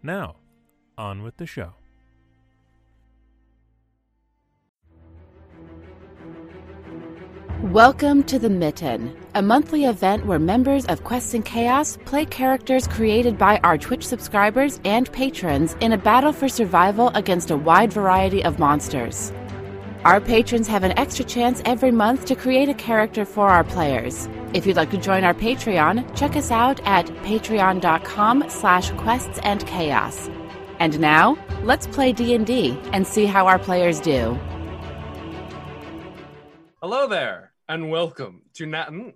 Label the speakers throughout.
Speaker 1: Now, on with the show.
Speaker 2: Welcome to The Mitten, a monthly event where members of Quests and Chaos play characters created by our Twitch subscribers and patrons in a battle for survival against a wide variety of monsters. Our patrons have an extra chance every month to create a character for our players. If you'd like to join our Patreon, check us out at patreon.com slash quests and chaos. And now, let's play D&D and see how our players do.
Speaker 3: Hello there, and welcome to Nat. mm,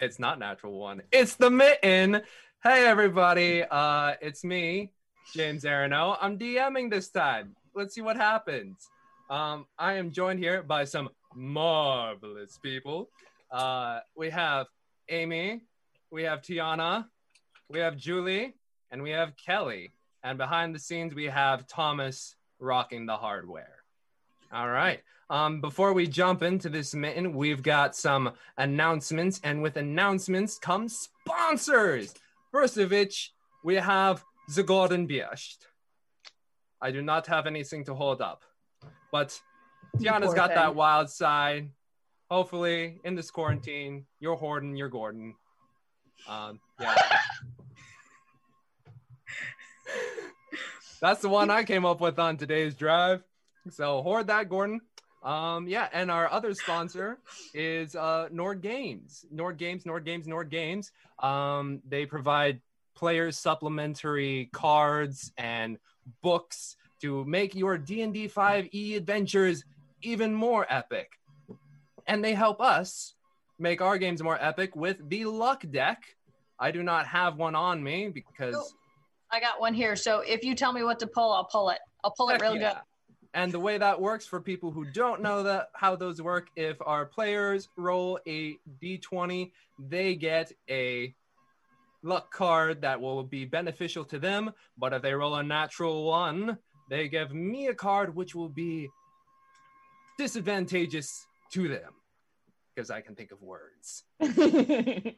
Speaker 3: It's not natural one. It's the mitten. Hey everybody, uh, it's me, James Arano. I'm DMing this time. Let's see what happens. Um, I am joined here by some marvelous people. Uh, we have Amy, we have Tiana, we have Julie, and we have Kelly. And behind the scenes, we have Thomas rocking the hardware. All right. Um, before we jump into this mitten, we've got some announcements, and with announcements come sponsors. First of which, we have the Golden Biest. I do not have anything to hold up, but Tiana's
Speaker 4: poor
Speaker 3: got that
Speaker 4: thing.
Speaker 3: wild side. Hopefully, in this quarantine, you're hoarding, you're Gordon. Um, yeah. That's the one I came up with on today's drive. So hoard that, Gordon. Um, yeah, and our other sponsor is uh, Nord Games. Nord Games, Nord Games, Nord Games. Um, they provide players supplementary cards and books to make your D&D 5e E adventures even more epic. And they help us make our games more epic with the luck deck. I do not have one on me because
Speaker 4: Nope. Oh, I got one here. So if you tell me what to pull, I'll pull it. I'll pull it
Speaker 3: Heck
Speaker 4: real
Speaker 3: yeah. And the way that works for people who don't know that how those work, if our players roll a d20, they get a luck card that will be beneficial to them. But if they roll a natural one, they give me a card which will be disadvantageous to them because I can think of words.
Speaker 4: good.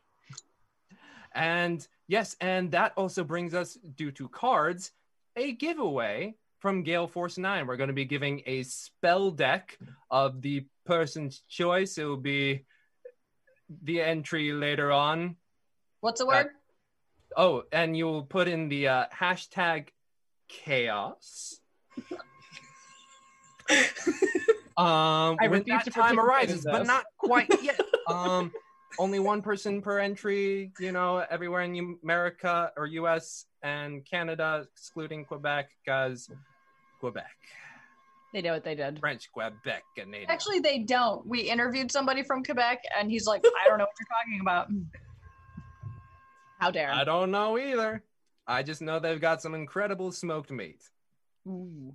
Speaker 3: And yes, and that also brings us, due to cards, a giveaway from Gale Force 9. We're going to be giving a spell deck of the person's choice. It will be the entry later on. Uh,
Speaker 4: What's the word?
Speaker 3: Oh, and you'll put in the uh, hashtag chaos. um,
Speaker 5: I
Speaker 3: when
Speaker 5: refuse
Speaker 3: that
Speaker 5: to participate
Speaker 3: time
Speaker 5: in
Speaker 3: arises, but
Speaker 5: this.
Speaker 3: not quite yet. um, only one person per entry, you know, everywhere in America or US and Canada, excluding Quebec, because Quebec,
Speaker 5: They know what they did.
Speaker 3: French Quebec, Canadian.
Speaker 4: Actually, they don't. We interviewed somebody from Quebec, and he's like, I don't know what you're talking about.
Speaker 5: How dare?
Speaker 3: I don't know either. I just know they've got some incredible smoked meat.
Speaker 5: Ooh.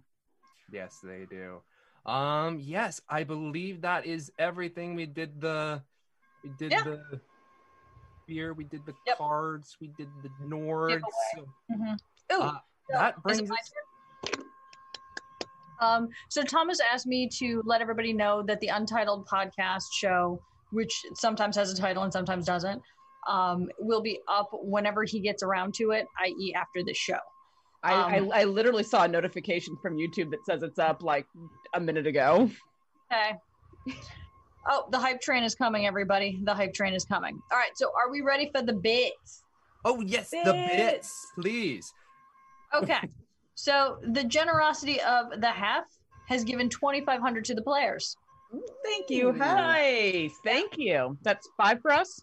Speaker 3: Yes, they do. Um, yes, I believe that is everything. We did the we did
Speaker 4: Yeah.
Speaker 3: the beer, we did the
Speaker 4: Yep.
Speaker 3: cards, we did the Nords. So
Speaker 4: Mhm. Ooh.
Speaker 3: Uh,
Speaker 4: so
Speaker 3: that
Speaker 4: is it
Speaker 3: brings
Speaker 4: my
Speaker 3: us
Speaker 4: turn? Um, so Thomas asked me to let everybody know that the Untitled podcast show, which sometimes has a title and sometimes doesn't, um, will be up whenever he gets around to it, i.e., after the show.
Speaker 5: I,
Speaker 4: Um,
Speaker 5: I, I literally saw a notification from YouTube that says it's up like a minute ago.
Speaker 4: Okay. Oh, the hype train is coming, everybody. The hype train is coming. All right. So, are we ready for the bits?
Speaker 3: Oh yes, the
Speaker 4: Bits.
Speaker 3: bits, please.
Speaker 4: Okay. so, the generosity of the half has given 2,500 to the players.
Speaker 5: Thank you. Nice. Thank you. That's five for us.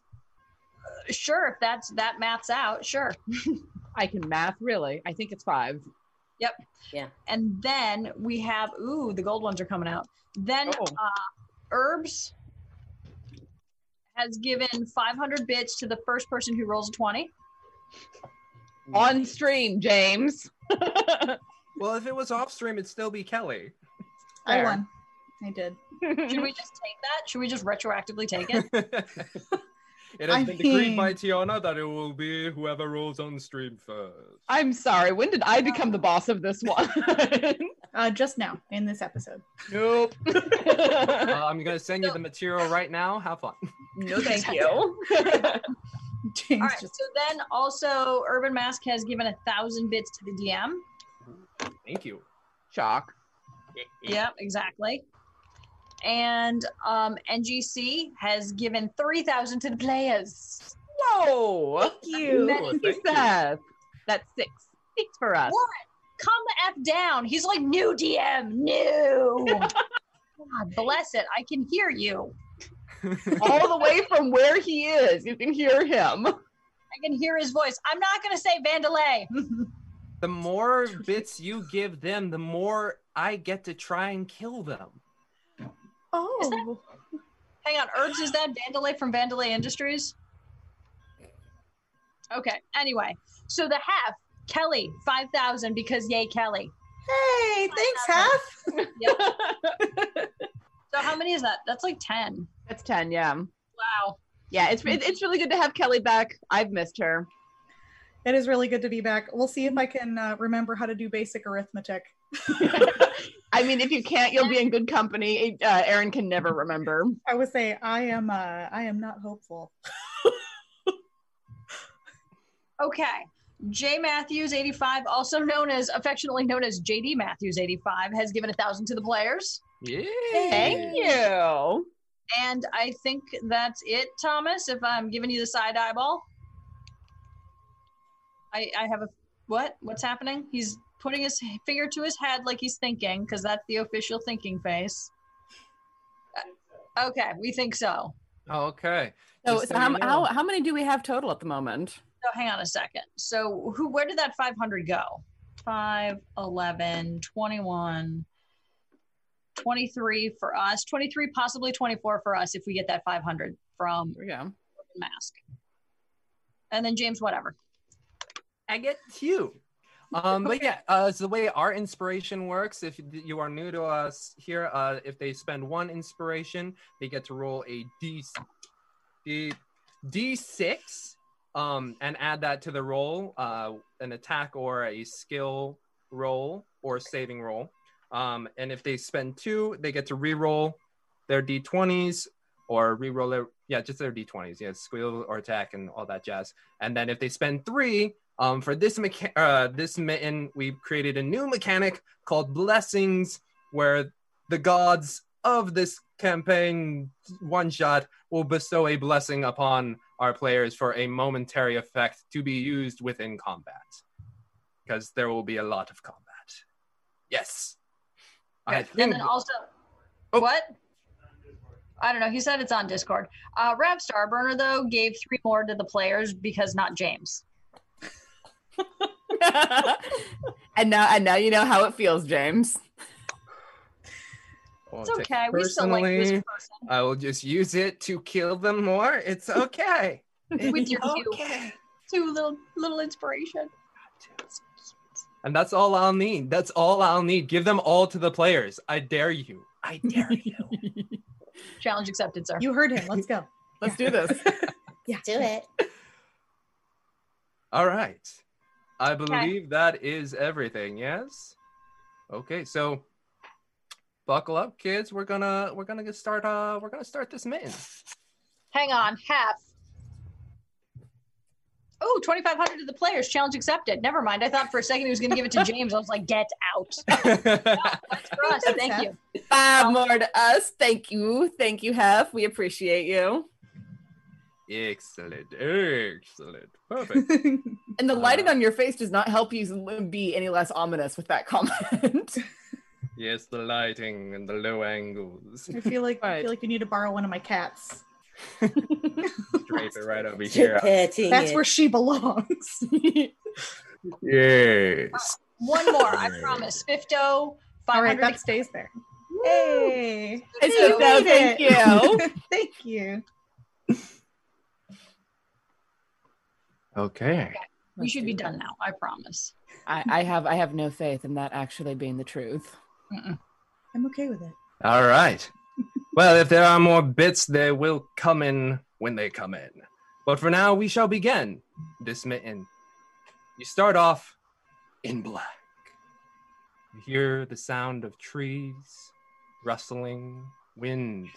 Speaker 4: Uh, Sure. If that's that maths out, sure.
Speaker 5: I can math really. I think it's five.
Speaker 4: And then we have, ooh, the gold ones are coming out. Then,
Speaker 5: Oh.
Speaker 4: uh, herbs has given 500 bits to the first person who rolls a 20.
Speaker 5: on stream, James.
Speaker 3: Well, if it was off stream, it'd still be Kelly.
Speaker 6: I
Speaker 5: Fair.
Speaker 6: won. I did.
Speaker 4: Should we just take that? Should we just retroactively take it?
Speaker 3: it has
Speaker 6: I
Speaker 3: been decreed by
Speaker 6: mean-
Speaker 3: Tiana that it will be whoever rolls on stream first.
Speaker 5: I'm sorry. When did I become the boss of this one?
Speaker 6: Um, Uh, just now in this episode.
Speaker 5: nope.
Speaker 3: Uh, I'm gonna send you the material right now. Have fun.
Speaker 5: no, thank you.
Speaker 6: James
Speaker 4: All right.
Speaker 6: just
Speaker 4: So then also, Urban Mask has given a thousand bits to the DM.
Speaker 3: Thank you.
Speaker 5: Shock.
Speaker 4: Yep, exactly. And um, NGC has given 3,000 to the players.
Speaker 5: Whoa.
Speaker 6: you.
Speaker 3: Well, thank you.
Speaker 5: Seth. That's six. Six for us.
Speaker 4: Warren, come F down. He's like, new DM, new. God bless it. I can hear you.
Speaker 5: All the way from where he is. You can hear him.
Speaker 4: I can hear his voice. I'm not going to say Vandalay.
Speaker 3: The more bits you give them, the more I get to try and kill them.
Speaker 6: Oh,
Speaker 4: Hang on. Herbs, is that Vandalay from Vandalay Industries? Okay. Anyway, so the half, Kelly, 5,000 because yay, Kelly.
Speaker 6: hey, thanks, Half.
Speaker 4: So how many is that? That's like 10.
Speaker 5: That's 10, yeah.
Speaker 4: Wow.
Speaker 5: Yeah, it's it, it's really good to have Kelly back. I've missed her.
Speaker 6: It is really good to be back. We'll see if I can uh, remember how to do basic arithmetic.
Speaker 5: I mean, if you can't, you'll be in good company. Uh, Aaron can never remember.
Speaker 6: I would say I am. Uh, I am not hopeful.
Speaker 4: Okay. J Matthews 85, also known as affectionately known as JD Matthews 85, has given a thousand to the players.
Speaker 3: Yeah.
Speaker 5: Thank you.
Speaker 4: And I think that's it, Thomas, if I'm giving you the side eyeball. I I have a what? What's happening? He's putting his finger to his head like he's thinking, because that's the official thinking face. Uh, Okay, we think so.
Speaker 3: Okay.
Speaker 5: So,
Speaker 3: Just
Speaker 5: so
Speaker 3: so
Speaker 5: how,
Speaker 3: you know.
Speaker 5: how, how many do we have total at the moment?
Speaker 4: So hang on a second. So who where did that 500 go? 5 11 21 23 for us. 23 possibly 24 for us if we get that 500 from
Speaker 5: There we go.
Speaker 4: Mask. And then James whatever.
Speaker 3: I get you. Um, but yeah, uh, so the way our inspiration works, if you are new to us here, uh, if they spend one inspiration, they get to roll a D, D, D6 um, and add that to the roll, uh, an attack or a skill roll or saving roll. Um, and if they spend two, they get to reroll their D20s or reroll their, yeah, just their D20s, yeah, squeal or attack and all that jazz. And then if they spend three, um, for this mecha- uh, this mitten, we've created a new mechanic called Blessings, where the gods of this campaign one shot will bestow a blessing upon our players for a momentary effect to be used within combat. Because there will be a lot of combat. Yes. I
Speaker 4: And
Speaker 3: think.
Speaker 4: then also
Speaker 3: Oh.
Speaker 4: what? I don't know. He said it's on Discord. Uh Rap Starburner though gave 3 more to the players because not James.
Speaker 5: and now and now you know how it feels, James.
Speaker 3: I won't
Speaker 4: It's
Speaker 3: take
Speaker 4: okay.
Speaker 3: it
Speaker 4: We still like this
Speaker 3: personally.
Speaker 4: person
Speaker 3: I will just use it to kill them more. It's okay.
Speaker 4: with your two,
Speaker 3: okay.
Speaker 4: two little little inspiration.
Speaker 3: And that's all I'll need. That's all I'll need. Give them all to the players. I dare you. I dare you.
Speaker 4: Challenge accepted, sir.
Speaker 6: You heard him. Let's go.
Speaker 5: Let's do this.
Speaker 6: Yeah.
Speaker 7: Do it.
Speaker 3: all right. I believe that is everything. Yes. Okay. So buckle up, kids. We're gonna we're gonna get start. Uh, we're gonna start this mitten.
Speaker 4: Hang on, half. Oh, 2,500 to the players. Challenge accepted. Never mind. I thought for a second he was going to give it to James. I was like, get out. That's for us. Thank you.
Speaker 5: Five more to us. Thank you. Thank you, Hef. We appreciate you.
Speaker 3: excellent. Excellent. Perfect.
Speaker 5: And the
Speaker 3: Uh,
Speaker 5: lighting on your face does not help you be any less ominous with that comment.
Speaker 3: yes, the lighting and the low angles.
Speaker 6: I feel like I
Speaker 5: Right.
Speaker 6: feel like you need to borrow one of my cats.
Speaker 3: Drape it right over here.
Speaker 7: Cutting
Speaker 6: That's
Speaker 7: it.
Speaker 6: where she belongs.
Speaker 3: Yes.
Speaker 4: One more. I promise. Fifto,
Speaker 6: All right,
Speaker 4: 500.
Speaker 6: that stays there. Hey,
Speaker 5: I said, "No,
Speaker 6: You made
Speaker 5: thank you.
Speaker 6: it. Thank you.
Speaker 3: Okay.
Speaker 4: We
Speaker 2: Let's
Speaker 4: should
Speaker 2: do
Speaker 4: be
Speaker 2: that.
Speaker 4: done now. I promise.
Speaker 2: I, I have I have no faith in that actually being the truth.
Speaker 4: Mm-mm.
Speaker 6: I'm okay with it.
Speaker 3: All right. Well, if there are more bits, they will come in when they come in. But for now, we shall begin this mitten. You start off in black. You hear the sound of trees rustling, wind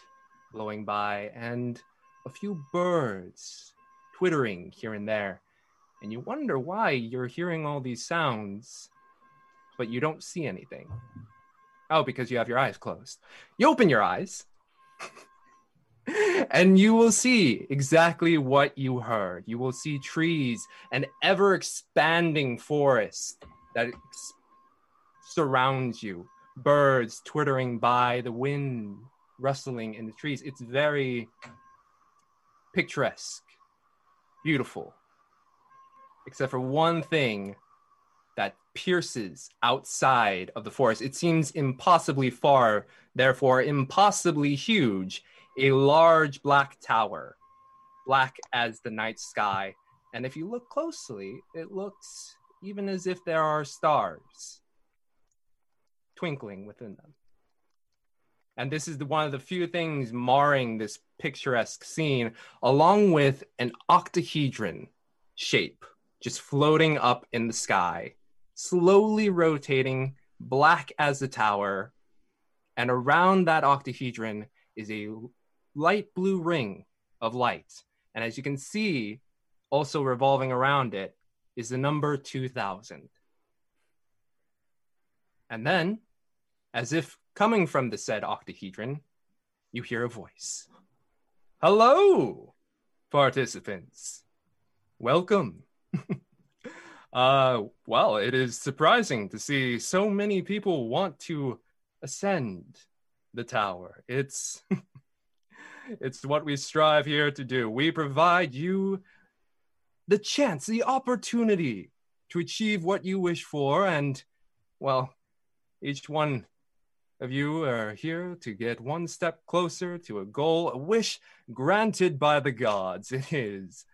Speaker 3: blowing by, and a few birds twittering here and there. And you wonder why you're hearing all these sounds, but you don't see anything. Oh, because you have your eyes closed you open your eyes and you will see exactly what you heard. You will see trees and ever expanding forest that ex- surrounds you, birds twittering by, the wind rustling in the trees. It's very picturesque, beautiful, except for one thing. That pierces outside of the forest. It seems impossibly far therefore impossibly huge, a large black tower, black as the night sky. And if you look closely, it looks even as if there are stars twinkling within them. And this is the, one of the few things marring this picturesque scene, along with an octahedron shape just floating up in the sky, slowly rotating, black as the tower, and around that octahedron is a light blue ring of light. And as you can see, also revolving around it is the number 2000. And then, as if coming from the said octahedron, you hear a voice Hello, participants. Welcome. uh, well, it is surprising to see so many people want to ascend the tower. It's it's what we strive here to do. We provide you the chance, the opportunity to achieve what you wish for and well, each one of you are here to get one step closer to a goal, a wish granted by the gods. It is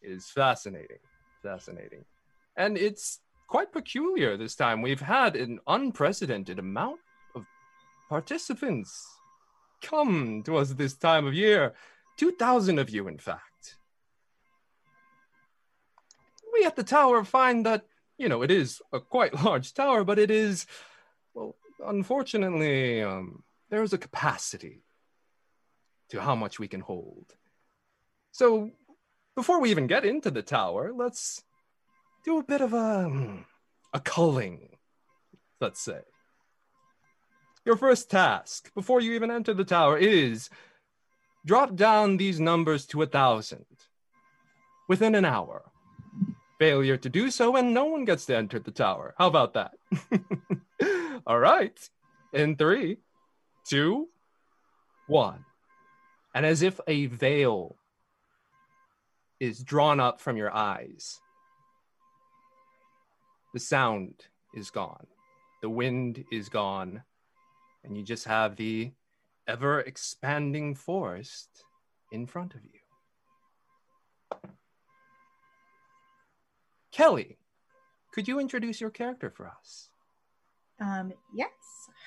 Speaker 3: it is fascinating. Fascinating. And it's quite peculiar this time. We've had an unprecedented amount of participants come to us this time of year. 2,000 of you, in fact. We at the tower find that, you know, it is a quite large tower, but it is, well, unfortunately, um, there is a capacity to how much we can hold. So, before we even get into the tower, let's do a bit of a mm, a culling, let's say. Your first task before you even enter the tower is drop down these numbers to a thousand within an hour. Failure to do so, and no one gets to enter the tower. How about that? All right. In three, two, one. And as if a veil is drawn up from your eyes, the sound is gone, the wind is gone, and you just have the ever expanding forest in front of you. Kelly, could you introduce your character for us?
Speaker 6: Um, yes,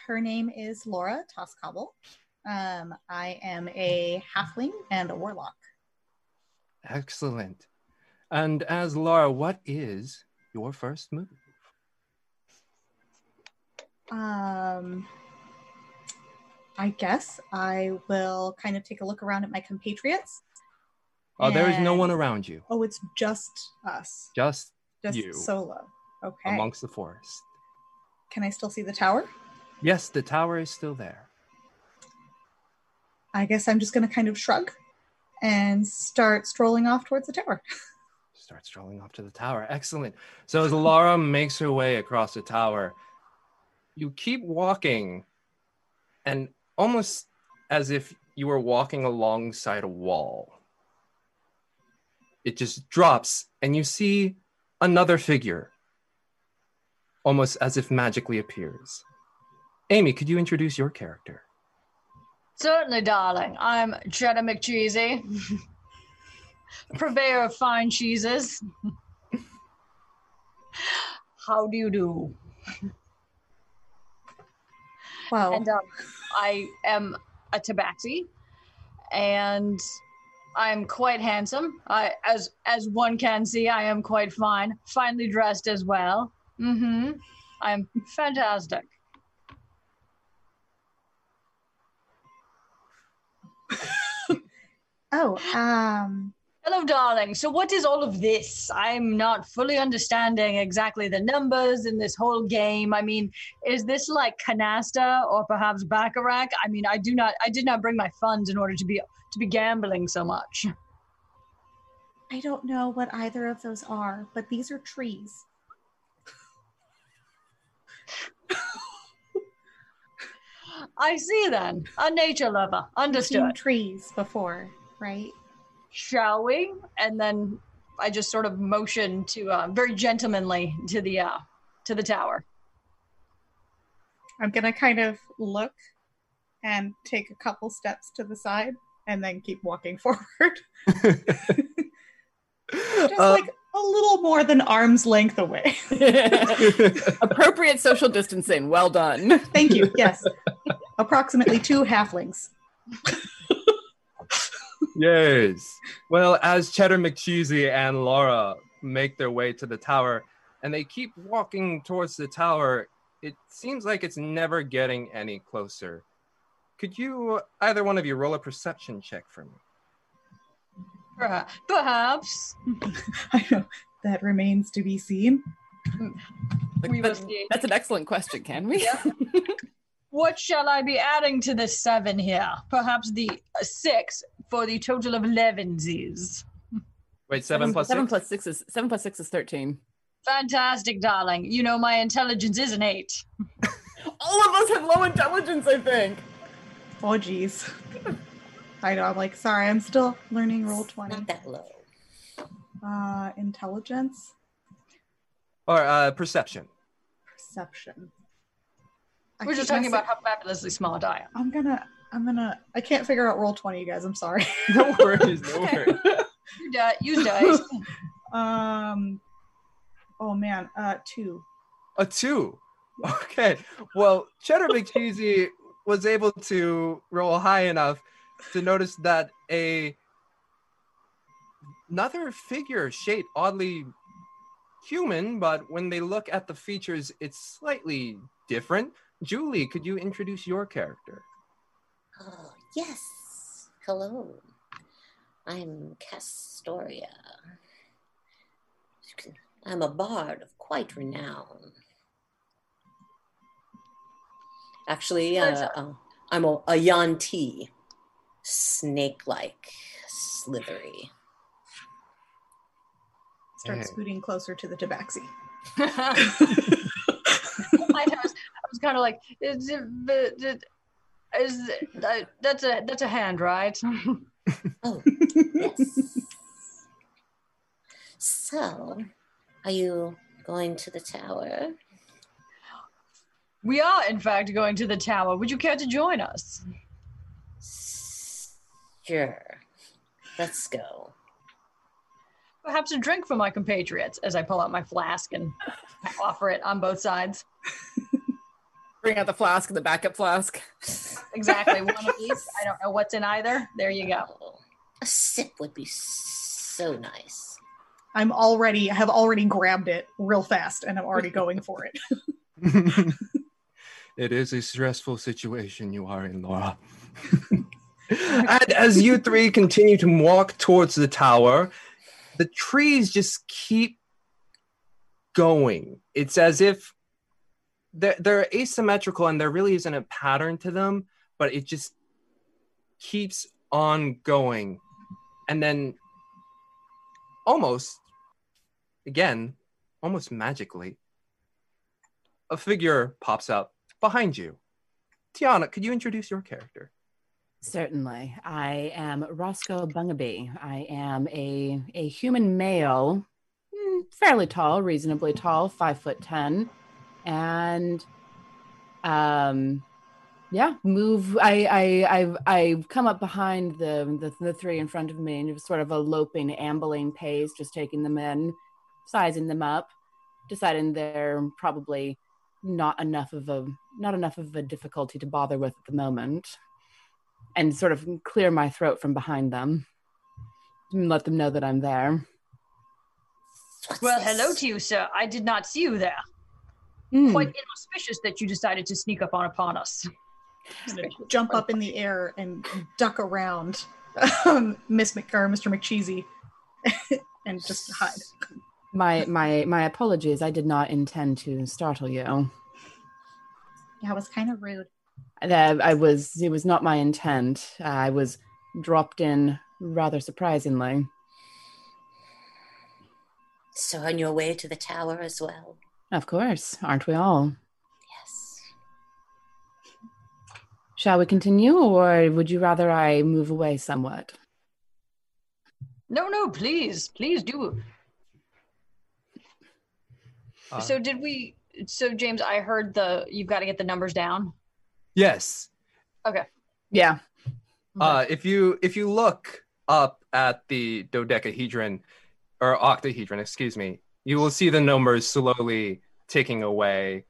Speaker 6: her name is Laura Toscobble. Um, I am a halfling and a warlock.
Speaker 3: Excellent. And as Laura, what is your first move?
Speaker 6: Um, I guess I will kind of take a look around at my compatriots.
Speaker 3: Oh, there is no
Speaker 6: And-
Speaker 3: one around you,
Speaker 6: Oh, it's just us,
Speaker 3: just
Speaker 6: just
Speaker 3: You.
Speaker 6: solo. Okay.
Speaker 3: amongst the forest.
Speaker 6: Can I still see the tower?
Speaker 3: Yes, the tower is still there.
Speaker 6: I guess I'm just going to kind of shrug and start strolling off towards the tower.
Speaker 3: Start strolling off to the tower. Excellent. So as Laura makes her way across the tower, you keep walking, and almost as if you were walking alongside a wall, it just drops, and you see another figure, almost as if magically appears. Amy, could you introduce your character?
Speaker 4: Certainly, darling. I'm Cheddar McCheesy, purveyor of fine cheeses. how do you do?
Speaker 6: Wow.
Speaker 4: And um, I am a tabaxi, and I'm quite handsome. I, as as one can see, I am quite fine, finely dressed as well. Mm-hmm. I'm fantastic.
Speaker 6: oh, um,
Speaker 4: Hello, darling. So, what is all of this? I'm not fully understanding exactly the numbers in this whole game. I mean, is this like canasta or perhaps baccarat? I mean, I do not, I did not bring my funds in order to be to be gambling so much.
Speaker 6: I don't know what either of those are, but these are trees.
Speaker 4: I see then, a nature lover.
Speaker 6: We've seen
Speaker 4: Understood.
Speaker 6: trees before, right?
Speaker 4: Shall we? And then I just sort of motion to uh, very gentlemanly to the uh, to the tower.
Speaker 6: I'm gonna kind of look and take a couple steps to the side and then keep walking forward. Just
Speaker 3: Uh,
Speaker 6: like a little more than arm's length away.
Speaker 5: Appropriate social distancing. Well done.
Speaker 6: Thank you. Yes. Approximately two halflings.
Speaker 3: Yes. Well, as Cheddar McCheesy and Laura make their way to the tower and they keep walking towards the tower, it seems like it's never getting any closer. Could you, either one of you, roll a perception check for me?
Speaker 4: Perha- Perhaps
Speaker 6: I know that remains to be seen.
Speaker 4: we will
Speaker 5: But
Speaker 4: see.
Speaker 5: that's an excellent question. Can we?
Speaker 4: Yeah. What shall I be adding to the seven here? Perhaps the uh, six for the total of elevensies.
Speaker 3: Wait, seven plus
Speaker 5: seven
Speaker 3: six?
Speaker 5: plus six is seven plus six is thirteen.
Speaker 4: Fantastic, darling. You know my intelligence is an eight.
Speaker 5: All of us have low intelligence, I think.
Speaker 6: Oh geez. I know, I'm like, sorry, I'm still learning roll twenty.
Speaker 7: Not that low.
Speaker 6: Uh intelligence,
Speaker 3: or uh, perception.
Speaker 6: perception. I
Speaker 4: We're
Speaker 6: keep
Speaker 4: just talking
Speaker 6: messing-
Speaker 4: about how fabulously small I am.
Speaker 6: I'm gonna I'm gonna I can't figure out roll twenty, you guys. I'm sorry.
Speaker 3: No worries, no
Speaker 5: Okay.
Speaker 3: worries.
Speaker 4: You, di- you dice.
Speaker 6: Um. Oh man. Uh. Two.
Speaker 3: A two. Okay. Well, Cheddar McCheesy was able to roll high enough to notice that a another figure shape, oddly human, but when they look at the features, it's slightly different. Julie, could you introduce your character?
Speaker 7: Oh, yes. Hello. I'm Castoria. I'm a bard of quite renown. Actually, uh, uh, I'm a, a Yanti, snake like, slithery.
Speaker 6: Start
Speaker 3: Hey.
Speaker 6: scooting closer to the tabaxi.
Speaker 4: I was, I was kind of like, is, it- but it- is it- uh, that's a that's a hand, right?
Speaker 7: Oh, yes. So, are you going to the tower?
Speaker 4: We are, in fact, going to the tower. Would you care to join us?
Speaker 7: Sure. Let's go.
Speaker 4: Perhaps a drink for my compatriots as I pull out my flask and I offer it on both sides.
Speaker 5: Bring out the flask and the backup flask.
Speaker 4: Exactly. One of these. I don't know what's in either. There you go.
Speaker 7: Oh, a sip would be so nice.
Speaker 6: I'm already. I have already grabbed it real fast, and I'm already going for it.
Speaker 3: it is a stressful situation you are in, Laura. and as you three continue to walk towards the tower, the trees just keep going. It's as if they're, they're asymmetrical and there really isn't a pattern to them, but it just keeps on going. And then almost, again, almost magically, a figure pops up behind you. Tiana, could you introduce your character?
Speaker 5: Certainly. I am Roscoe Bungaby. I am a, a human male, mm, fairly tall, reasonably tall, five foot ten. And um yeah, move I I I've I've come up behind the, the the three in front of me and it was sort of a loping, ambling pace, just taking them in, sizing them up,
Speaker 8: deciding they're probably not enough of a not enough of a difficulty to bother with at the moment, and sort of clear my throat from behind them and let them know that I'm there.
Speaker 5: What's
Speaker 4: Well,
Speaker 5: this?
Speaker 4: hello to you, sir. I did not see you there.
Speaker 8: Mm.
Speaker 4: Quite inauspicious that you decided to sneak up on upon us.
Speaker 6: Jump up in the air and duck around, um, Miss Mc or Mr. McCheesy, and just hide.
Speaker 8: My my my apologies. I did not intend to startle you.
Speaker 6: Yeah, it was kind of rude.
Speaker 8: I, I was it was not my intent. I was dropped in rather surprisingly.
Speaker 5: So on your way to the tower as well.
Speaker 8: Of course, aren't we all?
Speaker 5: Yes.
Speaker 8: Shall we continue, or would you rather I move away somewhat?
Speaker 4: No, no, please, please do.
Speaker 3: Uh,
Speaker 4: so did we? So James, I heard the you've got to get the numbers down.
Speaker 3: yes.
Speaker 8: Yeah.
Speaker 3: Uh, if you if you look up at the dodecahedron or octahedron, excuse me, you will see the numbers slowly ticking away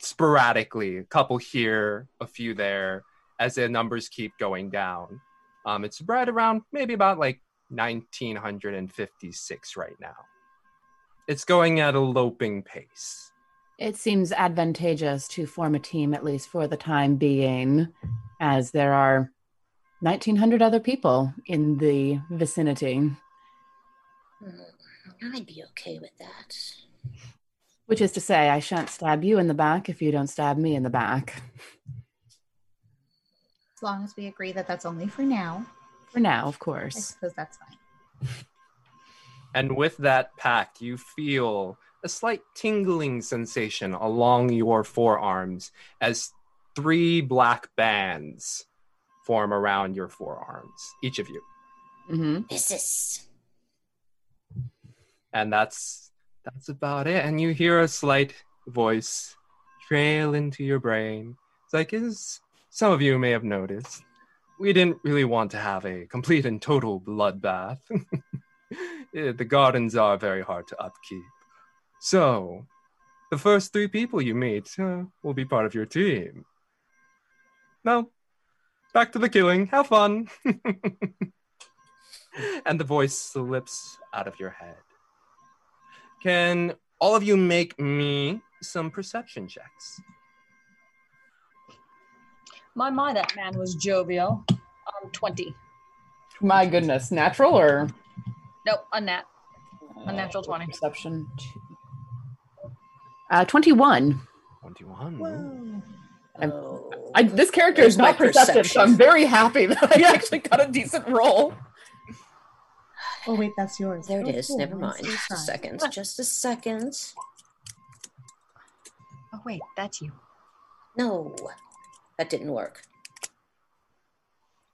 Speaker 3: sporadically, a couple here, a few there, as the numbers keep going down. Um, it's right around maybe about like 1956 right now. It's going at a loping pace.
Speaker 8: It seems advantageous to form a team, at least for the time being, as there are 1,900 other people in the vicinity,
Speaker 5: Hmm. I'd be okay with that.
Speaker 8: which is to say, I shan't stab you in the back if you don't stab me in the back
Speaker 6: As long as we agree that that's only for now,
Speaker 8: for now, of
Speaker 6: I
Speaker 8: course.
Speaker 6: suppose that's fine.
Speaker 3: And with that pact, you feel a slight tingling sensation along your forearms as three black bands form around your forearms, each of you.
Speaker 8: hmm
Speaker 5: This is
Speaker 3: And that's that's about it. And you hear a slight voice trail into your brain. It's like is some of you may have noticed. We didn't really want to have a complete and total bloodbath. Eh, the gardens are very hard to upkeep. So, the first three people you meet uh, will be part of your team. Now, back to the killing. Have fun. and the voice slips out of your head. Can all of you make me some perception checks?
Speaker 4: My my, that man was jovial. Um, twenty.
Speaker 8: My goodness, natural or
Speaker 4: Nope, unnat. A natural 20.
Speaker 8: Perception. Uh, 21.
Speaker 3: 21.
Speaker 6: Whoa.
Speaker 8: I'm-
Speaker 5: oh,
Speaker 8: I, this character
Speaker 5: Where's
Speaker 8: is not
Speaker 5: my
Speaker 8: perceptive, so I'm
Speaker 5: perception?
Speaker 8: very happy that I actually got a decent roll.
Speaker 6: Oh wait, that's yours.
Speaker 5: there
Speaker 6: Oh,
Speaker 5: it is.
Speaker 6: cool.
Speaker 5: Never
Speaker 6: Mine's
Speaker 5: mind.
Speaker 6: still
Speaker 5: Just a
Speaker 6: fine.
Speaker 5: second. Just a second.
Speaker 4: Oh wait, that's you.
Speaker 5: No, that didn't work.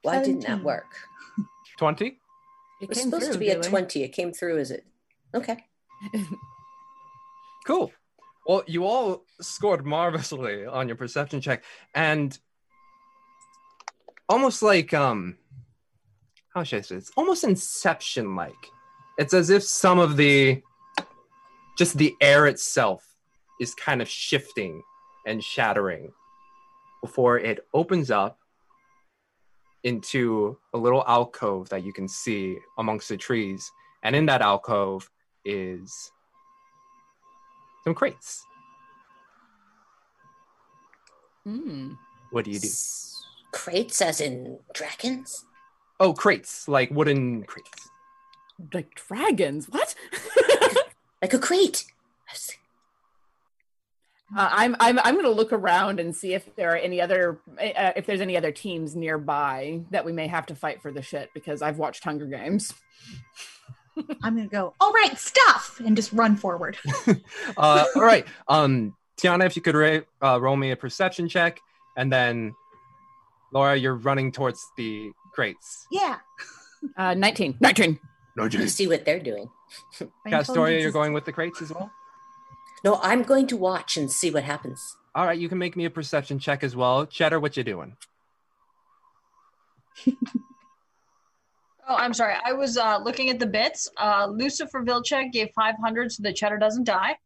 Speaker 5: Why didn't that
Speaker 6: Seventeen.
Speaker 5: work?
Speaker 3: 20?
Speaker 8: It
Speaker 5: It was supposed to be a 20. It came through as it. Okay.
Speaker 3: Cool. Well, you all scored marvelously on your perception check, and almost like um, how should I say? It's almost Inception-like. It's as if some of the, just the air itself, is kind of shifting and shattering, before it opens up into a little alcove that you can see amongst the trees, and in that alcove is some crates. What do you do?
Speaker 5: S- Crates as in dragons?
Speaker 3: Oh, crates, like wooden crates.
Speaker 8: Like dragons? What?
Speaker 5: Like a crate. I was like,
Speaker 8: Uh, I'm I'm I'm gonna look around and see if there are any other uh, if there's any other teams nearby that we may have to fight for the shit because I've watched Hunger Games.
Speaker 6: I'm gonna go. All right, stuff, and just run forward.
Speaker 3: Uh, all right, um, Tiana, if you could ra- uh, roll me a perception check, and then Laura, you're running towards the crates.
Speaker 6: Yeah.
Speaker 8: Uh, 19. 19.
Speaker 3: No,
Speaker 5: "You see what they're doing.
Speaker 6: My
Speaker 3: Castoria,
Speaker 6: intelligence
Speaker 3: you're
Speaker 6: is-
Speaker 3: going with the crates as well.
Speaker 5: No, I'm going to watch and see what happens.
Speaker 3: All right, you can make me a perception check as well. Cheddar, what you doing?
Speaker 4: Oh, I'm sorry. I was uh, looking at the bits. Uh, Lucifer Vilcek gave 500 so the cheddar doesn't die.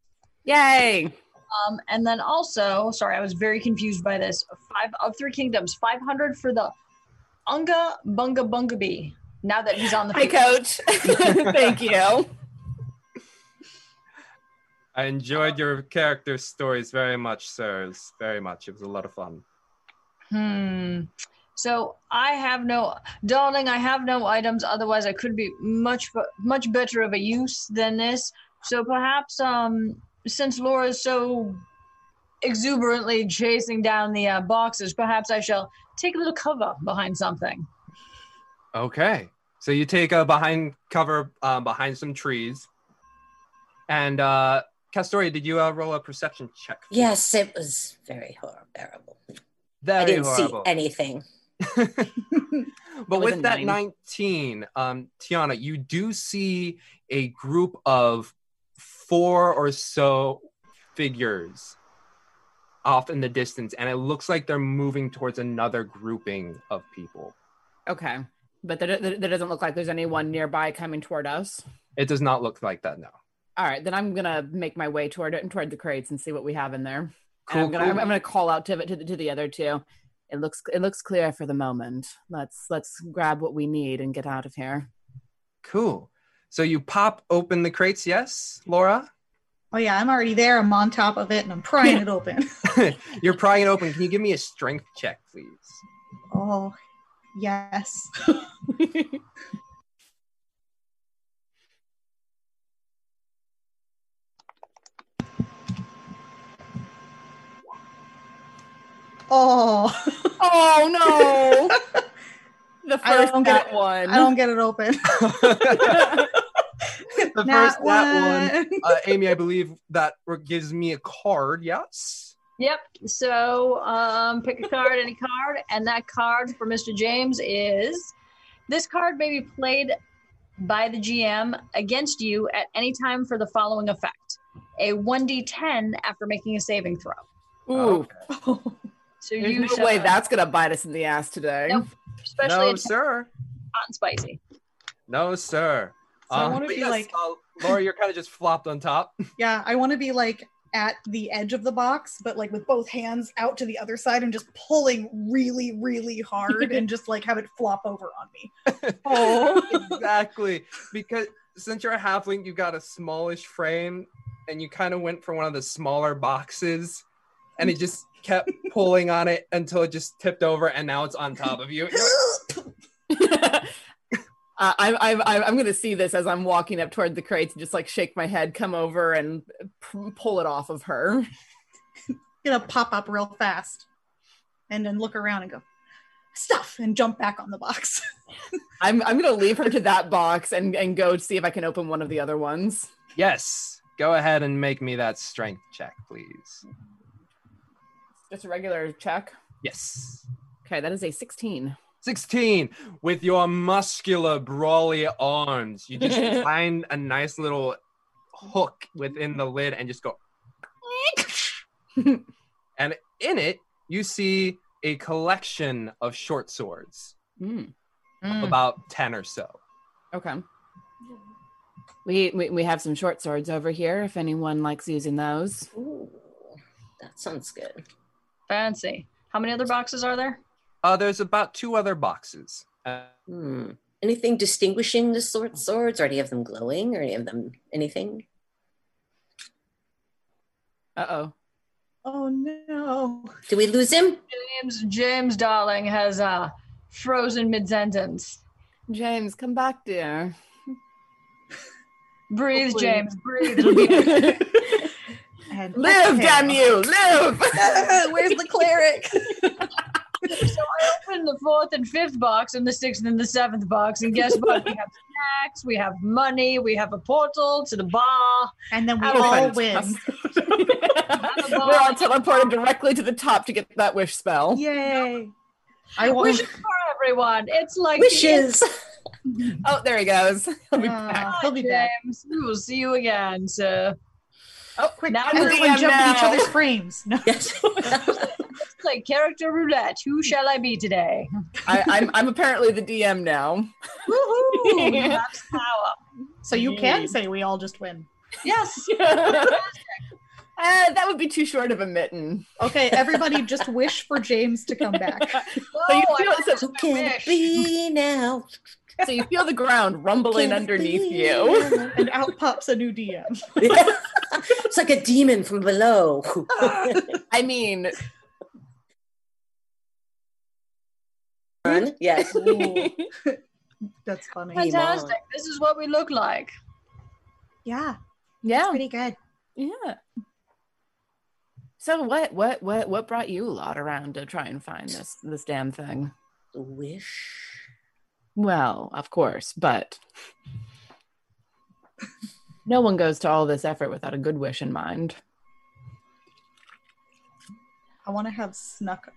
Speaker 8: Yay!
Speaker 4: Um, and then also, sorry, I was very confused by this. Five of three kingdoms, five hundred for the Unga Bunga Bunga Bee. Now that he's on the
Speaker 9: Hi, coach. Thank you.
Speaker 3: I enjoyed your character stories very much, sirs. Very much. It was a lot of fun.
Speaker 4: Hmm. So I have no, darling. I have no items. Otherwise, I could be much much better of a use than this. So perhaps, um, since Laura is so exuberantly chasing down the uh, boxes, perhaps I shall take a little cover behind something.
Speaker 3: Okay. So you take a behind cover um, behind some trees. And uh, Castoria, did you uh, roll a perception check?
Speaker 5: Yes, it was very horrible.
Speaker 3: Very
Speaker 5: I didn't
Speaker 3: horrible.
Speaker 5: see anything.
Speaker 3: but
Speaker 8: was
Speaker 3: with
Speaker 8: a
Speaker 3: that
Speaker 8: nine.
Speaker 3: 19 um, tiana you do see a group of four or so figures off in the distance and it looks like they're moving towards another grouping of people
Speaker 8: Okay. But there, there, there doesn't look like there's anyone nearby coming toward us.
Speaker 3: it does not look like that no
Speaker 8: All right, then I'm gonna make my way toward it and toward the crates and see what we have in there. And
Speaker 3: cool,
Speaker 8: I'm gonna I'm,
Speaker 3: cool.
Speaker 8: I'm gonna call out to the, to the to the other two. It looks it looks clear for the moment. Let's let's grab what we need and get out of here.
Speaker 3: cool so you pop open the crates yes laura
Speaker 6: Oh yeah, I'm already there. I'm on top of it, and I'm prying it open.
Speaker 3: you're prying it open can you give me a strength check please
Speaker 6: Oh, yes. oh,
Speaker 8: Oh no! the
Speaker 6: I
Speaker 8: first
Speaker 6: don't get
Speaker 8: that
Speaker 6: it.
Speaker 8: one.
Speaker 6: I don't get it open.
Speaker 3: the
Speaker 6: Nat
Speaker 3: first that one
Speaker 6: one.
Speaker 3: uh, Amy, I believe that re- gives me a card. Yes.
Speaker 4: Yep. So um, pick a card, any card, and that card for Mr. James is this card may be played by the GM against you at any time for the following effect: a one d10 after making a saving throw.
Speaker 8: Ooh,
Speaker 4: So
Speaker 8: Oh. there's
Speaker 4: you
Speaker 8: no
Speaker 4: shall-
Speaker 8: way that's gonna bite us in the ass today.
Speaker 4: Nope. especially
Speaker 3: No,
Speaker 4: it's
Speaker 3: sir.
Speaker 4: hot and spicy.
Speaker 3: No, sir.
Speaker 6: So I
Speaker 3: Um,
Speaker 6: wanna
Speaker 3: but
Speaker 6: be
Speaker 3: yes,
Speaker 6: like-
Speaker 3: uh, Laura. You're kind of just flopped on top.
Speaker 6: Yeah, I want to be like at the edge of the box, but like with both hands out to the other side and just pulling really, really hard and just like have it flop over on me. Oh.
Speaker 3: exactly. Because since you're a halfling, you got a smallish frame, and you kind of went for one of the smaller boxes, and it just kept pulling on it until it just tipped over, and now it's on top of you.
Speaker 8: uh, I'm, I'm, I'm I'm gonna see this as I'm walking up toward the crates and just like shake my head, come over and p- pull it off of her.
Speaker 6: Gonna pop up real fast and then look around and go, stuff, and jump back on the box.
Speaker 8: I'm, I'm gonna leave her to that box and, and go see if I can open one of the other ones.
Speaker 3: yes. Go ahead and make me that strength check, please.
Speaker 8: Just a regular check.
Speaker 3: Yes.
Speaker 8: Okay, that is a 16.
Speaker 3: 16 with your muscular brawly arms you just find a nice little hook within the lid and just go and in it you see a collection of short swords
Speaker 8: Mm,
Speaker 3: about 10 or so
Speaker 8: okay. We, we we have some short swords over here. If anyone likes using those,
Speaker 5: Ooh, that sounds good.
Speaker 4: Fancy. How many other boxes are there?
Speaker 3: uh, there's about two other boxes uh,
Speaker 5: Hmm. Anything distinguishing the sword swords? Or any of them glowing? Or any of them anything?
Speaker 8: uh oh.
Speaker 6: oh no.
Speaker 5: Did we lose him?
Speaker 4: James, James, darling, has uh, frozen mid sentence.
Speaker 8: James, come back, dear.
Speaker 4: Breathe,
Speaker 6: Hopefully.
Speaker 4: James. Breathe. It'll be
Speaker 8: Live,
Speaker 6: And
Speaker 8: damn you, live.
Speaker 6: Where's the cleric?
Speaker 4: so I opened the fourth and fifth box and the sixth and the seventh box, and guess what? We have snacks, we have money, we have a portal to the bar.
Speaker 6: And then we
Speaker 8: That was
Speaker 6: all
Speaker 8: fantastic.
Speaker 6: win.
Speaker 8: We're all teleported directly to the top to get that wish spell.
Speaker 6: Yay. I want
Speaker 4: Wishes for everyone. It's like
Speaker 5: Wishes.
Speaker 8: Oh, there he goes. He'll be back.
Speaker 6: Ah,
Speaker 4: Hi,
Speaker 6: he'll be back.
Speaker 4: James. We will see you again, sir.
Speaker 8: Oh,
Speaker 6: Quick,
Speaker 4: Now we're
Speaker 6: everyone
Speaker 8: DM
Speaker 6: jump in each
Speaker 8: now.
Speaker 6: other's frames. No.
Speaker 5: yes.
Speaker 4: It's like character roulette. Who shall I be today?
Speaker 8: I, I'm I'm apparently the DM now.
Speaker 4: Woohoo! That's power.
Speaker 6: So you can say we all just win.
Speaker 4: Yes.
Speaker 10: Uh, that would be too short of a mitten.
Speaker 6: Okay, everybody just wish for James to come back. Oh,
Speaker 10: So you,
Speaker 4: Whoa, I
Speaker 10: feel,
Speaker 4: thought
Speaker 10: so,
Speaker 7: Who can it be now?
Speaker 10: so you feel the ground rumbling
Speaker 7: Can it
Speaker 10: underneath
Speaker 7: be
Speaker 10: you.
Speaker 7: now?
Speaker 6: And out pops a new DM.
Speaker 7: it's like a demon from below.
Speaker 10: I mean,
Speaker 7: Run? Yes.
Speaker 6: Ooh. That's funny.
Speaker 7: Hey.
Speaker 4: Fantastic. This is what we look like.
Speaker 6: Yeah,
Speaker 8: Yeah.
Speaker 6: pretty good.
Speaker 8: Yeah. So what what what what brought you lot around to try and find this this damn thing?
Speaker 7: Wish.
Speaker 8: Well, of course, but no one goes to all this effort without a good wish in mind.
Speaker 6: I want to have snuck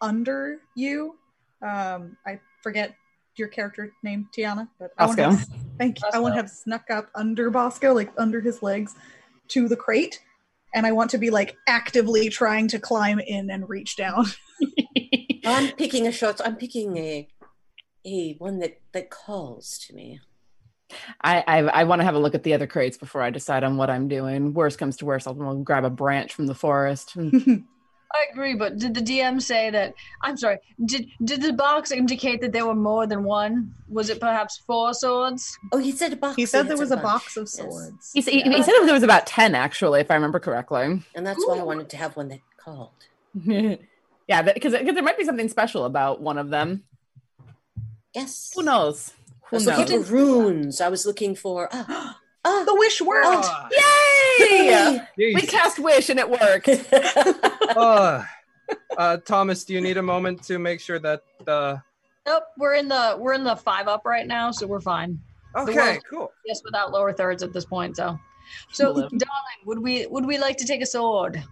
Speaker 6: under you. Um, I forget your character name, Tiana, but I want to
Speaker 8: Bosco.
Speaker 6: have, thank you. I want to have snuck up under Bosco, like under his legs, to the crate, and I want to be like actively trying to climb in and reach down.
Speaker 7: I'm picking a shot. I'm picking a a one that that calls to me.
Speaker 8: I I, I want to have a look at the other crates before I decide on what I'm doing. Worst comes to worst, I'll grab a branch from the forest. Hmm. and-
Speaker 4: I agree, but did the DM say that? I'm sorry. Did did the box indicate that there were more than one? Was it perhaps four swords?
Speaker 7: Oh, he said a box.
Speaker 6: he said
Speaker 7: had
Speaker 6: there was a
Speaker 7: some bunch.
Speaker 6: box of
Speaker 7: Yes.
Speaker 6: swords.
Speaker 8: He, s- he, he said there was about ten, actually, if I remember correctly.
Speaker 7: and that's why I wanted to have one that called.
Speaker 8: yeah, because there might be something special about one of them.
Speaker 7: Yes.
Speaker 8: Who knows?
Speaker 7: I
Speaker 8: Who
Speaker 7: was
Speaker 8: knows?
Speaker 7: looking for runes. I was looking for. Ah, ah, oh,
Speaker 6: the wish worked.
Speaker 3: Ah,
Speaker 10: yay!
Speaker 3: jeez.
Speaker 10: We cast wish and it worked.
Speaker 3: Ah. Uh, Thomas, do you need a moment to make sure that the
Speaker 4: Nope. We're in the we're in the five up right now, so we're fine.
Speaker 3: okay, cool.
Speaker 4: Yes, without lower thirds at this point. So, so
Speaker 8: Blue.
Speaker 4: darling, would we would we like to take a sword?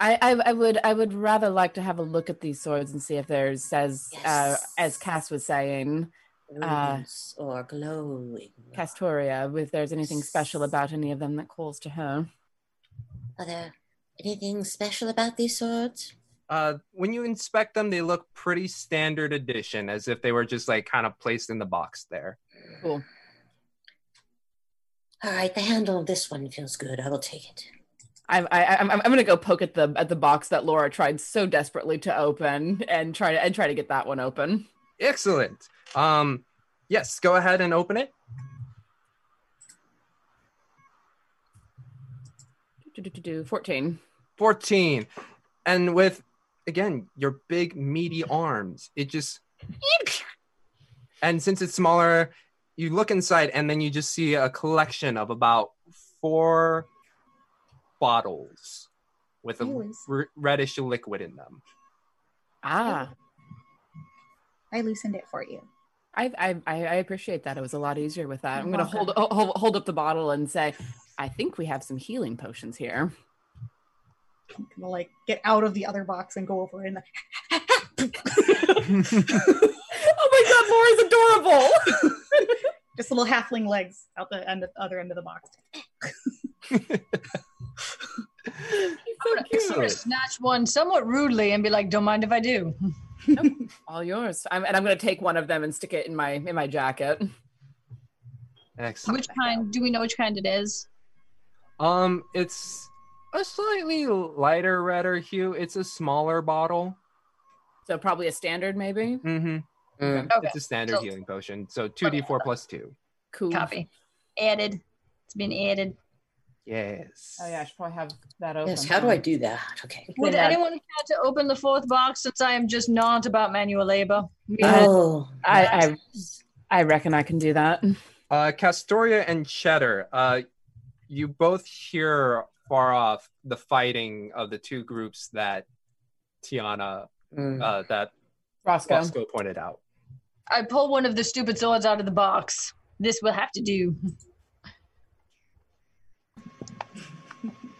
Speaker 8: I, I, I would I would rather like to have a look at these swords and see if there's says uh,
Speaker 7: Yes.
Speaker 8: as Cass was saying, Uh,
Speaker 7: runes or glowing.
Speaker 8: Castoria, if there's anything special about any of them that calls to her.
Speaker 5: Oh,
Speaker 7: Are there anything special about these swords?
Speaker 3: Uh, when you inspect them, they look pretty standard edition, as if they were just like kind of placed in the box there.
Speaker 7: All right, the handle of this one feels good. I will take it.
Speaker 8: I'm I, I'm I'm gonna go poke at the at the box that Laura tried so desperately to open and try to and try to get that one open.
Speaker 3: Excellent. Um, yes, go ahead and open it.
Speaker 8: Do-do-do-do, Fourteen.
Speaker 3: 14. And with, again, your big, meaty arms, it just. And since it's smaller, you look inside and then you just see a collection of about four bottles with a
Speaker 6: Anyways.
Speaker 3: r- reddish liquid in them.
Speaker 8: Ah,
Speaker 6: I loosened it for you.
Speaker 8: I, I I I appreciate that. It was a lot easier with that. I'm
Speaker 6: You're
Speaker 8: gonna hold, hold hold up the bottle and say, I think we have some healing potions here.
Speaker 6: I'm gonna like get out of the other box and go over and
Speaker 8: oh my God, Laura's adorable.
Speaker 6: just little halfling legs out the end, other end of the box.
Speaker 4: I'm gonna snatch one somewhat rudely and be like, "Don't mind if I do."
Speaker 8: All yours. I'm, and I'm going to take one of them and stick it in my in my jacket.
Speaker 3: Excellent.
Speaker 4: Which kind? Do we know which kind it is?
Speaker 3: Um, it's a slightly lighter redder hue. It's a smaller bottle.
Speaker 8: So probably a standard, maybe.
Speaker 3: Mm-hmm.
Speaker 4: Okay.
Speaker 3: It's a standard
Speaker 4: So-
Speaker 3: healing potion. So 2d4 plus 2.
Speaker 8: Cool.
Speaker 4: Copy. Added. It's been added.
Speaker 3: Yes.
Speaker 8: Oh yeah, I should probably have that open.
Speaker 7: Yes, how do I do that? Okay.
Speaker 4: Would
Speaker 8: Then, uh,
Speaker 4: anyone care to open the fourth box since I am just not about manual labor?
Speaker 7: Oh,
Speaker 8: I, I I reckon I can do that.
Speaker 3: Uh, Castoria and Cheddar, uh, you both hear far off the fighting of the two groups that Tiana,
Speaker 7: mm.
Speaker 3: uh, that
Speaker 8: Roscoe.
Speaker 3: Bosco pointed out.
Speaker 4: I pull one of the stupid swords out of the box. This will have to do.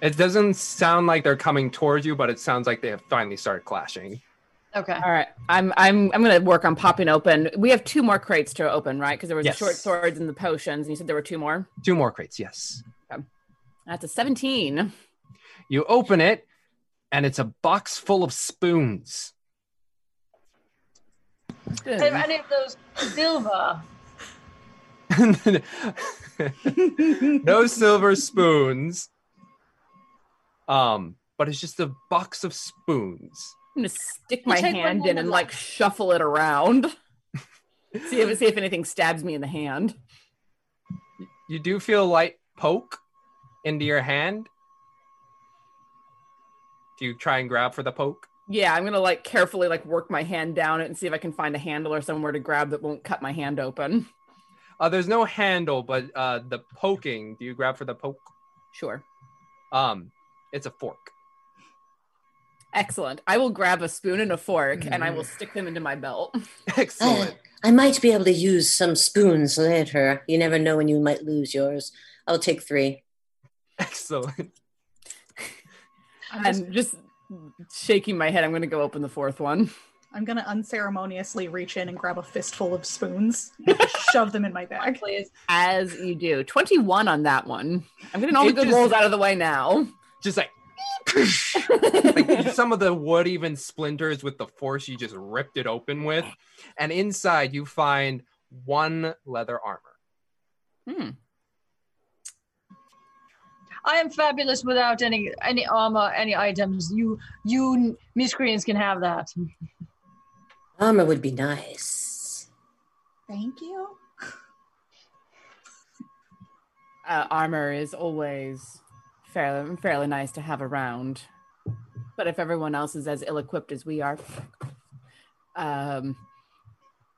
Speaker 3: It doesn't sound like they're coming towards you, but it sounds like they have finally started clashing.
Speaker 4: Okay.
Speaker 8: All right, I'm I'm I'm gonna work on popping open. We have two more crates to open, right? Because there was
Speaker 3: Yes.
Speaker 8: the short swords and the potions, and you said there were two more.
Speaker 3: Two more crates, yes.
Speaker 8: That's a 17.
Speaker 3: You open it, and it's a box full of spoons.
Speaker 8: Good.
Speaker 4: Are any of those silver?
Speaker 3: no silver spoons. Um, but it's just a box of spoons.
Speaker 8: I'm gonna stick my
Speaker 4: take one
Speaker 8: hand in
Speaker 4: moment
Speaker 8: and like
Speaker 4: left.
Speaker 8: shuffle it around. see if see if anything stabs me in the hand.
Speaker 3: You do feel light poke into your hand. Do you try and grab for the poke?
Speaker 8: Yeah, I'm gonna like carefully like work my hand down it and see if I can find a handle or somewhere to grab that won't cut my hand open.
Speaker 3: Uh, there's no handle, but uh, the poking. Do you grab for the poke?
Speaker 8: Sure.
Speaker 3: Um, it's a fork.
Speaker 8: Excellent. I will grab a spoon and a fork and I will
Speaker 3: Mm.
Speaker 8: stick them into my belt.
Speaker 5: Uh,
Speaker 3: Excellent.
Speaker 7: I might be able to use some spoons later. You never know when you might lose yours. I'll take three.
Speaker 3: Excellent.
Speaker 8: And just shaking my head, I'm gonna go open the fourth one.
Speaker 6: I'm gonna unceremoniously reach in and grab a fistful of spoons, shove them in my bag.
Speaker 4: Please.
Speaker 8: As you do. 21 on that one. I'm getting all the
Speaker 3: It
Speaker 8: good
Speaker 3: just-
Speaker 8: rolls out of the way now.
Speaker 3: Just like, like some of the wood even splinters with the force you just ripped it open with, and inside you find one leather armor.
Speaker 8: Hmm.
Speaker 4: I am fabulous without any any armor, any items. You you miscreants can have that.
Speaker 7: Armor would be nice.
Speaker 6: Thank you.
Speaker 5: Uh, armor is always fairly, fairly nice to have around. But if everyone else is as ill equipped as we are, um,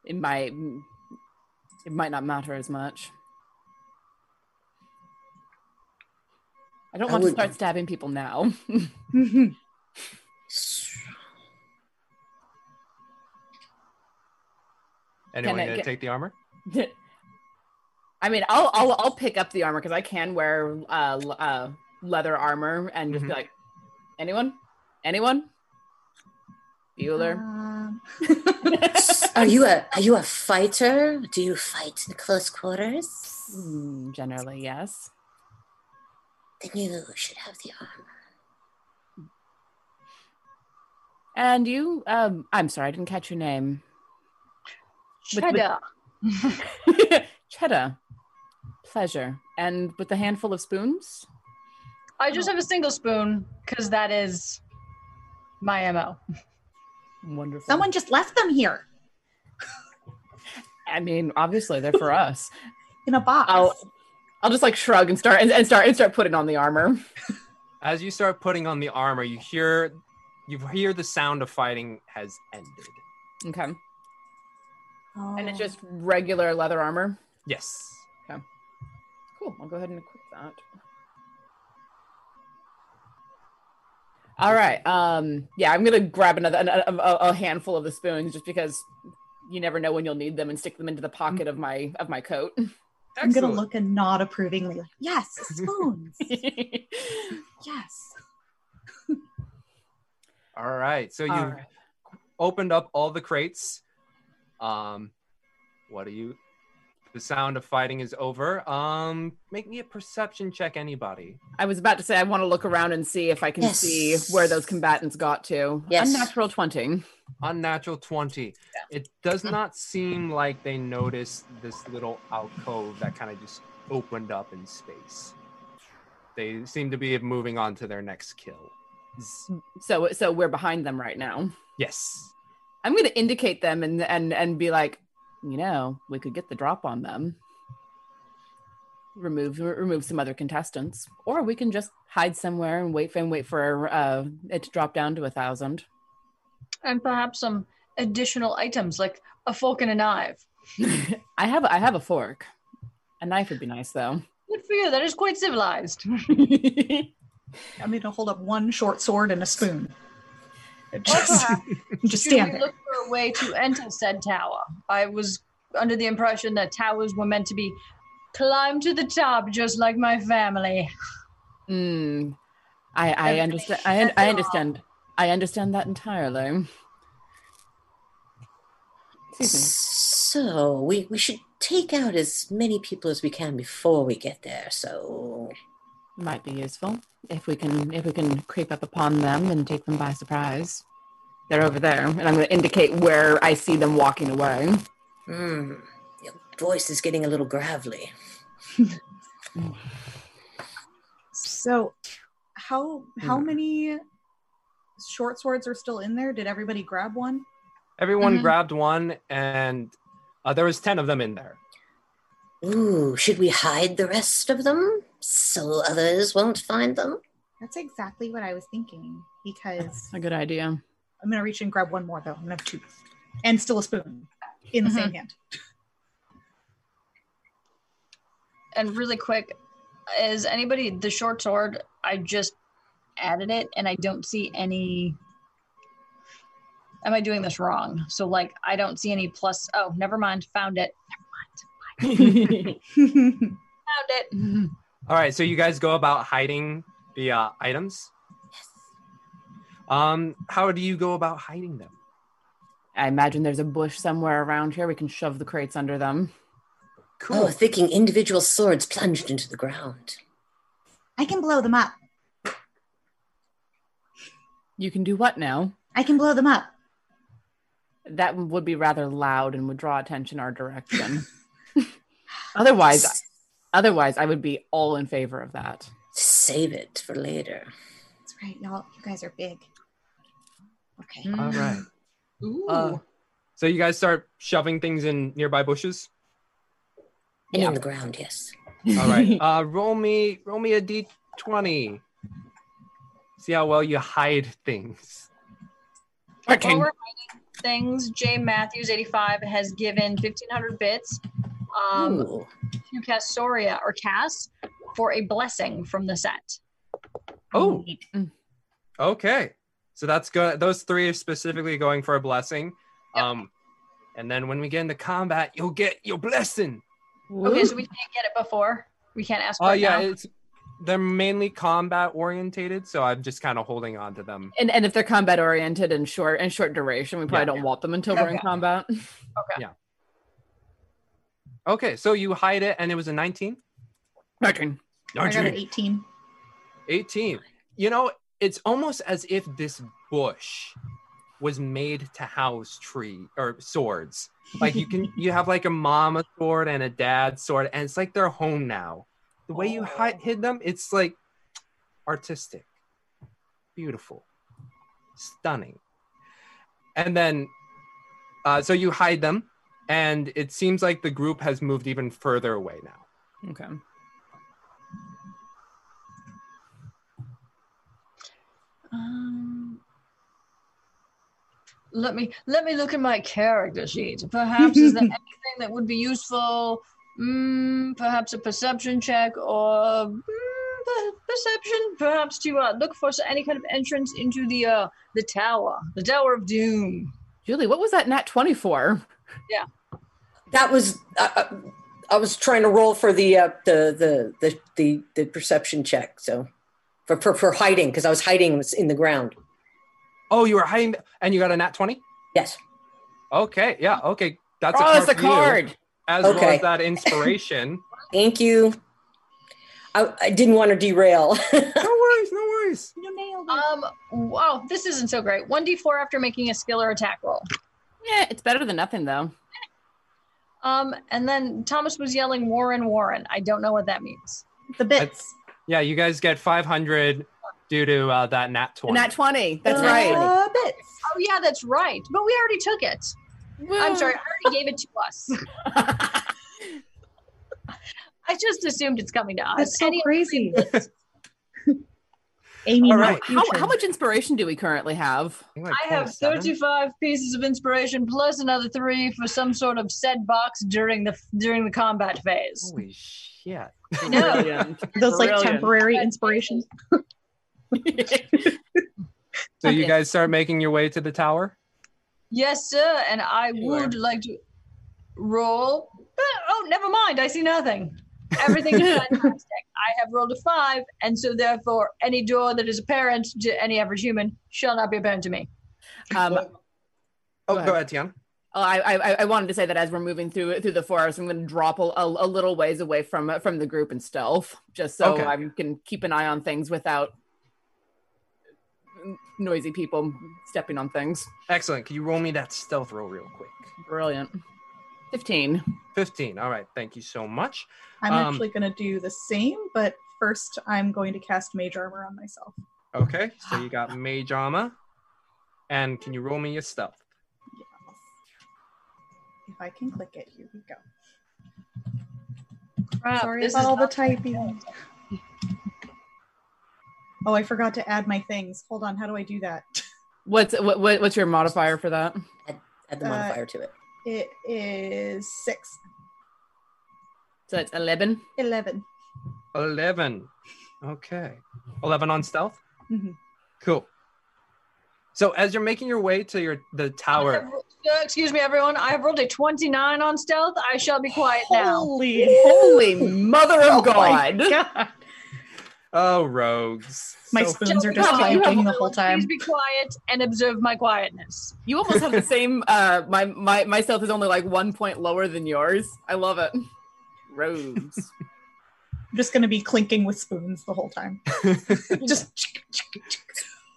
Speaker 5: it might it might not matter as much. I don't
Speaker 7: I
Speaker 5: want to
Speaker 7: would-
Speaker 5: start stabbing people now.
Speaker 3: Anyone
Speaker 8: I
Speaker 3: gonna
Speaker 8: get-
Speaker 3: take the armor?
Speaker 8: I mean, I'll I'll, I'll pick up the armor because I can wear uh, l- uh, leather armor and just
Speaker 3: Mhm.
Speaker 8: be like, anyone, anyone, Bueller.
Speaker 6: Um,
Speaker 7: are you a are you a fighter? Do you fight in close quarters?
Speaker 5: Mm, Generally, yes.
Speaker 7: Then you should have the armor.
Speaker 5: And you, um, I'm sorry, I didn't catch your name. With- with-
Speaker 4: Cheddar.
Speaker 5: Cheddar. Pleasure. And with a handful of spoons?
Speaker 4: I just have a single spoon because that is my mo.
Speaker 5: Wonderful.
Speaker 6: someone just left them here
Speaker 5: I mean, obviously they're for us.
Speaker 6: in a box.
Speaker 8: I'll I'll just like shrug and start and, and start and start putting on the armor.
Speaker 3: As you start putting on the armor, you hear you hear the sound of fighting has ended.
Speaker 8: Okay,
Speaker 6: Oh.
Speaker 8: and it's just regular leather armor.
Speaker 3: Yes.
Speaker 8: Cool. I'll go ahead and equip that. All right. Um. Yeah, I'm gonna grab another an, a, a a handful of the spoons just because you never know when you'll need them and stick them into the pocket of my of my coat.
Speaker 6: I'm gonna
Speaker 3: Excellent.
Speaker 6: look and nod approvingly. Like, yes, spoons.
Speaker 8: All
Speaker 6: yes.
Speaker 3: All right. So you
Speaker 8: right.
Speaker 3: opened up all the crates. Um, what are you? The sound of fighting is over. Um, make me a perception check, anybody.
Speaker 8: I was about to say I want to look around and see if I can
Speaker 7: Yes.
Speaker 8: see where those combatants got to.
Speaker 7: Yes.
Speaker 8: Unnatural twenty.
Speaker 3: Unnatural 20. It does not seem like they noticed this little alcove that kind of just opened up in space. They seem to be moving on to their next kill. Z-
Speaker 8: So so we're behind them right now.
Speaker 3: Yes.
Speaker 8: I'm gonna indicate them and and and be like, you know, we could get the drop on them. Remove re- remove some other contestants, or we can just hide somewhere and wait for and wait for uh, it to drop down to a thousand.
Speaker 4: And perhaps some additional items like a fork and a knife.
Speaker 8: I have I have a fork. A knife would be nice though.
Speaker 4: Good for you. That is quite civilized.
Speaker 6: I'm gonna hold up one short sword and a spoon. And
Speaker 4: Also,
Speaker 6: Just, just
Speaker 4: Should
Speaker 6: stand
Speaker 4: we
Speaker 6: there.
Speaker 4: look for a way to enter said tower? I was under the impression that towers were meant to be climb to the top, just like my family.
Speaker 8: Mm, I I understand I, un- I understand I understand that entirely. Excuse
Speaker 7: So we, we should take out as many people as we can before we get there. So
Speaker 5: It might be useful if we can if we can creep up upon them and take them by surprise.
Speaker 8: me. They're over there, and I'm going to indicate where I see them walking away.
Speaker 7: hmm, your voice is getting a little gravelly.
Speaker 6: So, How how
Speaker 8: Hmm.
Speaker 6: many short swords are still in there? Did everybody grab one?
Speaker 3: Everyone
Speaker 4: Mhm.
Speaker 3: grabbed one, and uh, there was ten of them in there.
Speaker 7: Ooh, should we hide the rest of them so others won't find them?
Speaker 6: That's exactly what I was thinking. Because
Speaker 5: a good idea.
Speaker 6: I'm gonna reach and grab one more though. I'm gonna have two, and still a spoon in
Speaker 5: Mm-hmm.
Speaker 6: the same hand.
Speaker 4: And really quick, is anybody the short sword? I just added it, and I don't see any. Am I doing this wrong? So like, I don't see any plus. Oh, never mind. Found it. Found it.
Speaker 3: All right, so you guys go about hiding the uh, items. Um, how do you go about hiding them?
Speaker 5: I imagine there's a bush somewhere around here. We can shove the crates under them.
Speaker 7: Oh, thinking individual swords plunged into the ground.
Speaker 6: I can blow them up.
Speaker 5: You can do what now?
Speaker 6: I can blow them up.
Speaker 5: That would be rather loud and would draw attention our direction. otherwise,
Speaker 7: S-
Speaker 5: otherwise, I would be all in favor of that.
Speaker 7: Save it for later.
Speaker 6: That's right, y'all. You guys are big. Okay.
Speaker 3: All right.
Speaker 4: Ooh.
Speaker 3: Uh, so you guys start shoving things in nearby bushes.
Speaker 7: And
Speaker 5: Yeah.
Speaker 7: in the ground, yes.
Speaker 3: All right. Uh, roll me, roll me a d twenty. See how well you hide things.
Speaker 4: While we're hiding things, Jay Matthews, 85, has given 1,500 bits um,
Speaker 7: Ooh.
Speaker 4: to Castoria or Cass for a blessing from the set.
Speaker 3: Oh.
Speaker 5: Mm.
Speaker 3: Okay. So that's good. Those three are specifically going for a blessing. Um, and then when we get into combat, you'll get your blessing.
Speaker 4: Okay, so we can't get it before. We can't ask for
Speaker 3: Oh
Speaker 4: it
Speaker 3: yeah,
Speaker 4: now.
Speaker 3: it's they're mainly combat orientated, so I'm just kind of holding on to them.
Speaker 5: and and if they're combat oriented and short and short duration, we probably
Speaker 3: Yeah.
Speaker 5: don't want them until we're in
Speaker 4: Okay.
Speaker 5: combat.
Speaker 3: Okay, so you hide it, and it was a 19,
Speaker 5: Martin.
Speaker 6: I got an 18.
Speaker 3: 18. You know, it's almost as if this bush was made to house tree or swords. Like you can, you have like a mama sword and a dad sword, and it's like their home now. The way you hide, hid them, it's like artistic, beautiful, stunning. And then, uh, so you hide them, and it seems like the group has moved even further away now.
Speaker 5: Okay.
Speaker 4: Um, let me let me look at my character sheet. Perhaps is there anything that would be useful? Mm, perhaps a perception check or mm, per- perception, perhaps to uh, look for any kind of entrance into the uh, the tower, the Tower of Doom.
Speaker 5: Julie, what was that nat 24?
Speaker 7: That was I, I, I was trying to roll for the uh, the, the the the the perception check. So for for, for hiding because I was hiding was in the ground.
Speaker 3: Oh, you were hiding, and you got a nat 20?
Speaker 7: Yes.
Speaker 3: Okay, yeah, okay. That's
Speaker 8: oh, it's a
Speaker 3: for you,
Speaker 8: card.
Speaker 3: as well
Speaker 7: Okay.
Speaker 3: as that inspiration.
Speaker 7: Thank you. I, I didn't want to derail.
Speaker 3: no worries, no worries.
Speaker 6: You nailed it.
Speaker 4: Um, wow, this isn't so great. One d four after making a skill or attack roll.
Speaker 5: Yeah, it's better than nothing though.
Speaker 4: Um, and then Thomas was yelling Warren, Warren. I don't know what that means.
Speaker 6: the bits.
Speaker 3: Yeah, you guys get 500 due to uh, that nat 20.
Speaker 8: Nat 20. That's
Speaker 7: Uh,
Speaker 8: right.
Speaker 6: The bits.
Speaker 4: Oh yeah, that's right. But we already took it. I'm sorry, I already gave it to us. I just assumed it's coming to us.
Speaker 6: That's so
Speaker 4: Any-
Speaker 6: crazy. Amy,
Speaker 3: All
Speaker 6: my
Speaker 3: right.
Speaker 5: How,
Speaker 6: future.
Speaker 5: how much inspiration do we currently have?
Speaker 3: think like
Speaker 4: I have
Speaker 3: 27.
Speaker 4: 35 pieces of inspiration plus another three for some sort of said box during the during the combat phase.
Speaker 3: Holy shit.
Speaker 8: Brilliant.
Speaker 6: Those like
Speaker 8: Brilliant.
Speaker 6: temporary inspirations.
Speaker 3: So you guys start making your way to the tower?
Speaker 4: Yes, sir. And I would like to roll. Oh, never mind. I see nothing. Everything is fantastic. I have rolled a five, and so therefore, any door that is apparent to any average human shall not be apparent to me.
Speaker 5: Um,
Speaker 3: Oh,
Speaker 5: Go
Speaker 3: go ahead, Tiana.
Speaker 5: Oh, I, I I wanted to say that as we're moving through through the forest, I'm going to drop a, a, a little ways away from from the group in stealth, just so
Speaker 3: Okay.
Speaker 5: I can keep an eye on things without noisy people stepping on things.
Speaker 3: Excellent. Can you roll me that stealth roll real quick?
Speaker 5: Brilliant. Fifteen.
Speaker 3: 15. All right. Thank you so much.
Speaker 6: I'm
Speaker 3: Um,
Speaker 6: actually going to do the same, but first, I'm going to cast Mage Armor on myself.
Speaker 3: Okay, so you got mage armor, and can you roll me your stealth?
Speaker 6: Yes. If I can click it, here we go.
Speaker 4: Crap,
Speaker 6: Sorry
Speaker 4: this
Speaker 6: about
Speaker 4: is
Speaker 6: all the
Speaker 4: not-
Speaker 6: typing. Oh, I forgot to add my things. Hold on, how do I do that?
Speaker 8: What's what, what, what's your modifier for that?
Speaker 7: Add the
Speaker 6: Uh,
Speaker 7: modifier to it.
Speaker 6: It is six.
Speaker 8: So it's eleven.
Speaker 6: Eleven.
Speaker 3: 11. Okay. 11 on stealth?
Speaker 8: Mm-hmm.
Speaker 6: Mhm.
Speaker 3: Cool. So as you're making your way to your the
Speaker 4: I
Speaker 3: tower,
Speaker 4: have- uh, excuse me, everyone. I have rolled a 29 on stealth. I shall be quiet now.
Speaker 6: Holy
Speaker 8: Holy mother of
Speaker 6: my
Speaker 8: God!
Speaker 3: oh rogues.
Speaker 6: My
Speaker 3: So-
Speaker 6: spoons are
Speaker 4: Shall be
Speaker 6: just
Speaker 4: quiet.
Speaker 6: typing the whole
Speaker 4: Please
Speaker 6: time.
Speaker 4: be quiet and observe my quietness.
Speaker 8: You almost have the same. Uh, my my myself is only like one point lower than yours. I love it. Robes.
Speaker 6: I'm just gonna be clinking with spoons the whole time. just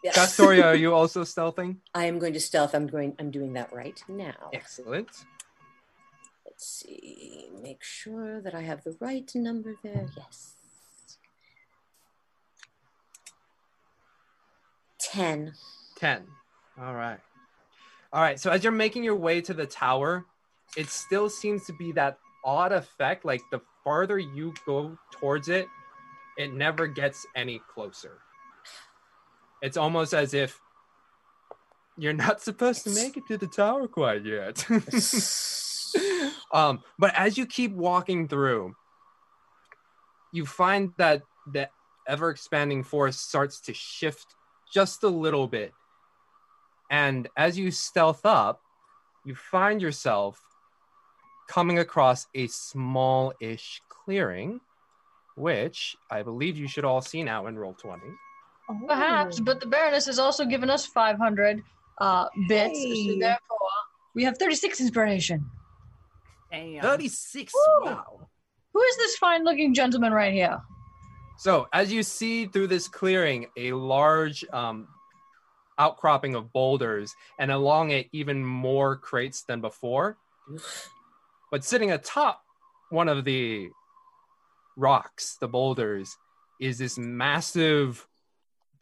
Speaker 7: Yes.
Speaker 3: Castoria, are uh, you also stealthing?
Speaker 7: I am going to stealth. I'm going. I'm doing that right now.
Speaker 3: Excellent.
Speaker 7: Let's see. Make sure that I have the right number there. Yes. Ten.
Speaker 3: 10. All right. All right. So as you're making your way to the tower, it still seems to be that odd effect. Like the farther you go towards it, it never gets any closer. It's almost as if you're not supposed to make it to the tower quite yet. um, but as you keep walking through, you find that the ever expanding forest starts to shift just a little bit. And as you stealth up, you find yourself coming across a small ish clearing, which I believe you should all see now in roll 20.
Speaker 4: Perhaps,
Speaker 7: Oh.
Speaker 4: but the Baroness has also given us 500 uh, bits. So
Speaker 6: Hey.
Speaker 4: therefore, we have 36 inspiration.
Speaker 8: Damn.
Speaker 3: 36.
Speaker 4: Woo!
Speaker 3: Wow.
Speaker 4: Who is this fine looking gentleman right here?
Speaker 3: So, as you see through this clearing, a large um, outcropping of boulders, and along it, even more crates than before. But sitting atop one of the rocks, the boulders, is this massive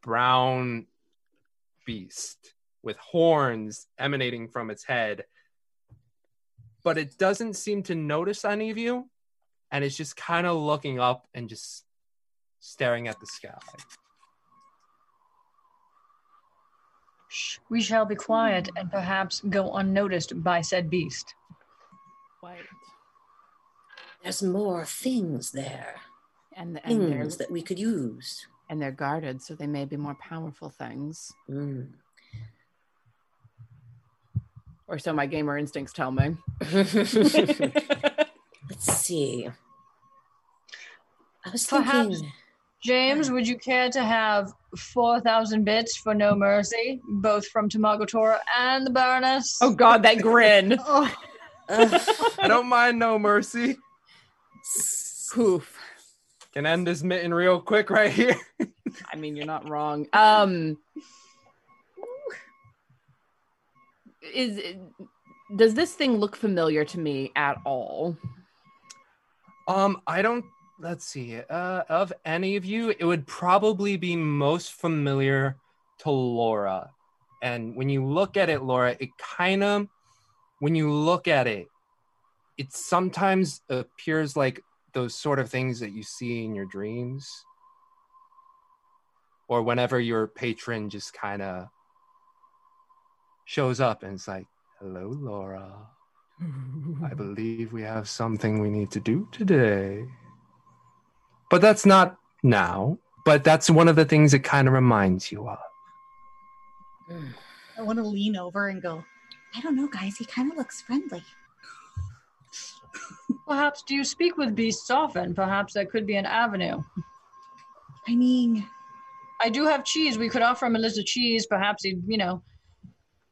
Speaker 3: brown beast with horns emanating from its head. But it doesn't seem to notice any of you, and it's just kind of looking up and just staring at the sky.
Speaker 4: Shh, we shall be quiet and perhaps go unnoticed by said beast.
Speaker 8: White.
Speaker 7: There's more things there.
Speaker 5: And, the, and, they're,
Speaker 7: Things that we could use.
Speaker 5: and they're guarded, so they may be more powerful things.
Speaker 7: Mm.
Speaker 8: Or so my gamer instincts tell me.
Speaker 7: Let's see. I was
Speaker 4: Perhaps-
Speaker 7: thinking.
Speaker 4: James, would you care to have 4,000 bits for No Mercy, both from Tamagotora and the Baroness?
Speaker 8: Oh God, that grin.
Speaker 6: oh,
Speaker 7: Ugh.
Speaker 3: I don't mind no mercy.
Speaker 8: Poof.
Speaker 3: Can end this mitten real quick right here.
Speaker 8: I mean, you're not wrong. Um, is does this thing look familiar to me at all?
Speaker 3: Um, I don't. Let's see. Uh, of any of you, it would probably be most familiar to Laura. And when you look at it, Laura, it kind of, when you look at it, it sometimes appears like those sort of things that you see in your dreams, or whenever your patron just kind of shows up and it's like, "Hello, Laura." I believe we have something we need to do today. But that's not now, but that's one of the things it kind of reminds you of.
Speaker 6: I want to lean over and go. I don't know, guys. He kind of looks friendly.
Speaker 4: Perhaps do you speak with beasts often? Perhaps that could be an avenue.
Speaker 6: I mean,
Speaker 4: I do have cheese. We could offer him a little cheese. Perhaps he'd, you know,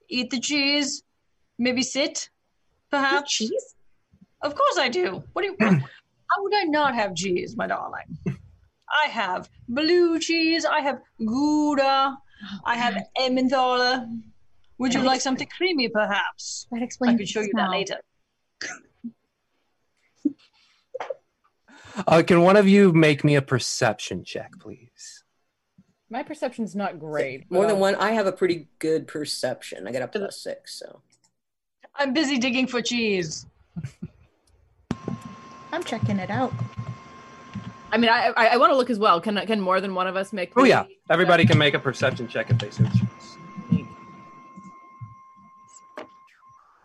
Speaker 4: eat the cheese, maybe sit,
Speaker 6: have
Speaker 4: perhaps.
Speaker 6: cheese.
Speaker 4: Of course I do. What do you? how would I not have cheese, my darling? I have blue cheese. I have Gouda. I
Speaker 6: Oh,
Speaker 4: have Emmentaler. Would you like something creamy, perhaps?
Speaker 6: That
Speaker 4: I
Speaker 6: explains.
Speaker 4: could show
Speaker 6: the
Speaker 4: you that
Speaker 6: smell.
Speaker 4: later.
Speaker 3: Uh, can one of you make me a perception check, please?
Speaker 8: My perception's not great.
Speaker 7: More
Speaker 8: but
Speaker 7: than
Speaker 8: I'll-
Speaker 7: one. I have a pretty good perception. I got a plus six, so
Speaker 4: I'm busy digging for cheese.
Speaker 6: I'm checking it out.
Speaker 8: I mean, I I, I want to look as well. Can can more than one of us make?
Speaker 3: Oh yeah,
Speaker 8: the-
Speaker 3: everybody can make a perception check if they so choose.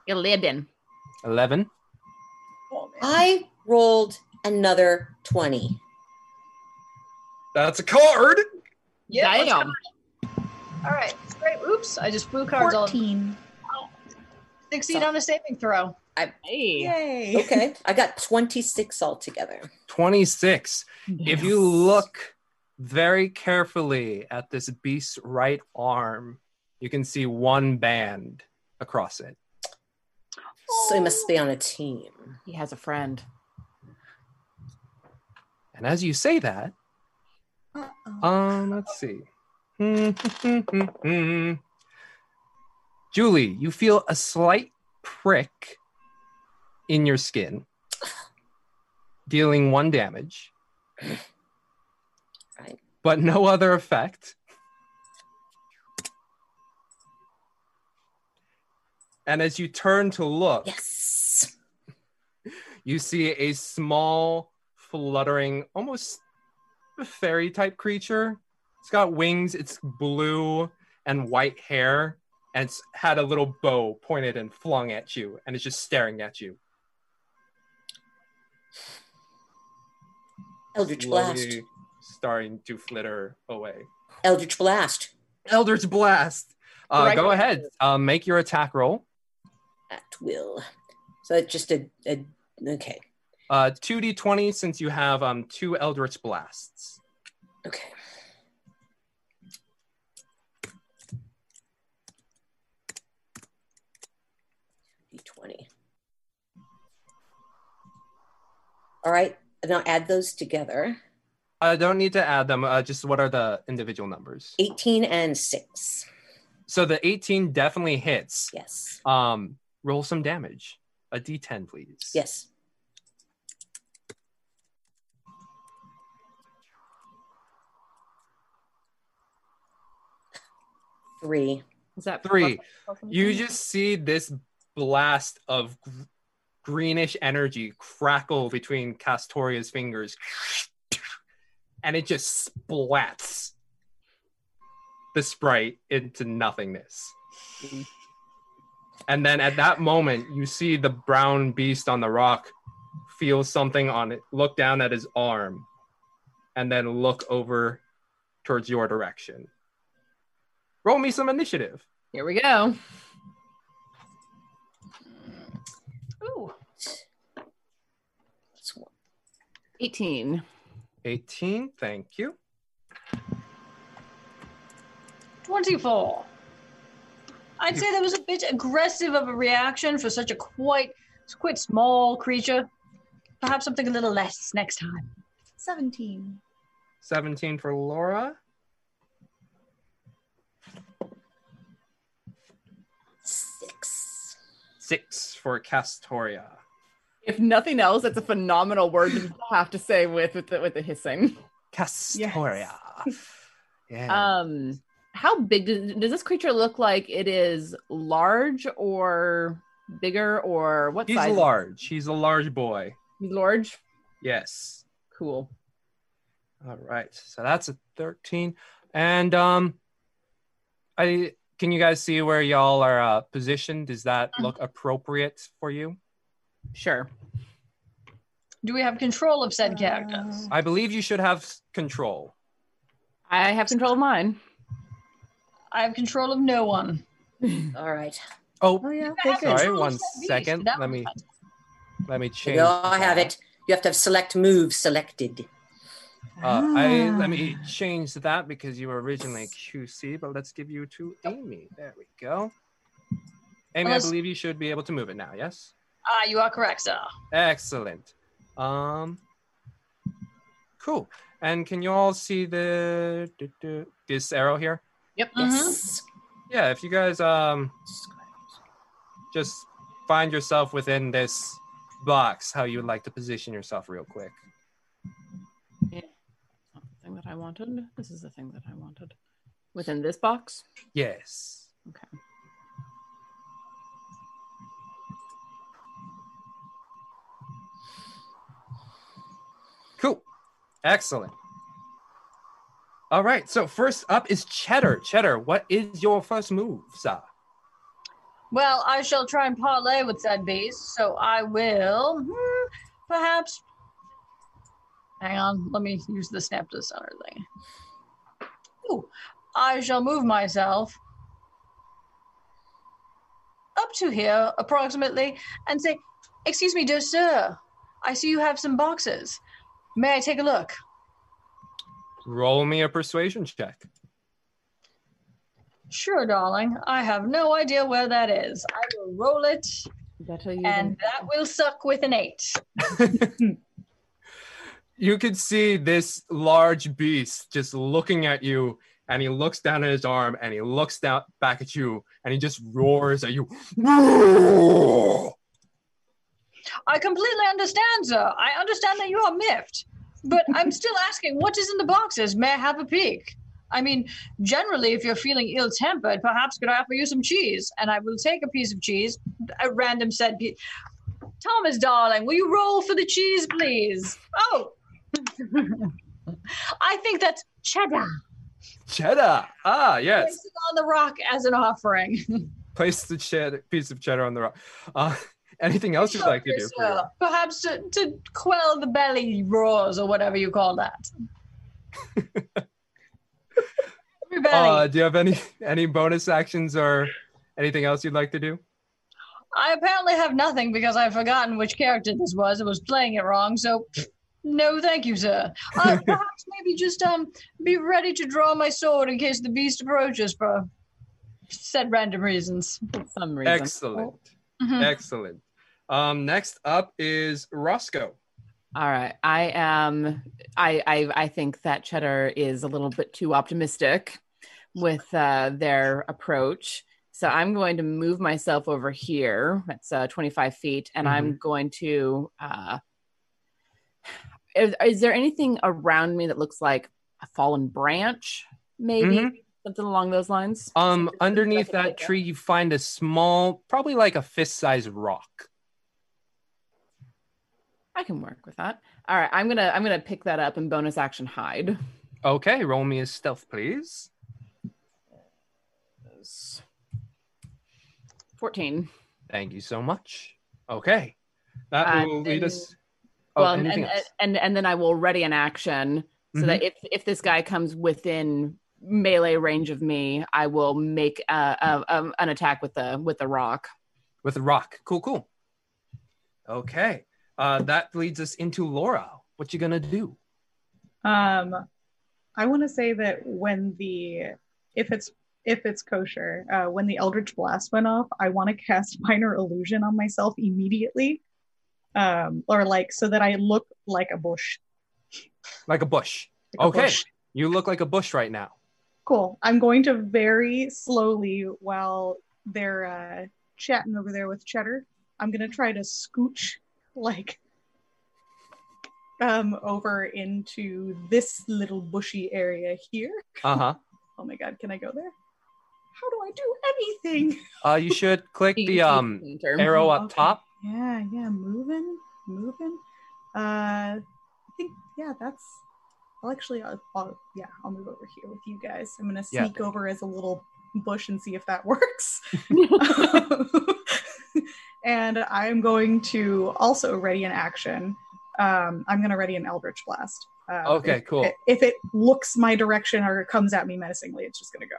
Speaker 8: Eleven.
Speaker 3: Eleven.
Speaker 6: Oh, man.
Speaker 7: I rolled another twenty.
Speaker 3: That's a card.
Speaker 4: Yeah. let's
Speaker 8: Damn.
Speaker 4: go. All right. Great. Oops. I just blew cards all.
Speaker 6: 14.
Speaker 4: Succeed on a saving throw.
Speaker 8: Hey.
Speaker 6: Yay.
Speaker 7: Okay, I got twenty six altogether.
Speaker 3: Twenty-six. If you look very carefully at this beast's right arm, you can see one band across it.
Speaker 7: So I must be on a team.
Speaker 5: He has a friend.
Speaker 3: And as you say that,
Speaker 6: Uh-oh.
Speaker 3: um, let's see. Julie, you feel a slight prick in your skin, dealing one damage,
Speaker 7: Right.
Speaker 3: but no other effect. And as you turn to look,
Speaker 7: Yes.
Speaker 3: you see a small fluttering almost fairy type creature it's got wings it's blue and white hair and it's had a little bow pointed and flung at you and it's just staring at you
Speaker 7: Eldritch Blast.
Speaker 3: slowly starting to flitter away
Speaker 7: Eldritch Blast
Speaker 3: eldritch blast uh,
Speaker 8: Right.
Speaker 3: go ahead uh, make your attack roll
Speaker 7: at will. So it's just a, a okay.
Speaker 3: uh, 2d20 since you have um, two eldritch blasts
Speaker 7: Okay. D20. All right, and I'll add those together.
Speaker 3: i don't need to add them uh, just what are the individual numbers
Speaker 7: 18 and 6.
Speaker 3: so the 18 definitely hits
Speaker 7: Yes.
Speaker 3: Um, roll some damage. A D10, please.
Speaker 7: Yes. Three.
Speaker 8: Is that
Speaker 3: Three. You just see this blast of gr- greenish energy crackle between Castoria's fingers, and it just splats the sprite into nothingness. And then at that moment, you see the brown beast on the rock feel something on it, look down at his arm, and then look over towards your direction. Roll me some initiative.
Speaker 8: Here we go.
Speaker 4: Ooh.
Speaker 7: That's one.
Speaker 8: Eighteen.
Speaker 3: 18, thank you.
Speaker 4: 24. I'd say that was a bit aggressive of a reaction for such a quite quite small creature. Perhaps something a little less next time.
Speaker 6: 17.
Speaker 3: 17 for Laura.
Speaker 7: Six.
Speaker 3: Six for Castoria.
Speaker 8: If nothing else, that's a phenomenal word to have to say with with the, with the hissing.
Speaker 3: Castoria. Yeah.
Speaker 8: Um, how big does, does this creature look like? It is large or bigger or what
Speaker 3: He's
Speaker 8: size?
Speaker 3: large. He's a large boy.
Speaker 8: He's large.
Speaker 3: Yes.
Speaker 8: Cool.
Speaker 3: All right. So that's a 13. And um I can you guys see where y'all are uh, positioned? Does that look appropriate for you?
Speaker 8: Mm. Sure.
Speaker 4: Do we have control of said characters?
Speaker 3: I believe you should have s- control.
Speaker 8: I have control of mine.
Speaker 4: I have control of no one.
Speaker 7: All right.
Speaker 6: Oh,
Speaker 3: Oh,
Speaker 6: yeah.
Speaker 4: I
Speaker 6: They
Speaker 4: have
Speaker 6: could.
Speaker 3: Sorry,
Speaker 4: control of
Speaker 3: one
Speaker 4: said beast.
Speaker 3: second.
Speaker 4: That
Speaker 3: Let
Speaker 4: was
Speaker 3: me-
Speaker 4: fantastic.
Speaker 3: let me
Speaker 7: There
Speaker 3: change.
Speaker 7: you go. I have
Speaker 3: that.
Speaker 7: it. You have to have select move selected.
Speaker 3: Uh, I let me
Speaker 6: Ah.
Speaker 3: change that because you were originally QC, but let's give you to Amy. There we go. Amy,
Speaker 4: Unless-
Speaker 3: I believe you should be able to move it now. Yes.
Speaker 4: Ah, you are correct, sir.
Speaker 3: Excellent. Um. Cool. And can you all see the duh, duh, this arrow here?
Speaker 8: Yep. Uh-huh.
Speaker 7: Yes.
Speaker 3: Yeah. If you guys um just find yourself within this box, how you would like to position yourself, real quick.
Speaker 8: thing that I wanted. This is the thing that I wanted. Within this box?
Speaker 3: Yes.
Speaker 8: Okay.
Speaker 3: Cool. Excellent. All right. So first up is Cheddar. Cheddar, what is your first move, sir?
Speaker 4: Well, I shall try and parlay with that beast, so I will hmm, perhaps. Hang on, let me use the snap to center thing. Ooh, I shall move myself up to here approximately and say, Excuse me, dear sir, I see you have some boxes. May I take a look?
Speaker 3: Roll me a persuasion check.
Speaker 4: Sure, darling. I have no idea where that is. I will roll it,
Speaker 5: Better you
Speaker 4: and that will suck with an eight.
Speaker 3: You could see this large beast just looking at you, and he looks down at his arm, and he looks down back at you, and he just roars at you.
Speaker 4: I completely understand, sir. I understand that you are miffed, but I'm still asking what is in the boxes. May I have a peek? I mean, generally, if you're feeling ill tempered, perhaps could I offer you some cheese? And I will take a piece of cheese, a random said piece. Thomas, darling, will you roll for the cheese, please? Oh, I think that's cheddar.
Speaker 3: Cheddar. Ah, yes.
Speaker 4: Place it on the rock as an offering.
Speaker 3: Place the cheddar, piece of cheddar on the rock. Uh, anything else you'd like to do? For your-
Speaker 4: Sure. Perhaps to, to quell the belly roars or whatever you call that. Your belly.
Speaker 3: Uh, do you have any any bonus actions or anything else you'd like to do?
Speaker 4: I apparently have nothing because I've forgotten which character this was. I was playing it wrong, so no, thank you, sir. Uh, perhaps maybe just um be ready to draw my sword in case the beast approaches for said random reasons.
Speaker 8: For some reason.
Speaker 3: Excellent.
Speaker 6: Oh. Mm-hmm.
Speaker 4: Mhm.
Speaker 3: Excellent. Um, next up is Roscoe.
Speaker 5: All right. I am I I I think that Cheddar is a little bit too optimistic with uh their approach. So I'm going to move myself over here. That's uh 25 feet and
Speaker 8: Mm-hmm.
Speaker 5: I'm going to uh is, is there anything around me that looks like a fallen branch maybe?
Speaker 8: Mm-hmm.
Speaker 3: Mhm.
Speaker 5: Something along those lines?
Speaker 3: Um,
Speaker 5: Something
Speaker 3: underneath
Speaker 5: like a-
Speaker 3: that tree, you find a small, probably like a fist-sized rock.
Speaker 5: I can work with that. All right, I'm going to I'm going to pick that up and bonus action hide.
Speaker 3: Okay, roll me a stealth, please.
Speaker 5: 14.
Speaker 3: Thank you so much. Okay, that
Speaker 5: And
Speaker 3: will lead
Speaker 5: then-
Speaker 3: us. Oh,
Speaker 5: well, and,
Speaker 3: anything
Speaker 5: and,
Speaker 3: else? Mm-hmm.
Speaker 5: and and then I will ready an action so that if if this guy comes within melee range of me, I will make uh, uh, um, an attack with the with the rock.
Speaker 3: With a rock. Cool, cool. Okay, uh, that leads us into Laura. What you gonna do?
Speaker 6: Um, I want to say that when the if it's if it's kosher, uh, when the Eldritch Blast went off, I want to cast Minor Illusion on myself immediately, um, or like so that I look like a bush.
Speaker 3: Like a bush.
Speaker 6: like a
Speaker 3: okay,
Speaker 6: bush.
Speaker 3: you look like a bush right now.
Speaker 6: Cool. I'm going to very slowly while they're uh, chatting over there with Cheddar. I'm gonna try to scooch like um over into this little bushy area here.
Speaker 3: Uh huh.
Speaker 6: Oh my god, can I go there? How do I do anything?
Speaker 3: Uh, you should click the um arrow up
Speaker 6: Okay.
Speaker 3: top.
Speaker 6: Yeah, yeah, moving, moving. Uh, I think yeah, that's. I'll actually, I'll, I'll, yeah, I'll move over here with you guys. I'm gonna
Speaker 3: Yeah.
Speaker 6: sneak over as a little bush and see if that works. and I'm going to also ready an action. Um, I'm gonna ready an Eldritch Blast. Uh,
Speaker 3: Okay,
Speaker 6: if-
Speaker 3: cool.
Speaker 6: If it looks my direction or comes at me menacingly, it's just gonna go.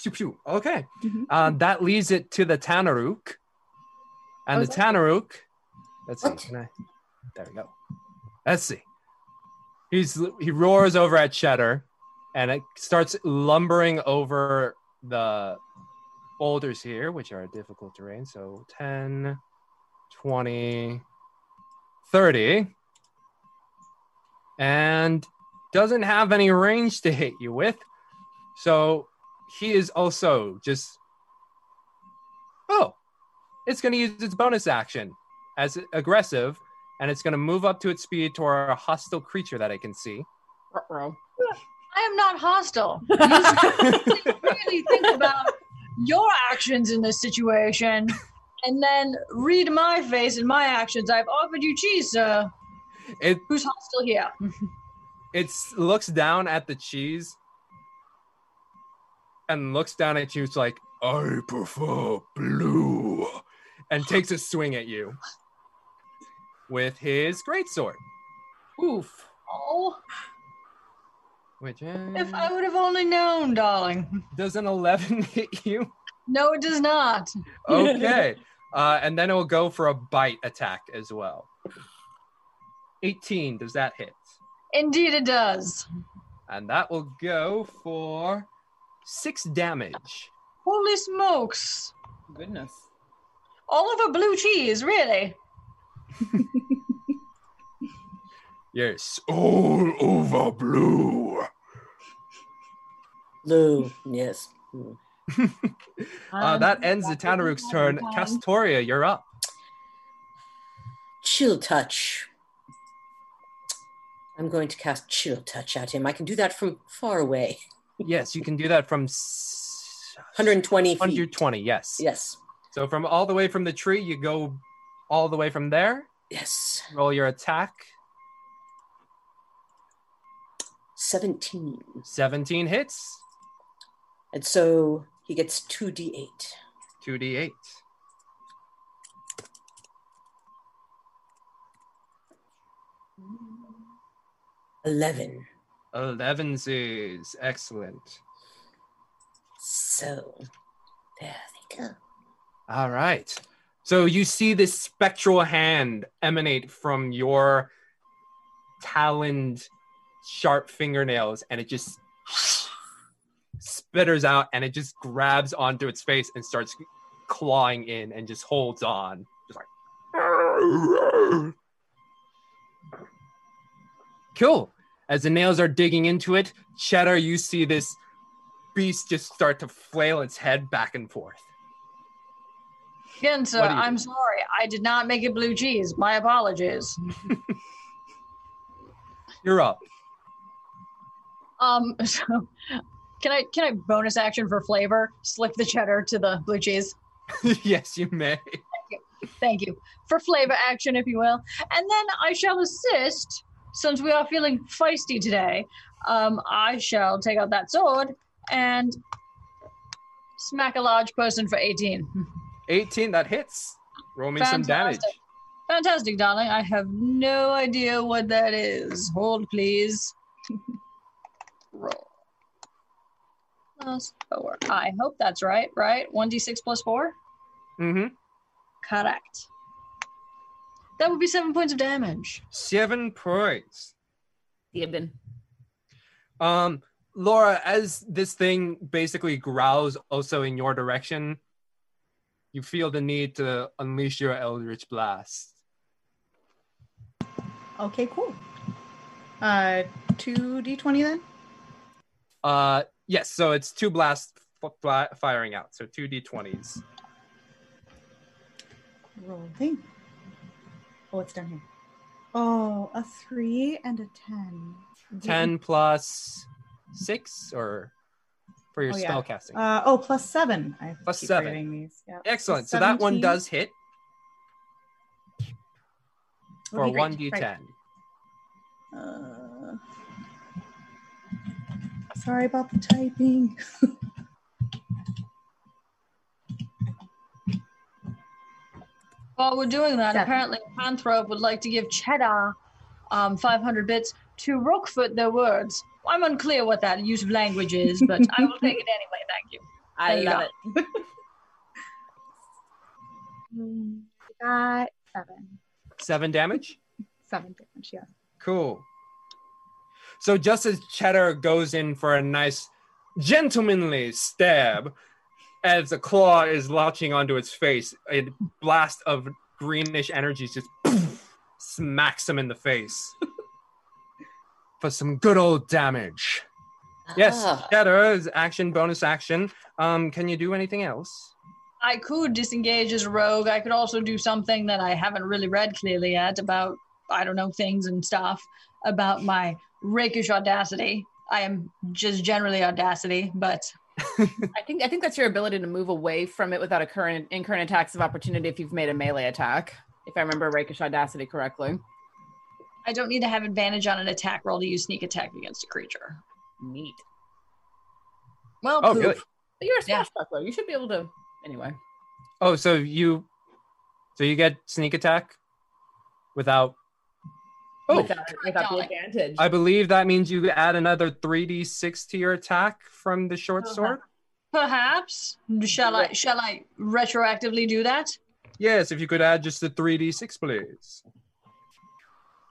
Speaker 3: Pew, pew. Okay.
Speaker 6: Mhm.
Speaker 3: Um, that leads it to the Tanaruk. And the Tanaruk, let's see.
Speaker 7: What?
Speaker 3: Can I, there we go. Let's see. He's he roars over at Cheddar, and it starts lumbering over the boulders here, which are difficult terrain. So 10, 20, 30, and doesn't have any range to hit you with. So he is also just oh it's going to use its bonus action as aggressive and it's going to move up to its speed toward a hostile creature that i can see
Speaker 8: Ruh-roh.
Speaker 4: I am not hostile. You should really think about your actions in this situation and then read my face and my actions. I've offered you cheese, sir.
Speaker 3: It
Speaker 4: Who's hostile here?
Speaker 3: it s- looks down at the cheese and looks down at you. It's like, I prefer blue. And takes a swing at you with his greatsword.
Speaker 8: Oof.
Speaker 4: Oh,
Speaker 3: Which is,
Speaker 4: if I would have only known, darling.
Speaker 3: does an 11 hit you?
Speaker 4: No, it does not.
Speaker 3: Okay. uh, and then it will go for a bite attack as well. 18, does that hit?
Speaker 4: Indeed, it does.
Speaker 3: And that will go for six damage.
Speaker 4: Holy smokes.
Speaker 8: Goodness.
Speaker 4: All over blue cheese, really.
Speaker 3: Yes. All over
Speaker 7: Um,
Speaker 3: blue.
Speaker 7: Lou, yes. Mm.
Speaker 3: Uh, that ends the Tanaruk's turn. Castoria, you're up.
Speaker 7: Chill touch. I'm going to cast chill touch at him. I can do that from far away.
Speaker 3: Yes, you can do that from s-
Speaker 7: 120 feet.
Speaker 3: 120. Yes.
Speaker 7: Yes.
Speaker 3: So from all the way from the tree, you go all the way from there.
Speaker 7: Yes.
Speaker 3: Roll your attack.
Speaker 7: 17.
Speaker 3: 17 hits.
Speaker 7: And so he gets 2d8.
Speaker 3: 2d8.
Speaker 7: Eleven.
Speaker 3: 11 is excellent.
Speaker 7: So there they go.
Speaker 3: All right. So you see this spectral hand emanate from your taloned, sharp fingernails, and it just spitters out and it just grabs onto its face and starts clawing in and just holds on. Just like. Cool. As the nails are digging into it, Cheddar, you see this beast just start to flail its head back and forth.
Speaker 4: Again, sir,
Speaker 3: What do you
Speaker 4: I'm
Speaker 3: do?
Speaker 4: sorry. I did not make it blue cheese. My apologies.
Speaker 3: You're up.
Speaker 4: Um, so can I can I bonus action for flavor? Slip the cheddar to the blue cheese.
Speaker 3: yes, you may.
Speaker 4: Thank you for flavor action, if you will. And then I shall assist, since we are feeling feisty today. Um, I shall take out that sword and smack a large person for 18.
Speaker 3: 18, that hits. Roll me some damage.
Speaker 4: Fantastic. Fantastic, darling. I have no idea what that is. Hold, please. Roll. Plus four. I hope that's right, right? 1d6 plus four?
Speaker 3: Mm-hmm.
Speaker 4: Correct. That would be seven points of damage.
Speaker 3: Seven points.
Speaker 8: Gibbon.
Speaker 3: Um, Laura, as this thing basically growls also in your direction, you feel the need to unleash your Eldritch Blast.
Speaker 6: Okay, cool. Uh, 2d20 then?
Speaker 3: Uh, yes, so it's two blasts f- fi- firing out, so two d20s.
Speaker 6: Roll thing. Oh, it's down here. Oh, a three and a ten.
Speaker 3: 10 plus six, or for your
Speaker 6: Oh, yeah.
Speaker 3: spell casting.
Speaker 6: Uh, oh, plus seven. I
Speaker 3: Plus
Speaker 6: keep
Speaker 3: seven.
Speaker 6: forgetting These. Yeah.
Speaker 3: Excellent. So that
Speaker 6: 17
Speaker 3: one does hit
Speaker 6: would
Speaker 3: for
Speaker 6: be great.
Speaker 3: 1d10.
Speaker 6: Right. Uh, sorry about the typing.
Speaker 4: While we're doing that,
Speaker 6: Seven.
Speaker 4: apparently Panthrop would like to give Cheddar um, 500 bits to Rookfoot their words. I'm unclear what that use of language is, but I will take it anyway. Thank you.
Speaker 8: I
Speaker 4: There you
Speaker 8: love
Speaker 4: go.
Speaker 8: it.
Speaker 6: Mm, I got seven.
Speaker 3: Seven damage?
Speaker 6: Seven damage, yeah.
Speaker 3: Cool. So just as Cheddar goes in for a nice gentlemanly stab, as the claw is latching onto its face, a blast of greenish energy just smacks him in the face for some good old damage. Yes,
Speaker 7: Ah.
Speaker 3: Cheddar is action, bonus action. Um, can you do anything else?
Speaker 4: I could disengage as a rogue. I could also do something that I haven't really read clearly yet about, I don't know, things and stuff about my rakish audacity. I am just generally audacity, but
Speaker 8: I think I think that's your ability to move away from it without a current incurrent attacks of opportunity if you've made a melee attack. If I remember Rakish Audacity correctly.
Speaker 4: I don't need to have advantage on an attack roll to use sneak attack against a creature.
Speaker 8: Neat.
Speaker 4: Well,
Speaker 3: Oh,
Speaker 4: poof.
Speaker 3: good.
Speaker 8: But you're a
Speaker 4: Yeah.
Speaker 8: smash buckler. You should be able to anyway.
Speaker 3: Oh, so you, so you get sneak attack, without. Oh,
Speaker 8: without, without the
Speaker 4: Don't.
Speaker 8: advantage.
Speaker 3: I believe that means you add another three d six to your attack from the short
Speaker 4: Uh-huh.
Speaker 3: sword.
Speaker 4: perhaps shall I shall I retroactively do that?
Speaker 3: Yes, if you could add just the three d six, please.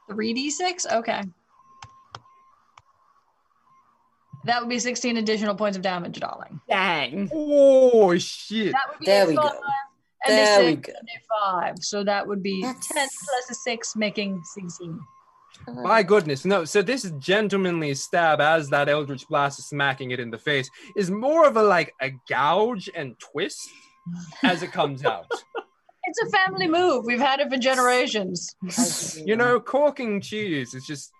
Speaker 4: Three d six. Okay. That would be sixteen additional points of damage, darling.
Speaker 8: Dang.
Speaker 3: Mm-hmm. Oh shit!
Speaker 4: That would be
Speaker 7: There
Speaker 4: a
Speaker 7: we go.
Speaker 4: five, And a
Speaker 7: There we
Speaker 4: six
Speaker 7: go.
Speaker 4: and a five. So that would be
Speaker 7: That's- Uh-huh.
Speaker 4: ten plus a six, making sixteen.
Speaker 3: My goodness, no. So this gentlemanly stab as that eldritch blast is smacking it in the face is more of a like a gouge and twist as it comes out.
Speaker 4: It's a family move. We've had it for generations.
Speaker 3: you know, corking cheese is just.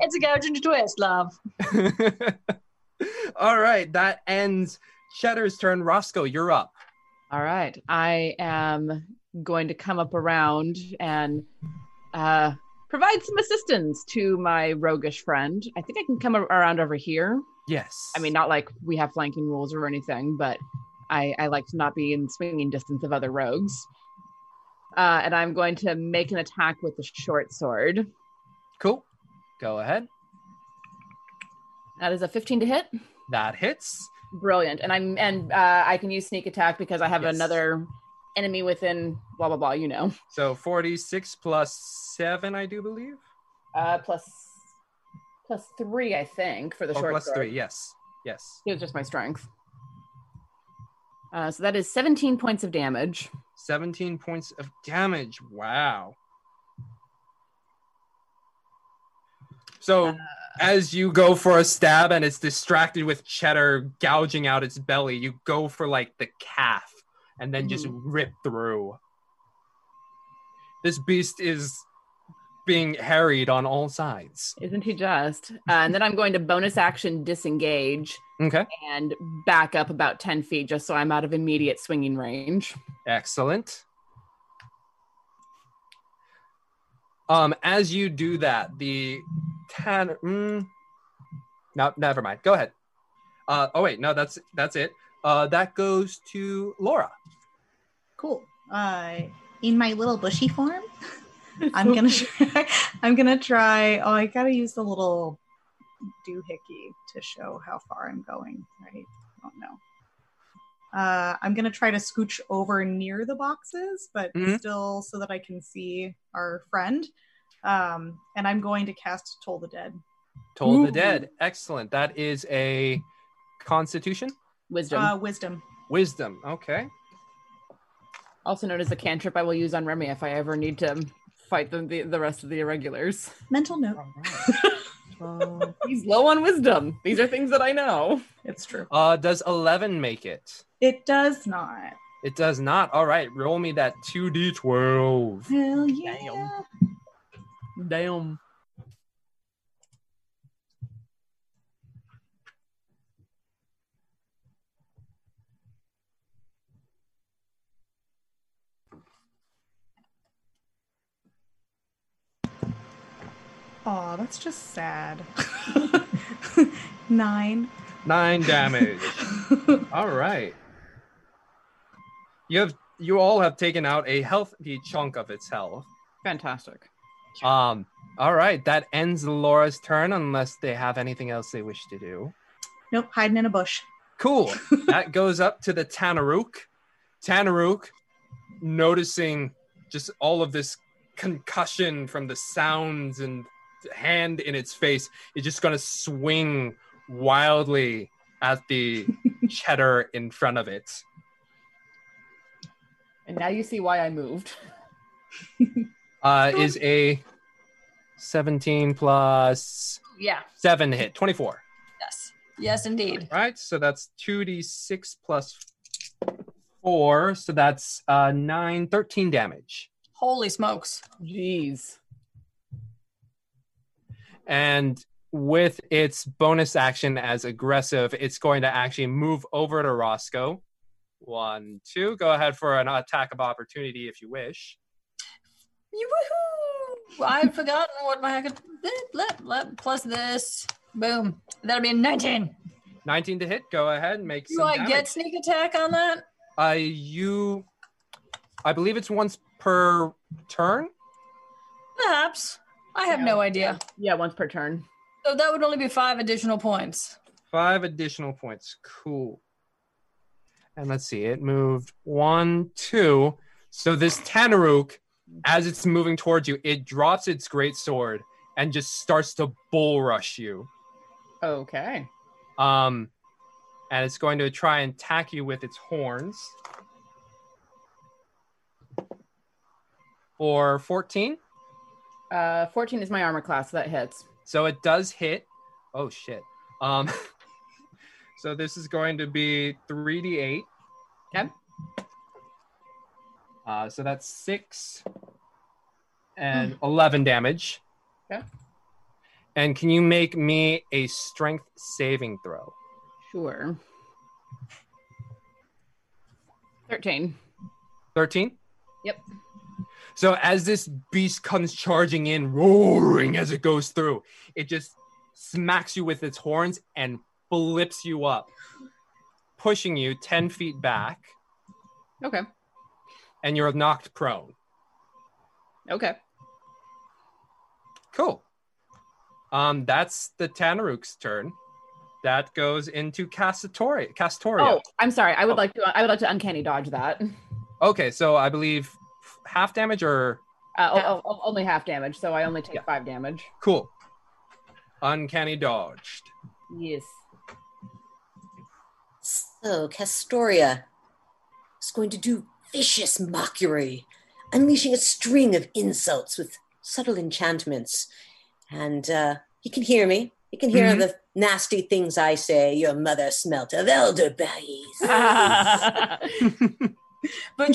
Speaker 4: It's a gouge and a twist, love.
Speaker 3: All right, that ends Cheddar's turn. Roscoe, you're up.
Speaker 8: All right. I am going to come up around and uh, provide some assistance to my roguish friend. I think I can come a- around over here.
Speaker 3: Yes.
Speaker 8: I mean, not like we have flanking rules or anything, but I, I like to not be in swinging distance of other rogues. Uh, and I'm going to make an attack with the short sword.
Speaker 3: cool. Go ahead.
Speaker 8: That is a 15 to hit.
Speaker 3: That hits.
Speaker 8: Brilliant. And I'm and uh, I can use sneak attack because I have
Speaker 3: Yes.
Speaker 8: another enemy within blah blah blah. You know,
Speaker 3: So 46 plus 7, I do believe.
Speaker 8: uh, plus plus three, I think, for the
Speaker 3: Or
Speaker 8: short
Speaker 3: Oh, plus
Speaker 8: sword.
Speaker 3: 3, yes. Yes.
Speaker 8: It was just my strength. Uh, so that is 17 points of damage.
Speaker 3: 17 points of damage. Wow. So, as you go for a stab and it's distracted with cheddar gouging out its belly, you go for like the calf and then just rip through. This beast is being harried on all sides.
Speaker 8: Isn't he just? Uh, and then I'm going to bonus action disengage
Speaker 3: Okay.
Speaker 8: and back up about 10 feet just so I'm out of immediate swinging range.
Speaker 3: Excellent. Um, as you do that, the tan. Mm, no, never mind. Go ahead. Uh, oh wait, no, that's that's it. Uh, that goes to Laura.
Speaker 6: Cool. Uh, in my little bushy form, I'm gonna try, I'm gonna try. Oh, I gotta use the little doohickey to show how far I'm going. Right? I don't know. Uh, I'm gonna try to scooch over near the boxes, but
Speaker 3: Mhm.
Speaker 6: still so that I can see our friend. Um, and I'm going to cast Toll the Dead.
Speaker 3: Toll the
Speaker 8: Ooh.
Speaker 3: dead. Excellent. That is a Constitution,
Speaker 8: Wisdom,
Speaker 6: Uh, wisdom.
Speaker 3: Wisdom. Okay.
Speaker 8: also known as the cantrip I will use on Remy if I ever need to fight the, the, the rest of the irregulars.
Speaker 6: Mental note.
Speaker 3: Oh.
Speaker 8: He's low on wisdom. These are things that I know.
Speaker 6: It's true.
Speaker 3: Uh, does eleven make it?
Speaker 6: It does not.
Speaker 3: It does not. All right. Roll me that two d twelve.
Speaker 6: Hell yeah.
Speaker 8: Damn.
Speaker 6: Aw, that's just sad. Nine.
Speaker 3: Nine damage. All right. You have you all have taken out a healthy chunk of its health.
Speaker 8: Fantastic.
Speaker 3: Um. All right, that ends Laura's turn unless they have anything else they wish to do.
Speaker 6: nope, hiding in a bush.
Speaker 3: Cool. that goes up to the Tanaruk. Tanaruk, noticing just all of this concussion from the sounds and hand in its face, is just going to swing wildly at the cheddar in front of it.
Speaker 8: And now you see why I moved.
Speaker 3: uh, is a 17 plus
Speaker 4: Yeah.
Speaker 3: 7 hit, 24.
Speaker 4: Yes. Yes, indeed.
Speaker 3: Right? So that's 2d6 plus 4. So that's uh, 9, 13 damage.
Speaker 4: Holy smokes.
Speaker 8: Jeez.
Speaker 3: And with its bonus action as aggressive, it's going to actually move over to Roscoe. One, two. Go ahead for an attack of opportunity if you wish.
Speaker 4: Woohoo! I've forgotten what my bleh, bleh, bleh, plus this. Boom. That'll be a 19.
Speaker 3: 19 to hit. Go ahead and make
Speaker 4: Do
Speaker 3: some
Speaker 4: I
Speaker 3: damage.
Speaker 4: get sneak attack on that?
Speaker 3: Uh, you, I believe it's once per turn.
Speaker 4: Perhaps. I have no idea.
Speaker 8: Yeah, once per turn.
Speaker 4: So that would only be five additional points.
Speaker 3: Five additional points. Cool. And let's see, it moved one, two. So this Tanaruk, as it's moving towards you, it drops its great sword and just starts to bull rush you.
Speaker 8: Okay.
Speaker 3: Um, and it's going to try and attack you with its horns. For 14.
Speaker 8: Uh, 14 is my armor class, so that hits.
Speaker 3: So it does hit. Oh shit. Um so this is going to be 3d8.
Speaker 8: Okay.
Speaker 3: Uh so that's 6 and 11 damage.
Speaker 8: Okay.
Speaker 3: And can you make me a strength saving throw?
Speaker 8: Sure. 13.
Speaker 3: 13?
Speaker 8: Yep.
Speaker 3: So as this beast comes charging in, roaring as it goes through, it just smacks you with its horns and flips you up, pushing you 10 feet back,
Speaker 8: Okay.
Speaker 3: and you're knocked prone.
Speaker 8: Okay.
Speaker 3: Cool. Um, that's the Tanaruk's turn. That goes into Castatoria. Castoria.
Speaker 8: Oh, I'm sorry. I would
Speaker 3: Oh.
Speaker 8: like to. I would like to uncanny dodge that. Uh,
Speaker 3: Okay, so I believe half damage or
Speaker 8: oh, oh, only half damage, so I only take
Speaker 3: Yeah.
Speaker 8: five damage.
Speaker 3: cool. Uncanny dodged.
Speaker 8: Yes.
Speaker 7: So Castoria is going to do vicious mockery, unleashing a string of insults with subtle enchantments. And uh, you can hear me. You can hear
Speaker 3: Mhm.
Speaker 7: the nasty things I say. Your mother smelt of elderberries.
Speaker 4: But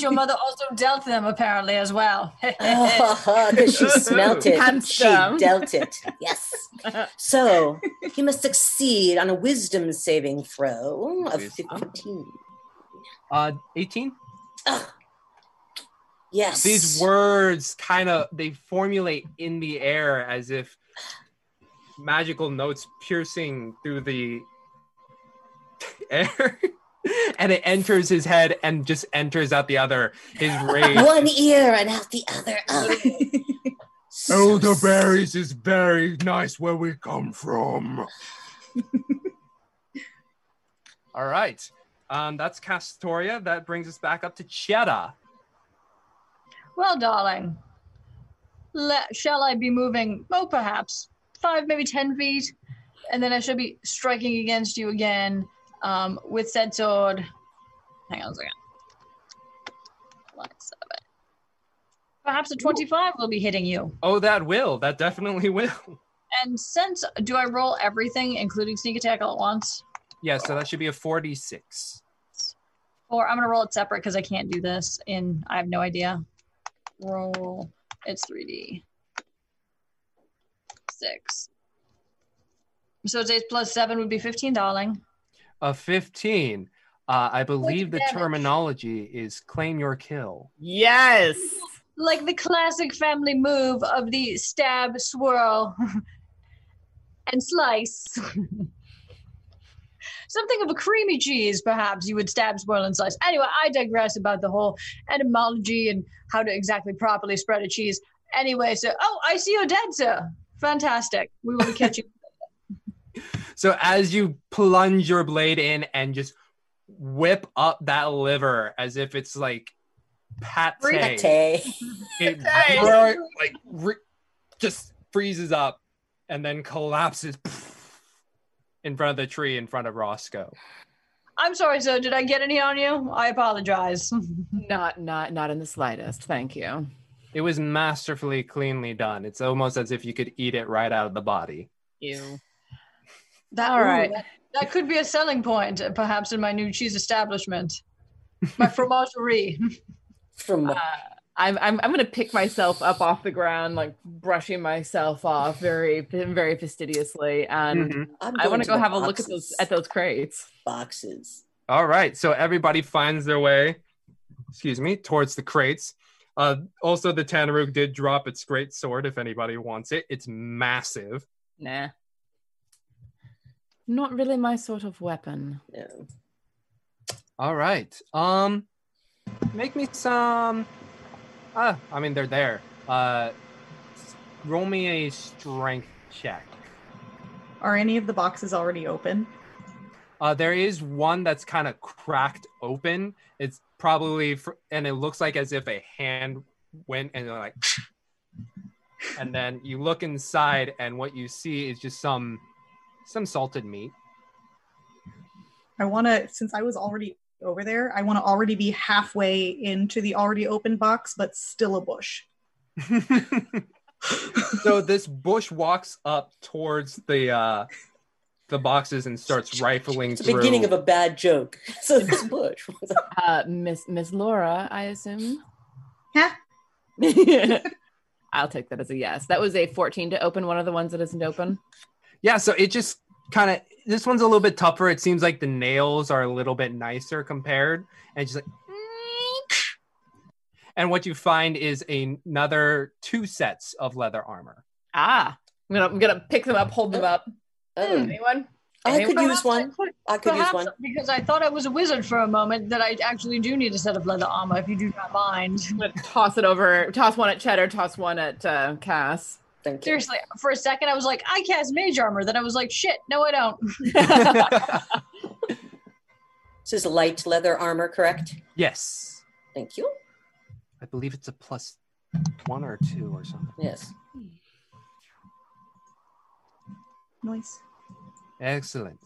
Speaker 4: your mother also dealt them apparently as well.
Speaker 7: Because she smelt it. She
Speaker 8: Handsome.
Speaker 7: dealt it. Yes.
Speaker 3: Uh.
Speaker 7: So he must succeed on a wisdom saving throw of
Speaker 3: Wisdom.
Speaker 7: 15.
Speaker 3: Uh, 18?
Speaker 7: Ugh. Yes.
Speaker 3: these words kind of they formulate in the air as if magical notes piercing through the air and it enters his head and just enters out the other his rage
Speaker 7: One e- ear and out the other. Ugh. So
Speaker 3: elderberries is very nice where we come from all right um, that's castoria that brings us back up to cheddar
Speaker 4: well, darling, le- shall I be moving? Oh, perhaps five, maybe ten feet, and then I shall be striking against you again um, with said sword. Hang on a second. One, seven. Perhaps a twenty-five will be hitting you.
Speaker 3: oh that will that definitely will
Speaker 4: And since do I roll everything, including sneak attack, all at once?
Speaker 3: yeah so that should be a 46
Speaker 4: Or I'm gonna roll it separate because I can't do this in I have no idea. Roll it's 3D. Six. So it's eight plus seven would be fifteen, darling.
Speaker 3: A 15. Uh, I believe the
Speaker 4: damage.
Speaker 3: terminology is claim your kill.
Speaker 8: Yes.
Speaker 4: Like the classic family move of the stab, swirl, and slice. Something of a creamy cheese, perhaps you would stab, swirl, and slice. Anyway, I digress about the whole etymology and how to exactly properly spread a cheese. Anyway, so oh, I see you're dead, sir. Fantastic. We will be catching.
Speaker 3: So as you plunge your blade in and just whip up that liver as if it's like pate,
Speaker 7: Pate.
Speaker 3: it
Speaker 8: Pate.
Speaker 3: bur- like re- just freezes up and then collapses in front of the tree in front of Roscoe.
Speaker 4: I'm sorry, sir. Did I get any on you? I apologize.
Speaker 8: Not not not in the slightest. Thank you.
Speaker 3: It was masterfully cleanly done. It's almost as if you could eat it right out of the body.
Speaker 8: You.
Speaker 4: That,
Speaker 8: All
Speaker 4: ooh,
Speaker 8: right.
Speaker 4: that, that could be a selling point, uh, perhaps, in my new cheese establishment. My fromagerie.
Speaker 7: From
Speaker 8: Uh, I'm I'm I'm gonna pick myself up off the ground, like brushing myself off very very fastidiously, and
Speaker 3: Mhm.
Speaker 7: I'm
Speaker 8: I
Speaker 7: going
Speaker 8: want to go
Speaker 7: the
Speaker 8: have a look at those
Speaker 7: boxes.
Speaker 8: at those crates.
Speaker 7: boxes.
Speaker 3: All right. So everybody finds their way, excuse me, towards the crates. Uh, also, the Tanarug did drop its great sword if anybody wants it. It's massive.
Speaker 8: Nah.
Speaker 5: Not really my sort of weapon.
Speaker 7: No.
Speaker 3: All right. Um, make me some. Ah, I mean they're there. Uh, s- roll me a strength check.
Speaker 6: Are any of the boxes already open?
Speaker 3: Uh, there is one that's kind of cracked open. It's probably fr- and it looks like as if a hand went and they're like, and then you look inside and what you see is just some some salted meat.
Speaker 6: I want to, since I was already over there, I want to already be halfway into the already open box, but still a bush.
Speaker 3: so this bush walks up towards the uh the boxes and starts rifling
Speaker 7: It's the
Speaker 3: through.
Speaker 7: beginning of a bad joke. So this bush. was-
Speaker 5: Uh, Miss Miss Laura, I assume.
Speaker 8: I'll take that as a yes. That was a 14 to open one of the ones that isn't open.
Speaker 3: yeah, so it just kind of this one's a little bit tougher. It seems like the nails are a little bit nicer compared, and it's just like. And what you find is another two sets of leather armor.
Speaker 8: Ah, I'm gonna I'm gonna pick them up, hold them up.
Speaker 7: Oh,
Speaker 8: Anyone?
Speaker 7: I could
Speaker 8: Anyone?
Speaker 7: use one. I could use
Speaker 4: Perhaps
Speaker 7: one.
Speaker 4: because I thought I was a wizard for a moment that I actually do need a set of leather armor if you do not mind.
Speaker 8: I'm gonna toss it over. Toss one at Cheddar. Toss one at uh, Cass.
Speaker 7: Thank you.
Speaker 4: Seriously, for a second I was like, I cast mage armor. Then I was like, shit, no, I don't.
Speaker 7: This is light leather armor, correct?
Speaker 3: yes,
Speaker 7: Thank you.
Speaker 3: I believe it's a plus one or two or something.
Speaker 7: Yes.
Speaker 6: Nice.
Speaker 3: Excellent.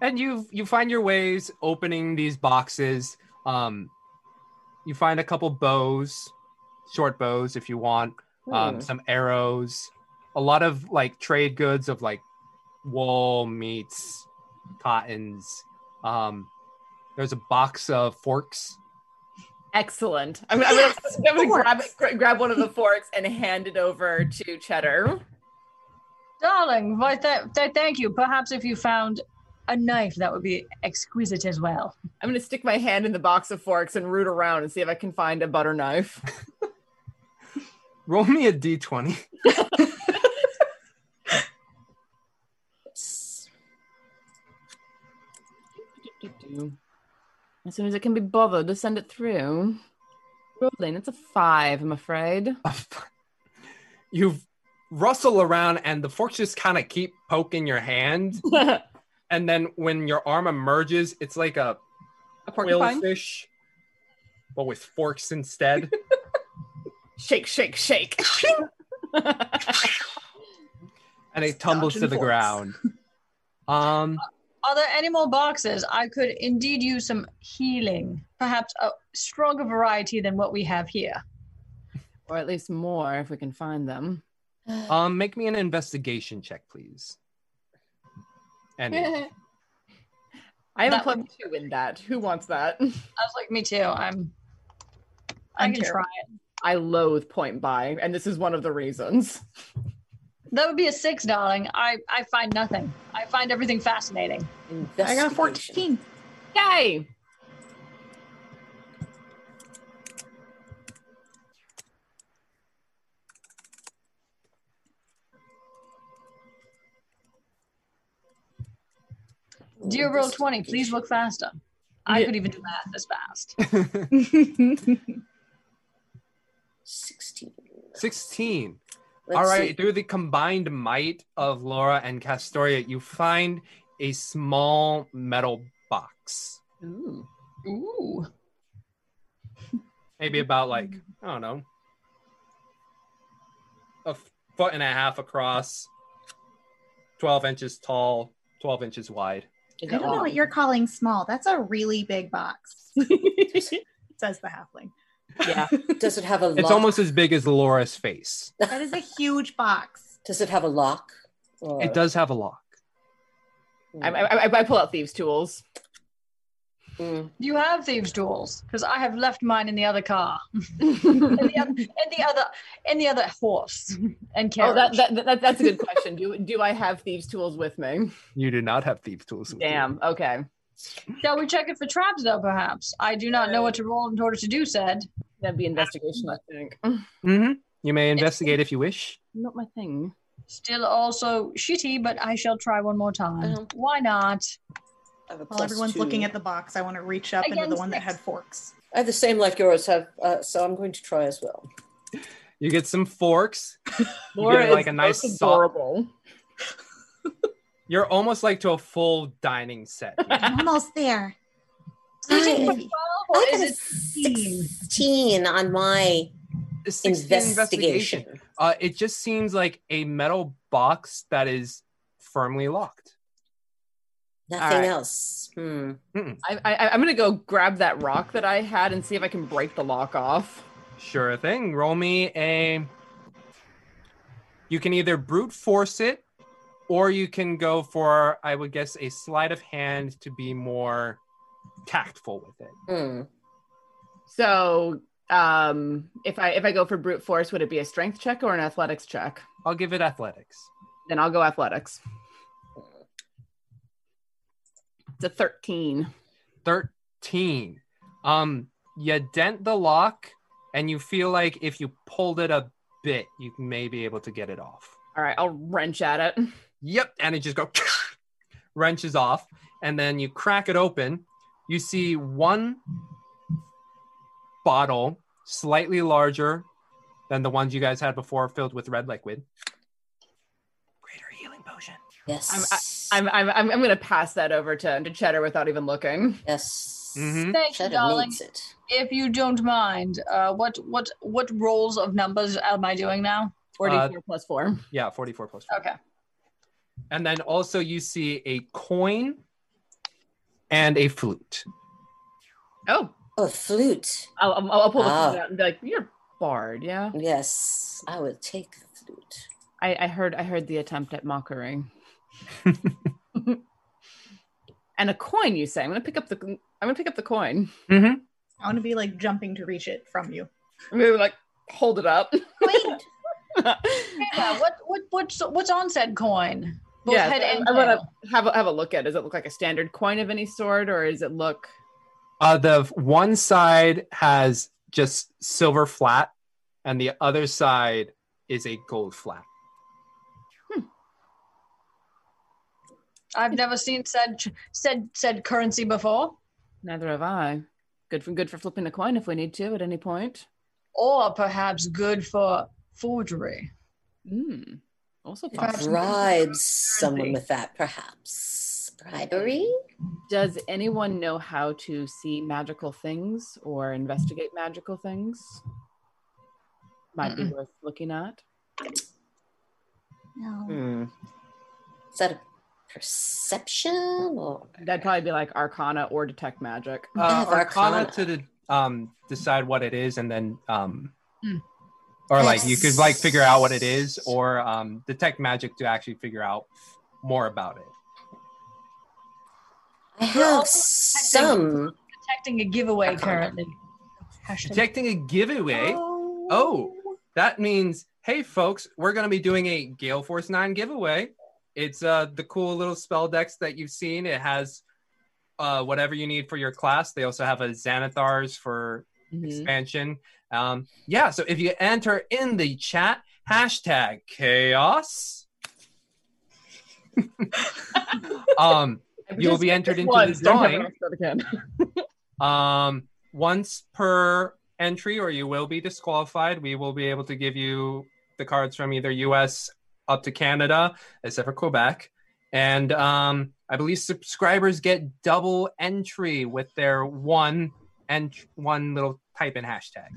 Speaker 3: And you you find your ways opening these boxes. Um, you find a couple bows, short bows if you want, um,
Speaker 7: Hmm.
Speaker 3: some arrows, a lot of like trade goods of like wool, meats, cottons. Um, there's a box of forks.
Speaker 8: Excellent. I'm, I'm gonna, I'm gonna grab, gra- grab one of the forks and hand it over to Cheddar.
Speaker 4: Darling, why th- th- thank you. Perhaps if you found a knife, that would be exquisite as well.
Speaker 8: I'm gonna stick my hand in the box of forks and root around and see if I can find a butter knife.
Speaker 3: Roll me a d20.
Speaker 7: Yes.
Speaker 5: As soon as it can be bothered to send it through. Rolling, it's a five, I'm afraid.
Speaker 3: you rustle around, and the forks just kind of keep poking your hand.
Speaker 8: a
Speaker 3: And then when your arm emerges, it's like a
Speaker 8: porcupine.
Speaker 3: quillfish, but with forks instead.
Speaker 8: Shake, shake, shake.
Speaker 3: and it
Speaker 6: Just
Speaker 3: tumbles to
Speaker 6: dodging
Speaker 3: the
Speaker 6: forks.
Speaker 3: ground. Um,
Speaker 4: Are there any more boxes? I could indeed use some healing, perhaps a stronger variety than what we have here.
Speaker 5: Or at least more if we can find them.
Speaker 3: um, make me an investigation check, please. And
Speaker 8: I have a
Speaker 4: That
Speaker 8: plus two in that. Who wants that?
Speaker 4: I was like, me too. I'm. I
Speaker 6: I'm
Speaker 4: can try
Speaker 6: terrible.
Speaker 4: it.
Speaker 8: I loathe point buy, and this is one of the reasons.
Speaker 4: That would be a six, darling. I I find nothing. I find everything fascinating.
Speaker 6: I got
Speaker 7: Investigation.
Speaker 6: 14.
Speaker 8: Yay!
Speaker 4: Dear roll twenty, please look faster. I could even do math this fast.
Speaker 7: Sixteen.
Speaker 3: 16.
Speaker 7: Let's
Speaker 3: All right,
Speaker 7: see.
Speaker 3: through the combined might of Laura and Castoria, you find a small metal box.
Speaker 8: Ooh.
Speaker 4: Ooh.
Speaker 3: Maybe about like, I don't know, a foot and a half across, 12 inches tall, 12 inches wide.
Speaker 5: Is that
Speaker 6: I don't know
Speaker 5: all?
Speaker 6: what you're calling small. That's a really big box, says the halfling.
Speaker 8: Yeah.
Speaker 7: Does it have a lock?
Speaker 3: It's almost as big as Laura's face.
Speaker 6: That is a huge box.
Speaker 7: Does it have a lock? Or- Hmm.
Speaker 3: It does have a lock.
Speaker 8: I, I, I- I pull out thieves' tools.
Speaker 7: Mm.
Speaker 4: You have thieves' tools because I have left mine in the other car, and, the other, and the other, and the other horse and carriage.
Speaker 8: Oh, that, that, that, that's a good question. Do do I have thieves' tools with me?
Speaker 3: You do not have thieves tools. with you.
Speaker 8: Damn. Okay.
Speaker 4: Shall we check it for traps, though? Perhaps I do not know what to roll in order to do said.
Speaker 8: That'd be investigation, I think.
Speaker 3: hmm You may investigate if you wish.
Speaker 8: Not my thing.
Speaker 4: Still, also shitty, but I shall try one more time.
Speaker 7: Um,
Speaker 4: Why not?
Speaker 7: I have a
Speaker 6: While
Speaker 7: plus
Speaker 6: everyone's
Speaker 7: two.
Speaker 6: looking at the box, I want to reach up into
Speaker 4: Again,
Speaker 6: the one that
Speaker 4: six.
Speaker 6: had forks.
Speaker 7: I have the same like yours, have, uh, so I'm going to try as well.
Speaker 3: You get some forks.
Speaker 8: Laura
Speaker 3: get, like,
Speaker 8: is
Speaker 3: a nice
Speaker 8: most
Speaker 3: soft-
Speaker 8: adorable.
Speaker 3: You're almost like to a full dining set.
Speaker 7: I,
Speaker 6: almost there.
Speaker 4: Is it for
Speaker 7: I
Speaker 4: twelve or
Speaker 7: got
Speaker 4: is
Speaker 7: a
Speaker 4: it sixteen?
Speaker 7: 16 on my
Speaker 3: 16
Speaker 7: investigation.
Speaker 3: Uh, it just seems like a metal box that is firmly locked.
Speaker 7: Nothing
Speaker 8: right.
Speaker 7: else. Hmm.
Speaker 8: I, I, I'm gonna go grab that rock that I had and see if I can break the lock off.
Speaker 3: Sure thing. Roll me a. You can either brute force it, or you can go for, I would guess, a sleight of hand to be more tactful with it.
Speaker 7: Hmm.
Speaker 8: So, um, if I if I go for brute force, would it be a strength check or an athletics check?
Speaker 3: I'll give it athletics.
Speaker 8: Then I'll go athletics. It's a thirteen.
Speaker 3: 13. Um, you dent the lock, and you feel like if you pulled it a bit, you may be able to get it off.
Speaker 8: All right, I'll wrench at it.
Speaker 3: Yep. And it just go wrenches off. And then you crack it open. You see one bottle, slightly larger than the ones you guys had before, filled with red liquid. Greater healing potion.
Speaker 7: Yes.
Speaker 8: I'm I'm I'm, I'm gonna pass that over to to Cheddar without even looking.
Speaker 7: yes.
Speaker 3: Mhm.
Speaker 4: Thank you,
Speaker 7: Shadow
Speaker 4: darling.
Speaker 7: needs it.
Speaker 4: If you don't mind, uh, what what what rolls of numbers am I doing now?
Speaker 3: Uh,
Speaker 8: Forty-four plus four.
Speaker 3: Yeah, 44 plus four.
Speaker 4: Okay.
Speaker 3: And then also you see a coin and a flute.
Speaker 8: Oh,
Speaker 7: Oh, flute.
Speaker 8: I'll I'll, I'll pull the
Speaker 7: Ah.
Speaker 8: flute out and be like, "You're barred, yeah."
Speaker 7: Yes. I would take the flute.
Speaker 8: I, I heard I heard the attempt at mockery. and a coin, you say? I'm gonna pick up the I'm gonna pick up the coin.
Speaker 3: Mm-hmm.
Speaker 6: I want to be like jumping to reach it from you.
Speaker 8: I'm gonna like hold it up.
Speaker 4: Yeah, what what what's what's on said coin? Both
Speaker 8: yeah,
Speaker 4: head and
Speaker 8: I want
Speaker 4: tail.
Speaker 8: to have a, have a look at. it. Does it look like a standard coin of any sort, or is it look?
Speaker 3: Uh, the f- one side has just silver flat, and the other side is a gold flat.
Speaker 4: I've never seen said said said currency before,
Speaker 8: Neither have I. Good for good for flipping a coin if we need to at any point.
Speaker 4: or perhaps good for forgery.
Speaker 8: Mm. Also,
Speaker 4: Perhaps-
Speaker 8: possible.
Speaker 7: Bribe someone
Speaker 4: Currency.
Speaker 7: with that, perhaps. Bribery?
Speaker 8: does anyone know how to see magical things or investigate magical things? Might be worth looking at.
Speaker 6: No.
Speaker 7: Hmm. Is that a perception or
Speaker 8: That'd probably be like Arcana or Detect Magic.
Speaker 7: Mm. I
Speaker 3: Uh,
Speaker 7: have
Speaker 3: Arcana,
Speaker 7: Arcana.
Speaker 3: to the, um, decide what it is, and then um,
Speaker 7: Mm.
Speaker 4: Hmm.
Speaker 3: or like you could like figure out what it is, or um, detect magic to actually figure out more about it.
Speaker 7: I
Speaker 4: We're
Speaker 7: have
Speaker 4: also
Speaker 7: some.
Speaker 4: Detecting a giveaway
Speaker 7: Arcana.
Speaker 4: currently. Hashtag-
Speaker 3: Detecting a giveaway. Oh, that means, hey, folks, we're going to be doing a Gale Force 9 giveaway. It's uh, the cool little spell decks that you've seen. It has uh, whatever you need for your class. They also have a Xanathars for
Speaker 8: Mhm.
Speaker 3: expansion. Um, yeah, so if you enter in the chat, hashtag chaos. um, You'll be entered into the
Speaker 8: Once, don't have it all
Speaker 3: drawing.
Speaker 8: said again.
Speaker 3: Um, once per entry, or you will be disqualified. We will be able to give you the cards from either U.S. up to Canada, except for Quebec. And um, I believe subscribers get double entry with their one and one little type in hashtag.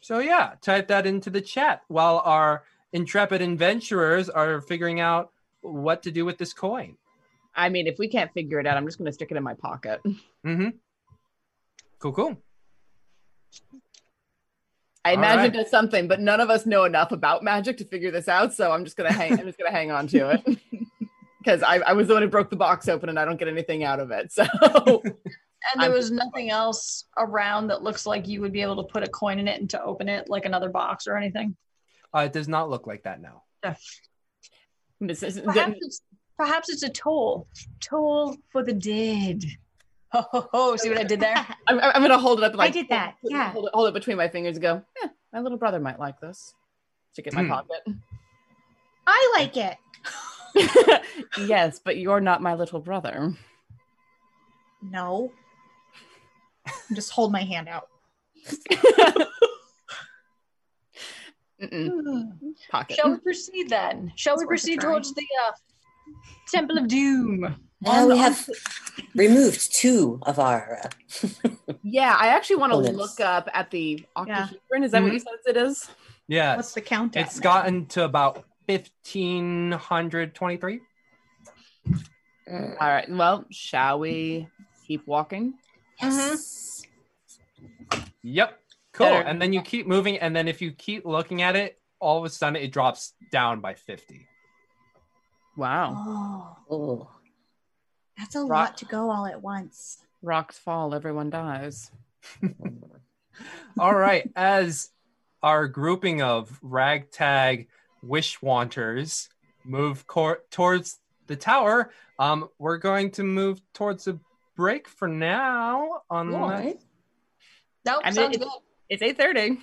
Speaker 3: So yeah, type that into the chat while our intrepid adventurers are figuring out what to do with this coin.
Speaker 8: I mean, if we can't figure it out, I'm just going to stick it in my pocket.
Speaker 3: Mm-hmm. Cool, cool.
Speaker 8: I
Speaker 3: All
Speaker 8: imagine
Speaker 3: right.
Speaker 8: it does something, but none of us know enough about magic to figure this out. So I'm just going to hang. I'm just going to hang on to it. because I, I was the one who broke the box open and I don't get anything out of it. So
Speaker 4: And there
Speaker 8: I'm-
Speaker 4: was nothing else around that looks like you would be able to put a coin in it and to open it like another box or anything.
Speaker 3: Uh, it does not look like that now.
Speaker 8: This is-
Speaker 4: Perhaps it's, perhaps it's a toll. Toll for the dead. Ho, ho, ho. See what I did there?
Speaker 8: I'm, I'm gonna hold it up. and,
Speaker 11: I
Speaker 8: Like,
Speaker 11: did that,
Speaker 8: hold-
Speaker 11: yeah.
Speaker 8: Hold it, hold it between my fingers and go. Yeah, my little brother might like this. Stick it in my
Speaker 3: Hmm.
Speaker 8: pocket.
Speaker 11: I like it.
Speaker 8: yes, but you're not my little brother.
Speaker 6: No. Just hold my hand out.
Speaker 8: Mm-mm,
Speaker 4: Hmm.
Speaker 8: pocket.
Speaker 4: Shall we proceed then? Shall we
Speaker 6: It's worth a
Speaker 4: proceed
Speaker 6: try.
Speaker 4: towards the uh, Temple of Doom?
Speaker 7: Now we have removed two of our. Uh,
Speaker 8: yeah, I actually want to
Speaker 7: Hold it.
Speaker 8: look up at the
Speaker 6: Yeah.
Speaker 8: octahedron. Is that what you said it is?
Speaker 3: Yeah,
Speaker 6: What's the count? at
Speaker 3: Hmm. it's
Speaker 6: now?
Speaker 3: gotten to about fifteen hundred twenty-three.
Speaker 8: All right. Well, shall we keep walking?
Speaker 7: yes.
Speaker 3: Yep. Cool.
Speaker 8: Better.
Speaker 3: And then you keep moving, and then if you keep looking at it, all of a sudden it drops down by fifty.
Speaker 8: Wow.
Speaker 11: Oh,
Speaker 7: Oh,
Speaker 11: that's a
Speaker 8: Right.
Speaker 11: lot to go all at once.
Speaker 8: Rocks fall, everyone dies.
Speaker 3: All right. As our grouping of ragtag wish wanters move cor- towards the tower, um, we're going to move towards a break for now. Unless,
Speaker 7: right.
Speaker 4: Nope,
Speaker 8: I mean,
Speaker 4: sounds
Speaker 8: it-
Speaker 4: good.
Speaker 8: It's eight thirty.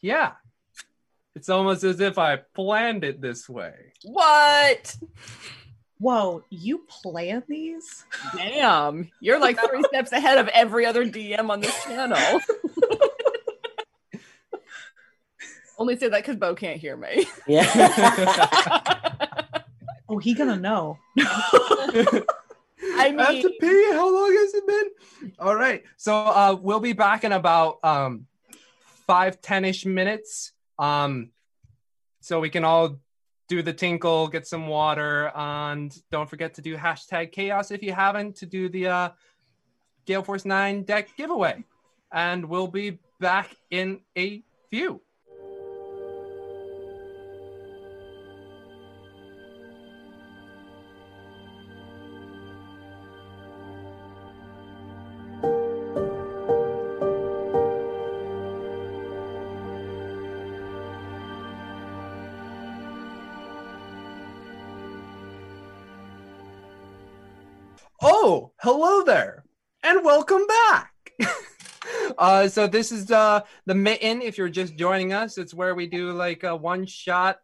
Speaker 3: yeah, it's almost as if I planned it this way.
Speaker 8: What?
Speaker 6: Whoa, you plan these?
Speaker 8: Damn, you're like three steps ahead of every other DM on this channel. Only say that because Bo can't hear me.
Speaker 7: Yeah.
Speaker 6: Oh, he gonna know.
Speaker 8: I
Speaker 3: I have to
Speaker 8: mean-
Speaker 3: pee. How long has it been? All right. So uh, we'll be back in about um, five, ten-ish minutes. Um, so we can all do the tinkle, get some water, and don't forget to do hashtag chaos if you haven't to do the uh, Gale Force Nine deck giveaway. And we'll be back in a few. Oh, hello there, and welcome back. uh, so this is uh, the mitten. If you're just joining us, it's where we do like a one shot,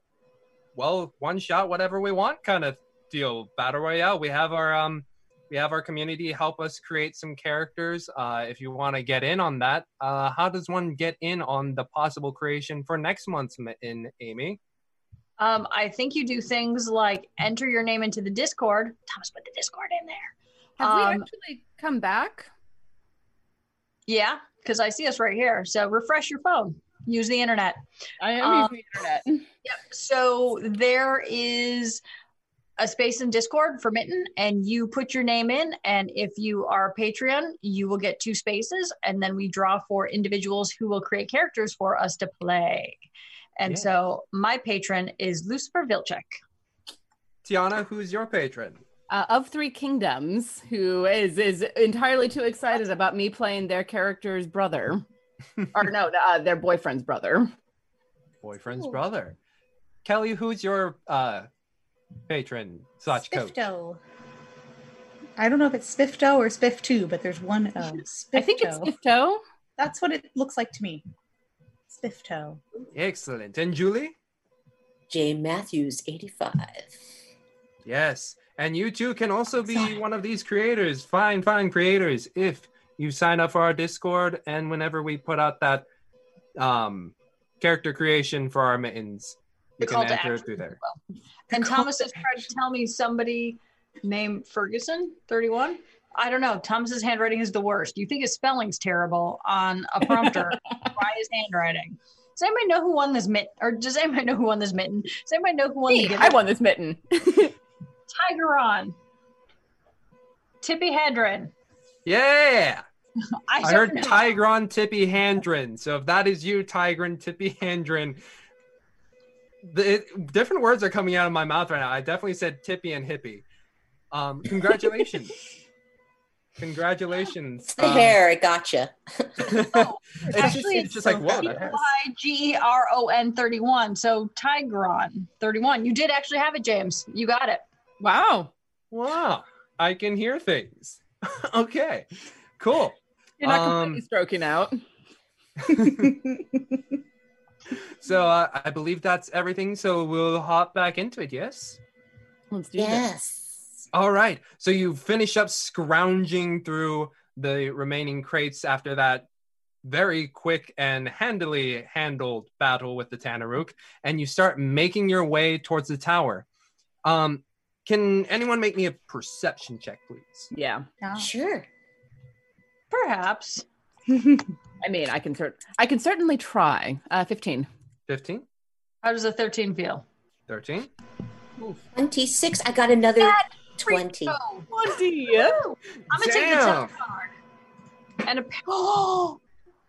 Speaker 3: well, one shot, whatever we want kind of deal, battle royale. We have our um, we have our community help us create some characters. Uh, if you want to get in on that, uh, how does one get in on the possible creation for next month's mitten, Amy?
Speaker 4: Um, I think you do things like enter your name into the Discord. Thomas put the Discord in there.
Speaker 8: Have
Speaker 4: Um,
Speaker 8: we actually come back?
Speaker 4: Yeah, because I see us right here. So refresh your phone. Use the internet.
Speaker 8: I am
Speaker 4: um,
Speaker 8: using the internet.
Speaker 4: So there is a space in Discord for Mitten, and you put your name in. And if you are Patreon, you will get two spaces, and then we draw for individuals who will create characters for us to play. And
Speaker 3: Yeah.
Speaker 4: so my patron is Lucifer Vilcek.
Speaker 3: Tiana, who's your patron?
Speaker 8: Uh, of Three Kingdoms, who is is entirely too excited about me playing their character's brother, or no, uh, their boyfriend's brother.
Speaker 3: boyfriend's
Speaker 11: Cool.
Speaker 3: brother. Kelly, who's your uh, patron slash coach?
Speaker 11: Spifto.
Speaker 6: I don't know if it's Spifto or Spif2, but there's one O. Spifto.
Speaker 8: I think it's Stifto.
Speaker 6: That's what it looks like to me. Spifto.
Speaker 3: Excellent. And Julie?
Speaker 7: J. Matthews, 85.
Speaker 3: Yes. And you too can also be one of these creators, fine, fine creators, if you sign up for our Discord and whenever we put out that um, character creation for our mittens,
Speaker 4: The
Speaker 3: you
Speaker 4: call
Speaker 3: can
Speaker 4: to
Speaker 3: enter
Speaker 4: action.
Speaker 3: through there.
Speaker 4: And Thomas has tried to tell me somebody named Ferguson, 31. I don't know. Thomas's handwriting is the worst. You think his spelling's terrible on a prompter. Try his handwriting. Does anybody know who won this mitten? Or does anybody know who won this mitten? Does anybody know who won the
Speaker 8: Me, I won this mitten.
Speaker 4: Tiger on. Tippy Hedren.
Speaker 3: Yeah. I heard
Speaker 4: certainly-
Speaker 3: Tigron Tippy Handrin. So if that is you, Tigron Tippy Handrin, the it, different words are coming out of my mouth right now. I definitely said tippy and hippie. Um, congratulations. congratulations.
Speaker 7: It's the
Speaker 3: um,
Speaker 7: hair. I gotcha.
Speaker 3: it's just,
Speaker 4: Actually,
Speaker 3: it's just like, whoa, that hair.
Speaker 4: Y G E R O N 31. So Tigron 31. You did actually have it, James. You got it.
Speaker 8: Wow.
Speaker 3: Um, Wow, I can hear things. okay, cool.
Speaker 8: You're not
Speaker 3: Um,
Speaker 8: completely stroking out.
Speaker 3: So uh, I believe that's everything. So we'll hop back into it, yes?
Speaker 8: Let's do this.
Speaker 7: Yes.
Speaker 3: All right. So you finish up scrounging through the remaining crates after that very quick and handily handled battle with the Tanaruk, and you start making your way towards the tower. Um, can anyone make me a perception check, please?
Speaker 8: Yeah.
Speaker 6: Yeah.
Speaker 7: Sure.
Speaker 4: Perhaps.
Speaker 8: I mean, I can cert- I can certainly try. Uh, Fifteen.
Speaker 3: 15,
Speaker 4: How does a 13 feel?
Speaker 3: 13?
Speaker 7: 26. I got another 20.
Speaker 4: Oh,
Speaker 8: Twenty.
Speaker 4: I'm going to take the
Speaker 3: Damn.
Speaker 4: top card. And a oh,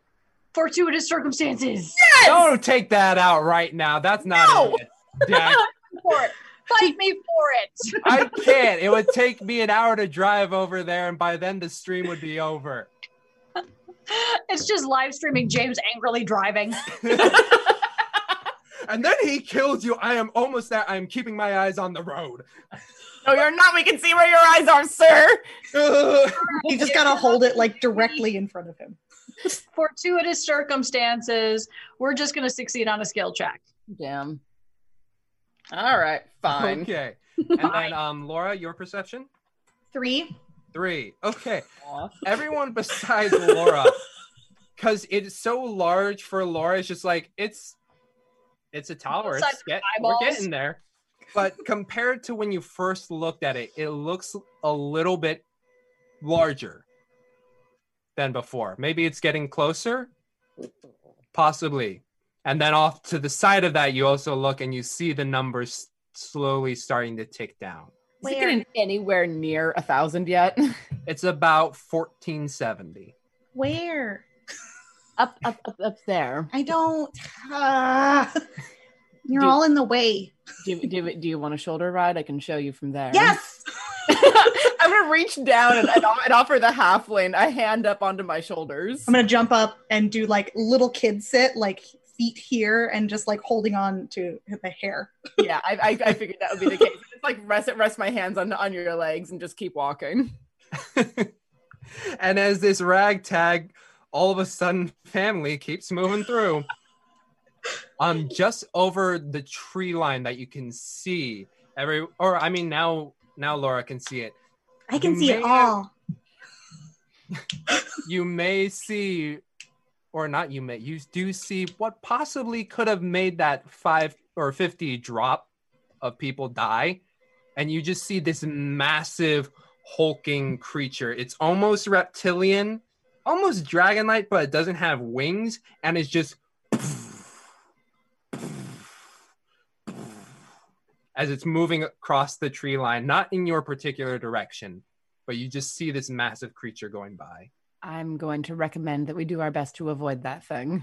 Speaker 4: fortuitous circumstances.
Speaker 3: Don't take that out right now. That's not
Speaker 8: No.
Speaker 3: it. Jack.
Speaker 4: For it. Fight me for it.
Speaker 3: I can't. It would take me an hour to drive over there, and by then the stream would be over.
Speaker 4: It's just live streaming James angrily driving.
Speaker 3: And then he killed you. I am almost there. I am keeping my eyes on the road.
Speaker 8: No, you're not. We can see where your eyes are, sir.
Speaker 6: You just gotta hold it like directly in front of him.
Speaker 4: Fortuitous circumstances. We're just going to succeed on a skill check.
Speaker 8: Damn. All right. Fine.
Speaker 3: okay. And then, um, Laura, your perception?
Speaker 11: Three.
Speaker 3: Three. Okay.
Speaker 8: Off.
Speaker 3: Everyone besides Laura, because it's so large for Laura, it's just like, it's it's a tower. It's
Speaker 4: Outside
Speaker 3: get, we're
Speaker 4: eyeballs.
Speaker 3: getting there. But compared to when you first looked at it, it looks a little bit larger than before. Maybe it's getting closer, possibly. And then off to the side of that, you also look and you see the numbers slowly starting to tick down.
Speaker 8: Is it getting anywhere near a thousand yet?
Speaker 3: It's about 1470.
Speaker 11: Where?
Speaker 5: Up, up, up, up there.
Speaker 11: I don't.
Speaker 6: uh,
Speaker 11: Ah. you're
Speaker 8: Do-
Speaker 11: all in the way.
Speaker 8: Do, do, do you want a shoulder ride? I can show you from there.
Speaker 11: Yes.
Speaker 8: I'm gonna reach down and, and, and offer the halfling a hand up onto my shoulders.
Speaker 6: I'm gonna jump up and do like little kid sit, like feet here, and just like holding on to the hair.
Speaker 8: yeah, I, I, I figured that would be the case. It's like rest rest my hands on on your legs and just keep walking.
Speaker 3: and as this ragtag, all of a sudden, family keeps moving through. um, just over the tree line that you can see every, or I mean, now now Laura can see it.
Speaker 11: I can see it
Speaker 3: Man.
Speaker 11: all.
Speaker 3: You may see, or not. You may you do see what possibly could have made that five or fifty drop of people die, and you just see this massive hulking creature. It's almost reptilian, almost dragon-like, but it doesn't have wings, and it's just as it's moving across the tree line, not in your particular direction, but you just see this massive creature going by.
Speaker 5: I'm going to recommend that we do our best to avoid that thing.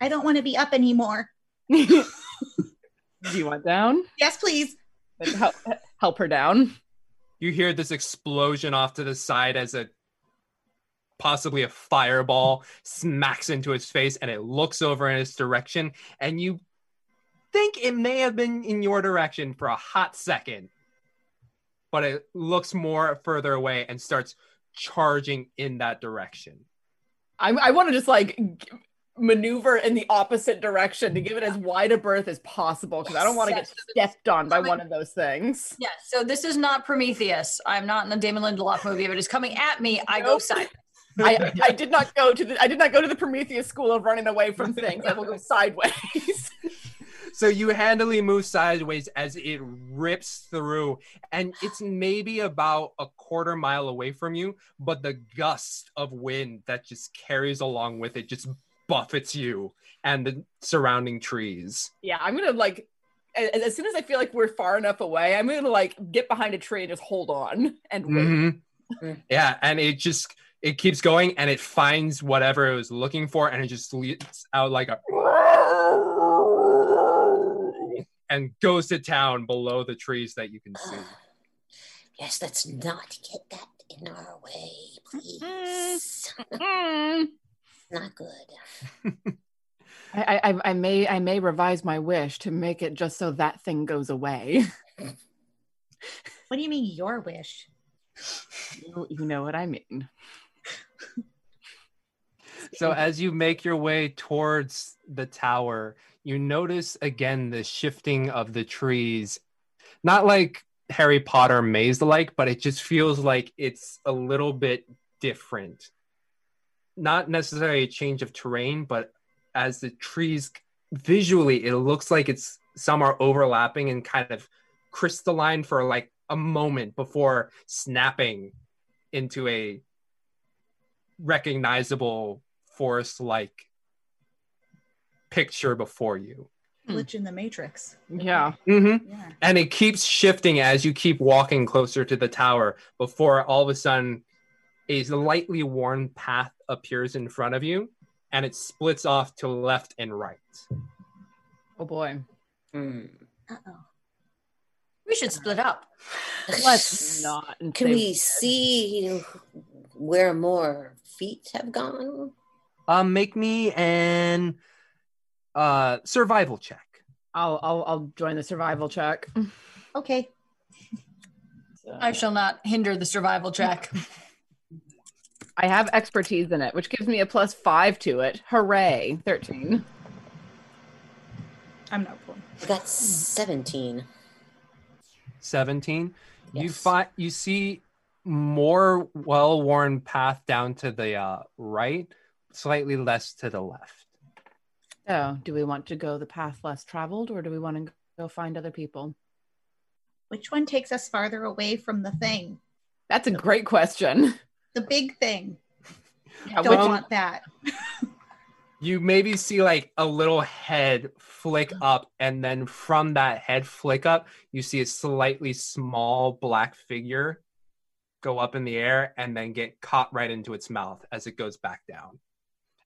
Speaker 11: I don't want to be up anymore.
Speaker 8: do you want down?
Speaker 11: Yes, please.
Speaker 8: Like, help, help her down.
Speaker 3: You hear this explosion off to the side as a possibly a fireball smacks into his face and it looks over in his direction and you think it may have been in your direction for a hot second but it looks more further away and starts charging in that direction
Speaker 8: I, I want to just like g- maneuver in the opposite direction to give it as wide a berth as possible because I don't want to get
Speaker 4: Yes.
Speaker 8: stepped on by one of those things.
Speaker 4: Yes. So this is not Prometheus. I'm not in the Damon Lindelof movie. If it is coming at me, I go
Speaker 8: Nope.
Speaker 4: silent.
Speaker 8: I, I did not go to the I did not go to the Prometheus school of running away from things. I will go sideways.
Speaker 3: So you handily move sideways as it rips through, and it's maybe about a quarter mile away from you, but the gust of wind that just carries along with it just buffets you and the surrounding trees.
Speaker 8: yeah, I'm gonna like a- as, soon as I feel like we're far enough away, I'm gonna like get behind a tree and just hold on and wait.
Speaker 3: Mhm. Yeah, and it just it keeps going and it finds whatever it was looking for and it just leaps out like a and goes to town below the trees that you can see.
Speaker 7: Yes, let's not get that in our way, please.
Speaker 8: Mm-hmm.
Speaker 7: not good.
Speaker 5: I, I, I may I may revise my wish to make it just so that thing goes away.
Speaker 11: What do you mean your wish?
Speaker 5: you, you know what I mean.
Speaker 3: So as you make your way towards the tower, you notice again the shifting of the trees. Not like Harry Potter maze like, but it just feels like it's a little bit different. Not necessarily a change of terrain, but as the trees visually, it looks like it's some are overlapping and kind of crystalline for like a moment before snapping into a recognizable forest like picture before you.
Speaker 8: Hmm.
Speaker 6: glitch in the matrix.
Speaker 8: Yeah.
Speaker 3: Mm-hmm.
Speaker 6: Yeah.
Speaker 3: And it keeps shifting as you keep walking closer to the tower before all of a sudden a lightly worn path appears in front of you and it splits off to left and right.
Speaker 8: Oh boy.
Speaker 11: Uh-oh.
Speaker 4: We should split up.
Speaker 8: Let's not. and
Speaker 7: Can
Speaker 8: say-
Speaker 7: we see where more feet have gone?
Speaker 3: Um, make me an uh, survival check.
Speaker 8: I'll, I'll I'll join the survival check.
Speaker 11: Okay.
Speaker 4: I shall not hinder the survival check.
Speaker 8: I have expertise in it, which gives me a plus five to it. Hooray! Thirteen.
Speaker 6: I'm not pulling.
Speaker 7: I got 17.
Speaker 3: 17 you
Speaker 7: Yes.
Speaker 3: find you see more well-worn path down to the uh, right slightly less to the left
Speaker 5: So, do we want to go the path less traveled, or do we want to go find other people?
Speaker 11: Which one takes us farther away from the thing?
Speaker 8: That's a great question.
Speaker 11: The big thing.
Speaker 8: Yeah,
Speaker 11: Don't
Speaker 8: which-
Speaker 11: want that.
Speaker 3: you maybe see like a little head flick up and then from that head flick up you see a slightly small black figure go up in the air and then get caught right into its mouth as it goes back down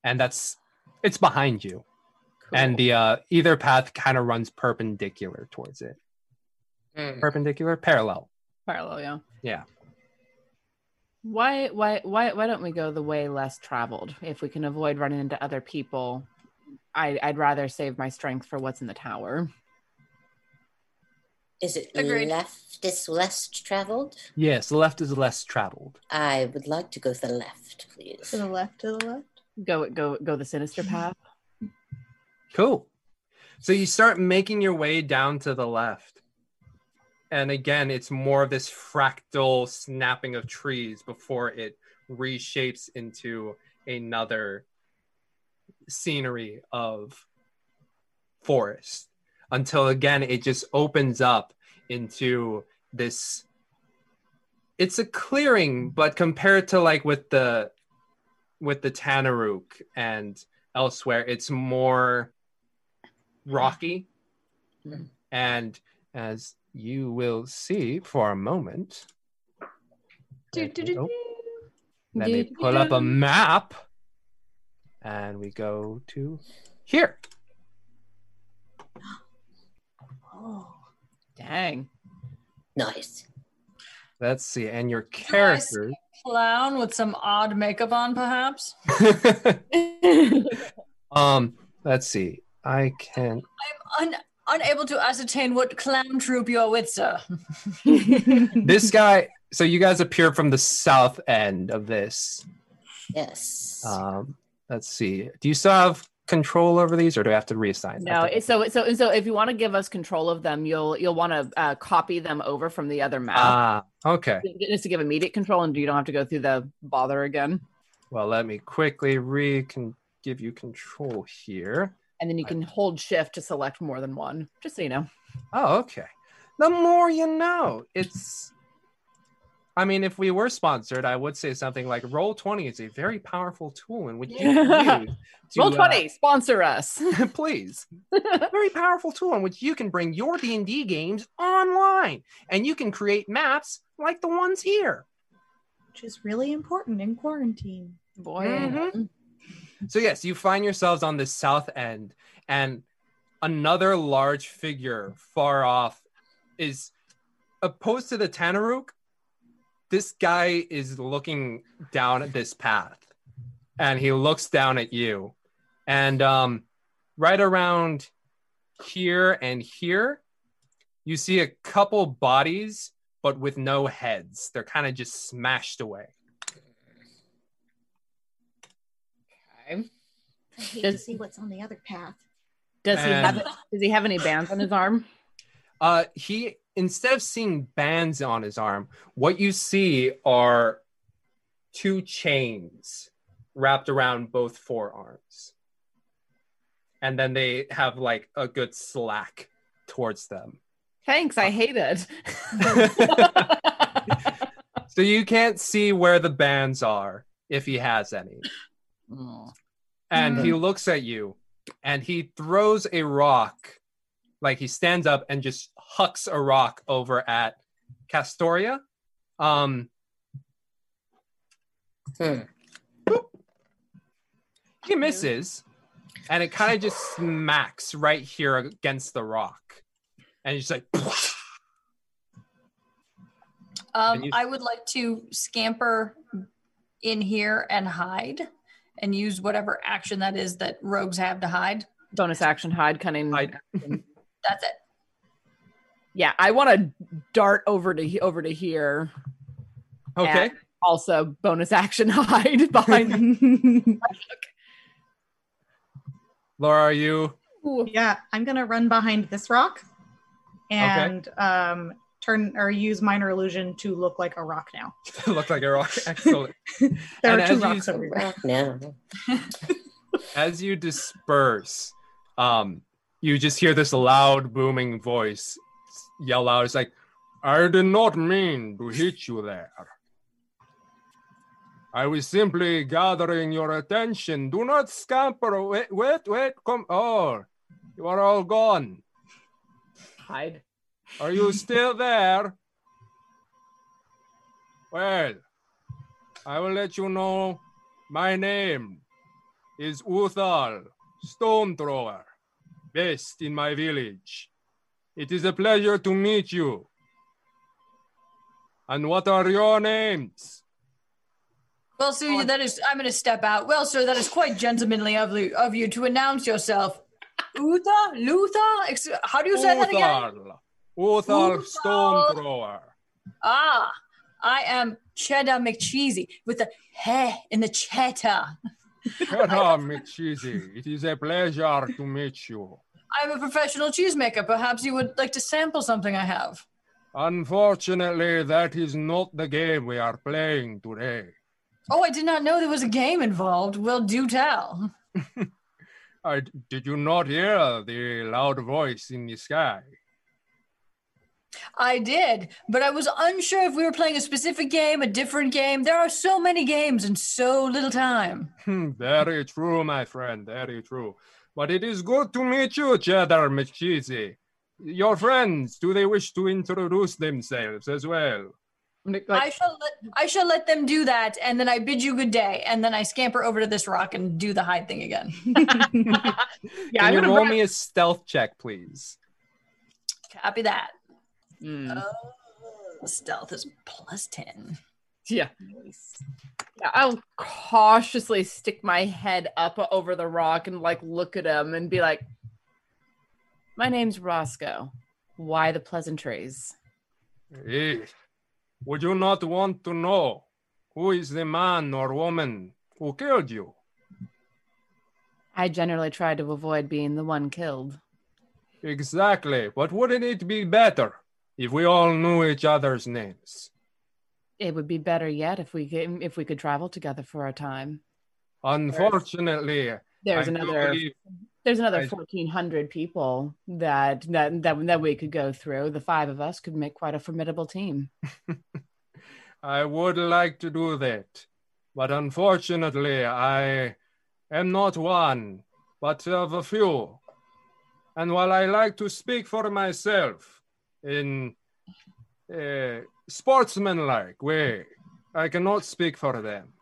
Speaker 3: and that's it's behind you and the uh, either path kind of runs perpendicular towards it
Speaker 7: Mm.
Speaker 3: perpendicular parallel
Speaker 8: parallel, Hmm. yeah.
Speaker 3: Yeah.
Speaker 5: Why why why why don't we go the way less traveled if we can avoid running into other people? I, I'd rather save my strength for what's in the tower.
Speaker 7: Is it
Speaker 4: Agreed.
Speaker 7: left is less traveled?
Speaker 3: Yes, left is less traveled.
Speaker 7: I would like to go to the left, please. Hmm.
Speaker 6: To the left, to the left.
Speaker 5: Go go go the sinister path.
Speaker 3: Cool. So you start making your way down to the left. And again, it's more of this fractal snapping of trees before it reshapes into another scenery of forest until again it just opens up into this it's a clearing but compared to like with the with the Tanaruk and elsewhere it's more rocky
Speaker 5: Mhm.
Speaker 3: and as you will see for a moment
Speaker 4: Do, do, do, do.
Speaker 3: let me pull up a map and we go to here
Speaker 11: Oh.
Speaker 8: Dang.
Speaker 7: Nice.
Speaker 3: let's see and your
Speaker 4: Do I see
Speaker 3: characters
Speaker 4: Clown with some odd makeup on, perhaps.
Speaker 3: um let's see i can
Speaker 4: I'm un- unable to ascertain what clown troop you're with, sir.
Speaker 3: this guy so you guys appear from the south end of this
Speaker 7: Yes.
Speaker 3: um let's see do you still have control over these or do i have to reassign
Speaker 8: No,
Speaker 3: I think-
Speaker 8: it's so so so. If you want to give us control of them, you'll you'll want to uh, copy them over from the other map.
Speaker 3: ah okay
Speaker 8: just to give immediate control, and you don't have to go through the bother again.
Speaker 3: well let me quickly re can give you control here
Speaker 8: And then you can hold shift to select more than one. Just so you know.
Speaker 3: oh okay the more you know it's i mean if we were sponsored i would say something like roll 20 is a very powerful tool in which you
Speaker 8: Yeah.
Speaker 3: can use to,
Speaker 8: Roll
Speaker 3: uh,
Speaker 8: twenty. Sponsor us.
Speaker 3: please a very powerful tool in which you can bring your d&d games online and you can create maps like the ones here
Speaker 6: Which is really important in quarantine.
Speaker 8: Boy.
Speaker 11: Mm-hmm.
Speaker 3: Mhm. so yes you find yourselves on the south end and another large figure far off is opposed to the Tanaruk. This guy is looking down at this path and he looks down at you. And um, right around here and here, you see a couple bodies, but with no heads. They're kind of just smashed away.
Speaker 8: Okay.
Speaker 11: I hate to
Speaker 8: Does-
Speaker 11: see what's on the other path.
Speaker 8: Does he have
Speaker 3: And-
Speaker 8: does he have any bands on his arm?
Speaker 3: Uh, he instead of seeing bands on his arm, what you see are two chains wrapped around both forearms, and then they have like a good slack towards them.
Speaker 8: Thanks,
Speaker 3: Uh,
Speaker 8: I hate it.
Speaker 3: So you can't see where the bands are if he has any. And he looks at you and he throws a rock. Like he stands up and just hucks a rock over at Castoria. Um,
Speaker 7: Hmm.
Speaker 3: he misses and it kind of just smacks right here against the rock. And he's like,
Speaker 4: Um,
Speaker 3: And you-
Speaker 4: I would like to scamper in here and hide and use whatever action that is that rogues have to hide.
Speaker 8: Bonus action hide cunning.
Speaker 3: Hide.
Speaker 4: That's it.
Speaker 8: Yeah, I want to dart over to he- over to here.
Speaker 3: okay.
Speaker 8: and also, bonus action hide behind.
Speaker 3: Laura, are you?
Speaker 6: Yeah, I'm gonna run behind this rock and um, turn or use minor illusion to look like a rock now.
Speaker 3: Look like a rock. Excellent.
Speaker 6: There
Speaker 3: And
Speaker 6: are two
Speaker 3: as you-
Speaker 6: rocks over here.
Speaker 7: Rock now.
Speaker 3: as you disperse, um, you just hear this loud booming voice yell out. It's like, I did not mean to hit you there. I was simply gathering your attention. Do not scamper. Wait, wait, wait. Come. Oh, you are all gone.
Speaker 8: hide.
Speaker 3: Are you still there? Well, I will let you know. My name is Uthal, Stone Thrower, best in my village. It is a pleasure to meet you. And what are your names?
Speaker 4: Well, sir, that is. I'm going to step out. Well, sir, that is quite gentlemanly of you, of you to announce yourself. Utha, Lutha. Ex- How do you say that again?
Speaker 3: Uthal, Uthal
Speaker 4: Uthal.
Speaker 3: Stone Thrower.
Speaker 4: Ah, I am Cheddar McCheesy with the heh in the cheddar.
Speaker 3: Cheddar McCheesy, it is a pleasure to meet you.
Speaker 4: I'm a professional cheesemaker. Perhaps you would like to sample something I have.
Speaker 3: Unfortunately, that is not the game we are playing today.
Speaker 4: Oh, I did not know there was a game involved. Well, do tell.
Speaker 3: I, did you not hear the loud voice in the sky?
Speaker 4: I did, but I was unsure if we were playing a specific game, a different game. There are so many games in so little time.
Speaker 3: Hmm, very true, my friend, very true. But it is good to meet you, Cheddar McCheesy. Your friends, do they wish to introduce themselves as well?
Speaker 8: I'm gonna, like,
Speaker 4: I shall let I shall let them do that, and then I bid you good day, and then I scamper over to this rock and do the hide thing again.
Speaker 8: yeah, I'm
Speaker 3: Can you
Speaker 8: gonna
Speaker 3: roll
Speaker 8: roll
Speaker 3: me a stealth check, please?
Speaker 4: Copy that.
Speaker 3: Hmm.
Speaker 4: Oh, stealth is plus ten.
Speaker 8: Yeah. Yeah, I'll cautiously stick my head up over the rock and like look at him and be like, "My name's Roscoe. Why the pleasantries?"
Speaker 3: Eh, Would you not want to know who is the man or woman who killed you?
Speaker 5: I generally try to avoid being the one killed.
Speaker 3: Exactly, but wouldn't it be better if we all knew each other's names?
Speaker 5: It would be better yet if we could, if we could travel together for a time.
Speaker 3: Unfortunately,
Speaker 5: There's
Speaker 3: I do
Speaker 5: another
Speaker 3: believe-
Speaker 5: there's another
Speaker 3: I-
Speaker 5: 1400 people that, that that that we could go through. The five of us could make quite a formidable team.
Speaker 3: I would like to do that, but unfortunately, I am not one, but of a few. And while I like to speak for myself in a sportsmanlike way, I cannot speak for them.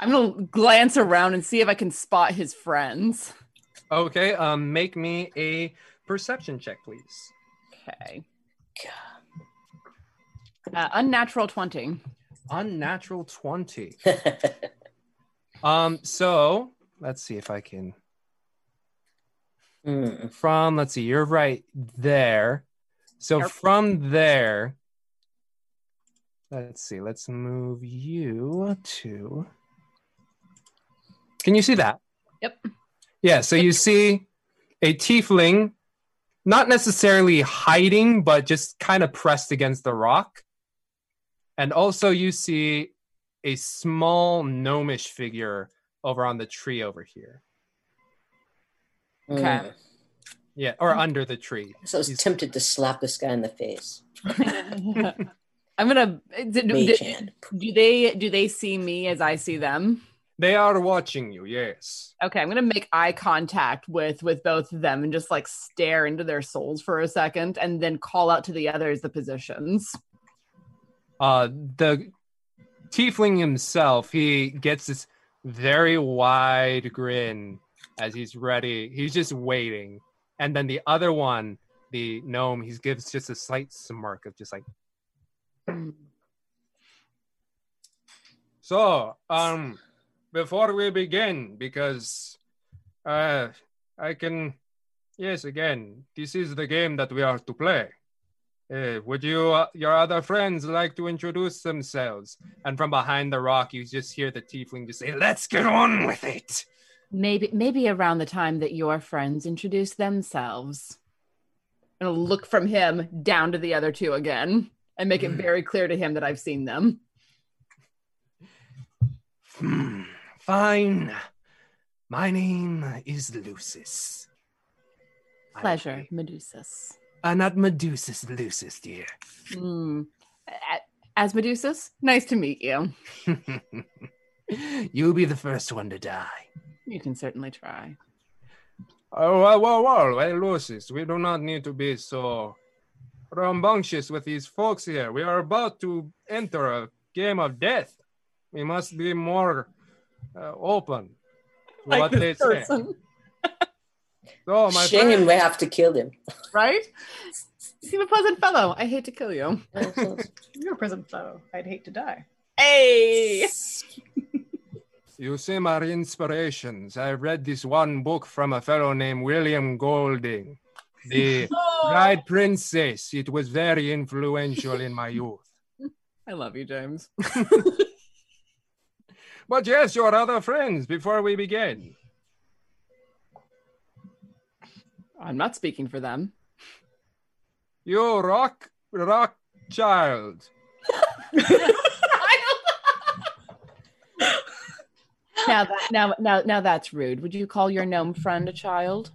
Speaker 8: I'm gonna glance around and see if I can spot his friends.
Speaker 3: Okay, um, make me a perception check, please.
Speaker 8: Okay. Uh, unnatural 20.
Speaker 3: Unnatural 20. um, so let's see if I can.
Speaker 8: Hmm.
Speaker 7: Mm.
Speaker 3: From, let's see, you're right there. So
Speaker 8: Yep.
Speaker 3: from there, let's see, let's move you to. Can you see that?
Speaker 8: Yep.
Speaker 3: Yeah, so you see a tiefling, not necessarily hiding, but just kind of pressed against the rock. And also you see a small gnomish figure over on the tree over here.
Speaker 7: Mm.
Speaker 8: Okay.
Speaker 3: Yeah, or under the tree.
Speaker 7: So I was
Speaker 3: He's-
Speaker 7: tempted to slap this guy in the face.
Speaker 8: I'm gonna. Do,
Speaker 7: Mage
Speaker 8: do,
Speaker 7: hand.
Speaker 8: do they do they see me as I see them?
Speaker 3: They are watching you, yes.
Speaker 8: Okay, I'm gonna make eye contact with with both of them and just like stare into their souls for a second, and then call out to the others the positions.
Speaker 3: Uh, the tiefling himself, he gets this very wide grin as he's ready. He's just waiting. And then the other one, the gnome, he gives just a slight smirk of just like, So, um, before we begin, because uh, I can, yes, again, this is the game that we are to play. Uh, would you, uh, your other friends, like to introduce themselves? And from behind the rock, you just hear the tiefling just say, "Let's get on with it."
Speaker 5: Maybe maybe around the time that your friends
Speaker 8: friends introduce themselves. I'm gonna look from him down to the other two again and make it
Speaker 6: Mm.
Speaker 8: very clear to him that I've seen them.
Speaker 3: Hmm, fine. My name is Lucis. I'm
Speaker 5: pleasure,
Speaker 3: a-
Speaker 5: Medusas.
Speaker 3: Uh, not Medusa's Lucis, dear.
Speaker 8: Mm. A- As Medusas, nice to meet you.
Speaker 3: You'll be the first one to die.
Speaker 8: You can certainly try.
Speaker 3: Oh, whoa, whoa, whoa. Hey, Lucis, we do not need to be so rambunctious with these folks here. We are about to enter a game of death. We must be more uh, open to what they say. So, my
Speaker 7: Shame
Speaker 3: friend,
Speaker 7: we have to kill him.
Speaker 8: right? You seem a pleasant fellow. I hate to kill you.
Speaker 6: You're a prison foe. I'd hate to die.
Speaker 8: Hey!
Speaker 3: you seem our inspirations. I read this one book from a fellow named William Golding, The Bride Princess. It was very influential in my youth.
Speaker 8: I love you, James.
Speaker 3: But yes, your other friends, before we begin.
Speaker 8: I'm not speaking for them.
Speaker 3: You rock, rock child.
Speaker 5: Now that now now now that's rude. Would you call your gnome friend a child?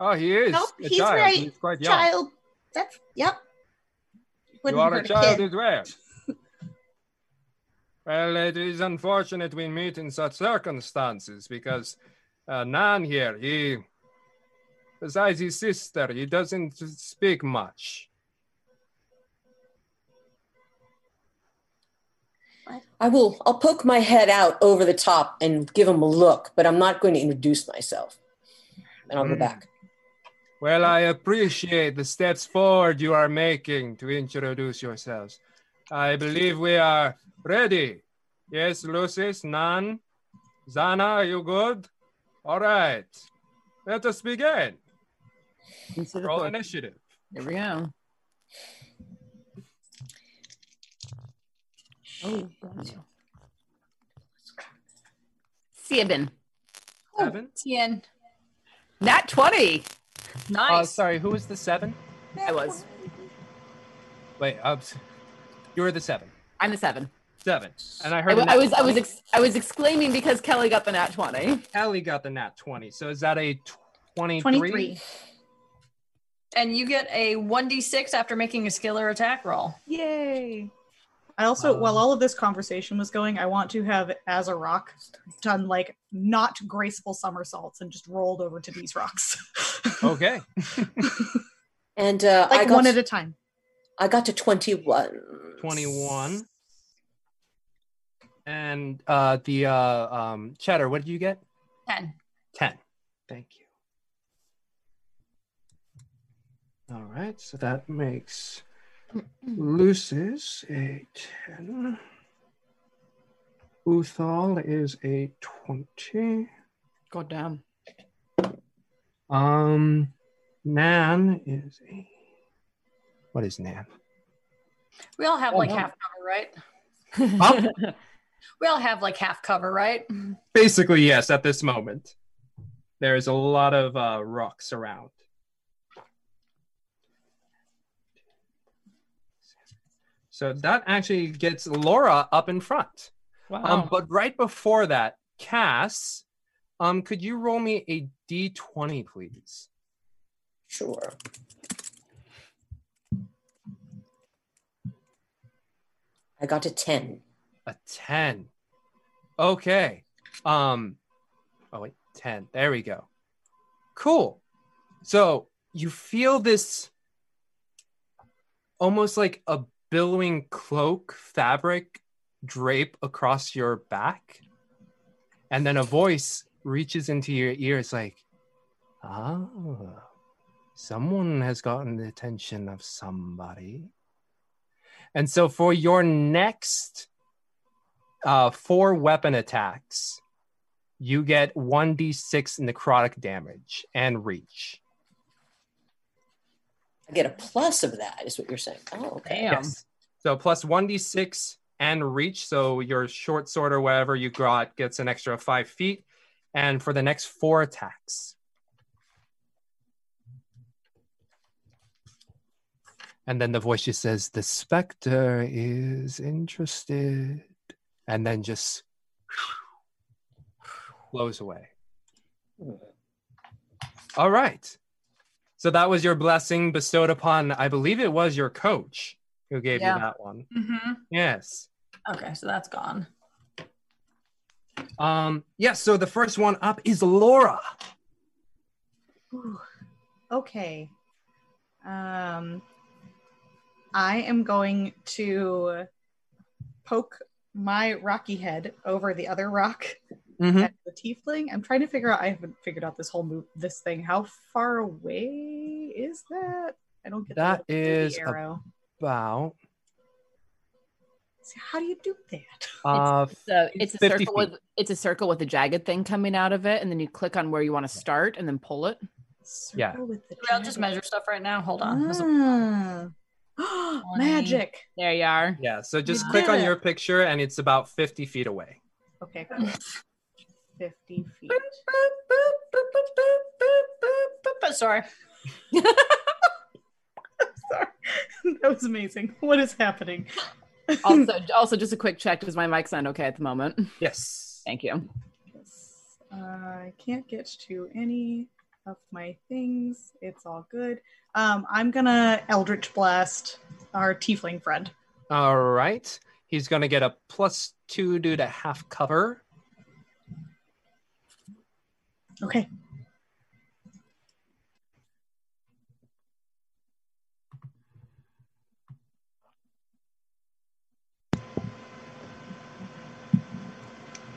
Speaker 3: Oh, he is.
Speaker 11: Nope,
Speaker 3: a
Speaker 11: he's
Speaker 3: child.
Speaker 11: right.
Speaker 3: He's quite young.
Speaker 11: Child. That's yep.
Speaker 3: you
Speaker 11: Wouldn't
Speaker 3: are a
Speaker 11: hurt
Speaker 3: child
Speaker 11: kid.
Speaker 3: as well. well, it is unfortunate we meet in such circumstances because uh, Nan here, he, besides his sister, he doesn't speak much.
Speaker 7: I will. I'll poke my head out over the top and give him a look, but I'm not going to introduce myself. And I'll go
Speaker 3: Mm.
Speaker 7: back.
Speaker 3: Well, I appreciate the steps forward you are making to introduce yourselves. I believe we are ready. Yes, Lucis, Nan, Zana, are you good? All right. Let us begin.
Speaker 8: Into the
Speaker 3: Roll
Speaker 8: book.
Speaker 3: initiative.
Speaker 8: Here we go. Oh, wow. Seven.
Speaker 11: Oh,
Speaker 3: Seven.
Speaker 4: Tien.
Speaker 8: Nat 20.
Speaker 3: Uh,
Speaker 8: Nice.
Speaker 3: sorry, who was the seven?
Speaker 8: I was.
Speaker 3: Wait, uh, you were the seven.
Speaker 8: I'm a seven.
Speaker 3: Seven. And I
Speaker 8: I,
Speaker 3: heard
Speaker 8: w-
Speaker 3: a
Speaker 8: I
Speaker 3: nat
Speaker 8: was I was
Speaker 3: 20.
Speaker 8: ex- I was exclaiming because Kelly got the nat 20.
Speaker 3: Ellie got the nat 20. So is that a 23?
Speaker 11: 23.
Speaker 4: And you get a 1d6 after making a skill or attack roll.
Speaker 6: Yay. I also,
Speaker 3: Um,
Speaker 6: while all of this conversation was going, I want to have as a rock done like not graceful somersaults and just rolled over to these rocks.
Speaker 3: Okay.
Speaker 7: And uh, I,
Speaker 11: Like
Speaker 7: got,
Speaker 11: one at a time.
Speaker 7: I got to 21.
Speaker 3: 21. And uh, the uh, um, cheddar, what did you get?
Speaker 4: 10.
Speaker 3: 10. Thank you. All right, so that makes Lucis a 10. Uthal is a 20.
Speaker 8: God damn.
Speaker 3: Um, Nan is a. What is Nan?
Speaker 4: We all have
Speaker 3: Oh,
Speaker 4: like
Speaker 3: no.
Speaker 4: half cover, right?
Speaker 3: Up?
Speaker 4: We all have like half cover, right?
Speaker 3: Mm-hmm. Basically, yes, at this moment. There's a lot of uh, rocks around. So that actually gets Laura up in front.
Speaker 8: Wow.
Speaker 3: Um, but right before that, Cass, um, could you roll me a d20, please?
Speaker 7: Sure. I got a 10.
Speaker 3: A 10. Okay. Um oh wait, 10. There we go. Cool. So you feel this almost like a billowing cloak fabric drape across your back. And then a voice reaches into your ears like, ah, someone has gotten the attention of somebody. And so for your next uh, four weapon attacks, you get 1d6 necrotic damage and reach.
Speaker 7: I get a plus of that, is what you're saying. Oh, okay.
Speaker 8: Damn.
Speaker 3: So plus 1d6 and reach. So your short sword or whatever you got gets an extra five feet. And for the next four attacks. And then the voice just says, The specter is interested. And then just blows away. All right. So that was your blessing bestowed upon, I believe it was your coach who gave
Speaker 4: Yeah.
Speaker 3: you that one.
Speaker 4: Mm-hmm.
Speaker 3: Yes.
Speaker 4: Okay, so that's gone.
Speaker 3: Um, yes, so the first one up is Laura.
Speaker 6: Whew. Okay. Um, I am going to poke my rocky head over the other rock
Speaker 3: Mm-hmm.
Speaker 6: at the tiefling. I'm trying to figure out. I haven't figured out this whole move, this thing. How far away is that? I don't get the
Speaker 3: That
Speaker 6: little baby
Speaker 3: is a-
Speaker 6: arrow.
Speaker 3: About
Speaker 6: See, how do you do that?
Speaker 3: uh,
Speaker 8: So it's a
Speaker 3: 50
Speaker 8: circle with it's a circle with a jagged thing coming out of it, and then you click on where you want to start, and then pull it.
Speaker 6: Circle
Speaker 3: Yeah.
Speaker 6: Oh, with the
Speaker 4: Okay, I'll just measure stuff right now. Hold on. This will-
Speaker 6: Ah. Magic.
Speaker 8: There you are.
Speaker 3: yeah, so just
Speaker 6: Yeah.
Speaker 3: click on your picture and it's about 50 feet away.
Speaker 6: Okay. cool. 50 feet.
Speaker 4: Sorry.
Speaker 6: Sorry. that was amazing. What is happening?
Speaker 8: Also, also just a quick check. Does my mic sound okay at the moment?
Speaker 3: Yes.
Speaker 8: Thank you.
Speaker 6: Yes. Uh, I can't get to any of my things. It's all good. Um, I'm gonna Eldritch Blast our Tiefling friend.
Speaker 3: All right. He's going to get a plus two due to half cover.
Speaker 6: Okay.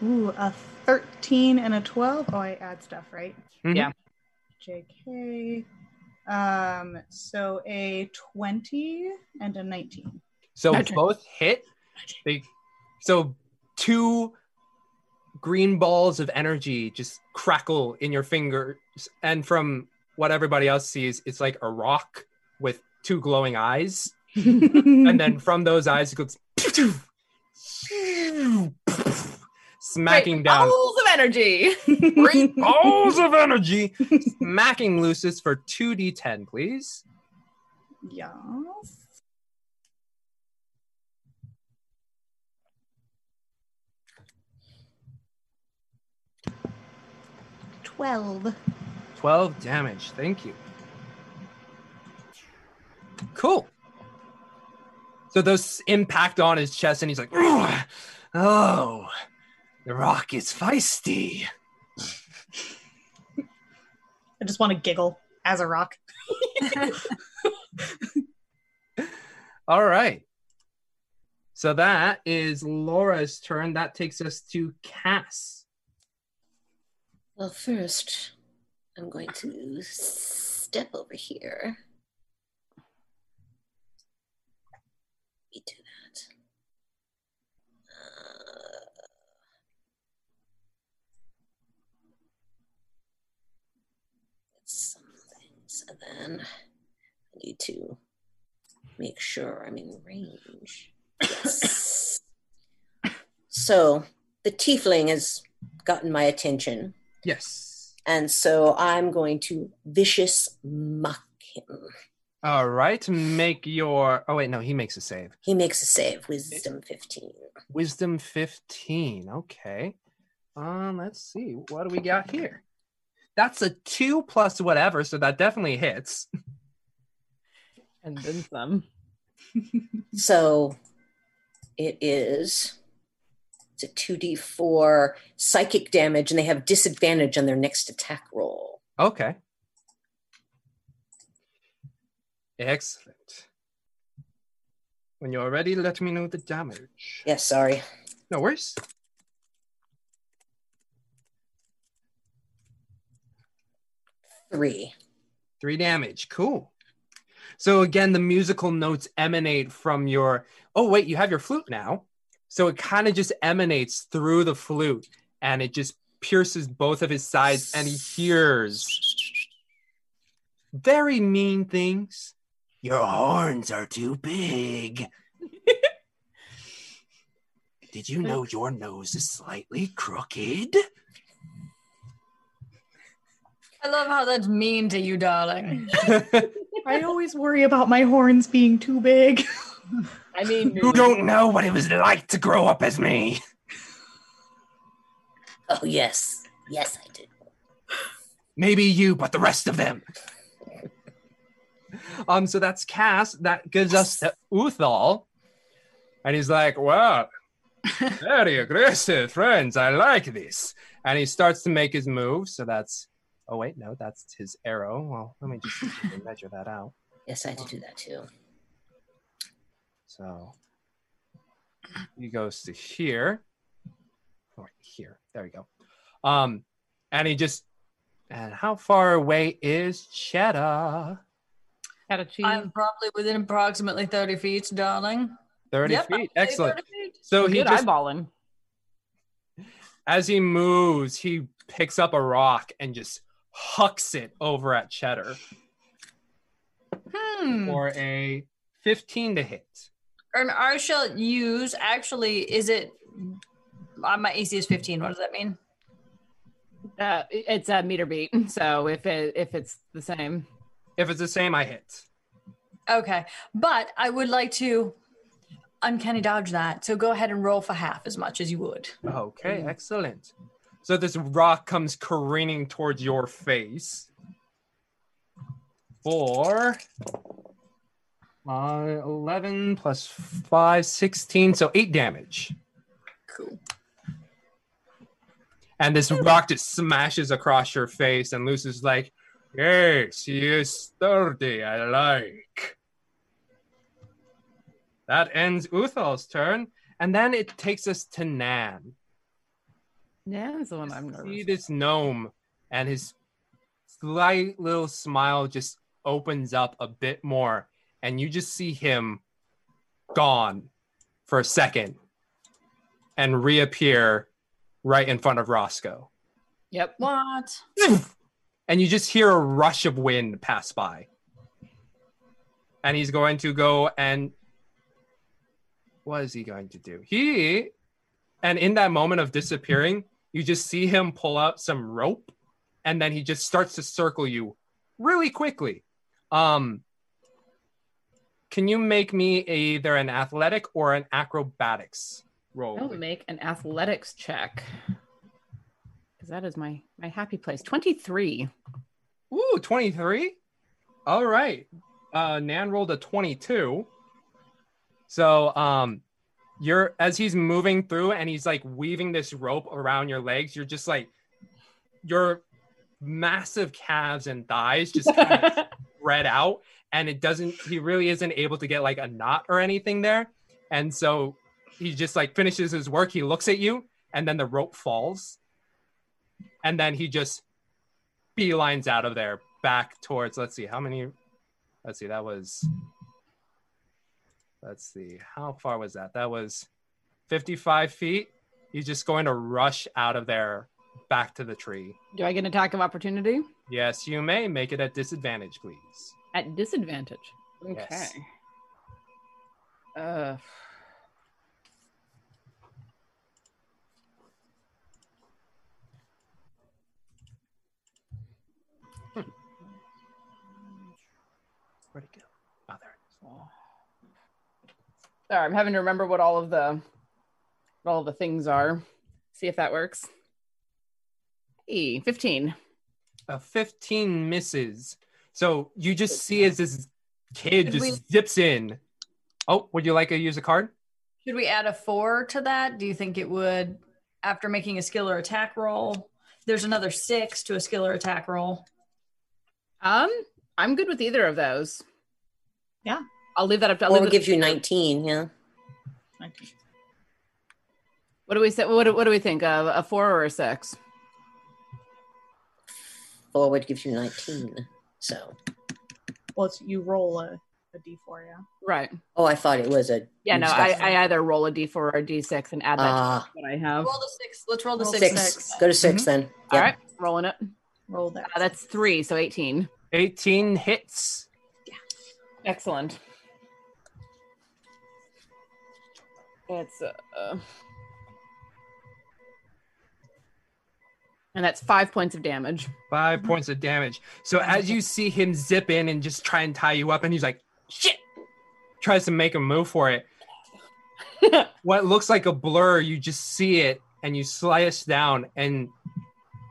Speaker 6: Ooh, a 13 and a 12. Oh, I add stuff, right?
Speaker 3: Mhm.
Speaker 8: Yeah.
Speaker 6: JK. Um, so a 20 and a 19.
Speaker 3: So
Speaker 8: Okay.
Speaker 3: both hit. They, so two green balls of energy just crackle in your fingers, and from what everybody else sees, it's like a rock with two glowing eyes, and then from those eyes it goes smacking
Speaker 8: Great.
Speaker 3: down
Speaker 8: Bowls of energy.
Speaker 3: green balls of energy, smacking Lucis for two d10, please.
Speaker 6: yes. Twelve.
Speaker 3: 12 damage. Thank you. Cool. So those impact on his chest, and he's like, "Ugh. oh, the rock is feisty.
Speaker 6: I just want to giggle as a rock.
Speaker 3: All right. So that is Laura's turn. That takes us to Cass.
Speaker 7: Well, first, I'm going to step over here. Let me do that. Uh, some things, and then I need to make sure I'm in range. Yes. so the tiefling has gotten my attention.
Speaker 3: Yes.
Speaker 7: And so I'm going to vicious mock him.
Speaker 3: All right. Make your. Oh, wait. No, he makes a save.
Speaker 7: He makes a save, wisdom 15.
Speaker 3: Wisdom 15. Okay. Um, let's see. What do we got here? That's a two plus whatever, so that definitely hits.
Speaker 8: and then some.
Speaker 7: So it is it's a 2d4 psychic damage and they have disadvantage on their next attack roll.
Speaker 3: Okay. Excellent. When you're ready, let me know the damage.
Speaker 7: Yes, sorry.
Speaker 3: No worries.
Speaker 7: Three.
Speaker 3: Three damage. Cool. So again, the musical notes emanate from your. Oh wait, you have your flute now. So it kind of just emanates through the flute, and it just pierces both of his sides, and he hears very mean things. Your horns are too big. Did you know your nose is slightly crooked?
Speaker 4: I love how that's mean to you, darling.
Speaker 6: I always worry about my horns being too big.
Speaker 8: I mean,
Speaker 3: You don't know what it was like to grow up as me.
Speaker 7: Oh yes. Yes, I did.
Speaker 3: Maybe you, but the rest of them. um, so that's Cass. That gives us to Uthal. And he's like, wow, very aggressive friends. I like this. And he starts to make his move. So that's, oh, wait, no, that's his arrow. Well, let me just see if we can measure that out.
Speaker 7: Yes, I had to do that too.
Speaker 3: So he goes to here. Or here. There we go. Um, and he just and how far away is Cheddar?
Speaker 8: Had a cheese.
Speaker 4: I'm probably within approximately 30 feet, darling.
Speaker 3: 30
Speaker 4: Yep, I would
Speaker 3: feet.
Speaker 4: say
Speaker 3: Excellent.
Speaker 4: 30 feet.
Speaker 3: So he
Speaker 8: Good
Speaker 3: just
Speaker 8: eyeballing.
Speaker 3: as he moves, he picks up a rock and just hucks it over at Cheddar
Speaker 4: Hmm.
Speaker 3: for a 15 to hit.
Speaker 4: And I shall use, actually, is it, uh, my AC is 15. What does that mean?
Speaker 8: Uh, it's a meter beat. So if it if it's the same,
Speaker 3: If it's the same, I hit.
Speaker 4: Okay. But I would like to uncanny dodge that. So go ahead and roll for half as much as you would.
Speaker 3: Okay, excellent. So this rock comes careening towards your face for uh, 11 plus 5, 16, so 8 damage.
Speaker 4: Cool.
Speaker 3: And this rock just smashes across your face, and Lucy's like, Yes, he is sturdy, I like. That ends Uthal's turn, and then it takes us to Nan.
Speaker 8: yeah, that's the one I'm
Speaker 3: Just
Speaker 8: nervous.
Speaker 3: see this gnome and his slight little smile just opens up a bit more and you just see him gone for a second and reappear right in front of Roscoe.
Speaker 8: Yep.
Speaker 4: What?
Speaker 3: and you just hear a rush of wind pass by. And he's going to go and what is he going to do? He and in that moment of disappearing, you just see him pull out some rope and then he just starts to circle you really quickly. Um can you make me either an athletic or an acrobatics roll?
Speaker 8: I'll make an athletics check because that is my my happy place. Twenty three.
Speaker 3: Ooh, 23? All right. Uh Nan rolled a 22. So, um you're as he's moving through and he's like weaving this rope around your legs, you're just like your massive calves and thighs just kind of spread out and it doesn't he really isn't able to get like a knot or anything there. And so he just like finishes his work. He looks at you, and then the rope falls, and then he just beelines out of there back towards. Let's see how many. Let's see. That was. Let's see. How far was that? That was 55 feet. He's just going to rush out of there back to the tree.
Speaker 8: Do I get an attack of opportunity?
Speaker 3: Yes, you may make it at disadvantage, please.
Speaker 8: At disadvantage. Okay.
Speaker 3: Yes.
Speaker 8: Uh,
Speaker 3: Where'd it go? Oh, there it is.
Speaker 8: sorry, I'm having to remember what all of the what all of the things are. See if that works. E fifteen.
Speaker 3: A 15 misses. So you just see as this kid
Speaker 4: Did
Speaker 3: just
Speaker 4: we-
Speaker 3: zips in. Oh, would you like to use a card?
Speaker 4: Should we add a four to that? Do you think it would, after making a skill or attack roll? There's another six to a skill or attack roll.
Speaker 8: Um, I'm good with either of those.
Speaker 6: Yeah.
Speaker 8: I'll leave that up to. I'll
Speaker 7: Or
Speaker 8: leave
Speaker 7: we'll
Speaker 8: it-
Speaker 7: give you 19, yeah.
Speaker 8: What do we say? What do, what do we think? Uh, a four or a six?
Speaker 7: Forward gives you 19. So,
Speaker 6: Well, it's, you roll a, a d4, yeah.
Speaker 8: Right.
Speaker 7: oh, I thought it was a.
Speaker 8: Yeah. No, I, I either roll a d4 or a d6 and add that
Speaker 7: Ah.
Speaker 8: to what I have.
Speaker 4: Roll the six. Let's roll the
Speaker 6: Roll
Speaker 4: six.
Speaker 7: six.
Speaker 4: next.
Speaker 7: Go to 6 then.
Speaker 8: Mm-hmm. All
Speaker 7: Yeah.
Speaker 8: right, rolling it.
Speaker 6: Roll that.
Speaker 8: Uh, that's three, so 18.
Speaker 3: 18 hits.
Speaker 8: Excellent. It's uh, and that's five points of damage.
Speaker 3: Five points of damage. So as you see him zip in and just try and tie you up, and he's like, shit, tries to make a move for it. what looks like a blur, you just see it and you slice down, and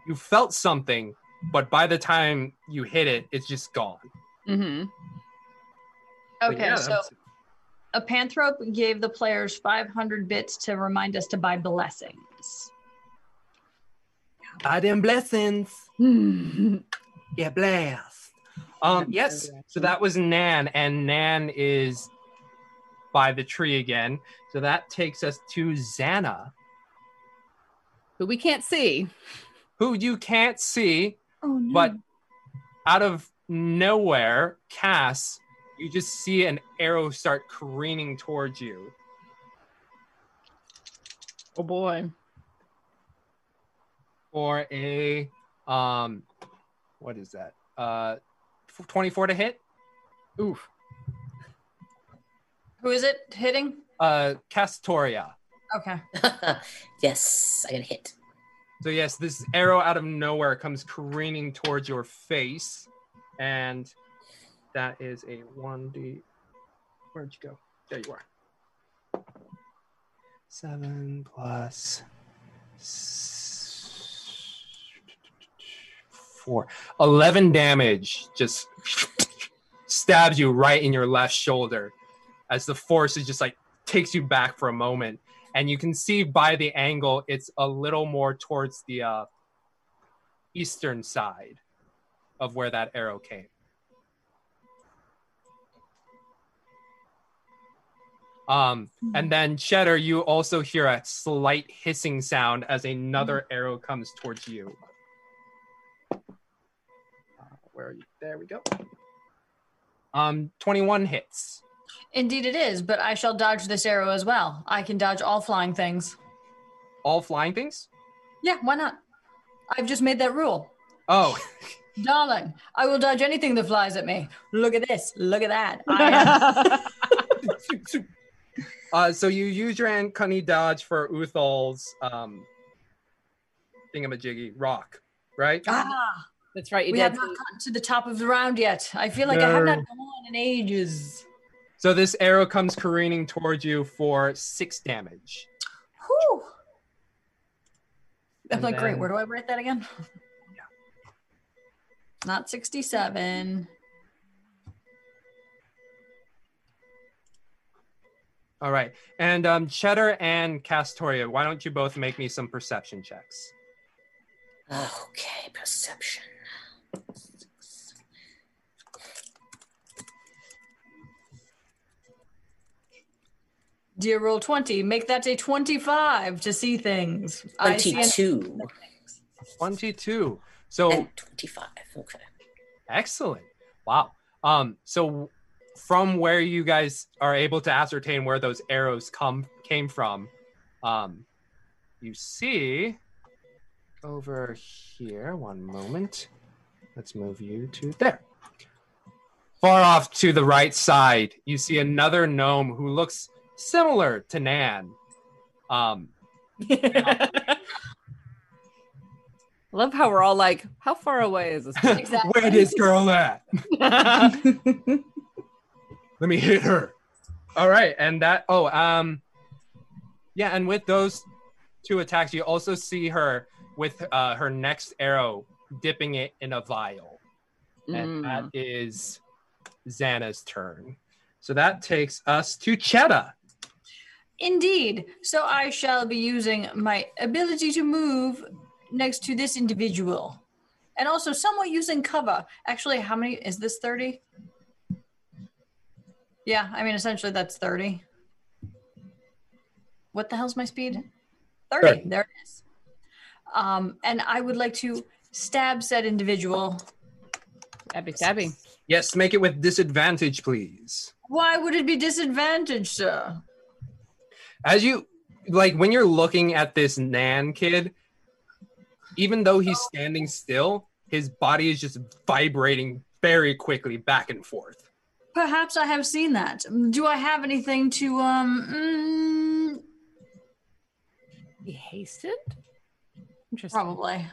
Speaker 3: you felt something, but by the time you hit it, it's just gone.
Speaker 8: Mm-hmm.
Speaker 3: But
Speaker 4: Okay,
Speaker 3: yeah,
Speaker 4: so
Speaker 3: that's-
Speaker 4: a panthrope gave the players 500 bits to remind us to buy blessings.
Speaker 3: I them blessings. Yeah, blast. Um, yes. So that was Nan, and Nan is by the tree again. So that takes us to Xana,
Speaker 8: But we can't see.
Speaker 3: who you can't see,
Speaker 6: Oh, no.
Speaker 3: but out of nowhere, Cass, you just see an arrow start careening towards you.
Speaker 8: Oh boy.
Speaker 3: for a um what is that uh 24 to hit oof
Speaker 4: Who is it hitting?
Speaker 3: uh castoria
Speaker 4: Okay.
Speaker 7: yes, I got hit.
Speaker 3: so yes this arrow out of nowhere comes careening towards your face and that is a 1d where'd you go there you are 7 plus s- 4 11 damage just stabs you right in your left shoulder as the force is just like takes you back for a moment and you can see by the angle it's a little more towards the uh, eastern side of where that arrow came um, and then cheddar you also hear a slight hissing sound as another arrow comes towards you uh, where are you there we go um 21 hits
Speaker 4: Indeed, it is, but I shall dodge this arrow as well. I can dodge all flying things.
Speaker 3: all flying things
Speaker 4: Yeah, why not? I've just made that rule.
Speaker 3: oh
Speaker 4: Darling, I will dodge anything that flies at me. Look at this. Look at that. I am.
Speaker 3: Uh, so you use your uncanny dodge for Uthal's um, thingamajiggy rock, right?
Speaker 4: ah,
Speaker 8: That's right. You
Speaker 4: we
Speaker 8: did.
Speaker 4: have not gotten to the top of the round yet. I feel like I have not gone on in ages.
Speaker 3: So this arrow comes careening towards you for six damage.
Speaker 4: Whew. I'm
Speaker 3: And
Speaker 4: like, great,
Speaker 3: then-
Speaker 4: where do I write that again? Not 67.
Speaker 3: All right, and um, Cheddar and Castoria, why don't you both make me some perception checks?
Speaker 7: Okay, perception.
Speaker 4: Dear roll 20, make that a 25 to see things. I see an-
Speaker 7: 22
Speaker 3: 22. So
Speaker 7: and 25. Okay.
Speaker 3: Excellent. Wow. Um, so from where you guys are able to ascertain where those arrows come came from, um, you see over here. One moment. Let's move you to there. Far off to the right side, you see another gnome who looks similar to Nan. Um,
Speaker 8: Love how we're all like, how far away is this? place?
Speaker 4: Exactly.
Speaker 3: Where this girl at? Let me hit her. All right, and that. Oh, um, yeah, and with those two attacks, you also see her with uh, her next arrow dipping it in a vial, and that
Speaker 8: Mm.
Speaker 3: is Xana's turn. So that takes us to Chetta.
Speaker 4: Indeed. So I shall be using my ability to move next to this individual. And also somewhat using cover. Actually, how many is this 30? Yeah, I mean essentially that's 30. What the hell's my speed? 30.
Speaker 3: Thirty.
Speaker 4: There it is. Um, and I would like to stab said individual.
Speaker 8: Stabby, stabby.
Speaker 3: Yes, make it with disadvantage, please.
Speaker 4: Why would it be disadvantaged, sir?
Speaker 3: as you like when you're looking at this nan kid even though he's standing still his body is just vibrating very quickly back and forth
Speaker 4: Perhaps I have seen that. Do I have anything to um mm,
Speaker 8: Be hasted? Interesting.
Speaker 4: Probably.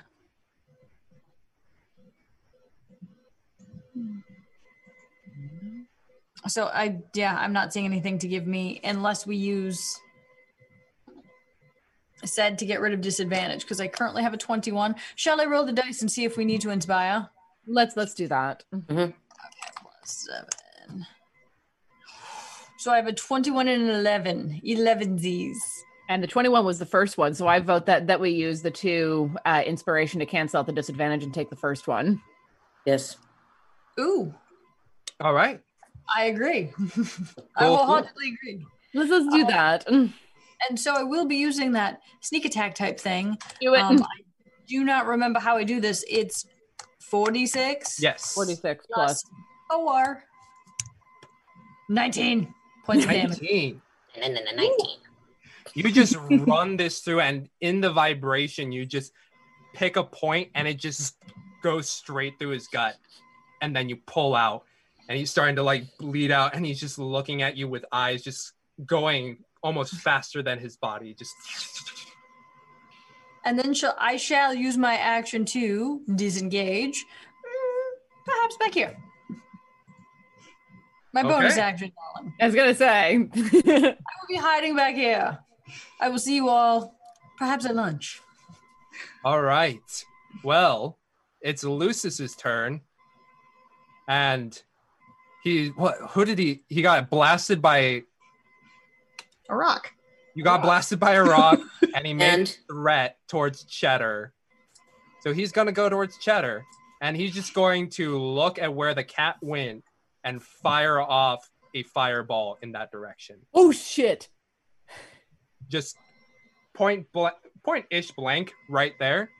Speaker 4: So I yeah, I'm not seeing anything to give me unless we use said to get rid of disadvantage because I currently have a 21. Shall I roll the dice and see if we need to inspire?
Speaker 8: Let's let's do that. Mm-hmm.
Speaker 3: Mm-hmm.
Speaker 4: Plus seven. So I have a 21 and an 11. 11 Z's.
Speaker 8: And the 21 was the first one, so I vote that that we use the two uh, inspiration to cancel out the disadvantage and take the first one.
Speaker 7: Yes.
Speaker 4: Ooh,
Speaker 3: all right
Speaker 4: I agree. I
Speaker 3: Cool.
Speaker 4: wholeheartedly agree. Uh,
Speaker 8: Let's, let's do that. Mm.
Speaker 4: And so I will be using that sneak attack type thing
Speaker 8: Do it.
Speaker 4: Um, I do not remember how I do this. It's 46
Speaker 3: yes
Speaker 8: 46 plus.
Speaker 4: plus 4. 19 points of damage.
Speaker 3: 19
Speaker 7: And then a 19.
Speaker 3: you just run this through and in the vibration you just pick a point and it just goes straight through his gut and then you pull out and he's starting to like bleed out and he's just looking at you with eyes just going almost faster than his body just
Speaker 4: And then shall, I shall use my action to disengage. Mm, Perhaps back here. My bonus
Speaker 3: Okay.
Speaker 4: action, darling.
Speaker 8: I was going to say.
Speaker 4: I will be hiding back here. I will see you all perhaps at lunch.
Speaker 3: all right well it's lucis's turn and he what who did he he got blasted by
Speaker 6: A rock.
Speaker 3: You got blasted by a rock, and he made
Speaker 7: And-
Speaker 3: a threat towards Cheddar. So he's gonna go towards Cheddar, and he's just going to look at where the cat went and fire off a fireball in that direction.
Speaker 8: oh, shit.
Speaker 3: Just point blank, point ish blank, right there.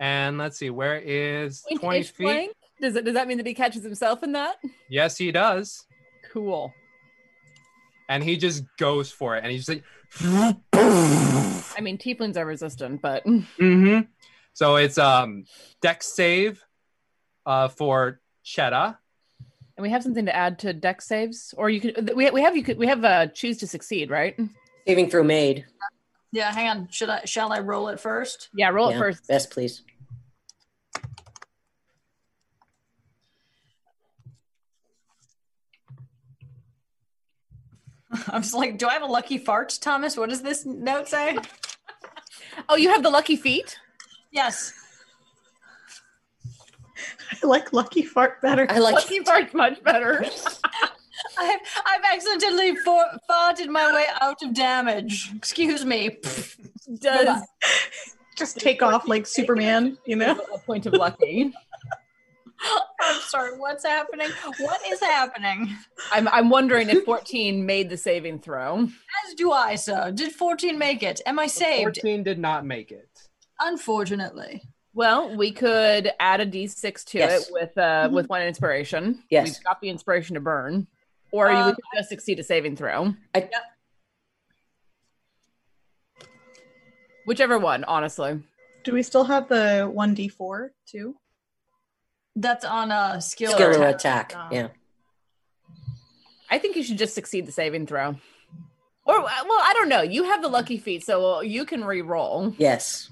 Speaker 3: And let's see, where is
Speaker 8: Point
Speaker 3: twenty
Speaker 8: ish
Speaker 3: feet?
Speaker 8: blank? Does it does that mean that he catches himself in that?
Speaker 3: Yes, he does,
Speaker 8: Cool.
Speaker 3: and he just goes for it, and he's like,
Speaker 8: I mean, tieflings are resistant, but
Speaker 3: Mm-hmm. So it's um deck save uh for Chetta.
Speaker 8: And we have something to add to deck saves, or you could we we have you could we have uh, choose to succeed, right?
Speaker 7: Saving throw made.
Speaker 4: Yeah, hang on. Should I shall I roll it first?
Speaker 8: Yeah, roll
Speaker 7: Yeah.
Speaker 8: it first.
Speaker 7: Yes, please.
Speaker 4: I'm just like, do I have a lucky fart, Thomas? What does this note say?
Speaker 8: Oh, you have the lucky feet.
Speaker 4: yes.
Speaker 6: I like Lucky Fart better.
Speaker 7: I like
Speaker 8: Lucky part's much better.
Speaker 4: I've, I've accidentally for, farted my way out of damage. Excuse me.
Speaker 8: Does
Speaker 6: Just take off like Superman, you know?
Speaker 8: a point of lucky?
Speaker 4: I'm sorry. What's happening? What is happening?
Speaker 8: I'm, I'm wondering if 14 made the saving throw.
Speaker 4: As do I, sir. Did 14 make it? Am I saved?
Speaker 3: 14 did not make it.
Speaker 4: Unfortunately.
Speaker 8: Well, we could add a d6 to
Speaker 7: Yes. Mm-hmm.
Speaker 8: it with uh, with one inspiration.
Speaker 7: Yes. Uh,
Speaker 8: We've got the inspiration to burn. Or you
Speaker 4: Um,
Speaker 8: would just succeed a saving throw.
Speaker 7: I-
Speaker 8: Whichever one, honestly.
Speaker 6: Do we still have the 1d4 too?
Speaker 4: That's on a skill.
Speaker 7: Skill
Speaker 4: attack.
Speaker 7: attack. Yeah.
Speaker 8: I think you should just succeed the saving throw. Or uh, well, I don't know. You have the lucky feet, so you can re-roll.
Speaker 7: Yes.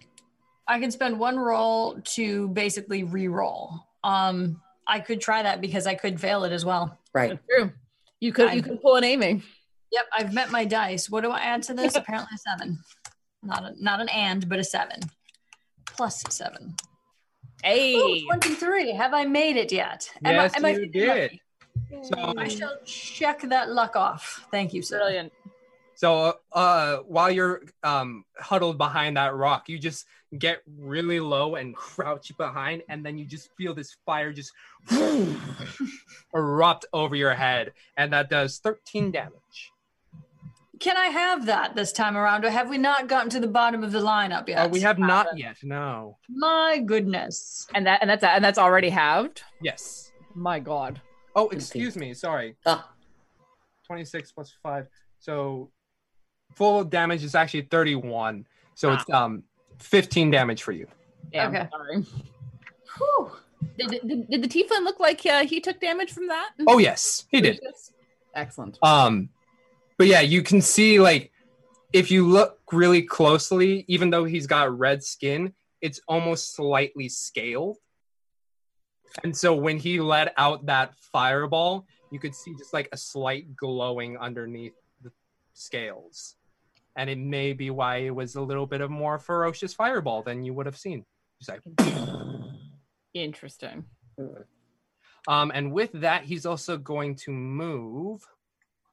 Speaker 4: I can spend one roll to basically re-roll. Um, I could try that because I could fail it as well.
Speaker 7: Right.
Speaker 8: That's true. You could you could pull an aiming.
Speaker 4: Yep, I've met my dice. What do I add to this? Apparently a seven. Not a, not an and, but a seven. Plus seven.
Speaker 8: Hey,
Speaker 4: Ooh, 23. Have I made it yet?
Speaker 3: Yes,
Speaker 4: I feeling
Speaker 3: you did.
Speaker 4: lucky?
Speaker 3: So,
Speaker 4: I shall check that luck off. Thank you, sir.
Speaker 8: brilliant.
Speaker 3: so uh, while you're um, huddled behind that rock, you just get really low and crouch behind, and then you just feel this fire just erupt over your head, and that does 13 damage.
Speaker 4: Can I have that this time around, or have we not gotten to the bottom of the lineup yet?
Speaker 3: Uh, we have not yet. No.
Speaker 4: My goodness.
Speaker 8: And that and that's and that's already halved.
Speaker 3: Yes.
Speaker 8: My God.
Speaker 3: Oh, excuse me. Sorry.
Speaker 7: Ah.
Speaker 3: 26 plus 5. So full damage is actually 31. So it's um 15 damage for you.
Speaker 8: Damn,
Speaker 4: Okay.
Speaker 8: Sorry.
Speaker 4: Whew.
Speaker 8: Did, did, did the Tieflin look like uh, he took damage from that?
Speaker 3: Oh yes, he did.
Speaker 8: Excellent.
Speaker 3: Um but yeah, you can see like if you look really closely, even though he's got red skin, it's almost slightly scaled. And so when he let out that fireball, you could see just like a slight glowing underneath the scales. And it may be why it was a little bit of more ferocious fireball than you would have seen. Just like
Speaker 8: Interesting.
Speaker 3: Um, and with that, he's also going to move.